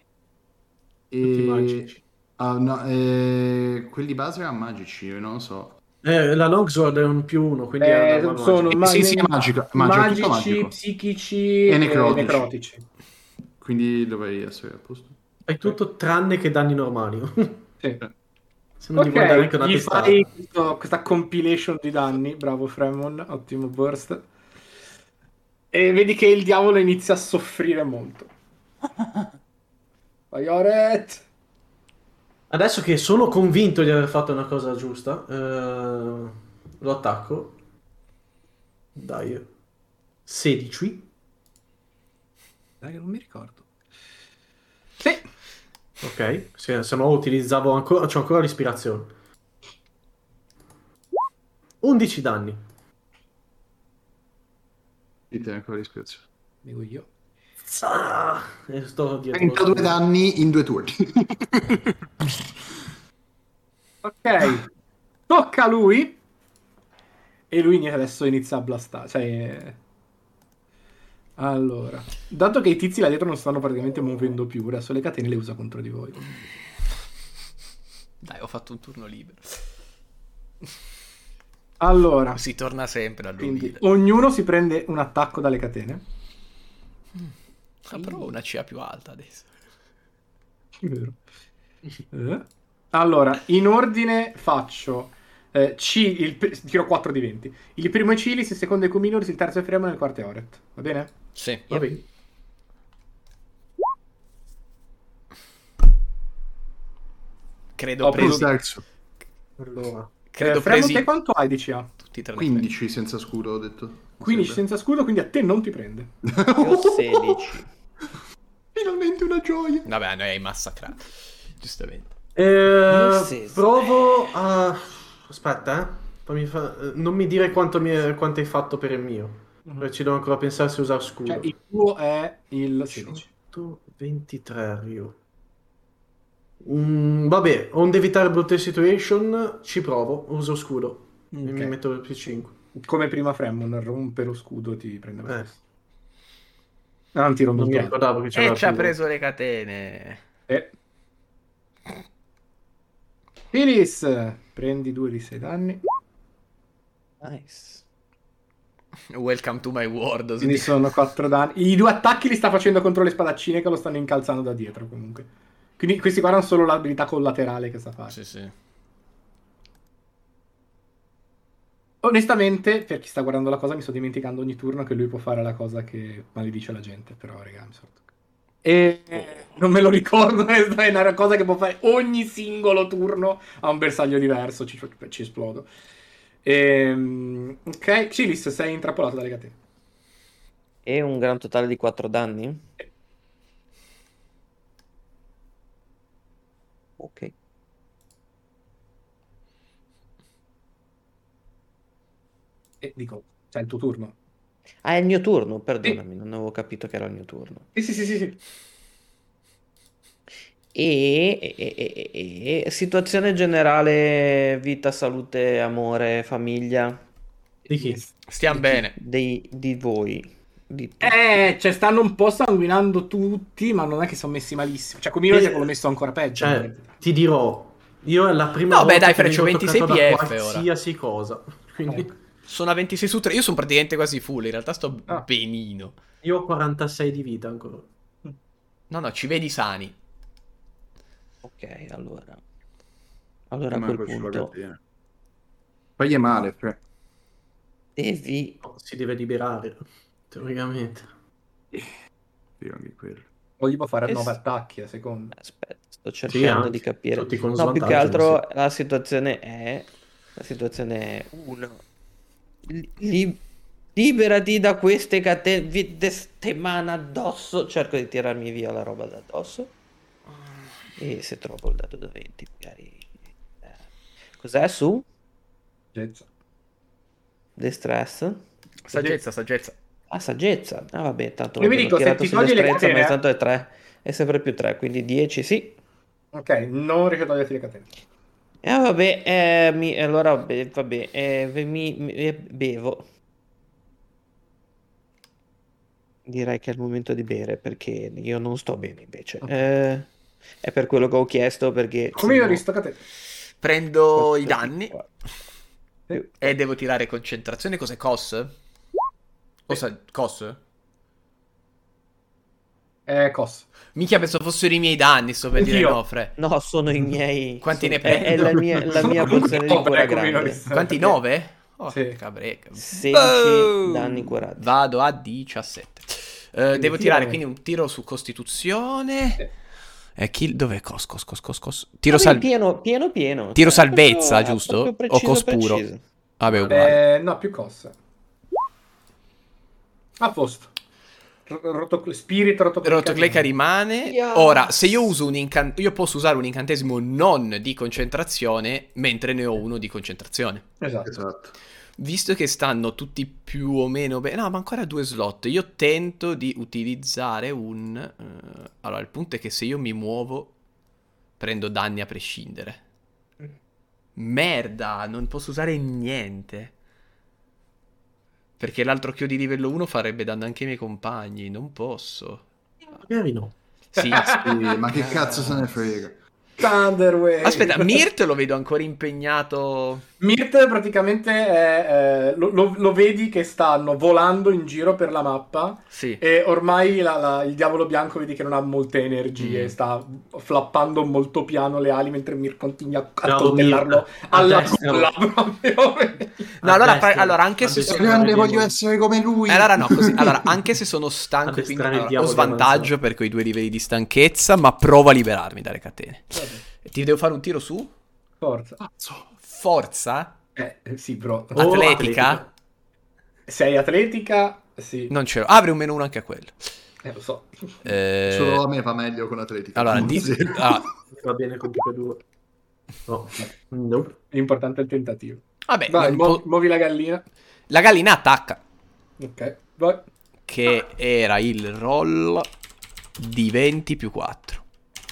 Speaker 3: Tutti
Speaker 4: e
Speaker 3: magici.
Speaker 4: ah, no, eh, quelli base erano magici io non lo so
Speaker 3: Eh, la Longsword è un più uno, quindi è
Speaker 2: Eh,
Speaker 3: una arma
Speaker 2: sono
Speaker 4: magica.
Speaker 2: ma-
Speaker 4: Sì, sì,
Speaker 2: ne-
Speaker 4: è magica, magica, tutto
Speaker 2: magici,
Speaker 4: magico.
Speaker 2: psichici
Speaker 4: E
Speaker 2: e necrotici.
Speaker 4: necrotici. quindi dovrei essere a posto
Speaker 3: magica. È tutto tranne che danni normali.
Speaker 2: Sì.
Speaker 3: Se non ti vuoi dare anche una
Speaker 2: gli
Speaker 3: testata.
Speaker 2: fai questo- questa compilation di danni. Bravo Fremon, ottimo burst. E vedi che il diavolo inizia a soffrire molto. Vai, Oret!
Speaker 3: Adesso che sono convinto di aver fatto una cosa giusta, eh, lo attacco. Dai. 16.
Speaker 2: Dai, non mi ricordo. Sì,
Speaker 3: Ok, se, se no utilizzavo ancora, c'ho ancora l'ispirazione. 11 danni.
Speaker 4: dite ancora l'ispirazione
Speaker 2: dico io.
Speaker 3: Ah, e sto dietro.
Speaker 4: 32 danni in due turni
Speaker 2: Ok, tocca a lui. E lui adesso inizia a blastare. Cioè... eh. Allora, dato che i tizi là dietro non stanno praticamente muovendo più, adesso le catene le usa contro di voi.
Speaker 1: Dai, ho fatto un turno libero.
Speaker 2: Allora,
Speaker 1: Si torna sempre dal
Speaker 2: quindi
Speaker 1: 2000.
Speaker 2: ognuno si prende un attacco dalle catene.
Speaker 1: Ah, però ho una CA più alta adesso.
Speaker 2: Vero. Eh. Allora, in ordine faccio eh, C, il pr- tiro 4 di 20. Il primo è Cilis, il secondo è Cuminors, il terzo è Fremon e il quarto è Oret. Va bene?
Speaker 1: Sì.
Speaker 3: Va bene.
Speaker 1: Credo
Speaker 2: Ho
Speaker 1: presi,
Speaker 2: preso-
Speaker 4: terzo
Speaker 3: Allora.
Speaker 1: credo
Speaker 2: Eh, Fremon,
Speaker 1: presi
Speaker 2: te quanto hai di CA?
Speaker 1: tutti tra
Speaker 4: 15 senza scudo ho detto Mi
Speaker 2: 15
Speaker 4: sembra.
Speaker 2: senza scudo, quindi a te non ti prende.
Speaker 5: Io ho 16.
Speaker 4: finalmente una gioia
Speaker 1: Vabbè, noi hai massacrato. Giustamente.
Speaker 3: Eh,
Speaker 5: sì, sì.
Speaker 3: provo a... Aspetta, eh. Fammi fa- eh, Non mi dire quanto, mi- quanto hai fatto per il mio. Perché Ci devo ancora pensare se usare scudo.
Speaker 2: Cioè, il tuo è il 16.
Speaker 3: 123 Ryu. Mm, vabbè, on evitare brutte situation, ci provo, uso scudo e mi
Speaker 2: Ok.
Speaker 3: metto il più 5.
Speaker 2: Come prima Fremon rompe lo scudo e ti prende.
Speaker 3: Eh,
Speaker 2: No, non ti rompe
Speaker 3: non
Speaker 2: il
Speaker 3: mi
Speaker 2: piede.
Speaker 3: ricordavo
Speaker 1: Eh,
Speaker 3: che c'era più.
Speaker 1: le catene.
Speaker 2: Eh. Filis, prendi 2 di 6 danni.
Speaker 5: Nice.
Speaker 1: Welcome to my world.
Speaker 2: Quindi sono 4 danni. I due attacchi li sta facendo contro le spadaccine che lo stanno incalzando da dietro comunque. Quindi questi qua erano solo l'abilità collaterale che sta facendo.
Speaker 1: Sì, sì.
Speaker 2: Onestamente, per chi sta guardando la cosa, mi sto dimenticando ogni turno che lui può fare la cosa che maledice la gente, però, raga, mi sono toccato. E non me lo ricordo, è una cosa che può fare ogni singolo turno a un bersaglio diverso, ci, ci esplodo. Ehm, ok, Cilis, sei intrappolato dalle catene.
Speaker 5: E un gran totale di 4 danni? Ok.
Speaker 2: E dico, cioè, il tuo turno.
Speaker 5: Ah, è il mio turno, perdonami, non avevo capito che era il mio turno.
Speaker 2: Sì, sì, sì, sì, sì.
Speaker 5: E, e- e- e- e- situazione generale, vita, salute, amore, famiglia
Speaker 3: Di chi?
Speaker 1: Stiamo bene.
Speaker 5: dei- di voi. Di tutti.
Speaker 2: Eh, cioè, stanno un po' sanguinando tutti, ma non è che sono messi malissimo. Cioè, Comino
Speaker 3: Eh,
Speaker 2: ci hanno messo ancora peggio.
Speaker 3: Cioè, ti dirò, io è la prima
Speaker 1: No, beh,
Speaker 3: volta
Speaker 1: dai,
Speaker 3: che
Speaker 1: Freccio,
Speaker 3: vengo toccato
Speaker 1: 26
Speaker 3: da
Speaker 1: PF ora.
Speaker 3: qualsiasi cosa.
Speaker 2: Ecco.
Speaker 3: Quindi
Speaker 1: Sono a 26 su 3. Io sono praticamente quasi full. In realtà sto
Speaker 2: Ah.
Speaker 1: benino.
Speaker 3: io ho 46 di vita ancora.
Speaker 1: No, no, ci vedi sani.
Speaker 5: Ok, allora. Allora a
Speaker 8: Ma
Speaker 5: quel
Speaker 8: quello sulla
Speaker 5: punto
Speaker 8: gattina.
Speaker 4: Fagli eh. male, eh. Fre.
Speaker 5: devi...
Speaker 3: No, si deve liberare, teoricamente.
Speaker 4: Dio, anche quello.
Speaker 2: O gli può fare
Speaker 5: Eh,
Speaker 2: 9
Speaker 5: sì.
Speaker 2: attacchi a seconda.
Speaker 5: Aspetta, sto cercando
Speaker 3: anche,
Speaker 5: di capire.
Speaker 3: tutti con
Speaker 5: No, più che
Speaker 3: svantaggio,
Speaker 5: altro
Speaker 3: ma
Speaker 5: la situazione è... La situazione è... Uno. li- li- liberati da queste catene... Queste mani addosso. Cerco di tirarmi via la roba da addosso. E se trovo il dato da 20, magari... eh. Cos'è su?
Speaker 2: Saggezza.
Speaker 5: Destress?
Speaker 1: Saggezza, saggezza.
Speaker 5: Ah, saggezza. Ah, vabbè, tanto
Speaker 2: Io vi dico,
Speaker 5: l'abbiamo
Speaker 2: se
Speaker 5: tirato
Speaker 2: ti
Speaker 5: su
Speaker 2: togli le eh.
Speaker 5: destrezza, ma
Speaker 2: catene-
Speaker 5: tanto è 3. È sempre più 3, quindi 10, sì.
Speaker 2: Ok, non riesco a toglierti le catene.
Speaker 5: E vabbè, eh, mi- allora beh, vabbè, eh, ve- mi, mi- eh, bevo. Direi che è il momento di bere perché io non sto bene invece. Eh, è per quello che ho chiesto perché...
Speaker 2: Come io ho
Speaker 5: sono-
Speaker 2: visto catene.
Speaker 1: Prendo i danni.
Speaker 5: Sì.
Speaker 1: E devo tirare concentrazione. Cos'è cos? O sa- cos?
Speaker 2: Eh, cos.
Speaker 1: Minchia, penso fossero i miei danni. Sto per dire
Speaker 2: Anch'io.
Speaker 1: no, Fre.
Speaker 5: No, sono i miei...
Speaker 1: Quanti
Speaker 5: sono-
Speaker 1: ne
Speaker 5: è- È, la
Speaker 1: prendo? eh,
Speaker 5: mia, la mia pozione di cura grande.
Speaker 1: Quanti? 9? Oh,
Speaker 2: Sì.
Speaker 1: cabreca.
Speaker 5: 16
Speaker 1: Boom!
Speaker 5: danni curati.
Speaker 1: Vado a 17. Eh, devo
Speaker 2: tira-
Speaker 1: tirare quindi un tiro su Costituzione.
Speaker 2: Sì.
Speaker 1: Eh, chi... Dov'è cos, cos, cos, cos, cos? Tiro
Speaker 5: Vabbè,
Speaker 1: sal...
Speaker 5: pieno, pieno, pieno.
Speaker 1: Tiro
Speaker 5: Cioè,
Speaker 1: salvezza,
Speaker 5: proprio-
Speaker 1: giusto?
Speaker 5: proprio
Speaker 1: O
Speaker 5: preciso,
Speaker 1: cospuro?
Speaker 5: preciso.
Speaker 1: Vabbè, uguale.
Speaker 2: Eh, no, più cos. A posto. R- rotoc- spirit rotocleca.
Speaker 1: Rotocleca rimane.
Speaker 5: Yes.
Speaker 1: Ora, se io uso un incan- io posso usare un incantesimo non di concentrazione, mentre ne ho uno di concentrazione.
Speaker 2: Esatto.
Speaker 4: Esatto.
Speaker 1: Visto che stanno tutti più o meno bene, no, ma ancora due slot. Io tento di utilizzare un. eh, Allora, il punto è che se io mi muovo, prendo danni a prescindere. Merda, non posso usare niente. Perché l'altro occhio di livello 1 farebbe danno anche ai miei compagni. Non posso.
Speaker 3: Magari no.
Speaker 1: Sì.
Speaker 4: Sì, ma che cazzo se ne frega?
Speaker 2: Thunderwave.
Speaker 1: Aspetta, Mirt lo vedo ancora impegnato.
Speaker 2: Mirt praticamente è, eh, lo, lo- lo vedi che stanno volando in giro per la mappa
Speaker 1: Sì.
Speaker 2: e ormai la- la- il diavolo bianco vedi che non ha molte energie,
Speaker 1: Mm.
Speaker 2: sta flappando molto piano le ali mentre Mir continua a
Speaker 3: Bravo,
Speaker 2: coltellarlo
Speaker 3: Mir.
Speaker 2: alla
Speaker 3: Addestralo.
Speaker 2: gola proprio.
Speaker 1: No, allora,
Speaker 3: Addestralo.
Speaker 1: fra- allora, anche se sono-
Speaker 4: Grande, voglio essere come lui.
Speaker 1: Eh, Allora no, così, allora, anche se sono stanco,
Speaker 3: Addestrare
Speaker 1: quindi
Speaker 3: il
Speaker 1: allora, ho
Speaker 3: diavolo
Speaker 1: svantaggio
Speaker 3: avanzato.
Speaker 1: per quei due livelli di stanchezza, ma provo a liberarmi dalle catene. E Ti devo fare un tiro su?
Speaker 2: Forza.
Speaker 1: Forza?
Speaker 2: Eh, sì, bro.
Speaker 3: Oh,
Speaker 1: atletica?
Speaker 3: atletica.
Speaker 2: Sei atletica? Sì,
Speaker 1: Non ce l'ho. Ah, avrei un meno uno anche a quello.
Speaker 2: eh, lo so.
Speaker 1: Eh,
Speaker 4: Solo a me va meglio con Atletica.
Speaker 1: Allora, di-
Speaker 4: Sì.
Speaker 1: allora,
Speaker 3: Va bene con tutte e due. No. No.
Speaker 2: L'importante è il tentativo.
Speaker 1: vabbè,
Speaker 2: Vai,
Speaker 1: non
Speaker 2: muo-
Speaker 1: Eh, po-
Speaker 2: muovi la gallina.
Speaker 1: la gallina attacca,
Speaker 2: Ok, vai.
Speaker 1: che era il roll di 20 più 4.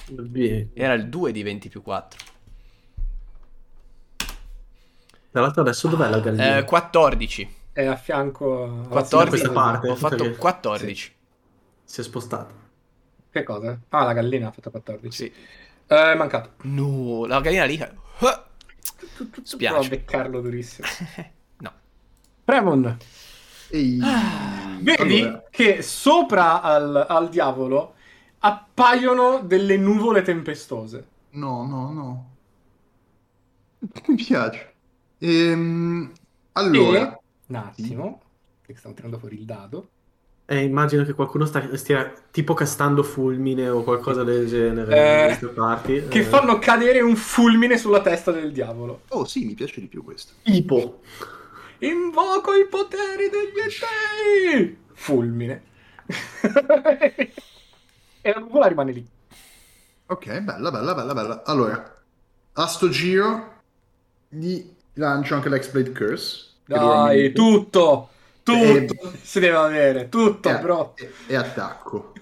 Speaker 3: Bene.
Speaker 1: Era il 2 di 20 più 4.
Speaker 3: Tra l'altro adesso dov'è la gallina?
Speaker 1: Eh, 14.
Speaker 2: È a fianco... alla
Speaker 1: 14.
Speaker 3: questa
Speaker 2: signora.
Speaker 3: parte.
Speaker 1: Ho fatto 14.
Speaker 3: si è spostata.
Speaker 2: Che cosa? Ah, la gallina ha fatto 14.
Speaker 1: Sì.
Speaker 2: Eh, è mancato.
Speaker 1: No, la gallina lì... eh, Spiace.
Speaker 2: Provo a beccarlo durissimo.
Speaker 1: No.
Speaker 2: Premon,
Speaker 4: Ehi.
Speaker 1: Ah.
Speaker 2: vedi
Speaker 4: Allora,
Speaker 2: che sopra al, al diavolo appaiono delle nuvole tempestose.
Speaker 4: No, no, no. Mi piace. Ehm, allora,
Speaker 2: E, un attimo, che stanno tirando fuori il dado.
Speaker 3: Eh, immagino che qualcuno sta- stia tipo castando fulmine o qualcosa del genere
Speaker 2: Eh,
Speaker 3: da queste parti.
Speaker 2: Che
Speaker 3: Eh,
Speaker 2: fanno cadere un fulmine sulla testa del diavolo.
Speaker 4: oh sì, mi piace di più questo.
Speaker 3: tipo.
Speaker 2: Invoco i poteri degli dei! Fulmine. e la nuvola rimane lì.
Speaker 4: Ok, bella, bella, bella, bella. Allora, a sto giro gli lancio anche l'Exblade Curse. che dura un
Speaker 2: Dai,
Speaker 4: minuto.
Speaker 2: tutto! Tutto si deve avere, tutto,
Speaker 4: e,
Speaker 2: bro.
Speaker 4: Eh, e- e attacco.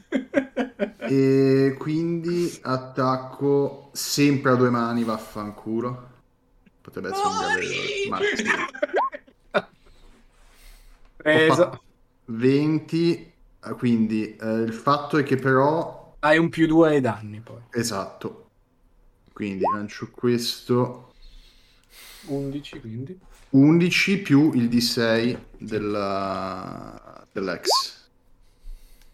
Speaker 4: e quindi attacco sempre a due mani, vaffanculo. Potrebbe essere un gavero. ma sì.
Speaker 2: Preso.
Speaker 4: 20, eh, quindi eh, il fatto è che però...
Speaker 2: Hai un più due ai danni poi.
Speaker 4: Esatto. Quindi lancio questo.
Speaker 2: 11 quindi.
Speaker 4: 11 più il D6 della... dell'ex.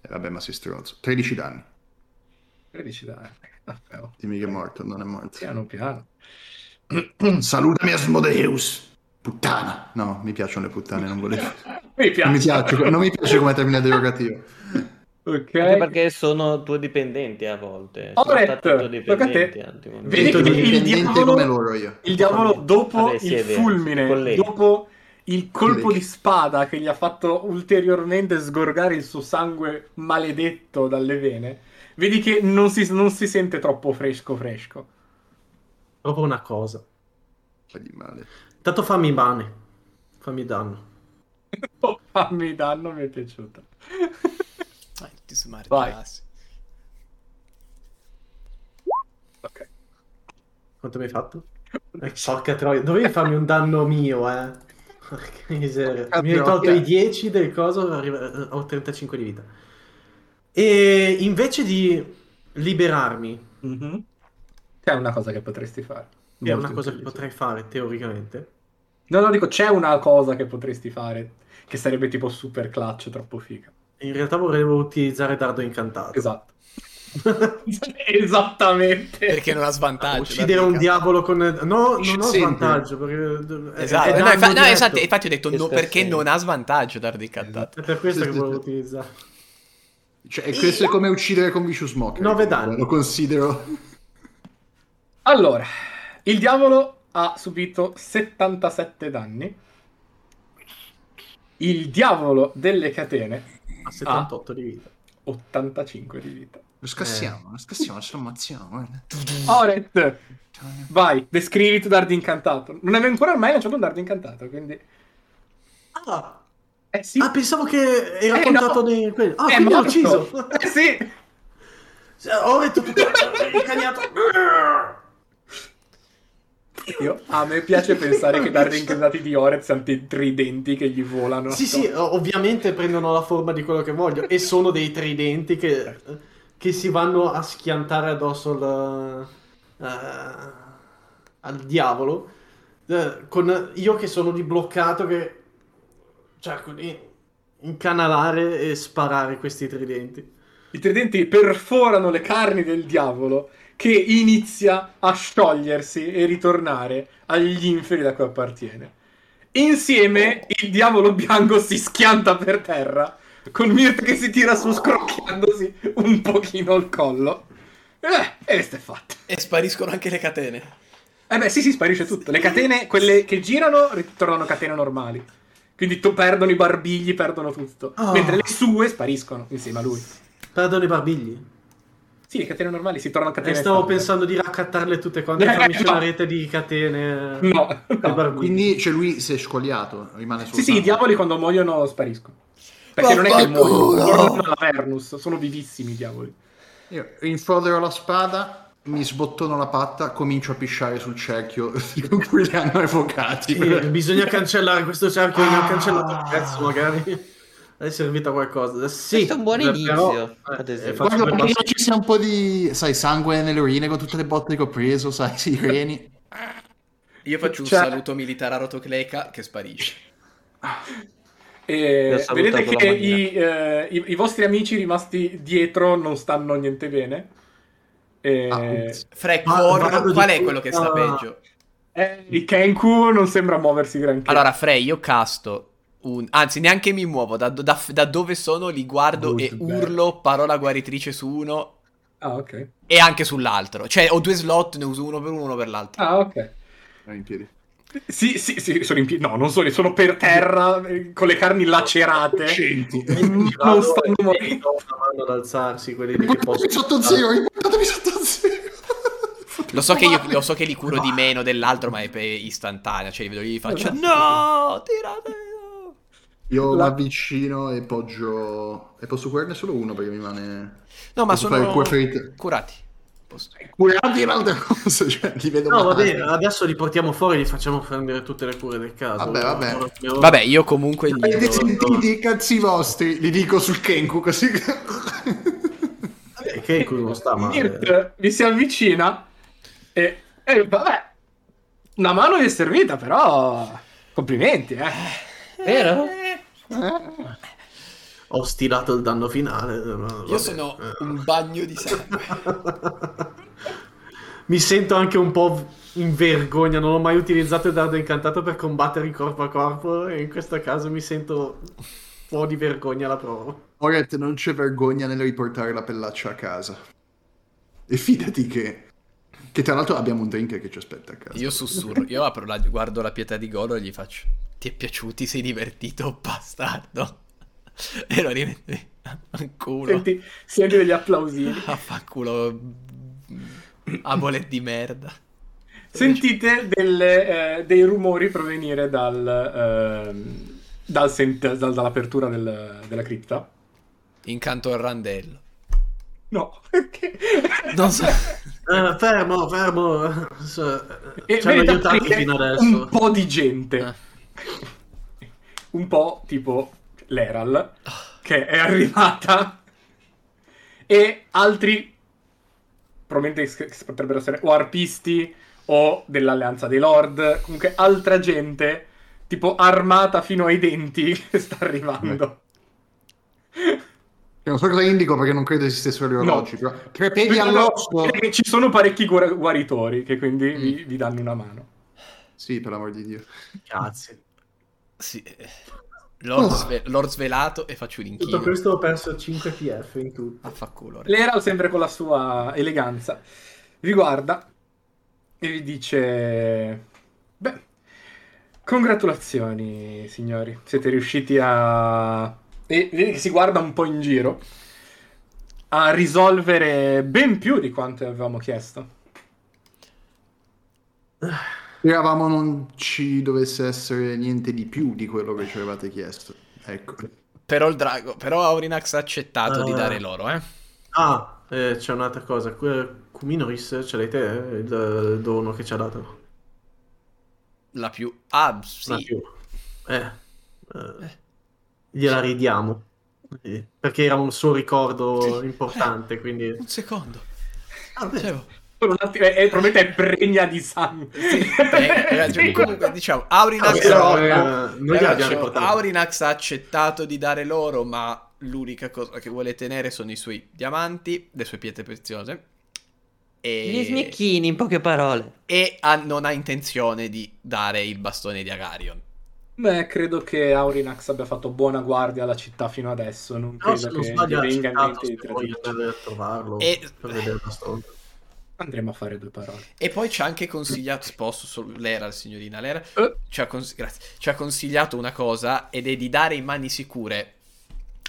Speaker 4: Eh, vabbè, ma sei stronzo. 13 danni.
Speaker 2: 13 danni. Vabbè, oh,
Speaker 4: Dimmi che è morto, non è morto.
Speaker 2: Piano piano.
Speaker 4: Salutami Asmodeus! Puttana! No, mi piacciono le puttane, non volevo.
Speaker 2: Mi
Speaker 4: Non
Speaker 2: piace.
Speaker 4: mi piace, non mi piace come termine derogativo.
Speaker 2: Ok.
Speaker 5: Anche perché sono tuoi dipendenti a volte. Sono
Speaker 2: Oret,
Speaker 5: stati tuoi
Speaker 2: tocca a te.
Speaker 5: dipendenti anche un momento.
Speaker 2: Vedi
Speaker 4: Sono
Speaker 2: che il, il
Speaker 4: dipendente come
Speaker 2: diavolo,
Speaker 4: loro io.
Speaker 2: il diavolo dopo
Speaker 5: Vabbè, sì,
Speaker 2: il
Speaker 5: è vero,
Speaker 2: fulmine,
Speaker 5: colleghi.
Speaker 2: dopo il colpo
Speaker 4: Colleghi.
Speaker 2: di spada che gli ha fatto ulteriormente sgorgare il suo sangue maledetto dalle vene, vedi che non si, non si sente troppo fresco fresco.
Speaker 3: Provo una cosa.
Speaker 4: Fagli male.
Speaker 3: Tanto fammi bane. Fammi danno.
Speaker 2: Oh, fammi danno, mi è piaciuta.
Speaker 3: Ah,
Speaker 1: Vai, tutti su Mario
Speaker 2: Vai.
Speaker 1: Tassi.
Speaker 2: ok.
Speaker 3: Quanto mi hai fatto? Eh, Porca troia. Dovevi farmi un danno mio, eh. Porca miseria. Mi hai tolto
Speaker 4: troia.
Speaker 3: i 10 del coso, arriva- ho 35 di vita. E invece di liberarmi,
Speaker 2: Mhm. C'è una cosa che potresti fare.
Speaker 3: che è una
Speaker 2: Molto
Speaker 3: cosa che
Speaker 2: intelligente.
Speaker 3: potrei fare teoricamente,
Speaker 2: No, no, dico, c'è una cosa che potresti fare che sarebbe tipo super clutch, troppo figa.
Speaker 3: in realtà volevo utilizzare Dardo Incantato.
Speaker 2: Esatto. Esattamente.
Speaker 1: Perché non ha svantaggio.
Speaker 3: Uccidere
Speaker 1: la
Speaker 3: un
Speaker 1: mica.
Speaker 3: diavolo con... No, non ho
Speaker 4: Sempre.
Speaker 3: svantaggio perché... eh, è-
Speaker 1: Esatto,
Speaker 3: è
Speaker 1: no,
Speaker 3: danno
Speaker 1: infa- no,
Speaker 3: diretto.
Speaker 1: esatto, infatti ho detto
Speaker 5: Che
Speaker 1: no,
Speaker 5: scherzo
Speaker 1: perché
Speaker 5: è?
Speaker 1: non ha svantaggio Dardi Cantato.
Speaker 3: È per questo
Speaker 4: Sì,
Speaker 3: che
Speaker 4: sì,
Speaker 3: volevo
Speaker 4: sì.
Speaker 3: utilizzare.
Speaker 4: Cioè, e questo è come uccidere con Vicious Mocker.
Speaker 3: Nove danni.
Speaker 4: Lo considero...
Speaker 2: Allora, il diavolo ha subito 77 danni. Il diavolo delle catene
Speaker 3: A 78 di vita.
Speaker 2: 85 di vita.
Speaker 4: Lo scassiamo, lo scassiamo, la sommazione. guarda.
Speaker 2: Oret, vai, descrivi tu dardo incantato. Non avevo ancora mai lanciato un dardo incantato, quindi...
Speaker 3: Ah,
Speaker 2: Eh sì,
Speaker 3: ah, pensavo che era
Speaker 2: Eh,
Speaker 3: contato
Speaker 2: no.
Speaker 3: nei... quelli. Ah,
Speaker 2: è
Speaker 3: quindi l'ho
Speaker 2: morto.
Speaker 3: ucciso.
Speaker 2: Eh sì,
Speaker 3: Cioè, Ho detto tutto incagliato.
Speaker 2: Io- a me piace pensare che i dardi incantati di Oret siano dei tridenti che gli volano.
Speaker 3: Sì, sì,
Speaker 2: attorno.
Speaker 3: ovviamente prendono la forma di quello che voglio e sono dei tridenti che, che si vanno a schiantare addosso al, eh, al diavolo. Eh, con io che sono di bloccato che cerco di incanalare e sparare questi tridenti.
Speaker 2: I tridenti perforano le carni del diavolo che inizia a sciogliersi e ritornare agli inferi da cui appartiene. Insieme il diavolo bianco si schianta per terra con Mirt che si tira su scrocchiandosi un pochino il collo. Eh, e questo è fatto.
Speaker 1: E spariscono anche le catene.
Speaker 2: Eh beh, sì, sì, sparisce tutto. Le catene, quelle che girano, ritornano catene normali. Quindi to- perdono i barbigli, perdono tutto.
Speaker 3: Ah.
Speaker 2: Mentre le sue spariscono insieme a lui.
Speaker 3: Perdono i barbigli.
Speaker 2: Sì, le catene normali si tornano
Speaker 3: Eh,
Speaker 2: catene
Speaker 3: stavo
Speaker 2: standard.
Speaker 3: pensando di raccattarle tutte quante e
Speaker 2: Eh,
Speaker 3: farmi
Speaker 2: no.
Speaker 3: una rete di catene.
Speaker 2: No,
Speaker 3: dei
Speaker 2: no.
Speaker 3: barbigli.
Speaker 4: Quindi, cioè, lui si è squagliato, rimane solo
Speaker 2: Sì, sì, i
Speaker 4: sangue.
Speaker 2: diavoli quando muoiono spariscono. Perché non è che muoiono, tornano alla Vernus, sono vivissimi i diavoli.
Speaker 4: Io rinfrodero la spada, mi sbottono la patta, comincio a pisciare sul cerchio con cui li hanno evocati.
Speaker 3: Sì, Eh, bisogna cancellare questo cerchio, ne ho cancellato il pezzo
Speaker 2: Ah.
Speaker 3: magari. È servito a qualcosa. Sì,
Speaker 6: Questo è un buon
Speaker 3: però-
Speaker 6: inizio,
Speaker 3: eh,
Speaker 6: ad esempio.
Speaker 3: eh, faccio
Speaker 4: Guarda,
Speaker 3: quel
Speaker 4: prima
Speaker 3: passo-
Speaker 4: ci sia un po' di, sai, sangue nelle urine con tutte le botte che ho preso, sai, i reni.
Speaker 1: Io faccio un
Speaker 2: Cioè-
Speaker 1: saluto militare a Rotocleca che sparisce.
Speaker 2: E
Speaker 5: Ti ha
Speaker 2: vedete
Speaker 5: salutato
Speaker 2: che
Speaker 5: la
Speaker 2: i, eh, i- i vostri amici rimasti dietro non stanno niente bene. E-
Speaker 1: Eh.
Speaker 4: Ah, ups.
Speaker 1: Frek
Speaker 3: Ma- vado
Speaker 1: Warn,
Speaker 3: di
Speaker 1: qual è
Speaker 3: qui
Speaker 1: quello che sta
Speaker 3: a-
Speaker 1: peggio?
Speaker 2: eh, il Kenku non sembra muoversi granché.
Speaker 1: Allora, Frey, io casto un... Anzi, neanche mi muovo. Da, da- da dove sono li guardo
Speaker 2: Good,
Speaker 1: e
Speaker 2: bello.
Speaker 1: urlo parola guaritrice su uno
Speaker 2: Ah, ok.
Speaker 1: e anche sull'altro. Cioè, ho due slot, ne uso uno per uno, uno per l'altro.
Speaker 2: Ah, ok.
Speaker 4: In piedi.
Speaker 2: Sì, sì, sì, sono in piedi. No, non sono, sono per terra eh, con le carni lacerate. Non stanno morendo.
Speaker 3: Sto provando ad alzarsi quelli lì che possono.
Speaker 4: Riportatemi sotto zero, riportatemi sotto zero.
Speaker 1: Ah. Lo so, che io- lo so che li curo di meno dell'altro, ma è per- istantanea. Cioè, li vedo lì e faccio... No! Tirate! no!"
Speaker 4: Io
Speaker 2: La-
Speaker 4: mi avvicino e poggio. E posso curarne solo uno perché mi rimane.
Speaker 1: No, ma
Speaker 4: Posso fare
Speaker 1: sono
Speaker 4: il cure ferite?
Speaker 1: curati. Posso-
Speaker 4: Curati è un'altra cosa, cioè, li vedo
Speaker 3: No, va
Speaker 4: male.
Speaker 3: bene, adesso li portiamo fuori e gli facciamo prendere tutte le cure del caso.
Speaker 4: Vabbè, vabbè.
Speaker 1: Vabbè, io comunque gli
Speaker 4: Avete
Speaker 1: do-
Speaker 4: sentito i cazzi vostri? Li dico sul Kenku così.
Speaker 3: Vabbè, Che cure non sta male.
Speaker 2: Nirt vi si avvicina e, e vabbè, una mano vi è servita, però complimenti, eh.
Speaker 5: Vero?
Speaker 3: Ho stilato il danno finale. Eh.
Speaker 1: Io sono un bagno di sangue.
Speaker 3: Mi sento anche un po' in vergogna, non ho mai utilizzato il dardo incantato per combattere in corpo a corpo e in questo caso mi sento un po' di vergogna la provo.
Speaker 4: Oret non c'è vergogna nel riportare la pellaccia a casa. E fidati che. Che tra l'altro abbiamo un drinker che ci aspetta a casa.
Speaker 1: Io sussurro, io apro la- guardo la pietà di Golo e gli faccio: Ti è piaciuto? Ti sei divertito, bastardo? E lo rimetto lì. Fanculo.
Speaker 2: Senti, senti degli applausini.
Speaker 1: Affanculo. Abolet di merda.
Speaker 2: Sentite delle, eh, dei rumori provenire dal, ehm, dal sent- dal- dall'apertura del- della cripta.
Speaker 1: Incanto al randello.
Speaker 2: No, perché...
Speaker 1: Non so.
Speaker 3: Eh, fermo, fermo. S-
Speaker 2: E
Speaker 3: Ci hanno
Speaker 2: vedete
Speaker 3: aiutati
Speaker 2: aprire
Speaker 3: fino
Speaker 2: Eh, Un
Speaker 3: adesso. Eh.
Speaker 2: po' di gente.
Speaker 1: Ah.
Speaker 2: Un po' tipo l'Eral, che è arrivata. E altri, probabilmente che- che potrebbero essere o arpisti o dell'Alleanza dei Lord. Comunque altra gente, tipo armata fino ai denti, che sta arrivando.
Speaker 4: Non so cosa indico perché non credo esistessero gli orologi.
Speaker 2: No.
Speaker 4: Però... Tre piedi
Speaker 2: No, no,
Speaker 4: all'osso!
Speaker 2: perché Ci sono parecchi guar- guaritori che
Speaker 3: Mm.
Speaker 2: quindi vi, vi danno una mano.
Speaker 4: Sì, per l'amor di Dio.
Speaker 3: Grazie.
Speaker 1: Sì. eh, Lord, sve- Lord svelato e faccio un
Speaker 3: Oh. Tutto
Speaker 1: inchino.
Speaker 3: questo ho perso 5 PF in tutto.
Speaker 1: Affanculo.
Speaker 2: L'Eral, sempre con la sua eleganza, vi guarda e vi dice: Beh, congratulazioni, signori, siete riusciti a. E vedi che si guarda un po' in giro a risolvere ben più di quanto avevamo chiesto.
Speaker 4: Speravamo non ci dovesse essere niente di più di quello che ci avevate chiesto. Ecco.
Speaker 1: Però il drago, però Aurinax ha accettato di
Speaker 3: Ah.
Speaker 1: dare loro, eh.
Speaker 3: Ah, eh, c'è un'altra cosa. Que- Cuminoris, ce l'hai te eh, il dono che ci ha dato?
Speaker 1: La più... Ah, sì.
Speaker 3: Ma più. Eh, eh, gliela ridiamo. Eh, Perché era un suo ricordo
Speaker 1: Sì.
Speaker 3: importante, quindi...
Speaker 1: Un secondo. Cioè,
Speaker 3: Ah, beh.
Speaker 1: Dicevo.
Speaker 2: Solo un attimo, e, e probabilmente è pregna di sangue.
Speaker 1: Eh, eh,
Speaker 2: Sì.
Speaker 1: comunque, diciamo, Aurinax...
Speaker 3: Però, eh, noi gliela
Speaker 1: Ragazzi,
Speaker 3: abbiamo riportata.
Speaker 1: Aurinax ha accettato di dare loro, ma l'unica cosa che vuole tenere sono i suoi diamanti, le sue pietre preziose. E,
Speaker 6: Gli smiecchini, in poche parole.
Speaker 1: e ha- non ha intenzione di dare il bastone di Agarion.
Speaker 2: Beh, credo che Aurinax abbia fatto buona guardia alla città fino adesso. Non
Speaker 3: Però se
Speaker 2: credo
Speaker 3: non
Speaker 2: che
Speaker 3: sbaglio ha
Speaker 2: gli venga in
Speaker 3: accettato
Speaker 2: mente di
Speaker 3: se vuoi
Speaker 2: tradirci.
Speaker 3: andare a trovarlo
Speaker 1: E-
Speaker 3: per vedere la storia.
Speaker 2: Andremo a fare due parole.
Speaker 1: E poi ci ha anche consigliato, posso solo l'era, la signorina l'era,
Speaker 2: Eh.
Speaker 1: ci ha, cons- grazie, ci ha consigliato una cosa ed è di dare in mani sicure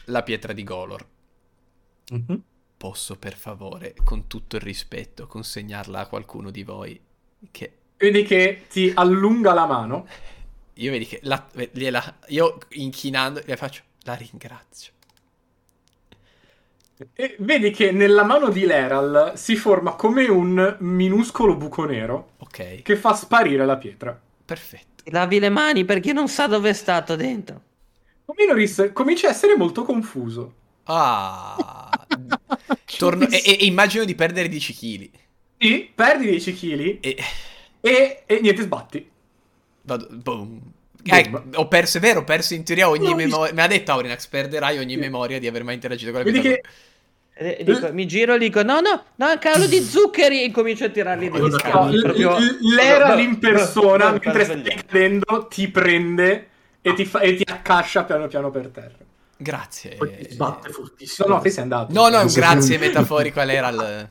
Speaker 1: la pietra di Golor.
Speaker 6: Mhm.
Speaker 1: Posso per favore, con tutto il rispetto, consegnarla a qualcuno di voi che
Speaker 2: Vedi che ti allunga la mano.
Speaker 1: Io vedi che la- gliela- io inchinando le faccio la ringrazio.
Speaker 2: E vedi che nella mano di Leral si forma come un minuscolo buco nero
Speaker 1: Ok,
Speaker 2: che fa sparire la pietra.
Speaker 1: perfetto.
Speaker 6: Ti lavi le mani perché non sa dove è stato dentro.
Speaker 2: Minoris comincia a essere molto confuso.
Speaker 1: Ah, torno- e, e- e immagino di perdere 10 kg.
Speaker 2: Sì, perdi 10 kg
Speaker 1: E
Speaker 2: e, e niente, sbatti.
Speaker 1: vado, boom.
Speaker 2: Boom.
Speaker 1: Eh, ho perso, è vero, ho perso in teoria ogni
Speaker 2: No,
Speaker 1: memoria. Mi ha detto Aurinax, perderai ogni
Speaker 2: Sì.
Speaker 1: memoria di aver mai interagito con la
Speaker 2: Vedi
Speaker 1: pietra.
Speaker 2: che
Speaker 6: E- e Eh,
Speaker 2: Eh.
Speaker 6: dico- mi giro e dico: No, no, no, cavolo di zuccheri. E comincio a tirarli degli
Speaker 3: Guarda,
Speaker 2: no,
Speaker 6: scavi.
Speaker 2: l-
Speaker 6: proprio-
Speaker 2: l- Leral
Speaker 6: proprio-
Speaker 2: in persona,
Speaker 6: proprio-
Speaker 2: mentre
Speaker 6: proprio-
Speaker 2: stai cadendo, ti prende e ti, fa- e ti accascia piano piano per terra.
Speaker 1: Grazie.
Speaker 3: Poi ti sbatte fortissimo.
Speaker 2: No, no, te sei andato.
Speaker 1: eh, No, no, è un grazie metaforico all'Eral.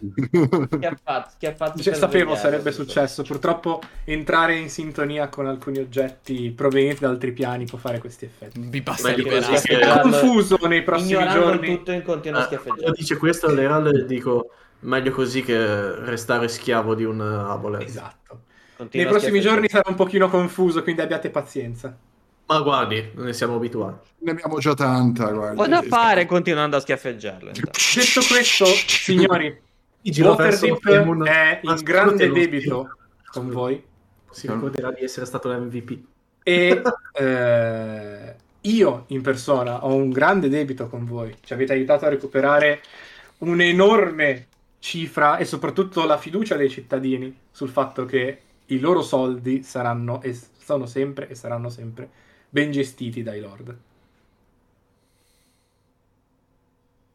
Speaker 6: Schiaffato, schiaffato
Speaker 2: Cioè, sapevo
Speaker 6: per svegliarlo.
Speaker 2: sarebbe successo. Purtroppo entrare in sintonia con alcuni oggetti provenienti da altri piani può fare questi effetti.
Speaker 1: Mi basta
Speaker 3: Meglio così
Speaker 1: liberare.
Speaker 3: che-
Speaker 2: È confuso nei prossimi
Speaker 6: Ignorando il
Speaker 2: giorni.
Speaker 6: tutto in continua
Speaker 3: Eh, quando
Speaker 6: schiaffeggiata.
Speaker 3: dice questo all'Eral dico meglio così che restare schiavo di un eh, abole.
Speaker 2: Esatto.
Speaker 6: Continua
Speaker 2: Nei prossimi
Speaker 6: schiaffeggiata.
Speaker 2: giorni sarà un pochino confuso, quindi abbiate pazienza.
Speaker 3: Ma guardi, ne siamo abituati.
Speaker 4: Ne abbiamo già tanta, guarda.
Speaker 6: Ho da fare continuando a schiaffeggiarlo. intanto.
Speaker 2: Detto questo, signori, Waterdeep è in grande debito con voi.
Speaker 3: Si ricorderà di essere stato l'MVP.
Speaker 2: e eh, io in persona ho un grande debito con voi. Ci avete aiutato a recuperare un'enorme cifra e soprattutto la fiducia dei cittadini sul fatto che i loro soldi saranno e sono sempre e saranno sempre ben gestiti dai lord.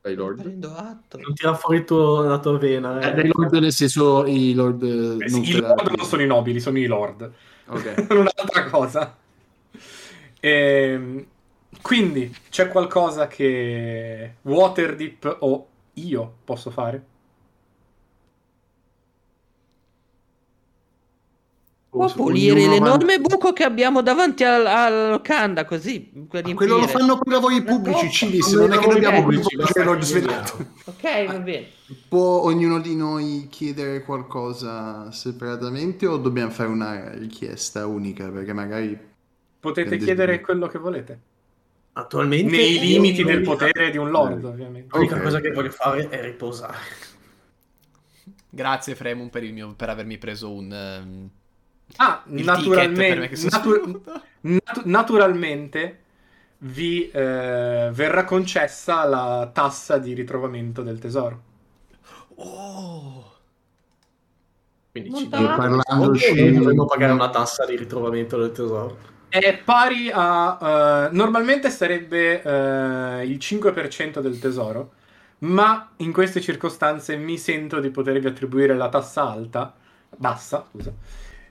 Speaker 4: Dai lord.
Speaker 6: Prendo atto.
Speaker 3: Non tira fuori il tuo- la tua vena. eh.
Speaker 4: Eh, dai lord nel senso i lord... eh,
Speaker 2: Eh
Speaker 4: non
Speaker 2: sì, I
Speaker 4: ferati.
Speaker 2: lord non sono i nobili, sono i lord.
Speaker 4: Ok.
Speaker 2: Non un'altra cosa. Ehm, quindi c'è qualcosa che Waterdeep o io posso fare?
Speaker 6: Può pulire l'enorme buco che abbiamo davanti al- alla locanda, così per
Speaker 4: Ma
Speaker 6: riempire.
Speaker 4: Quello lo fanno per i lavori pubblici, Cilis, non è che dobbiamo coinvolgere Lord Svelato.
Speaker 6: Ok,
Speaker 4: Ah.
Speaker 6: va bene.
Speaker 4: Può ognuno di noi chiedere qualcosa separatamente o dobbiamo fare una richiesta unica? Perché magari...
Speaker 2: Potete
Speaker 4: Grande
Speaker 2: chiedere
Speaker 4: sviluppo.
Speaker 2: quello che volete.
Speaker 3: Attualmente
Speaker 2: Nei
Speaker 3: io-
Speaker 2: limiti del potere di un lord, ovviamente.
Speaker 3: L'unica
Speaker 4: Ok.
Speaker 3: cosa che voglio fare è riposare.
Speaker 1: Grazie Fremon per, il mio- per avermi preso un... ehm,
Speaker 2: Ah,
Speaker 1: il ticket per me
Speaker 2: naturalmente,
Speaker 1: che sono
Speaker 2: natu-
Speaker 1: seduto.
Speaker 2: natu- naturalmente vi eh, verrà concessa la tassa di ritrovamento del tesoro.
Speaker 1: Oh!
Speaker 3: Quindi
Speaker 6: Non
Speaker 3: ci
Speaker 6: ta-
Speaker 3: dico.
Speaker 4: parlandoci...
Speaker 3: Perché dovremmo pagare una tassa di ritrovamento del tesoro.
Speaker 2: È pari a... eh, normalmente sarebbe eh, il 5% del tesoro, ma in queste circostanze mi sento di potervi attribuire la tassa alta, bassa, scusa,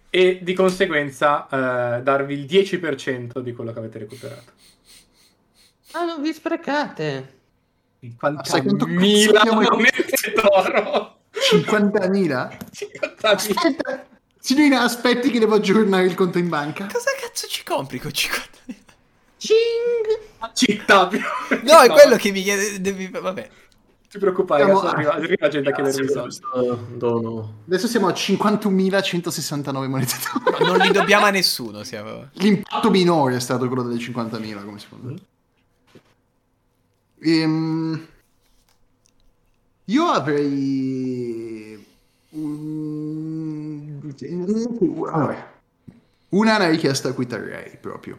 Speaker 2: e di conseguenza eh, darvi il 10% di quello che avete recuperato.
Speaker 6: Ah, non vi sprecate.
Speaker 2: 50.000
Speaker 4: Sai quanto cazzo abbiamo-
Speaker 2: monete d'oro!
Speaker 4: 50.000?
Speaker 2: 50.000!
Speaker 4: Aspetta, signorina, aspetti che devo aggiornare il conto in banca.
Speaker 1: Cosa cazzo ci compri con 50.000?
Speaker 6: Cing!
Speaker 2: Città!
Speaker 1: No, è quello che mi chiede... devi- Vabbè.
Speaker 2: Non ti preoccupare,
Speaker 4: Siamo-
Speaker 2: adesso arriva, arriva gente a chiedermi
Speaker 3: Grazie
Speaker 2: i
Speaker 3: per
Speaker 2: soldi.
Speaker 3: questo dono.
Speaker 4: Adesso siamo a 51.169 monete d'oro.
Speaker 1: Non li dobbiamo a nessuno, siamo...
Speaker 4: L'impatto minore è stato quello delle 50.000, come si può dire. Ehm, io avrei... un- allora, una è una richiesta a cui terrei proprio.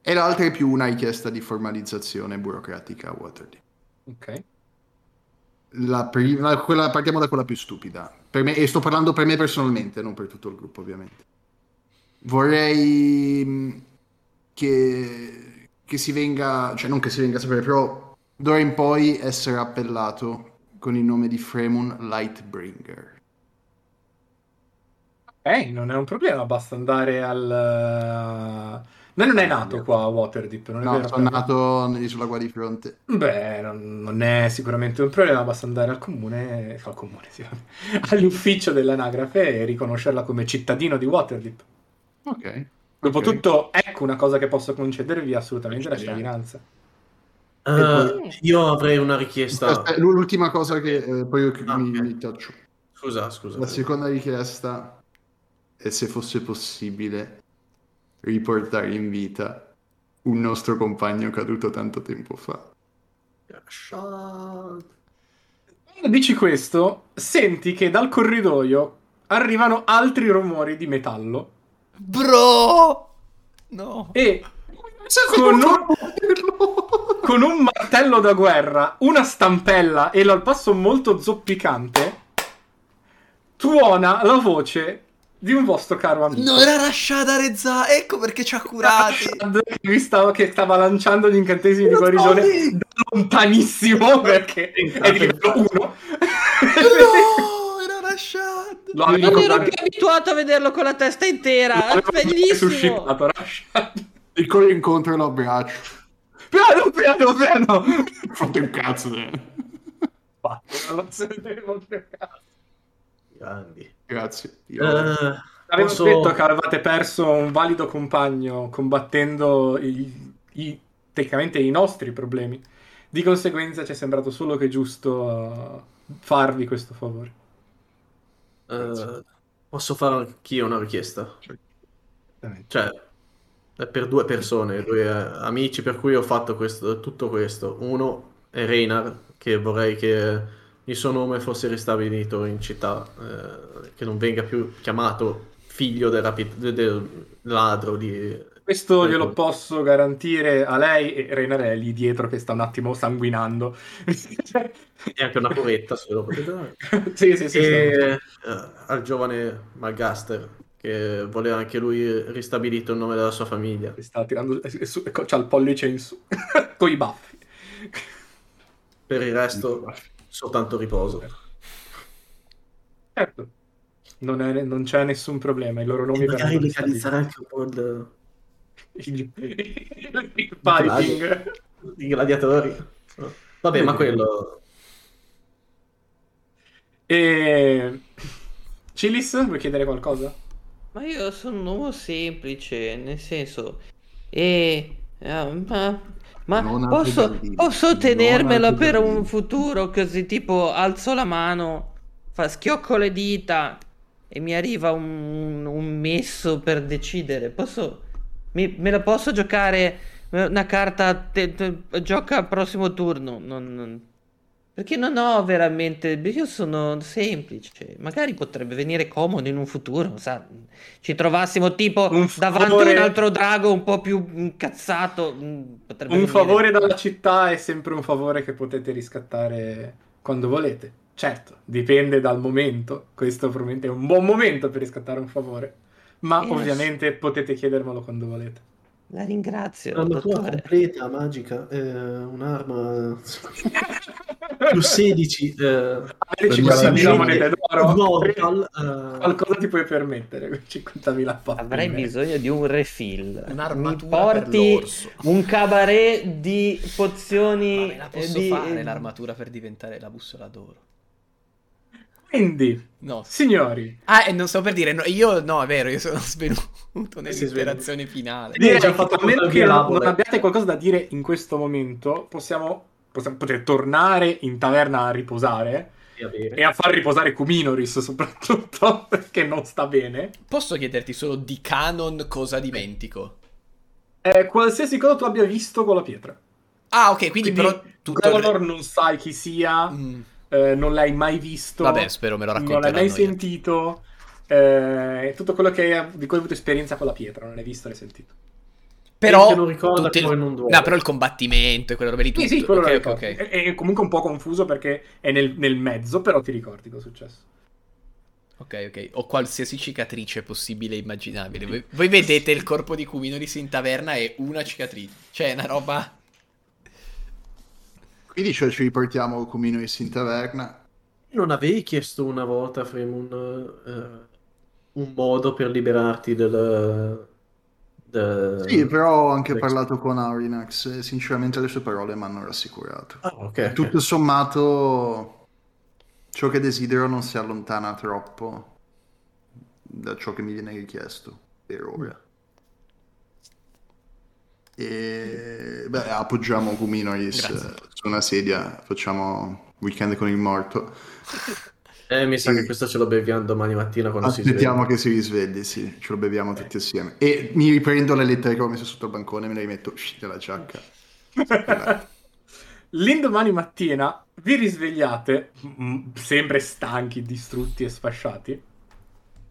Speaker 4: E l'altra è più una richiesta di formalizzazione burocratica a Waterdeep.
Speaker 2: Ok.
Speaker 4: La prima, quella- partiamo da quella più stupida. Per me, e sto parlando per me personalmente, non per tutto il gruppo, ovviamente. Vorrei mh, che, che si venga, cioè non che si venga a sapere, però d'ora in poi essere appellato con il nome di Fremon Lightbringer.
Speaker 2: Ok, Eh, non è un problema, basta andare al... Noi non è nato qua a Waterdeep, non è
Speaker 4: No,
Speaker 2: vero?
Speaker 4: sono nato lì sulla gua di fronte.
Speaker 2: Beh, non, non è sicuramente un problema, basta andare al comune, al comune, sì, vabbè. all'ufficio dell'anagrafe e riconoscerla come cittadino di Waterdeep.
Speaker 4: Ok.
Speaker 2: Dopotutto, ecco una cosa che posso concedervi assolutamente la cittadinanza.
Speaker 3: Eh, io avrei una richiesta.
Speaker 4: Aspetta, l'u- l'ultima cosa che eh, poi io
Speaker 3: Ah,
Speaker 4: mi,
Speaker 3: ok.
Speaker 4: mi taccio.
Speaker 3: Scusa, scusa.
Speaker 4: La seconda richiesta è se fosse possibile riportare in vita un nostro compagno caduto tanto tempo fa.
Speaker 3: Shut-
Speaker 2: Quando dici questo, senti che dal corridoio arrivano altri rumori di metallo
Speaker 1: Bro! No.
Speaker 2: e
Speaker 1: Cioè,
Speaker 2: con un, con un martello da guerra, una stampella e al passo molto zoppicante, tuona la voce di un vostro caro amico.
Speaker 1: Non era Rashad Arezza, ecco perché ci ha curati.
Speaker 2: Rashad, che, lui stava, che stava lanciando gli incantesimi di guarigione da lontanissimo perché è di livello 1.
Speaker 1: No, era Rashad.
Speaker 2: Lo aveva
Speaker 6: Non ero
Speaker 2: proprio-
Speaker 6: più abituato a vederlo con la testa intera.
Speaker 2: l'aveva
Speaker 6: Bellissimo.
Speaker 2: resuscitato, Rashad.
Speaker 4: Piccolo incontro e lo abbraccio.
Speaker 2: Piano, piano, piano.
Speaker 4: Fate un cazzo. eh.
Speaker 2: Fatto, non se ne devo fregare.
Speaker 3: Grandi.
Speaker 4: Grazie. Io-
Speaker 3: Eh,
Speaker 2: Avevo
Speaker 3: posso-
Speaker 2: detto che avevate perso un valido compagno combattendo i, i- tecnicamente i nostri problemi. Di conseguenza ci è sembrato solo che giusto eh, farvi questo favore.
Speaker 3: eh, posso fare anch'io una richiesta? Cioè, eh, per due persone, due eh, amici, per cui ho fatto questo- tutto questo. Uno è Reinar, che vorrei che il suo nome fosse ristabilito in città, eh, che non venga più chiamato figlio del, rapi- de- del ladro di...
Speaker 2: Questo
Speaker 3: Ecco.
Speaker 2: glielo posso garantire a lei e Reinar è lì dietro che sta un attimo sanguinando.
Speaker 3: E anche una poretta, se lo potete dare.
Speaker 2: sì, sì, sì. sì.
Speaker 3: e eh, al giovane Magaster che voleva anche lui ristabilito il nome della sua famiglia.
Speaker 2: Sta tirando... è su- è co- C'ha il pollice in su. Con i baffi.
Speaker 3: Per il resto, soltanto riposo.
Speaker 2: Certo. Non, è- non c'è nessun problema, i loro nomi verranno ristabiliti.
Speaker 3: anche un po' il-
Speaker 2: il, il fighting.
Speaker 3: i gladiatori. Vabbè, ma quello
Speaker 2: E... Cilis, vuoi chiedere qualcosa?
Speaker 5: Ma io sono un uomo semplice, nel senso, e, ah, ma, ma
Speaker 4: Non altri
Speaker 5: posso,
Speaker 4: bambini,
Speaker 5: posso
Speaker 4: non
Speaker 5: tenermela
Speaker 4: altri
Speaker 5: per un
Speaker 4: bambini.
Speaker 5: futuro così, tipo alzo la mano, fa schiocco le dita e mi arriva un, un messo per decidere. Posso, mi- me la posso giocare eh, una carta, te- te- gioca al prossimo turno, non- non- perché non ho veramente, io sono semplice, magari potrebbe venire comodo in un futuro, sa, ci trovassimo tipo
Speaker 2: Un
Speaker 5: davanti a
Speaker 2: favore-
Speaker 5: un altro drago un po' più incazzato, mm, potrebbe
Speaker 2: Un
Speaker 5: venire-
Speaker 2: favore dalla città è sempre un favore che potete riscattare quando volete. Certo, dipende dal momento. Questo probabilmente è un buon momento per riscattare un favore. Ma
Speaker 5: Eh,
Speaker 2: ovviamente potete chiedermelo quando volete.
Speaker 5: La ringrazio,
Speaker 3: un'armatura
Speaker 5: dottore.
Speaker 3: completa, magica, eh, un'arma eh, più 16. eh,
Speaker 2: Avete
Speaker 9: Per guadagnare
Speaker 2: 50.000
Speaker 4: diciamo,
Speaker 2: monete
Speaker 3: niente.
Speaker 2: d'oro.
Speaker 3: Mortal, eh,
Speaker 2: Qualcosa ti puoi permettere con 50.000 fatti.
Speaker 5: Avrei bisogno di un refill. Mi
Speaker 1: Un'armatura per
Speaker 5: porti
Speaker 1: l'orso.
Speaker 5: un cabaret di pozioni
Speaker 1: Vabbè, la posso
Speaker 5: eh, di-
Speaker 1: fare
Speaker 5: eh,
Speaker 1: l'armatura per diventare la bussola d'oro.
Speaker 2: Quindi,
Speaker 1: No.
Speaker 2: signori,
Speaker 1: Ah, e non so per dire, no, io no, è vero, io sono svenuto
Speaker 3: Sì,
Speaker 1: nell'interazione finale.
Speaker 3: Sì.
Speaker 2: direi
Speaker 3: già
Speaker 2: che
Speaker 3: fatto
Speaker 2: a meno
Speaker 3: tutto il
Speaker 2: che non,
Speaker 3: lavoro.
Speaker 2: non abbiate qualcosa da dire in questo momento, possiamo, possiamo potete tornare in taverna a riposare.
Speaker 3: di avere.
Speaker 2: E a far riposare Kuminoris soprattutto perché non sta bene.
Speaker 1: Posso chiederti solo di canon cosa dimentico?
Speaker 2: Eh, qualsiasi cosa tu abbia visto con la pietra.
Speaker 1: Ah, ok, quindi, però tutto il re-
Speaker 2: Gregor non sai chi sia,
Speaker 1: Mm,
Speaker 2: eh, non l'hai mai visto.
Speaker 1: Vabbè, spero me lo
Speaker 2: Non l'hai
Speaker 1: racconteranno.
Speaker 2: mai
Speaker 1: gli altri.
Speaker 2: sentito. eh, tutto quello che, di cui hai avuto esperienza con la pietra, non l'hai visto, l'hai sentito.
Speaker 1: Però
Speaker 3: Che non ricorda
Speaker 1: tutte-
Speaker 3: come non duole.
Speaker 1: No, però il combattimento e quella roba lì tutto.
Speaker 2: Sì, sì, quello
Speaker 1: ok,
Speaker 2: lo
Speaker 1: ok,
Speaker 2: ricordi.
Speaker 1: ok.
Speaker 2: È, è comunque un po' confuso perché è nel, nel mezzo, però ti ricordi cosa è successo.
Speaker 1: Ok, ok. Ho qualsiasi cicatrice possibile e immaginabile. Voi, voi vedete il corpo di Cuminoris in taverna e una cicatrice. Cioè, è una roba...
Speaker 4: Quindi cioè, ci riportiamo Comino e in taverna.
Speaker 3: Non avevi chiesto una volta, Fremon, eh, un modo per liberarti del... del-
Speaker 4: Sì, però ho anche
Speaker 3: Sì.
Speaker 4: parlato con Aurinax e sinceramente le sue parole mi hanno rassicurato.
Speaker 3: Ah, ok, ok.
Speaker 4: Tutto sommato, ciò che desidero non si allontana troppo da ciò che mi viene richiesto per ora. E beh, appoggiamo Guminoris
Speaker 1: Grazie.
Speaker 4: eh, su una sedia, facciamo weekend con il morto.
Speaker 3: Eh, mi sa che questo ce lo beviamo domani mattina quando si
Speaker 4: Aspettiamo
Speaker 3: sveglia.
Speaker 4: che si risvegli, sì, ce lo beviamo tutti assieme. E mi riprendo le lettere che ho messo sotto il bancone, me le rimetto shh, nella giacca.
Speaker 2: L'indomani mattina vi risvegliate, m- sempre stanchi, distrutti e sfasciati.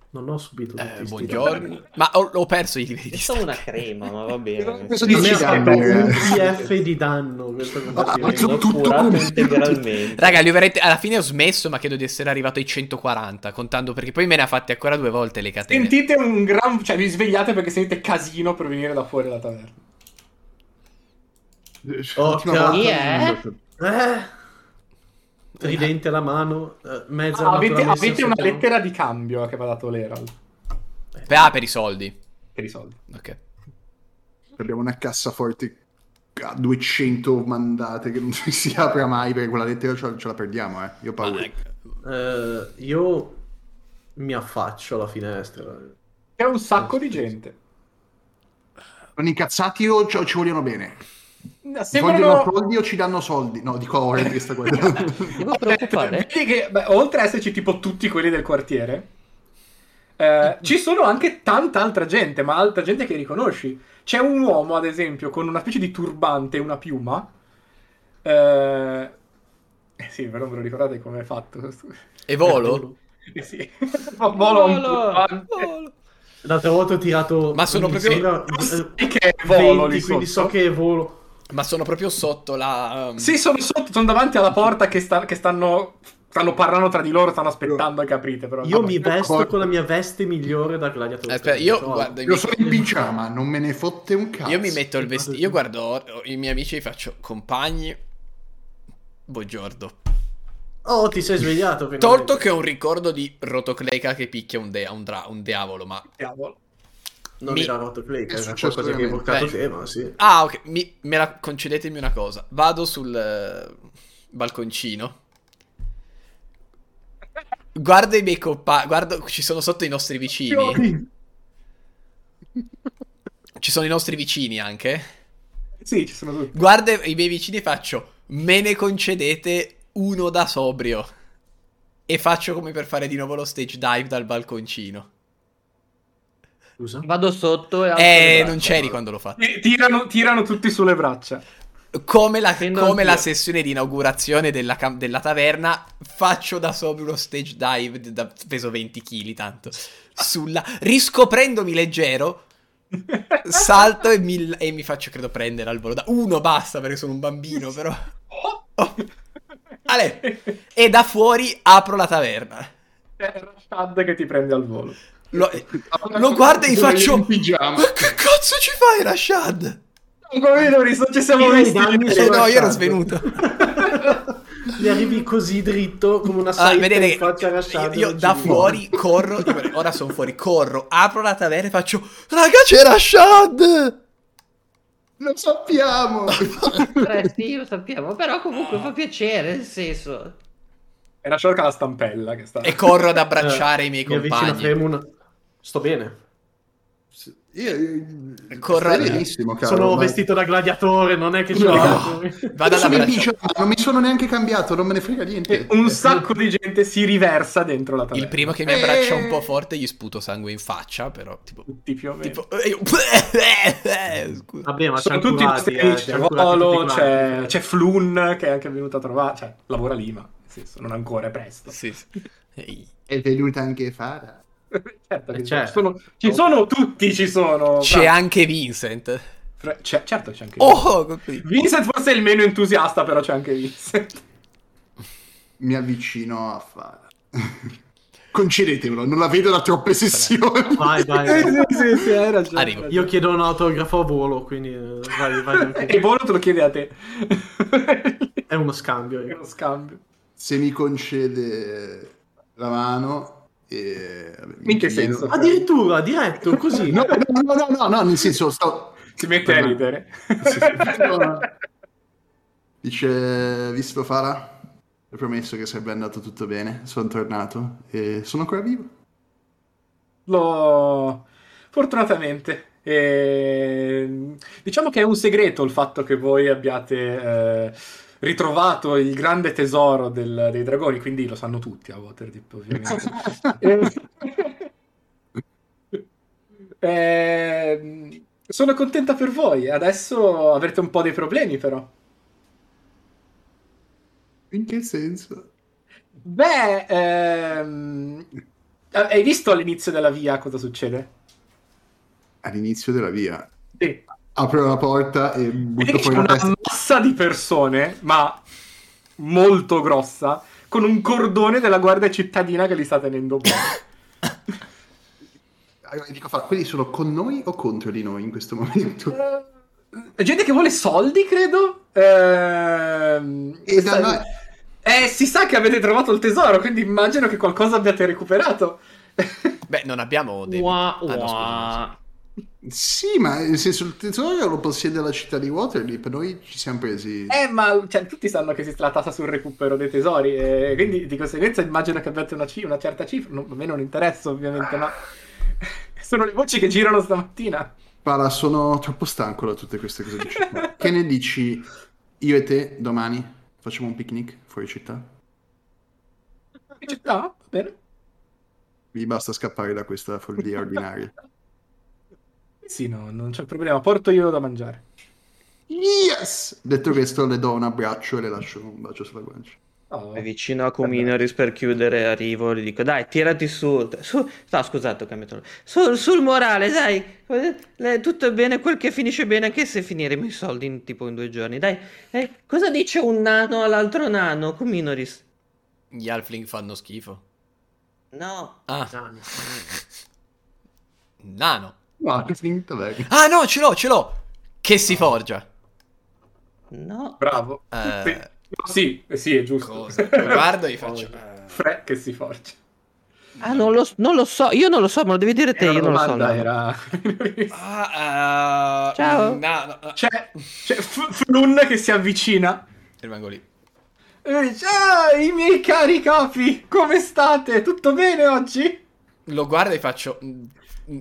Speaker 3: Non ho subito tutti
Speaker 1: Eh,
Speaker 3: sti-
Speaker 1: buongiorno. Ma ho, ho perso i livelli di
Speaker 5: Sono una
Speaker 1: stacca.
Speaker 5: crema, ma va bene.
Speaker 4: Questo
Speaker 3: A me
Speaker 4: dici
Speaker 3: ha fatto
Speaker 4: danno,
Speaker 3: un
Speaker 4: eh.
Speaker 3: PF di danno questo
Speaker 1: Ah,
Speaker 3: combattimento.
Speaker 4: Sono
Speaker 5: L'ho
Speaker 4: tutto
Speaker 5: curato
Speaker 4: come-
Speaker 5: integralmente.
Speaker 1: Raga, li avrete- alla fine ho smesso, ma credo di essere arrivato ai 140, contando perché poi me ne ha fatti ancora due volte le catene.
Speaker 2: Sentite un gran... cioè vi svegliate perché sentite casino per venire da fuori la taverna.
Speaker 4: L'ultima volta-
Speaker 5: Chi è?
Speaker 3: Eh, Tridente alla mano, eh, mezza
Speaker 2: Ah, avete,
Speaker 3: armatura messa
Speaker 2: avete una
Speaker 3: sotto.
Speaker 2: lettera di cambio che va dato l'Herald
Speaker 1: Per- Ah, per i soldi.
Speaker 2: per i soldi.
Speaker 1: Ok.
Speaker 4: Abbiamo una cassaforte a 200 mandate che non si apre mai perché quella lettera ce la, ce la perdiamo, eh. Io ho paura.
Speaker 1: Ma-
Speaker 3: Eh, io mi affaccio alla finestra.
Speaker 2: C'è un sacco di gente.
Speaker 4: Sono incazzati o ci, o ci vogliono bene? Vogliono
Speaker 2: Sembrano...
Speaker 4: soldi o ci danno soldi? No, dico Oren che sta guardando.
Speaker 5: Devo preoccupare?
Speaker 2: Vedi che, beh, oltre ad esserci tipo tutti quelli del quartiere, Eh, ci sono anche tanta altra gente, ma altra gente che riconosci. C'è un uomo, ad esempio, con una specie di turbante e una piuma. Eh, eh sì, però non ve lo ricordate come è fatto.
Speaker 1: E volo?
Speaker 2: Eh sì. Volo ha un
Speaker 5: Volo!
Speaker 2: turbante.
Speaker 3: L'altra volta ho tirato...
Speaker 1: Ma sono
Speaker 3: mi
Speaker 1: proprio-
Speaker 3: sembra, eh,
Speaker 2: Sì, che è volo lì
Speaker 3: 20, quindi so
Speaker 2: sotto.
Speaker 3: che è volo.
Speaker 1: Ma sono proprio sotto la... um,
Speaker 2: Sì, sono sotto, sono davanti alla porta che, sta- che stanno, stanno parlando tra di loro, stanno aspettando che aprite. Però.
Speaker 3: Io
Speaker 2: Ah,
Speaker 3: mi
Speaker 2: ma-
Speaker 3: vesto
Speaker 4: d'accordo.
Speaker 3: con la mia veste migliore da gladiatore.
Speaker 1: Eh,
Speaker 3: Oh,
Speaker 1: Aspetta, io,
Speaker 3: So,
Speaker 1: guarda, i
Speaker 4: Io
Speaker 1: miei-
Speaker 4: sono in pigiama, non me ne fotte un cazzo.
Speaker 1: io mi metto il vestito, io guardo i miei amici e faccio compagni, buongiorno.
Speaker 3: Oh, ti sei svegliato. finalmente.
Speaker 1: Tolto che ho un ricordo di Rotocleca che picchia un, de- un, dra- un diavolo, ma...
Speaker 2: Diavolo.
Speaker 3: Non
Speaker 1: Mi- Eh,
Speaker 3: era rotto Clay,
Speaker 4: È
Speaker 3: era
Speaker 4: successo
Speaker 3: qualcosa che hai
Speaker 4: veramente.
Speaker 3: evocato
Speaker 1: Beh.
Speaker 3: te, ma sì.
Speaker 1: Ah, ok, mi- me la- concedetemi una cosa. Vado sul eh, balconcino. Guardo i miei compagni, guardo, ci sono sotto i nostri vicini. Ci sono i nostri vicini anche.
Speaker 2: Sì, ci sono tutti.
Speaker 1: Guardo i miei vicini e faccio, me ne concedete uno da sobrio. E faccio come per fare di nuovo lo stage dive dal balconcino.
Speaker 3: Scusa.
Speaker 5: Vado sotto e... alzo le
Speaker 1: Eh,
Speaker 5: braccia.
Speaker 1: non c'eri quando l'ho fatto.
Speaker 2: Ti- Tirano, tirano tutti sulle braccia.
Speaker 1: Come la,
Speaker 5: Prendo
Speaker 1: come la
Speaker 5: anch'io.
Speaker 1: sessione di inaugurazione della, cam- della taverna, faccio da sopra uno stage dive d- da peso 20 kg tanto. Sulla... Riscoprendomi leggero, salto e mi, e mi faccio, credo, prendere al volo. Da uno basta perché sono un bambino, però. Oh. Ale. E da fuori apro la taverna.
Speaker 2: È Rashad che ti prende al volo.
Speaker 1: Lo, lo guardo e gli
Speaker 4: In
Speaker 1: faccio...
Speaker 4: pigiama.
Speaker 1: Ma che cazzo ci fai, Rashad?
Speaker 3: Eh,
Speaker 1: Ah.
Speaker 2: Come vedo, Riso, ci siamo
Speaker 3: Io i
Speaker 2: visti.
Speaker 3: danni
Speaker 1: Eh,
Speaker 3: sono
Speaker 1: no, io ero
Speaker 3: lasciati.
Speaker 1: svenuto.
Speaker 3: Gli arrivi così dritto come una
Speaker 1: Ah,
Speaker 3: saetta
Speaker 1: vedete,
Speaker 3: in faccia a
Speaker 1: io,
Speaker 3: Rashad, Eh,
Speaker 1: io
Speaker 3: non ci
Speaker 1: da
Speaker 3: muovo.
Speaker 1: fuori corro, dico, ora sono fuori, corro, apro la taverna e faccio Raga c'è Rashad!
Speaker 4: Lo sappiamo!
Speaker 5: Eh, sì, lo sappiamo, però comunque fa piacere, nel senso...
Speaker 2: È Rashad che ha la stampella che sta.
Speaker 1: E corro ad abbracciare i miei
Speaker 3: Eh, Mi avvicino a
Speaker 1: compagni.
Speaker 3: Fremon. Sto bene.
Speaker 4: Io, io-
Speaker 1: Corra-
Speaker 4: stai benissimo, caro,
Speaker 3: Sono
Speaker 4: ma-
Speaker 3: vestito da gladiatore, non è che c'ho
Speaker 2: No.
Speaker 3: gladiatore.
Speaker 1: Vado ad
Speaker 4: Sono in
Speaker 1: abbracciare.
Speaker 4: pigiama, non mi sono neanche cambiato, non me ne frega
Speaker 2: E
Speaker 4: niente.
Speaker 2: Eh,
Speaker 4: Eh,
Speaker 2: un sacco di gente si riversa dentro la taverna.
Speaker 1: Ecco. Il primo che mi abbraccia un po' forte gli sputo sangue in faccia, però tipo...
Speaker 2: Tutti più o meno.
Speaker 1: tipo eh, io- Scusa.
Speaker 3: Vabbè, ma
Speaker 2: sono
Speaker 3: c'è
Speaker 2: tutti
Speaker 3: curati,
Speaker 2: nostri
Speaker 3: eh,
Speaker 2: amici,
Speaker 3: ci
Speaker 2: c'è
Speaker 3: hanno curati
Speaker 2: Volo,
Speaker 3: tutti
Speaker 2: c'è,
Speaker 3: quanti.
Speaker 2: c'è Flun che è anche venuto a trovare, cioè lavora lì ma nel senso, non ancora, è presto.
Speaker 1: Sì, sì. Ehi.
Speaker 4: È venuta anche Fara.
Speaker 2: certo, che
Speaker 3: Eh, certo.
Speaker 2: sono- ci sono tutti, ci sono.
Speaker 1: C'è
Speaker 2: Fra-
Speaker 1: anche Vincent.
Speaker 2: Fra- c'è- certo c'è anche
Speaker 1: Oh, così.
Speaker 2: Vincent forse è il meno entusiasta, però c'è anche Vincent.
Speaker 4: Mi avvicino a Fara. Concedetemelo, non la vedo da troppe sessioni.
Speaker 3: Vai, vai. vai.
Speaker 2: Eh, sì, sì, sì, hai
Speaker 1: Arrivo.
Speaker 2: ragione. hai ragione.
Speaker 3: Io chiedo un autografo a volo, quindi eh, vai, vai anche
Speaker 2: E
Speaker 3: te.
Speaker 2: Volo te lo chiede a te.
Speaker 3: È uno scambio.
Speaker 2: È
Speaker 3: eh.
Speaker 2: uno scambio.
Speaker 4: Se mi concede la mano... E... vabbè, mi
Speaker 2: In che
Speaker 4: chiedo-
Speaker 2: senso?
Speaker 3: Addirittura, diretto, così.
Speaker 4: No, no, no, no, no, no, nel senso, sto...
Speaker 2: Si mette a ridere.
Speaker 4: Sì, sì. No. Dice, visto Fara, ho promesso che sarebbe andato tutto bene, sono tornato e sono ancora vivo.
Speaker 2: Lo... Fortunatamente. E... Diciamo che è un segreto il fatto che voi abbiate eh, ritrovato il grande tesoro del- dei dragoni, quindi lo sanno tutti a Waterdeep, ovviamente. Eh, E- Ehm, Sono contenta per voi. Adesso avrete un po' dei problemi, però.
Speaker 4: In che senso?
Speaker 2: Beh, ehm, hai visto all'inizio della via cosa succede?
Speaker 4: All'inizio della via.
Speaker 2: Sì.
Speaker 4: Apro la porta e
Speaker 2: Vedi che
Speaker 4: butto
Speaker 2: c'è
Speaker 4: fuori la
Speaker 2: una
Speaker 4: testa.
Speaker 2: massa di persone, ma molto grossa, con un cordone della guardia cittadina che li sta tenendo bene.
Speaker 4: Allora, dico a Fara, quelli sono con noi o contro di noi in questo momento?
Speaker 2: Eh, gente che vuole soldi, credo. Ehm,
Speaker 4: E da noi-
Speaker 2: Eh, si sa che avete trovato il tesoro, quindi immagino che qualcosa abbiate recuperato.
Speaker 1: Beh, non abbiamo... dei-
Speaker 5: Ua,
Speaker 1: Ah, no, scusa,
Speaker 5: ua.
Speaker 1: no,
Speaker 4: Sì, ma nel senso il tesoro lo possiede la città di Waterdeep, noi ci siamo presi...
Speaker 2: Eh, ma cioè, tutti sanno che esiste la tassa sul recupero dei tesori, e quindi di conseguenza immagino che abbiate una, ci- una certa cifra. Non, a me non interessa, ovviamente, ma sono le voci che girano stamattina.
Speaker 4: Fara, sono troppo stanco da tutte queste cose di città. che ne dici io e te domani facciamo un picnic fuori città?
Speaker 2: Dice, no, va bene.
Speaker 4: Vi basta scappare da questa follia ordinaria.
Speaker 2: Sì, no, non c'è problema, porto io da mangiare.
Speaker 4: Yes! Detto questo, le do un abbraccio e le lascio un bacio sulla guancia.
Speaker 2: Oh,
Speaker 6: È vicino a Cominoris per chiudere, arrivo, gli dico dai, tirati su. su- no, scusate, ho cambiato nome. Sul, sul morale, dai, Eh, tutto è bene quel che finisce bene, anche se finiremo i soldi in tipo in due giorni. Dai, Eh, cosa dice un nano all'altro nano, Cominoris?
Speaker 1: Gli halfling fanno schifo.
Speaker 6: No,
Speaker 1: Ah,
Speaker 3: Nano.
Speaker 1: nano.
Speaker 4: Ma che finta, vero?
Speaker 1: Ah no, ce l'ho, ce l'ho. Che si forgia.
Speaker 6: no.
Speaker 2: Bravo.
Speaker 1: Eh.
Speaker 2: Sì. sì, sì, è giusto.
Speaker 1: Cosa? Lo Guardo e gli faccio.
Speaker 2: Fre che si forgia.
Speaker 6: Ah, non lo, non lo so, io non lo so, me lo devi dire te,
Speaker 2: Era
Speaker 6: io
Speaker 2: una
Speaker 6: non lo so.
Speaker 2: domanda,
Speaker 6: nano.
Speaker 2: era-
Speaker 1: Ah, eh,
Speaker 6: Ciao.
Speaker 1: Nano. Ah,
Speaker 2: c'è, c'è F- Flun che si avvicina
Speaker 1: Rimango lì.
Speaker 2: e dice, "Ah, i miei cari capi, come state? Tutto bene oggi?
Speaker 1: Lo guardo e faccio. "Mm, mm,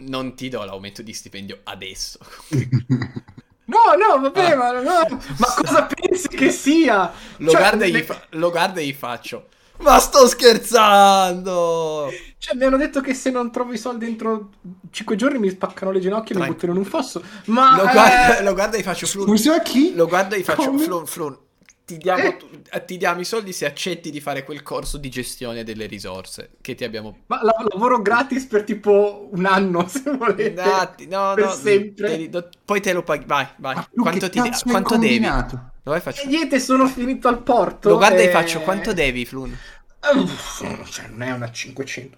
Speaker 1: Non ti do l'aumento di stipendio adesso.
Speaker 2: No, no, vabbè,
Speaker 1: Ah.
Speaker 2: ma, no, ma cosa pensi che sia?
Speaker 1: Lo,
Speaker 2: Cioè,
Speaker 1: guardo e gli
Speaker 2: le-
Speaker 1: fa- lo guardo e gli faccio. Ma sto scherzando!
Speaker 2: Cioè, mi hanno detto che se non trovo i soldi entro 5 giorni mi spaccano le ginocchia e mi
Speaker 1: Tran-
Speaker 2: buttano in un fosso. Ma
Speaker 1: Lo
Speaker 2: eh,
Speaker 1: guardo, lo guardo e gli faccio. Flun,
Speaker 4: Scusa, chi?
Speaker 1: Lo guardo e gli faccio
Speaker 2: Come?
Speaker 1: Flon, Flon, ti diamo,
Speaker 2: Eh.
Speaker 1: tu- eh, ti diamo i soldi se accetti di fare quel corso di gestione delle risorse che ti abbiamo...
Speaker 2: ma la- lavoro gratis per tipo un anno, se volete.
Speaker 1: dati. No,
Speaker 2: per
Speaker 1: no,
Speaker 2: sempre.
Speaker 1: te li do- poi te lo paghi, vai, vai.
Speaker 4: Ma tu
Speaker 1: Quanto,
Speaker 4: che
Speaker 1: ti de-
Speaker 4: cazzo hai
Speaker 1: quanto devi?
Speaker 4: combinato?
Speaker 1: Lo, vai, faccio-
Speaker 2: E niente, sono finito al porto.
Speaker 1: lo guardo e
Speaker 2: eh,
Speaker 1: faccio, quanto devi Flun?
Speaker 2: eh, Cioè, non è una 500.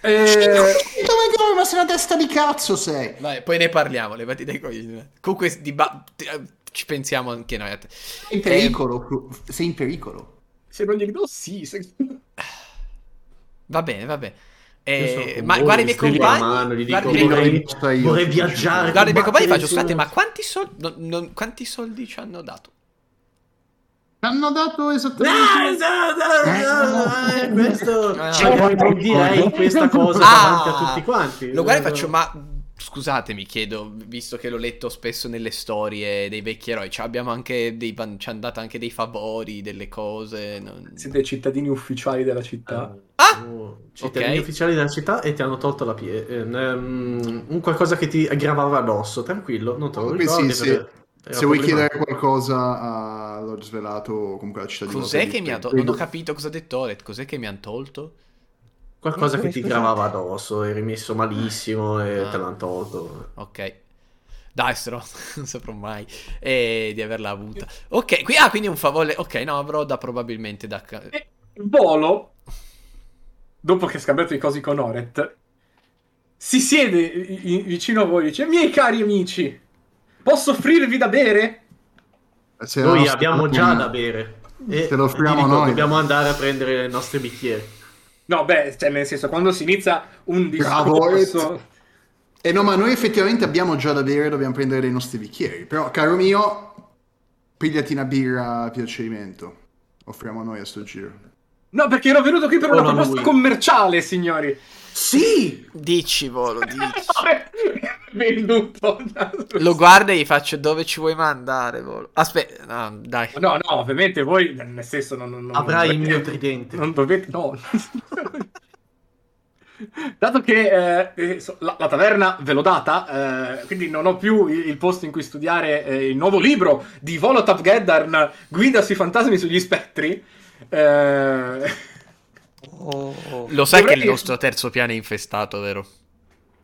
Speaker 2: Eh,
Speaker 8: Dove dove? Ma sei una testa di cazzo sei!
Speaker 1: Vai, poi ne parliamo, levati dai coglioni. Comunque di ba- ti- eh, ci pensiamo anche noi a te.
Speaker 3: Ehm,
Speaker 8: Sei in pericolo, Fru- sei in pericolo.
Speaker 2: se non glieli do, sì. se-
Speaker 1: Va bene, va bene.
Speaker 3: Io sono
Speaker 1: Eh,
Speaker 3: con
Speaker 1: ma
Speaker 3: voi,
Speaker 1: guarda i
Speaker 3: gli
Speaker 1: miei
Speaker 3: stringo la mano,
Speaker 1: compagni,
Speaker 3: gli
Speaker 1: guarda i
Speaker 3: dico,
Speaker 1: miei
Speaker 3: vorrei,
Speaker 4: compagni- Stai-
Speaker 3: vorrei viaggiare.
Speaker 1: Guarda, i miei compagni faccio,
Speaker 3: combattere
Speaker 1: scusate, ma
Speaker 3: insieme".
Speaker 1: quanti soldi, non- non- quanti soldi ci hanno dato?
Speaker 4: Ti hanno dato esattamente...
Speaker 3: Ah, ah, ah, ah, questo
Speaker 4: Eh,
Speaker 1: Ah.
Speaker 3: Cioè, non direi questa cosa
Speaker 1: Ah!
Speaker 3: davanti a tutti quanti. Eh,
Speaker 1: Lo guardo e faccio, ma scusatemi, chiedo, visto che l'ho letto spesso nelle storie dei vecchi eroi, ci abbiamo anche dei, van- ci hanno dato anche dei favori, delle cose. non-
Speaker 2: Siete cittadini ufficiali della città.
Speaker 1: Ah!
Speaker 3: Oh, Cittadini
Speaker 1: Ok.
Speaker 3: ufficiali della città e ti hanno tolto la pie- ehm, ehm, un qualcosa che ti aggravava addosso, tranquillo, non te lo
Speaker 4: Beh,
Speaker 3: ricordi.
Speaker 4: sì,
Speaker 3: perché era
Speaker 4: Se vuoi
Speaker 3: problematico.
Speaker 4: chiedere qualcosa a Lord Svelato o comunque alla città di
Speaker 1: Cos'è
Speaker 4: Waterdeep,
Speaker 1: che mi ha tolto?
Speaker 4: prego.
Speaker 1: Non ho capito cosa ha detto Oret, cos'è che mi hanno tolto?
Speaker 3: qualcosa che ti
Speaker 6: Scusate.
Speaker 3: gravava addosso, eri messo malissimo e
Speaker 1: Ah.
Speaker 3: Eh, te l'hanno tolto.
Speaker 1: Ok. Dai, se no, non saprò mai eh, di averla avuta. Ok, qui, ah, quindi un favore. Ok, no, avrò da probabilmente da... ca-
Speaker 2: E Eh, Volo, dopo che ha scambiato i cosi con Oret, si siede i- i- vicino a voi e dice: Miei cari amici, posso offrirvi da bere?
Speaker 4: eh, Se la
Speaker 3: Noi
Speaker 4: nostra
Speaker 3: abbiamo già
Speaker 4: fortuna-
Speaker 3: da bere. E
Speaker 4: Te lo offriamo
Speaker 3: ti dico,
Speaker 4: noi.
Speaker 3: Dobbiamo andare a prendere i nostri bicchieri.
Speaker 2: No, beh, cioè, nel senso, quando si inizia un
Speaker 4: Bravo,
Speaker 2: discorso.
Speaker 4: Eh no, ma noi effettivamente abbiamo già da bere, dobbiamo prendere dei nostri bicchieri. Però, caro mio, pigliati una birra a piacimento. Offriamo noi a sto giro.
Speaker 2: No, perché ero venuto qui per
Speaker 3: Oh,
Speaker 2: una
Speaker 3: no,
Speaker 2: proposta
Speaker 3: lui.
Speaker 2: commerciale, signori.
Speaker 3: Sì!
Speaker 1: Dici, Volo, dici.
Speaker 2: Venduto.
Speaker 1: Lo guardo e gli faccio dove ci vuoi mandare, Volo. Aspetta, no, dai.
Speaker 2: No, no, ovviamente voi, nel senso, non, non, non-
Speaker 3: Avrai il
Speaker 2: non-
Speaker 3: mio tridente.
Speaker 2: Non dovete. No. Dato che eh, eh, so- la, la taverna ve l'ho data, eh, quindi non ho più il, il posto in cui studiare eh, il nuovo libro di Volotap Geddarn, Guida sui fantasmi e sugli spettri. eh,
Speaker 6: Oh, oh.
Speaker 1: Lo sai
Speaker 2: Dovrei-
Speaker 1: che il nostro terzo piano è infestato, vero?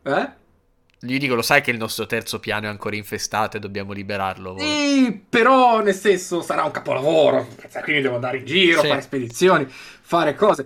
Speaker 2: eh?
Speaker 1: Gli dico, lo sai che il nostro terzo piano è ancora infestato e dobbiamo liberarlo. Volo?
Speaker 2: Sì, però nel senso sarà un capolavoro, quindi devo andare in giro,
Speaker 1: Sì.
Speaker 2: fare spedizioni, fare cose.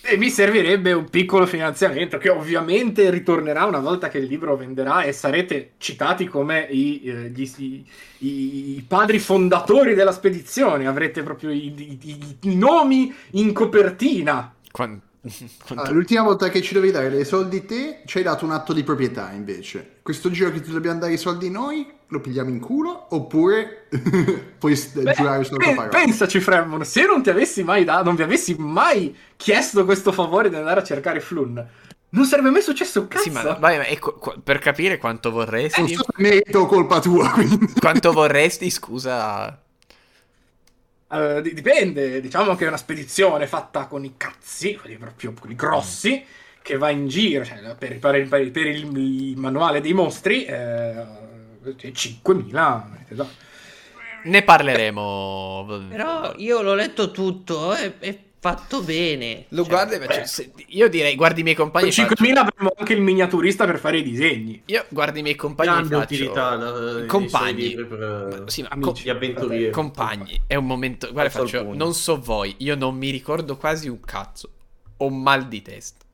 Speaker 2: E mi servirebbe un piccolo finanziamento che ovviamente ritornerà una volta che il libro venderà e sarete citati come i, eh, gli- i- i- i padri fondatori della spedizione. Avrete proprio i, i- i- i nomi in copertina.
Speaker 1: Quan-
Speaker 4: Ah,
Speaker 1: quanto-
Speaker 4: l'ultima volta che ci dovevi dare dei soldi te, ci hai dato un atto di proprietà invece. Questo giro che ti dobbiamo dare i soldi noi, lo pigliamo in culo oppure puoi s-
Speaker 2: Beh,
Speaker 4: giurare sulla tua
Speaker 2: pe-
Speaker 4: parola.
Speaker 2: pensaci, Fremon, se non ti avessi mai da- non vi avessi mai chiesto questo favore di andare a cercare Flun, non sarebbe mai successo un cazzo.
Speaker 1: Sì,
Speaker 2: Eh,
Speaker 1: ma, vai, ma ecco, qua- per capire quanto
Speaker 4: Non
Speaker 1: vorresti,
Speaker 4: so se merito o colpa tua, quindi.
Speaker 1: quanto vorresti, scusa,
Speaker 2: Eh, di- dipende, diciamo che è una spedizione fatta con i cazzi, quelli proprio quelli grossi, che va in giro cioè, per, per- per- per il, il manuale dei mostri, eh, cioè, 5.000 monete d'oro.
Speaker 1: Ne parleremo.
Speaker 6: Però io l'ho letto tutto e è fatto bene.
Speaker 1: Lo
Speaker 6: Cioè,
Speaker 1: guardi, ma cioè, se- io direi, guardi i miei compagni.
Speaker 2: Con
Speaker 1: e faccio-
Speaker 2: 5.000 avremo anche il miniaturista per fare i disegni.
Speaker 1: Io guardo i miei compagni. e
Speaker 3: Grande
Speaker 1: faccio-
Speaker 3: utilità la- eh, i suoi
Speaker 1: Compagni.
Speaker 3: libri per eh,
Speaker 1: Ma- sì, ma
Speaker 2: amici.
Speaker 3: gli
Speaker 1: eh.
Speaker 3: avventurieri.
Speaker 1: Compagni, è un momento. Guarda,
Speaker 5: Alzo il
Speaker 1: faccio.
Speaker 5: pugno.
Speaker 1: Non so voi, io non mi ricordo quasi un cazzo. Ho mal di testa.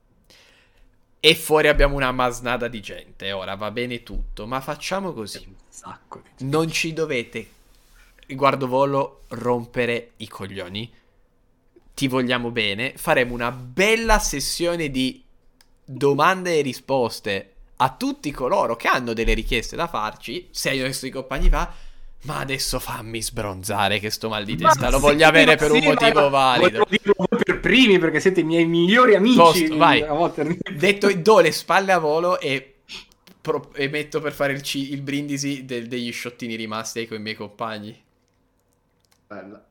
Speaker 1: E fuori abbiamo una masnada di gente. Ora va bene tutto, ma facciamo così.
Speaker 2: Sacco di-
Speaker 1: Non ci dovete, riguardo volo, rompere i coglioni. Ti vogliamo bene. Faremo una bella sessione di domande e risposte a tutti coloro che hanno delle richieste da farci. Se io e i suoi compagni fa. Ma adesso fammi sbronzare che sto mal di testa.
Speaker 2: Ma
Speaker 1: Lo
Speaker 2: sì,
Speaker 1: voglio avere per un
Speaker 2: ma sì, ma
Speaker 1: motivo valido.
Speaker 2: Volevo dirlo voi per primi perché siete i miei migliori amici.
Speaker 1: Posto, vai.
Speaker 2: A volte-
Speaker 1: Detto, do le spalle a volo e, pro- e metto per fare il, ci- il brindisi del- degli sciottini rimasti con i miei compagni.
Speaker 8: Bella.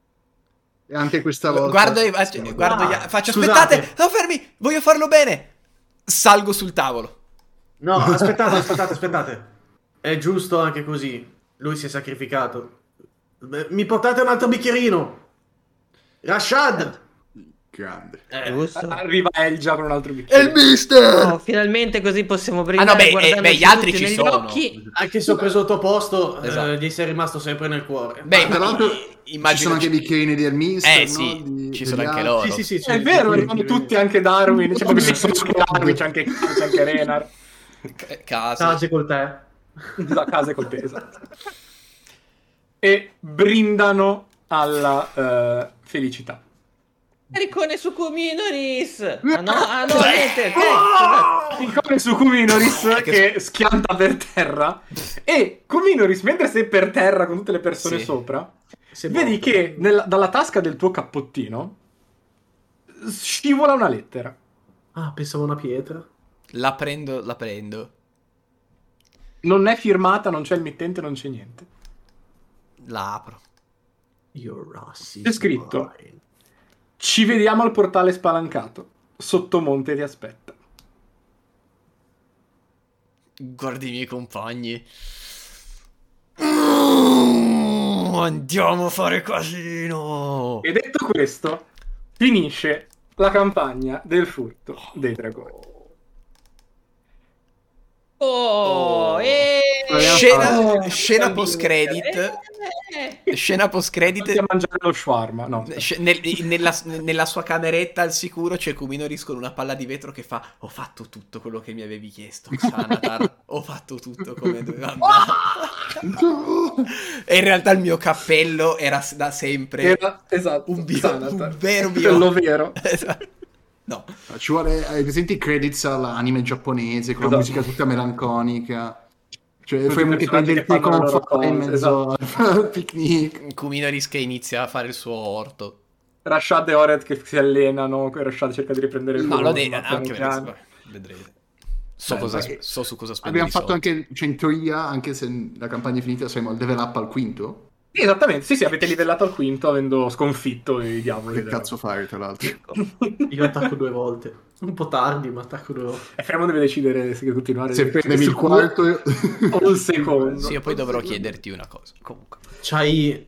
Speaker 8: E anche questa volta...
Speaker 1: Guardo, e faccio,
Speaker 8: Siamo
Speaker 1: guardo
Speaker 3: Ah,
Speaker 1: gli- faccio
Speaker 3: scusate.
Speaker 1: aspettate, no fermi, voglio farlo bene. Salgo sul tavolo.
Speaker 3: No, aspettate, aspettate, aspettate. È giusto anche così. Lui si è sacrificato. Beh, Mi portate un altro bicchierino. Rashad!
Speaker 1: Ah,
Speaker 8: Grande.
Speaker 6: Giusto?
Speaker 2: Arriva Elgia con un altro
Speaker 8: E
Speaker 2: bicchiere.
Speaker 8: il mister!
Speaker 6: eh, ah, No, finalmente così possiamo brindare
Speaker 1: Ah, no, beh, eh,
Speaker 6: guardandoci
Speaker 1: beh, gli altri
Speaker 6: tutti
Speaker 1: ci
Speaker 6: negli
Speaker 1: sono.
Speaker 6: occhi.
Speaker 3: Anche se ho preso il tuo posto,
Speaker 1: Esatto.
Speaker 3: eh, gli sei rimasto sempre nel cuore.
Speaker 1: Beh,
Speaker 8: tra l'altro
Speaker 1: Eh, immagino
Speaker 8: ci sono anche i bicchierini del mister,
Speaker 1: Eh
Speaker 8: no?
Speaker 1: sì,
Speaker 8: Di-
Speaker 1: ci
Speaker 8: degli
Speaker 1: sono anche
Speaker 8: altri.
Speaker 1: loro.
Speaker 3: Sì, sì, sì, sì.
Speaker 2: È vero, arrivano
Speaker 3: arrivano
Speaker 2: tutti, anche Darwin. Cioè, proprio ci sono solo Darwin, c'è anche, c'è anche Renar.
Speaker 1: C- Casa.
Speaker 3: Sage col te.
Speaker 2: La casa è col te, esatto. E brindano alla eh, felicità.
Speaker 6: Ricone su Comino Ris. Ah no, ah no,
Speaker 1: Cioè,
Speaker 6: niente.
Speaker 1: oh!
Speaker 6: ok, scusate.
Speaker 2: Oh! Il cuore su Cuminoris che schianta per terra. E Cuminoris, mentre sei per terra con tutte le persone
Speaker 1: Sì.
Speaker 2: sopra,
Speaker 3: Se
Speaker 2: vedi
Speaker 3: morto.
Speaker 2: che nella- dalla tasca del tuo cappottino scivola una lettera.
Speaker 3: Ah, pensavo una pietra.
Speaker 1: La prendo, la prendo.
Speaker 2: Non è firmata, non c'è il mittente, non c'è niente.
Speaker 1: La apro.
Speaker 3: You're Rossi.
Speaker 2: C'è scritto. Ci vediamo al portale spalancato. Sottomonte ti aspetta.
Speaker 1: Guardo i miei compagni. Mm, andiamo a fare casino.
Speaker 2: E detto questo, finisce la campagna del furto dei dragoni.
Speaker 6: Oh, eh,
Speaker 1: Scena, scena post
Speaker 6: eh,
Speaker 1: credit.
Speaker 6: eh.
Speaker 1: Scena post
Speaker 2: Andate
Speaker 1: credit.
Speaker 2: a mangiare lo shawarma, no.
Speaker 1: Sc- nel- nella, nella sua cameretta al sicuro c'è Kuminoris con una palla di vetro che fa ho fatto tutto quello che mi avevi chiesto Xanatar. ho fatto tutto come doveva andare." e in realtà il mio cappello era s- da sempre
Speaker 2: Era, esatto,
Speaker 1: un, bio-
Speaker 2: Xanatar.
Speaker 1: un vero
Speaker 2: Quello
Speaker 1: bio
Speaker 2: vero.
Speaker 1: Esatto. no
Speaker 4: Ci vuole, hai presenti i credits all'anime giapponese con
Speaker 2: Esatto.
Speaker 4: la musica tutta melanconica? Cioè,
Speaker 2: Tutti
Speaker 4: fai
Speaker 2: i
Speaker 4: un che
Speaker 2: personaggi che
Speaker 4: prenderti
Speaker 2: fanno le loro esatto.
Speaker 4: con fuoco in
Speaker 2: cose,
Speaker 4: mezzo al picnic.
Speaker 1: Kuminoris che inizia a fare il suo orto
Speaker 2: Rashad e Oret che si allenano, poi Rashad cerca di riprendere il
Speaker 1: no
Speaker 2: volo,
Speaker 1: l'ho detto
Speaker 2: ma
Speaker 1: anche
Speaker 2: piano
Speaker 1: perché
Speaker 2: piano.
Speaker 1: vedrete so,
Speaker 4: Beh,
Speaker 1: cosa,
Speaker 4: dai.
Speaker 1: so su cosa spendere
Speaker 4: Abbiamo
Speaker 1: i
Speaker 4: fatto
Speaker 1: soldi.
Speaker 4: anche, cioè in teoria, anche se la campagna è finita, siamo al level up al quinto.
Speaker 2: Sì, esattamente, sì, sì, avete livellato al quinto avendo sconfitto i diavoli.
Speaker 4: Che
Speaker 2: della-
Speaker 4: cazzo fare, tra l'altro?
Speaker 3: Io attacco due volte. Un po' tardi, ma attacco due volte.
Speaker 2: E Fremon deve decidere se continuare.
Speaker 4: Se prendevi il
Speaker 2: su-
Speaker 4: quarto... io-
Speaker 2: o il secondo.
Speaker 1: sì io poi dovrò chiederti una cosa comunque
Speaker 3: C'hai...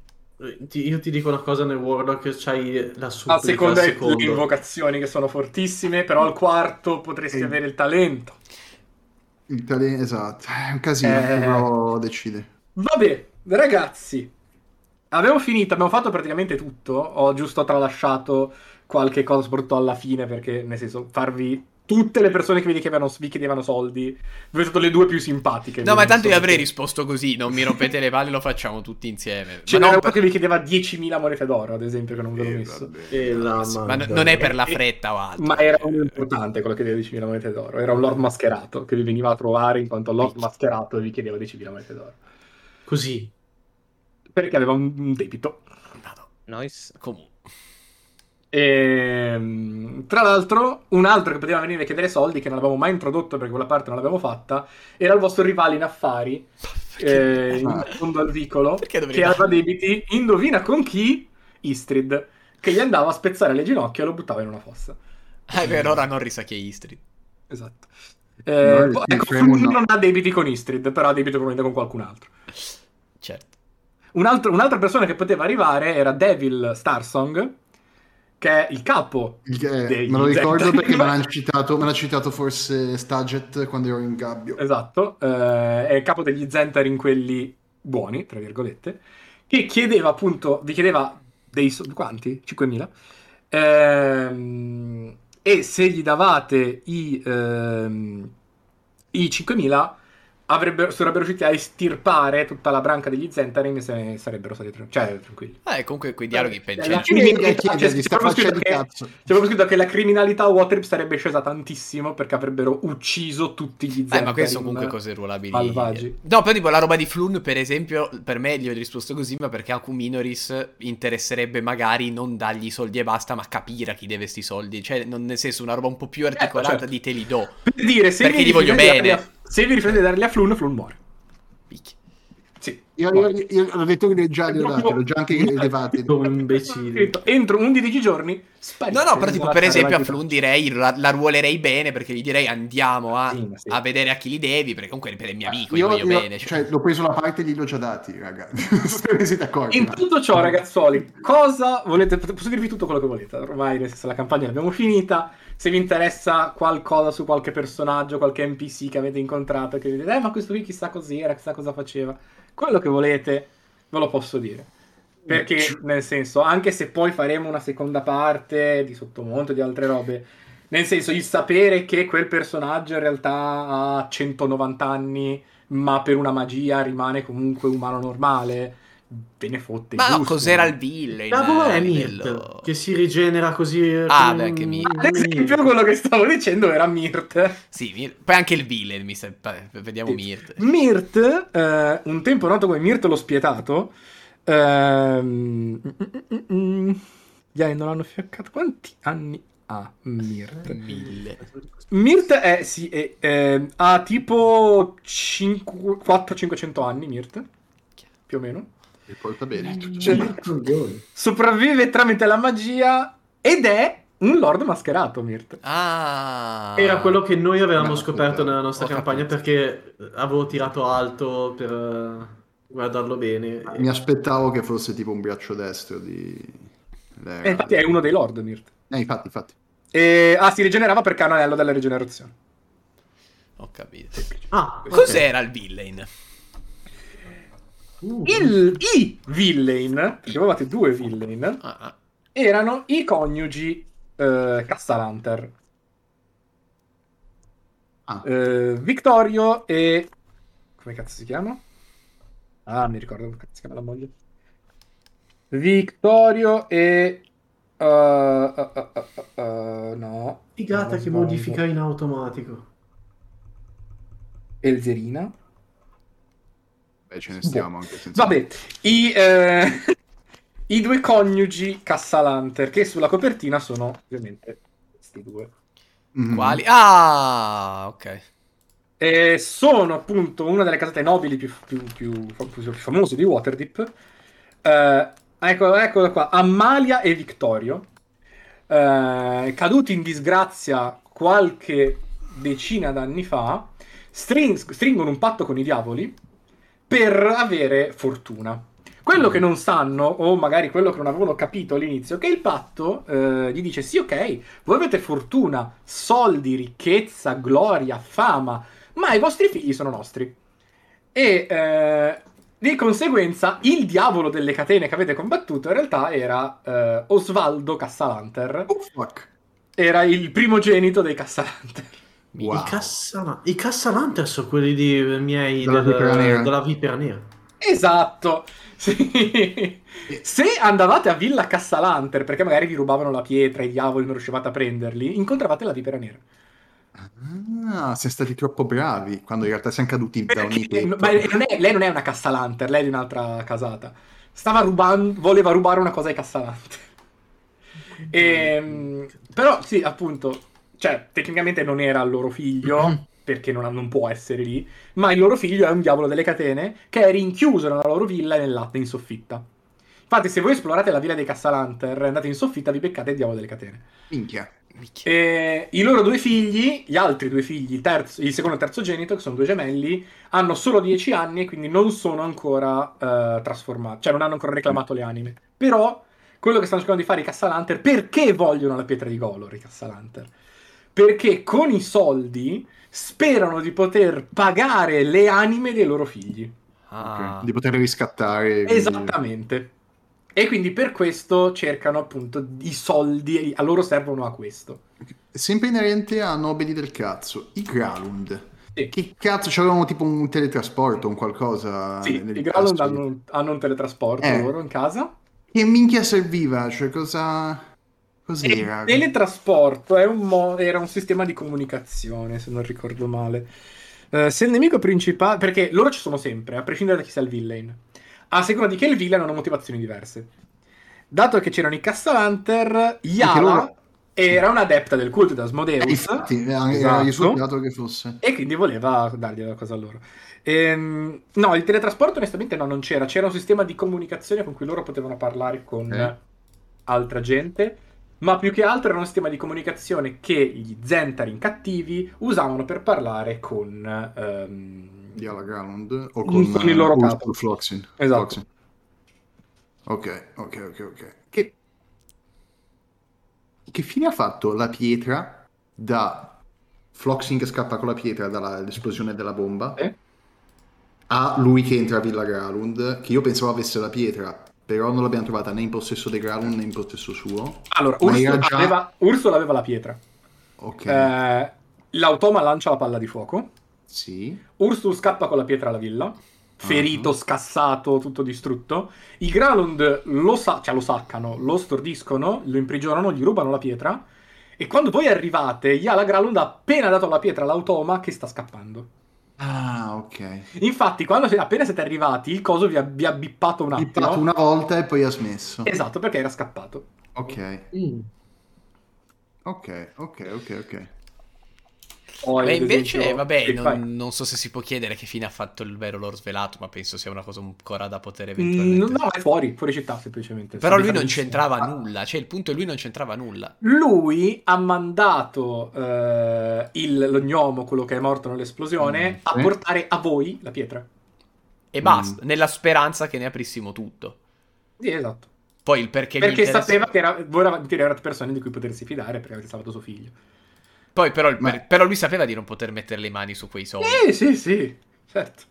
Speaker 3: ti- io ti dico una cosa nel Warlock, c'hai la
Speaker 2: Al
Speaker 3: supplica al
Speaker 2: secondo hai
Speaker 3: secondo.
Speaker 2: le invocazioni che sono fortissime, però al quarto potresti
Speaker 4: Sì.
Speaker 2: avere il talento.
Speaker 4: Il tale- esatto, è un casino,
Speaker 2: Eh.
Speaker 4: però decide.
Speaker 2: Vabbè, ragazzi, abbiamo finito, abbiamo fatto praticamente tutto. Ho giusto tralasciato qualche cosa, soprattutto alla fine, perché nel senso, farvi tutte le persone che vi chiedevano, vi chiedevano soldi, voi siete le due più simpatiche.
Speaker 1: No, ma tanto io avrei
Speaker 2: risposto.
Speaker 1: risposto così, non mi rompete le palle, lo facciamo tutti insieme.
Speaker 2: C'era
Speaker 1: ma non,
Speaker 2: uno
Speaker 1: per-
Speaker 2: che vi chiedeva 10.000 monete d'oro, ad esempio, che non ve l'ho
Speaker 4: esatto.
Speaker 8: Eh,
Speaker 2: messo.
Speaker 8: vabbè.
Speaker 3: E la Eh,
Speaker 1: sì, ma
Speaker 3: mandano.
Speaker 1: no- non è per la fretta o altro.
Speaker 2: Eh, Ma era un Cioè, importante quello che chiedeva 10.000 monete d'oro. Era un lord mascherato che vi veniva a trovare in quanto lord mascherato e vi chiedeva 10.000 monete d'oro.
Speaker 3: Così.
Speaker 2: Perché aveva un un debito.
Speaker 1: No, no,
Speaker 6: Nice.
Speaker 1: Comunque.
Speaker 2: Ehm, tra l'altro, un altro che poteva venire a chiedere soldi, che non avevamo mai introdotto perché quella parte non l'abbiamo fatta, era il vostro rivale in affari, eh, in fondo al
Speaker 1: Ah.
Speaker 2: vicolo,
Speaker 1: Perché dovrei
Speaker 2: che aveva
Speaker 1: dargli?
Speaker 2: debiti, indovina con chi? Istrid, che gli andava a spezzare le ginocchia e lo buttava in una fossa.
Speaker 1: Ah, è vero, ora non risacchia Istri.
Speaker 2: Esatto. Eh,
Speaker 4: No, il
Speaker 2: boh,
Speaker 4: Team
Speaker 2: ecco,
Speaker 4: Fremon
Speaker 2: Fulgrim
Speaker 4: no.
Speaker 2: non ha debiti con Istrid, però ha debito probabilmente con qualcun altro.
Speaker 1: Certo.
Speaker 2: Un altro- un'altra persona che poteva arrivare era Devil Starsong, che è il capo.
Speaker 8: Il- eh,
Speaker 2: degli
Speaker 8: me lo ricordo
Speaker 2: Z.
Speaker 8: perché me l'hanno citato, me l'ha citato forse Staget quando ero in gabbio.
Speaker 2: Esatto, eh, è il capo degli Zentarin, quelli buoni, tra virgolette, che chiedeva appunto, vi chiedeva dei so- quanti? 5.000? Ehm, e se gli davate i, ehm, i 5.000 avrebbero, sarebbero riusciti a estirpare tutta la branca degli Zentarin e se ne sarebbero stati tran- cioè, tranquilli.
Speaker 1: Eh, comunque quei dialoghi penso.
Speaker 2: alla
Speaker 8: Chi
Speaker 2: fine
Speaker 8: minchia
Speaker 2: in realtà
Speaker 8: chiedergli
Speaker 2: c'è
Speaker 8: sta
Speaker 2: cioè, proprio
Speaker 8: faccia di
Speaker 2: scritto che-
Speaker 8: cazzo?
Speaker 2: C'è proprio scritto che la criminalità a Waterdeep sarebbe scesa tantissimo perché avrebbero ucciso tutti gli
Speaker 1: Eh,
Speaker 2: Zentarin.
Speaker 1: ma queste sono comunque cose ruolabili.
Speaker 2: malvagi.
Speaker 1: No, però tipo la roba di Flun, per esempio, per me gli ho risposto così, ma perché a Kuminoris interesserebbe magari non dargli i soldi e basta, ma capire a chi deve sti soldi. Cioè, non- nel senso, una roba un po' più articolata
Speaker 2: certo.
Speaker 1: di te li do.
Speaker 2: Per dire, se
Speaker 1: Perché
Speaker 2: vi
Speaker 1: gli voglio
Speaker 2: rifiutate di
Speaker 1: bene.
Speaker 2: darli a- se vi rifiutate di darli a Flun, Flun muore.
Speaker 1: Picchi.
Speaker 2: Sì.
Speaker 8: Io, io, io, l'ho detto che li ho già rilevati, l'ho già anche rilevati.
Speaker 3: Sono imbecilli.
Speaker 2: Scritto, Entro 11 giorni
Speaker 1: No,
Speaker 2: sparisce.
Speaker 1: no, però tipo per
Speaker 2: Guardate,
Speaker 1: esempio a
Speaker 2: guardate.
Speaker 1: Flun direi, la, la ruolerei bene perché gli direi andiamo a,
Speaker 2: Sì, ma sì.
Speaker 1: a vedere a chi li devi, perché comunque per il
Speaker 4: Ah,
Speaker 1: mio amico,
Speaker 8: Io-
Speaker 1: gli voglio
Speaker 8: io-
Speaker 1: bene. cioè.
Speaker 8: cioè, l'ho preso la parte e gli ho già dati, raga. Se ne siete accorti.
Speaker 2: In
Speaker 8: ma-
Speaker 2: tutto ciò, ragazzuoli, cosa volete? Posso dirvi tutto quello che volete. Ormai nel senso, la campagna l'abbiamo finita. Se vi interessa qualcosa su qualche personaggio, qualche NPC che avete incontrato, che vedete, eh, ma questo qui chissà cos'era, chissà cosa faceva. Quello che volete, ve lo posso dire. Perché, nel senso, anche se poi faremo una seconda parte di sottomonto, di altre robe. Nel senso, il sapere che quel personaggio in realtà ha 190 anni, ma per una magia rimane comunque umano normale, ve ne fotte.
Speaker 1: Ma no,
Speaker 2: giusto.
Speaker 1: cos'era il villain?
Speaker 3: Cavolo
Speaker 1: eh,
Speaker 3: è
Speaker 1: a
Speaker 3: Mirt
Speaker 1: livello-
Speaker 3: che si rigenera così. mm,
Speaker 1: Ah,
Speaker 3: con-
Speaker 1: beh, che Mirt.
Speaker 2: Ad esempio, quello che stavo dicendo era Mirt.
Speaker 1: Sì, Mir- poi anche il villain, mi sa... pa- vediamo
Speaker 2: Sì.
Speaker 1: Mirt.
Speaker 2: Mirt, eh, un tempo noto come Mirt lo spietato, ehm, mm, mm, mm, mm. gli anni non l'hanno fiaccato. Quanti anni ha
Speaker 1: Eh,
Speaker 2: Mirt?
Speaker 1: Mille.
Speaker 2: Mirt è, sì, è- è- ha tipo 5 400-500 anni, Mirt, più o meno.
Speaker 4: Mi porta bene. tutto
Speaker 2: Cioè,
Speaker 4: sommato.
Speaker 2: sopravvive tramite la magia ed è un lord mascherato, Mirt.
Speaker 1: Ah,
Speaker 3: Era quello che noi avevamo
Speaker 4: Ma,
Speaker 3: scoperto
Speaker 4: puttana,
Speaker 3: nella nostra
Speaker 1: ho
Speaker 3: campagna perché avevo tirato alto per eh, guardarlo bene. E-
Speaker 4: Mi aspettavo che fosse tipo un braccio destro di... Lera.
Speaker 2: E Eh, infatti è uno dei lord, Mirt.
Speaker 4: Eh, infatti, infatti.
Speaker 2: E- ah, si rigenerava perché ha un anello della rigenerazione.
Speaker 1: Ho capito.
Speaker 3: Ah, ok.
Speaker 1: Cos'era il villain?
Speaker 3: Uh,
Speaker 2: Il, I villain, perché voi avevate due villain,
Speaker 1: Ah, ah.
Speaker 2: erano i coniugi eh, Castalanter.
Speaker 4: Ah.
Speaker 2: Eh, Vittorio e... come cazzo si chiama? Ah, mi ricordo come cazzo si chiama la moglie. Vittorio e... eh, eh, eh, eh, eh, no.
Speaker 3: Figata che modifica in automatico.
Speaker 2: Elzerina.
Speaker 4: Beh, ce ne stiamo anche senza...
Speaker 2: Boh. Vabbè, i, eh, i due coniugi Cassalanter che sulla copertina sono ovviamente questi due.
Speaker 4: Mhm.
Speaker 1: Quali? Ah, ok.
Speaker 2: Eh, sono appunto una delle casate nobili più, più, più- più famose di Waterdeep. Eh, ecco, eccola qua, Amalia e Vittorio, eh, caduti in disgrazia qualche decina d'anni fa, string- stringono un patto con i diavoli per avere fortuna. Quello che non sanno, o magari quello che non avevano capito all'inizio, che il patto eh, gli dice: Sì, ok, voi avete fortuna, soldi, ricchezza, gloria, fama, ma i vostri figli sono nostri. E eh, di conseguenza il diavolo delle catene che avete combattuto in realtà era eh, Osvaldo Cassalanter.
Speaker 8: Oh, fuck.
Speaker 2: Era il primogenito dei Cassalanter.
Speaker 4: Wow.
Speaker 3: I, Cassala- I Cassalanter sono quelli di, miei
Speaker 4: Della
Speaker 3: del-
Speaker 4: Vipera Nera.
Speaker 3: della Vipera Nera.
Speaker 2: Esatto. Sì. Se andavate a Villa Cassalanter perché magari vi rubavano la pietra, i diavoli non riuscivate a prenderli, incontravate la vipera nera.
Speaker 4: Ah, siete stati troppo bravi, quando in realtà siamo caduti da ogni
Speaker 2: Perché-
Speaker 4: tetto.
Speaker 2: Eh, ma non è- lei non è una Cassalanter, lei è di un'altra casata. Stava rubando, voleva rubare una cosa ai Cassalanter. Ehm, però sì, appunto, cioè tecnicamente non era il loro figlio perché non, non può essere lì, ma il loro figlio è un diavolo delle catene che è rinchiuso nella loro villa e nel latte in soffitta. Infatti, se voi esplorate la villa dei Cassalanter e andate in soffitta, vi beccate il diavolo delle catene.
Speaker 4: Minchia.
Speaker 1: Minchia.
Speaker 2: Eh, E I loro due figli, gli altri due figli, terzo- il secondo e terzo genito, che sono due gemelli, hanno solo 10 anni e quindi non sono ancora eh, trasformati, cioè non hanno ancora reclamato le anime. Però quello che stanno cercando di fare i Cassalanter, perché vogliono la pietra di Golor i Cassalanter? Perché con i soldi sperano di poter pagare le anime dei loro figli.
Speaker 1: Ah.
Speaker 4: Di poter riscattare. quindi-
Speaker 2: Esattamente. E quindi per questo cercano appunto i soldi, e a loro servono a questo.
Speaker 4: Sempre inerente a nobili del cazzo, i Gralund.
Speaker 2: Sì.
Speaker 4: Che cazzo, c'avevano tipo un teletrasporto, un qualcosa.
Speaker 2: Sì,
Speaker 4: nel-
Speaker 2: i Growlund
Speaker 4: cazzo.
Speaker 2: hanno, hanno un teletrasporto
Speaker 4: Eh.
Speaker 2: loro in casa.
Speaker 4: Che minchia serviva? Cioè,
Speaker 2: Eh,
Speaker 4: cosa.
Speaker 2: E
Speaker 4: Cos'era?
Speaker 2: il teletrasporto è un mo- era un sistema di comunicazione, se non ricordo male. Eh, se il nemico principale... Perché loro ci sono sempre, a prescindere da chi sia il villain. A seconda di che il villain hanno motivazioni diverse. Dato che c'erano i Castellhunter, Yala
Speaker 4: loro-
Speaker 2: era un'adepta del culto di
Speaker 4: Eh,
Speaker 2: Asmodeus.
Speaker 4: infatti, era era
Speaker 2: Esatto.
Speaker 4: risultato che fosse.
Speaker 2: E quindi voleva dargli la cosa a loro. Ehm, no, il teletrasporto onestamente no, non c'era. C'era un sistema di comunicazione con cui loro potevano parlare con
Speaker 4: Ok.
Speaker 2: altra gente, ma più che altro era un sistema di comunicazione che gli Zentarin cattivi usavano per parlare con... ehm,
Speaker 4: Di Ground o
Speaker 2: Con
Speaker 4: con,
Speaker 2: il loro
Speaker 4: eh,
Speaker 2: capo.
Speaker 4: Ursula Floxin.
Speaker 2: Esatto.
Speaker 4: Floxin. Ok, ok, ok, ok. Che... che fine ha fatto la pietra da Floxin che scappa con la pietra dall'esplosione della bomba
Speaker 2: Eh?
Speaker 4: a lui che entra a Villa Gralund, che io pensavo avesse la pietra, però non l'abbiamo trovata né in possesso dei Gralund né in possesso suo.
Speaker 2: Allora,
Speaker 4: Ma
Speaker 2: Ursula
Speaker 4: era già-
Speaker 2: aveva, Ursula aveva la pietra.
Speaker 4: Ok,
Speaker 2: Eh, l'automa lancia la palla di fuoco.
Speaker 4: sì.
Speaker 2: Ursul scappa con la pietra alla villa, ferito, scassato, tutto distrutto. I Gralund lo, sa- cioè, lo saccano, lo stordiscono, lo imprigionano, gli rubano la pietra. E quando voi arrivate, Yala Gralund ha appena dato la pietra all'automa che sta scappando.
Speaker 4: Ah, ok.
Speaker 2: Infatti, quando se- appena siete arrivati, il coso vi ha, vi ha bippato un
Speaker 4: Ha
Speaker 2: attimo.
Speaker 4: fatto una volta e poi ha smesso.
Speaker 2: Esatto, perché era scappato.
Speaker 4: Ok. Ok, ok, ok, ok.
Speaker 2: Poi,
Speaker 1: Beh,
Speaker 2: ad
Speaker 1: invece,
Speaker 2: esempio-
Speaker 1: vabbè,
Speaker 2: Sì, vai.
Speaker 1: non, non so se si può chiedere che fine ha fatto il vero loro svelato, ma penso sia una cosa ancora da poter
Speaker 2: Mm,
Speaker 1: eventualmente...
Speaker 2: No, è fuori, fuori città semplicemente.
Speaker 1: Però lui non
Speaker 2: Semplicemente.
Speaker 1: c'entrava nulla, cioè il punto è lui non c'entrava nulla.
Speaker 2: Lui ha mandato eh, il, lo gnomo, quello che è morto
Speaker 1: Mm,
Speaker 2: nell'esplosione, a
Speaker 4: sì.
Speaker 2: portare a voi la pietra.
Speaker 1: E
Speaker 2: Mm.
Speaker 1: basta, nella speranza che ne aprissimo tutto.
Speaker 2: Sì, esatto.
Speaker 1: Poi il perché, gli
Speaker 2: perché
Speaker 1: interessa-
Speaker 2: sapeva che era, voi eravate eravate persone di cui potersi fidare perché avete salvato suo figlio.
Speaker 1: Poi però, il per-
Speaker 4: Ma-
Speaker 1: però lui sapeva di non poter mettere le mani su quei soldi.
Speaker 2: Eh, sì, sì, certo.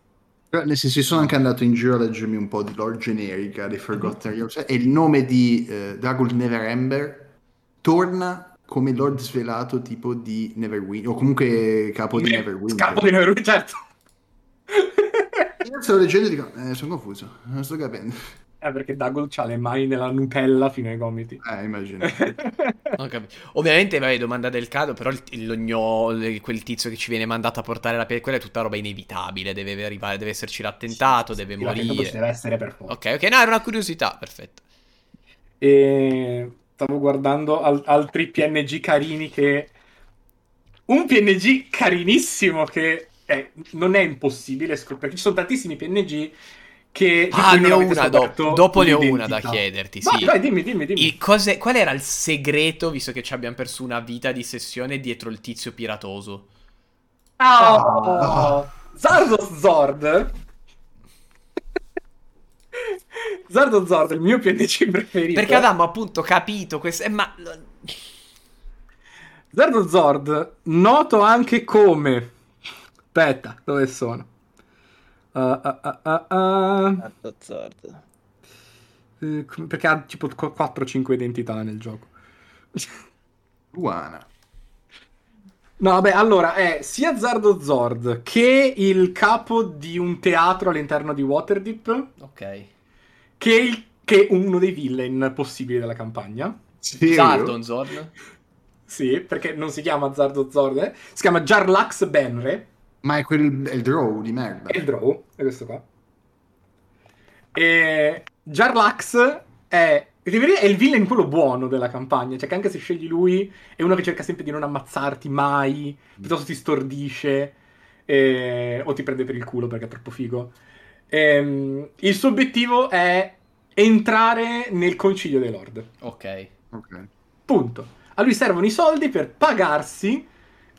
Speaker 4: Però, nel senso, io sono anche andato in giro a leggermi un po' di lore generica dei Forgotten Realms e il nome di eh, Dragul Never Ember torna come Lord svelato tipo di Neverwinter o comunque capo di Neverwinter.
Speaker 2: Capo di Neverwinter, certo.
Speaker 4: Io Sto leggendo e dico, eh, sono confuso, non sto capendo.
Speaker 2: eh, perché Dagol ha le mani nella Nutella fino ai gomiti.
Speaker 4: Eh, immagino.
Speaker 1: Non capi- Ovviamente, vabbè, domanda del caso, però il, il- lo gno- quel tizio che ci viene mandato a portare la pietra, quella è tutta roba inevitabile, deve arrivare, deve esserci l'attentato, deve
Speaker 2: La pietra
Speaker 1: morire.
Speaker 2: ci deve essere per forza.
Speaker 1: Ok, ok, no, era una curiosità, perfetto.
Speaker 2: E stavo guardando al- altri PNG carini che... Un PNG carinissimo che è- non è impossibile, scop- perché ci sono tantissimi PNG che... di
Speaker 1: Ah,
Speaker 2: cui non
Speaker 1: ne ho
Speaker 2: avete
Speaker 1: una, do-
Speaker 2: scoperto
Speaker 1: dopo ne ho una
Speaker 2: l'identità.
Speaker 1: da chiederti,
Speaker 2: Vai,
Speaker 1: sì.
Speaker 2: vai, dimmi, dimmi, dimmi.
Speaker 1: Il cos'è- qual era il segreto, visto che ci abbiamo perso una vita di sessione dietro il tizio piratoso?
Speaker 2: Ah, Zardos Zord. Zardos Zord, è il mio PNC preferito.
Speaker 1: Perché Adamo ha appunto capito questo... eh, ma...
Speaker 2: Zardos Zord, noto anche come... Aspetta, dove sono? Ah, ah, ah, ah, ah.
Speaker 5: Zardo Zord.
Speaker 2: Eh, com- Perché ha tipo 4-5 identità nel gioco.
Speaker 4: Luana.
Speaker 2: No, vabbè, allora è sia Zardo Zord che il capo di un teatro all'interno di Waterdeep,
Speaker 1: Ok.
Speaker 2: che, il- che uno dei villain possibili della campagna.
Speaker 4: Sì,
Speaker 1: Sardon Zorn?
Speaker 2: Sì, perché non si chiama Zardo Zord, eh? si chiama Jarlax Benre,
Speaker 4: ma è quel è il draw di merda.
Speaker 2: è il draw, è questo qua. E Jarlax è, devo dire, è il villain quello buono della campagna, cioè che anche se scegli lui è uno che cerca sempre di non ammazzarti mai, piuttosto ti stordisce eh, o ti prende per il culo perché è troppo figo. Ehm, il suo obiettivo è entrare nel concilio dei lord.
Speaker 1: Ok.
Speaker 4: Ok.
Speaker 2: Punto. A lui servono i soldi per pagarsi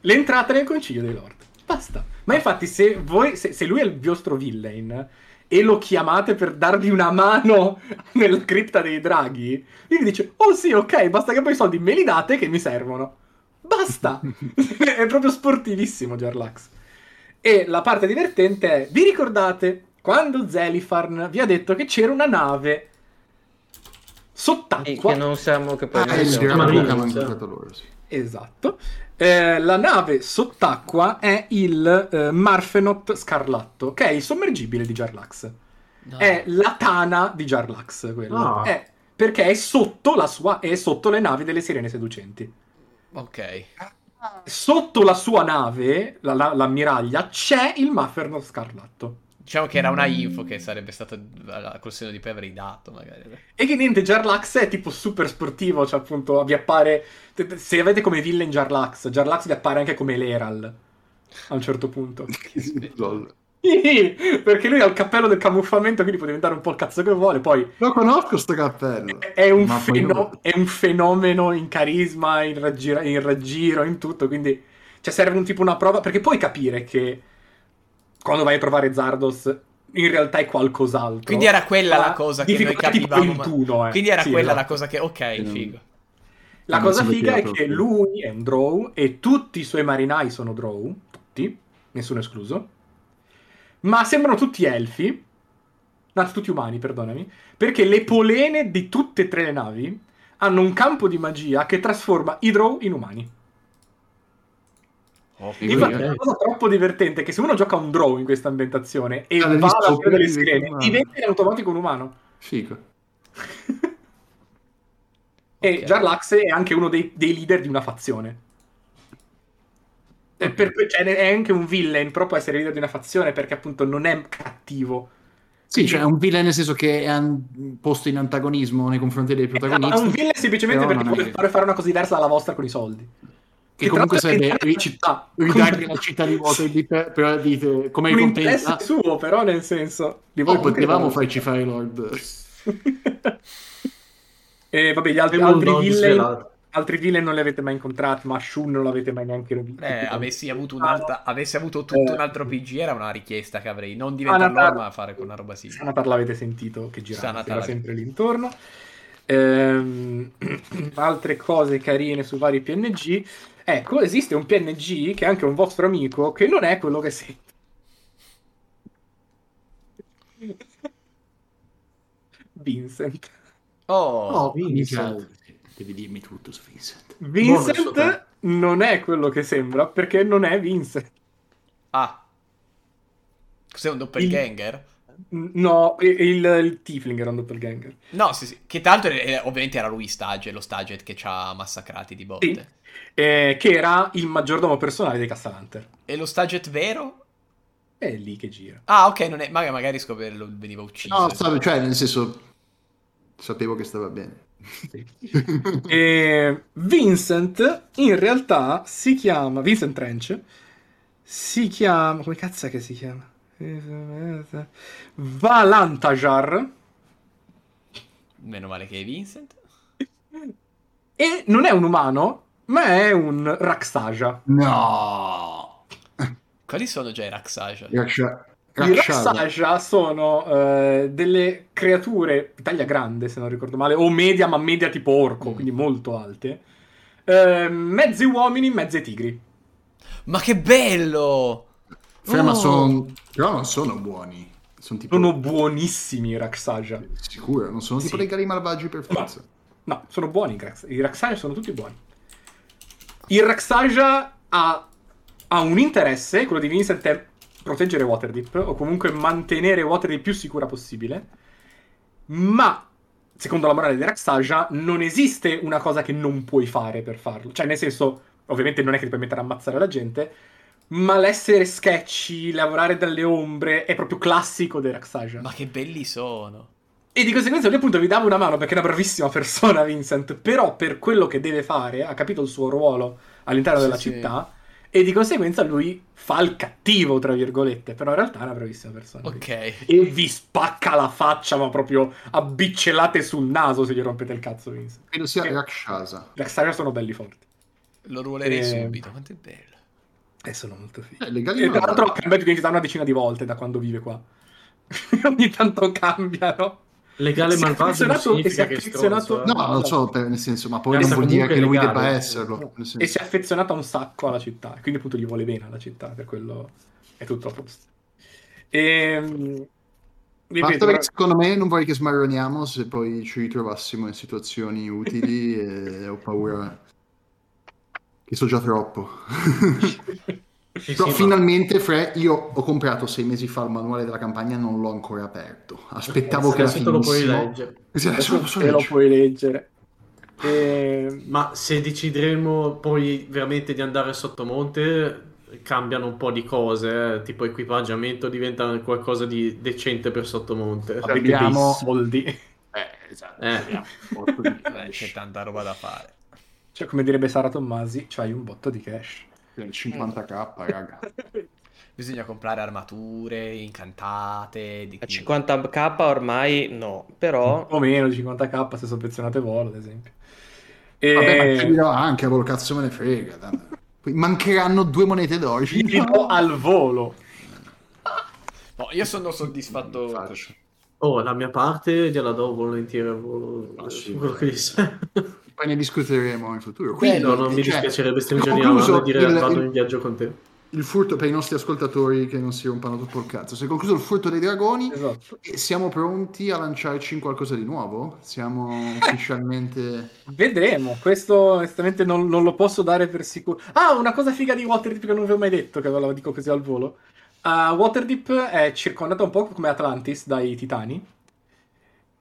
Speaker 2: l'entrata nel Consiglio dei Lord. Basta.
Speaker 6: Ah.
Speaker 2: Ma infatti, se, voi, se, se lui è il vostro villain e lo chiamate per dargli una mano nella cripta dei draghi, lui vi dice: Oh sì, ok, basta che poi i soldi me li date che mi servono. Basta. è proprio sportivissimo Gerlax. E la parte divertente è, vi ricordate quando Zelifarn vi ha detto che c'era una nave
Speaker 6: E
Speaker 2: sott'acqua?
Speaker 6: che non siamo che poi
Speaker 4: Ah, è il
Speaker 3: siamo
Speaker 4: Gran Duca
Speaker 3: marino,
Speaker 4: l'hanno
Speaker 3: sì.
Speaker 4: inventato loro, sì.
Speaker 2: Esatto. Eh, la nave sott'acqua è il eh, Marfenot Scarlatto, che è il sommergibile di Jarlax.
Speaker 1: Ah.
Speaker 2: È la tana di Jarlax, quella.
Speaker 3: Ah.
Speaker 2: È- perché è sotto la sua... è sotto le navi delle sirene seducenti.
Speaker 1: Ok.
Speaker 2: Sotto la sua nave, la- la- l'ammiraglia, c'è il Marfenot Scarlatto.
Speaker 1: Diciamo che era
Speaker 2: mm.
Speaker 1: una info che sarebbe stata alla- col seno di poi avrei dato, magari.
Speaker 2: E che niente, Jarlax è tipo super sportivo, cioè appunto vi appare... Se avete come villain Jarlax, Jarlax vi appare anche come l'Eral, a un certo punto.
Speaker 4: Lol.
Speaker 2: Sì, perché lui ha il cappello del camuffamento, quindi può diventare un po' il cazzo che vuole. Poi
Speaker 4: Lo conosco sto cappello.
Speaker 2: è un,
Speaker 8: Ma poi
Speaker 2: feno-
Speaker 8: no.
Speaker 2: è un fenomeno in carisma, in raggiro, in, raggiro, in tutto. Quindi cioè, serve un tipo una prova. Perché puoi capire che quando vai a trovare Zardos, in realtà è qualcos'altro.
Speaker 1: Quindi era quella la
Speaker 2: Ma
Speaker 1: cosa che noi
Speaker 2: difficoltà tipo
Speaker 1: capivamo. ma-
Speaker 2: 21, eh.
Speaker 1: Quindi era
Speaker 2: Sì,
Speaker 1: quella
Speaker 2: esatto.
Speaker 1: la cosa che. Ok, figo.
Speaker 2: La
Speaker 4: Ah, Non
Speaker 2: cosa
Speaker 4: si
Speaker 2: figa
Speaker 4: metteva
Speaker 2: è che
Speaker 4: proprio.
Speaker 2: lui è un drow e tutti i suoi marinai sono drow, tutti, nessuno escluso. Ma sembrano tutti elfi, no, tutti umani, perdonami, perché le polene di tutte e tre le navi hanno un campo di magia che trasforma i drow in umani. Infatti,
Speaker 3: eh.
Speaker 2: la cosa troppo divertente è che se uno gioca un drow in questa ambientazione e
Speaker 4: Ah,
Speaker 2: va
Speaker 4: devi
Speaker 2: alla fiera delle
Speaker 4: scoprire
Speaker 2: sirene,
Speaker 4: come-
Speaker 2: diventa in automatico un umano.
Speaker 4: Fico.
Speaker 2: E
Speaker 1: Ok.
Speaker 2: Jarlax è anche uno dei, dei leader di una fazione. E per cui, cioè, è anche un villain, però può essere leader di una fazione perché appunto non è cattivo.
Speaker 8: Sì, cioè è un villain nel senso che è an- posto in antagonismo nei confronti dei protagonisti.
Speaker 2: È Eh, un villain semplicemente
Speaker 8: però
Speaker 2: perché
Speaker 8: non è-
Speaker 2: vuole fare fare una cosa diversa dalla vostra con i soldi.
Speaker 8: che comunque
Speaker 2: tra l'altro
Speaker 8: sarebbe
Speaker 2: è città.
Speaker 8: ridargli la città di vuoto e di- per- per- di- eh, come
Speaker 2: Un interesse
Speaker 8: ricompensa.
Speaker 2: suo, però, nel senso. Di
Speaker 8: Poi
Speaker 2: voi
Speaker 8: potevamo farci fare i Lord.
Speaker 2: E vabbè, gli altri,
Speaker 3: Avevo un
Speaker 2: altri
Speaker 3: don
Speaker 2: villain.
Speaker 3: svelato.
Speaker 2: Altri villain non li avete mai incontrati, ma Shun non l'avete mai neanche
Speaker 1: Eh, avessi
Speaker 2: Ah,
Speaker 1: avuto un'altra. Avessi
Speaker 2: eh,
Speaker 1: avuto tutto un altro PG, era una richiesta che avrei. Non
Speaker 2: Ah,
Speaker 1: diventare
Speaker 2: Natale.
Speaker 1: l'orma, ma fare con una roba simile.
Speaker 2: Sanatar l'avete sentito che girava
Speaker 1: Sanatar
Speaker 2: era
Speaker 1: l'avete-
Speaker 2: sempre lì intorno. Ehm, altre cose carine su vari PNG. Ecco, esiste un PNG che è anche un vostro amico che non è quello che sente. Vincent.
Speaker 1: Oh,
Speaker 8: Oh, Vincent. Devi dirmi tutto su Vincent.
Speaker 3: Buono,
Speaker 2: Vincent
Speaker 3: sopra.
Speaker 2: non è quello che sembra perché non è Vincent.
Speaker 1: ah. Cos'è un doppelganger?
Speaker 2: N- No, il, il Tiefling era un doppelganger.
Speaker 1: No, sì, sì. Che tanto ovviamente era lui Stage, lo Stage che ci ha massacrati di botte.
Speaker 2: Sì. Eh, che era il maggiordomo personale dei Castellanter.
Speaker 1: E lo Staget vero?
Speaker 2: È lì che gira.
Speaker 1: Ah, ok, non è... ma- magari scoprirlo veniva ucciso.
Speaker 4: No, sa- cioè, nel senso, sapevo che stava bene.
Speaker 2: E Vincent in realtà si chiama Vincent Trench si chiama come cazzo è che si chiama Valantajar
Speaker 1: Meno male che è Vincent.
Speaker 2: e non è un umano ma è un Raxaja
Speaker 4: No!
Speaker 1: Quali sono già i Rakshaja?
Speaker 4: Raksha-
Speaker 2: i
Speaker 4: Rakshada.
Speaker 2: Raxaja sono eh, delle creature di taglia grande se non ricordo male o media ma media tipo orco quindi molto alte eh, mezzi uomini mezzi tigri
Speaker 1: Ma che bello!
Speaker 4: Ferma,
Speaker 1: Oh.
Speaker 4: son- Però non sono buoni. Sono tipo...
Speaker 2: sono buonissimi i Raxaja
Speaker 4: Sicuro, non sono tipo
Speaker 2: Sì.
Speaker 4: dei cani malvagi per forza.
Speaker 2: No, sono buoni i Rax- I Raxaja sono tutti buoni. Il Raxaja ha, ha un interesse, quello di Vincent è proteggere Waterdeep, o comunque mantenere Waterdeep più sicura possibile, ma, secondo la morale di Raxaja, non esiste una cosa che non puoi fare per farlo. Cioè, nel senso, ovviamente non è che ti puoi mettere a ammazzare la gente, ma l'essere sketchy, lavorare dalle ombre, è proprio classico dei Raxaja.
Speaker 1: Ma che belli sono!
Speaker 2: E di conseguenza lui appunto vi dava una mano perché è una bravissima persona Vincent, però per quello che deve fare, ha capito il suo ruolo all'interno
Speaker 1: Sì,
Speaker 2: della
Speaker 1: sì.
Speaker 2: città e di conseguenza lui fa il cattivo, tra virgolette, però in realtà è una bravissima persona.
Speaker 1: Ok.
Speaker 2: E vi spacca la faccia, ma proprio a bicellate sul naso se gli rompete il cazzo, Vince.
Speaker 4: Credo sia Rakshasa.
Speaker 2: Raksara sono belli forti.
Speaker 1: Lo ruolerei
Speaker 2: Eh.
Speaker 1: subito. Quanto è bello.
Speaker 2: E sono molto figli.
Speaker 4: Eh, le
Speaker 2: E
Speaker 4: galline
Speaker 2: tra l'altro
Speaker 4: vanno-
Speaker 2: cambia di identità una decina di volte da quando vive qua. Ogni tanto cambiano.
Speaker 3: Legale
Speaker 2: Si è
Speaker 3: malvagio non
Speaker 2: affezionato e si
Speaker 3: significa
Speaker 2: è
Speaker 3: che è
Speaker 2: affezionato-
Speaker 3: stronzo, eh.
Speaker 4: No, lo so, per- nel senso, ma poi
Speaker 3: Eh,
Speaker 4: non
Speaker 3: sa
Speaker 4: vuol dire
Speaker 3: comunque
Speaker 4: che lui
Speaker 3: legale.
Speaker 4: debba esserlo. nel senso.
Speaker 2: E si è affezionata un sacco alla città. Quindi, appunto, gli vuole bene alla città. Per quello è tutto a posto. Ehm, ripeto,
Speaker 4: Basta
Speaker 2: però-
Speaker 4: perché secondo me non vorrei che smarroniamo se poi ci ritrovassimo in situazioni utili e ho paura che so già troppo.
Speaker 3: Sì, sì,
Speaker 4: Però
Speaker 3: ma-
Speaker 4: finalmente, Fre, io ho comprato sei mesi fa il manuale della campagna, non l'ho ancora aperto. Aspettavo che la
Speaker 3: adesso te lo puoi
Speaker 4: finissimo.
Speaker 3: leggere.
Speaker 4: Sì, adesso lo
Speaker 2: adesso
Speaker 4: posso
Speaker 2: te lo
Speaker 4: leggere.
Speaker 2: puoi leggere. Ehm,
Speaker 3: Ma se decideremo poi veramente di andare sottomonte, cambiano un po' di cose, eh, tipo equipaggiamento diventa qualcosa di decente per sottomonte.
Speaker 2: cioè,
Speaker 4: Vabbè.
Speaker 2: Vediamo
Speaker 4: Bellissimo.
Speaker 2: Voldi.
Speaker 7: Eh, esatto.
Speaker 3: Eh.
Speaker 7: abbiamo un botto di
Speaker 1: Eh, c'è
Speaker 7: cash.
Speaker 1: tanta roba da fare.
Speaker 2: Cioè, come direbbe Sara Tommasi, c'hai un botto di cash.
Speaker 4: Il 50k, raga.
Speaker 1: Bisogna comprare armature incantate. Di...
Speaker 5: A 50k ormai no, però
Speaker 2: O meno di 50k se sovvenzionate volo, ad esempio. Ehm, E...
Speaker 4: Vabbè, ma ci dirò anche, col cazzo me ne frega. tanto. Poi Mancheranno due monete d'oro.
Speaker 2: Gli dico al volo.
Speaker 1: No, io sono soddisfatto.
Speaker 4: Faccio.
Speaker 3: Oh, la mia parte gliela do volentieri a volo-
Speaker 4: Ah, sì,
Speaker 3: su quello che dice.
Speaker 4: Poi ne discuteremo in futuro.
Speaker 3: Quindi,
Speaker 4: Quindi,
Speaker 3: no, non mi
Speaker 4: cioè,
Speaker 3: dispiacerebbe stringere la
Speaker 4: abbiamo
Speaker 3: mano e
Speaker 4: concluso
Speaker 3: dire
Speaker 4: il-
Speaker 3: vado
Speaker 4: il-
Speaker 3: in viaggio con te.
Speaker 4: il furto per i nostri ascoltatori che non si rompano tutto il cazzo. Si è concluso il furto dei dragoni.
Speaker 2: Esatto.
Speaker 4: E siamo pronti a lanciarci in qualcosa di nuovo? Siamo ufficialmente.
Speaker 2: Vedremo, questo onestamente non, non lo posso dare per sicuro. Ah, una cosa figa di Waterdeep che non vi ho mai detto, che ve la dico così al volo. Ah, Waterdeep è circondata un po' come Atlantis dai titani.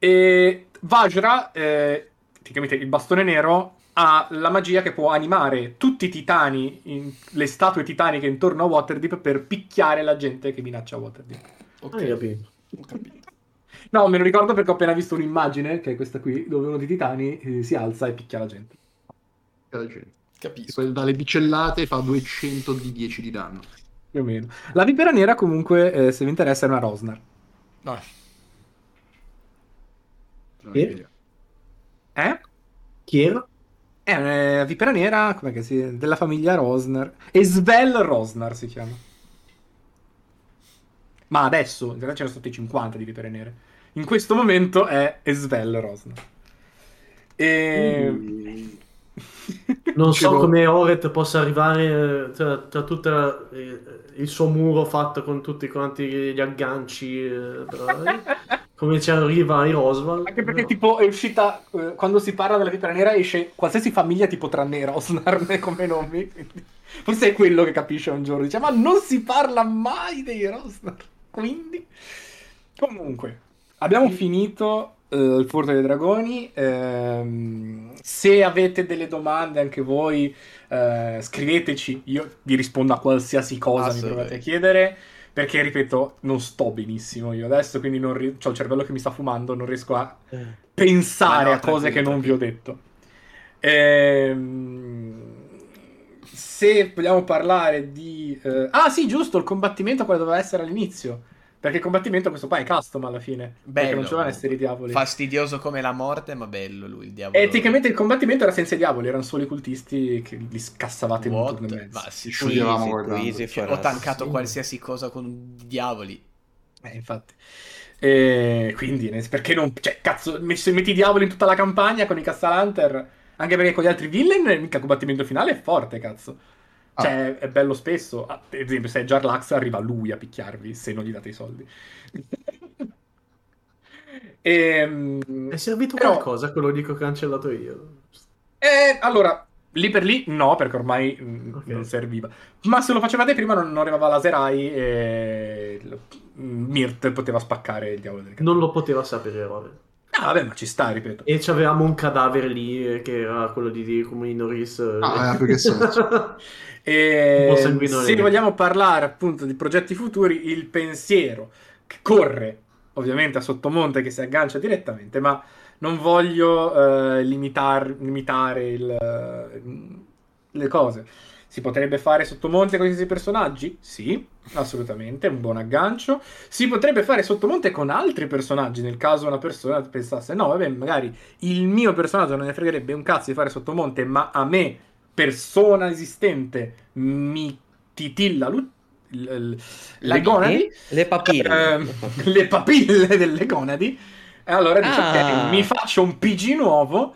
Speaker 2: E Vajra, eh, praticamente il bastone nero, ha la magia che può animare tutti i titani, in- le statue titaniche intorno a Waterdeep per picchiare la gente che minaccia Waterdeep.
Speaker 1: Ok,
Speaker 3: Hai capito?
Speaker 1: ho capito.
Speaker 2: No, me lo ricordo perché ho appena visto un'immagine, che è questa qui, dove uno dei titani eh, si alza e picchia la gente.
Speaker 4: la gente. E
Speaker 1: Capisco.
Speaker 4: poi dalle bicellate fa 200 di 10 di danno.
Speaker 2: Più o meno. La vipera nera, comunque, eh, se vi interessa, è una Rosnar.
Speaker 1: No,
Speaker 3: Sì.
Speaker 2: Eh?
Speaker 3: Chi era?
Speaker 2: È una vipera nera, com'è che si... della famiglia Rosnar. E Svel Rosnar si chiama. Ma adesso, in realtà c'erano stati 50 di vipere nere. In questo momento è Svel Rosnar. E...
Speaker 3: Mm. Non
Speaker 4: Dicevo-
Speaker 3: so come Oret possa arrivare eh, tra, tra tutto il suo muro fatto con tutti quanti gli agganci, eh, però, eh, come ci arriva ai Roswell.
Speaker 2: Anche perché
Speaker 3: No.
Speaker 2: tipo è uscita, eh, quando si parla della vipera nera esce qualsiasi famiglia tipo tranne Rosnar come nomi. quindi Forse è quello che capisce un giorno, dice ma non si parla mai dei Rosnar. Quindi... Comunque, abbiamo finito eh, il furto dei dragoni. Ehm, se avete delle domande anche voi, eh, scriveteci, io vi rispondo a qualsiasi cosa mi provate a
Speaker 1: Assolutamente.
Speaker 2: chiedere. Perché, ripeto, non sto benissimo io adesso, quindi non ri- ho il cervello che mi sta fumando, non riesco a
Speaker 5: eh,
Speaker 2: pensare
Speaker 1: Ma no,
Speaker 2: a cose
Speaker 1: tranquillo,
Speaker 2: che non vi ho detto. Ehm, se vogliamo parlare di... eh, ah sì, giusto, il combattimento quello doveva essere all'inizio. Perché il combattimento questo qua è custom alla fine. perché
Speaker 1: Bello.
Speaker 2: non c'erano essere i diavoli.
Speaker 1: Fastidioso come la morte, ma bello lui, il diavolo.
Speaker 2: E tecnicamente il combattimento era senza i diavoli, erano solo i cultisti che li scassavate in un
Speaker 1: What?
Speaker 2: turno e
Speaker 1: Ma
Speaker 2: mezzo.
Speaker 1: sì, sì,
Speaker 4: Ci scioglievamo
Speaker 5: easy,
Speaker 4: guardando.
Speaker 5: easy
Speaker 1: Cioè,
Speaker 5: for
Speaker 1: ho
Speaker 5: us.
Speaker 1: tancato qualsiasi cosa con diavoli.
Speaker 2: Eh, infatti. E quindi, ne- perché non... Cioè, cazzo, me- se metti i diavoli in tutta la campagna con i Castalhunter, anche perché con gli altri villain, mica il combattimento finale è forte, cazzo.
Speaker 3: Ah.
Speaker 2: Cioè, è bello spesso. Ah, Ad esempio, se è Jarlax, arriva lui a picchiarvi se non gli date i soldi. Ehm,
Speaker 3: È servito
Speaker 2: Però-
Speaker 3: qualcosa quello lì che ho cancellato io.
Speaker 2: eh, allora, lì per lì no, perché ormai mm,
Speaker 3: Ok.
Speaker 2: non serviva. Ma se lo facevate prima non, non arrivava la Serai e il- mm, Mirt poteva spaccare il diavolo del
Speaker 3: Non lo poteva sapere Oret.
Speaker 2: Ah, vabbè, ma ci sta, ripeto.
Speaker 3: E c'avevamo un cadavere lì eh, che era quello di Diecuminoris.
Speaker 4: Ah, eh, perché senso?
Speaker 2: E
Speaker 3: Un po' sanguinolento.
Speaker 2: Ehm, se vogliamo parlare appunto di progetti futuri, il pensiero che corre ovviamente a sottomonte che si aggancia direttamente, ma non voglio eh, limitar- limitare il, eh, le cose. Si potrebbe fare sottomonte con questi personaggi? Sì, assolutamente, è un buon aggancio. Si potrebbe fare sottomonte con altri personaggi, nel caso una persona pensasse no, vabbè, magari il mio personaggio non ne fregherebbe un cazzo di fare sottomonte, ma a me, persona esistente, mi titilla lu- l- l- le gonadi, Eh,
Speaker 5: Eh? Le papille.
Speaker 2: ehm, le papille delle gonadi, e allora dice
Speaker 5: Ah.
Speaker 2: ok, mi faccio un PG nuovo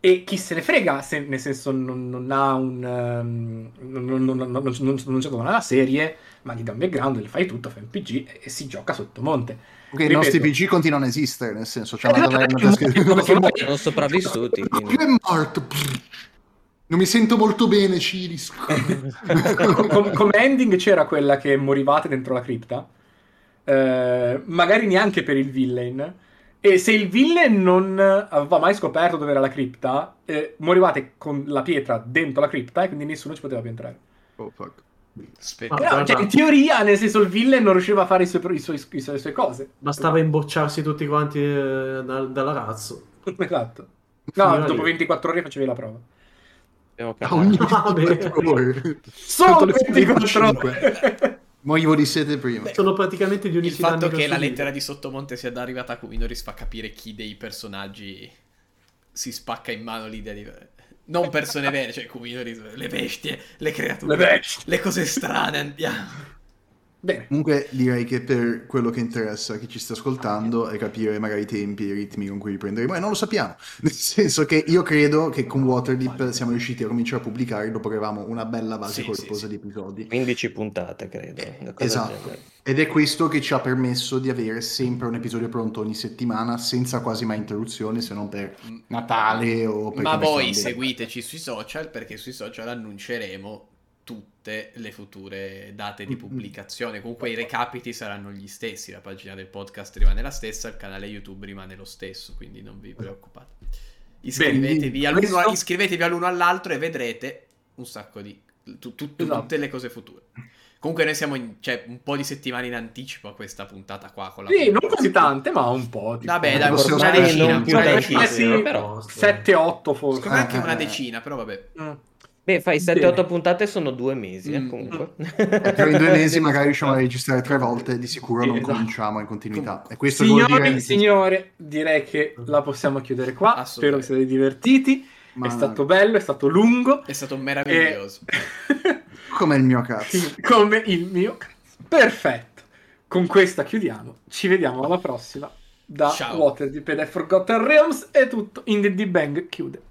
Speaker 2: e chi se ne frega, se- nel senso non, non ha un... ehm, non, non, non, non, non, non- non c'è una serie, ma gli dà un background, le fai tutto, fai un PG e, e si gioca sottomonte.
Speaker 4: Ok, i nostri
Speaker 2: Ripeto.
Speaker 4: PC continuano a esistere, nel senso, c'è una taverna
Speaker 2: Perché
Speaker 4: che
Speaker 2: ormai-
Speaker 5: Sono sopravvissuti. quindi.
Speaker 4: è morto. Non mi sento molto bene, Ciris.
Speaker 2: Com- com- come ending c'era quella che morivate dentro la cripta, Eh, magari neanche per il villain. E se il villain non aveva mai scoperto dove era la cripta, eh, morivate con la pietra dentro la cripta e quindi nessuno ci poteva più entrare.
Speaker 10: Oh, fuck.
Speaker 1: Aspetta.
Speaker 2: Però,
Speaker 3: guarda.
Speaker 2: cioè, in teoria, nel senso, il villain non riusciva a fare i suoi pro- i suoi- i suoi- le sue cose.
Speaker 3: Bastava imbocciarsi tutti quanti eh, dal- dalla razzo.
Speaker 2: Esatto. No,
Speaker 3: Sì,
Speaker 2: dopo
Speaker 3: io-
Speaker 2: 24 ore facevi la prova.
Speaker 5: Abbiamo
Speaker 4: A
Speaker 5: capito.
Speaker 4: ogni
Speaker 3: Vabbè.
Speaker 4: colore.
Speaker 2: Solo
Speaker 4: le
Speaker 2: 24 ore!
Speaker 4: 25. Morivo di sete prima.
Speaker 3: Sono praticamente gli
Speaker 1: Il
Speaker 3: unici
Speaker 1: fatto
Speaker 3: danni
Speaker 1: che
Speaker 3: ho
Speaker 1: la
Speaker 3: subito.
Speaker 1: lettera di Sottomonte sia arrivata a Kuminoris fa capire chi dei personaggi si spacca in mano l'idea di... Non persone vere, cioè Kuminoris, le bestie, le creature,
Speaker 2: Le bestie.
Speaker 1: le cose strane, andiamo.
Speaker 2: Bene.
Speaker 4: Comunque direi che per quello che interessa a chi ci sta ascoltando è capire magari i tempi e i ritmi con cui riprenderemo e non lo sappiamo, nel senso che io credo che con Waterdeep siamo riusciti a cominciare a pubblicare dopo che avevamo una bella base
Speaker 1: Sì,
Speaker 4: corposa
Speaker 1: sì, sì.
Speaker 4: di episodi.
Speaker 5: 15 puntate, credo. una cosa del
Speaker 4: Esatto,
Speaker 5: genere.
Speaker 4: ed è questo che ci ha permesso di avere sempre un episodio pronto ogni settimana senza quasi mai interruzioni se non per Natale o per
Speaker 1: Ma voi seguiteci sui social perché sui social annunceremo tutte le future date di
Speaker 4: Mm-mm.
Speaker 1: pubblicazione. Comunque i recapiti saranno gli stessi, la pagina del podcast rimane la stessa, il canale YouTube rimane lo stesso, quindi non vi preoccupate. Iscrivetevi,
Speaker 2: quindi
Speaker 1: all'uno,
Speaker 2: questo-
Speaker 1: iscrivetevi all'uno all'altro e vedrete un sacco di... tu- tu- tu-
Speaker 2: Esatto.
Speaker 1: Tutte le cose future. Comunque noi siamo in- cioè, un po' di settimane in anticipo a questa puntata qua. Con la
Speaker 2: Sì, non così tante, ma un po'. tipo.
Speaker 1: Vabbè, dai,
Speaker 4: Forse
Speaker 1: una
Speaker 4: ormai
Speaker 1: decina.
Speaker 5: non più
Speaker 1: una
Speaker 5: dai,
Speaker 1: decina.
Speaker 2: eh sì,
Speaker 3: però.
Speaker 2: 7-8 forse.
Speaker 1: Secondo me anche una
Speaker 4: Eh.
Speaker 1: decina, però vabbè.
Speaker 2: Mm.
Speaker 5: Beh, fai
Speaker 2: Bene.
Speaker 5: 7-8 puntate sono due mesi, eh,
Speaker 1: Mm.
Speaker 5: comunque.
Speaker 4: Tra i due mesi magari riusciamo a registrare tre volte, di sicuro
Speaker 2: Sì,
Speaker 4: non
Speaker 2: esatto.
Speaker 4: cominciamo in continuità. E questo vuol
Speaker 2: Signori,
Speaker 4: dire-
Speaker 2: signore, direi che la possiamo chiudere qua.
Speaker 1: Assolutamente.
Speaker 2: Spero che siate divertiti.
Speaker 4: Ma-
Speaker 2: È stato bello, è stato lungo.
Speaker 1: È stato
Speaker 4: Eh,
Speaker 1: meraviglioso.
Speaker 4: Come il mio cazzo.
Speaker 2: Sì, Come il mio cazzo. Perfetto. Con questa chiudiamo. Ci vediamo alla prossima. Da
Speaker 1: Ciao.
Speaker 2: Waterdeep e da Forgotten Realms è tutto. In the Bang chiude.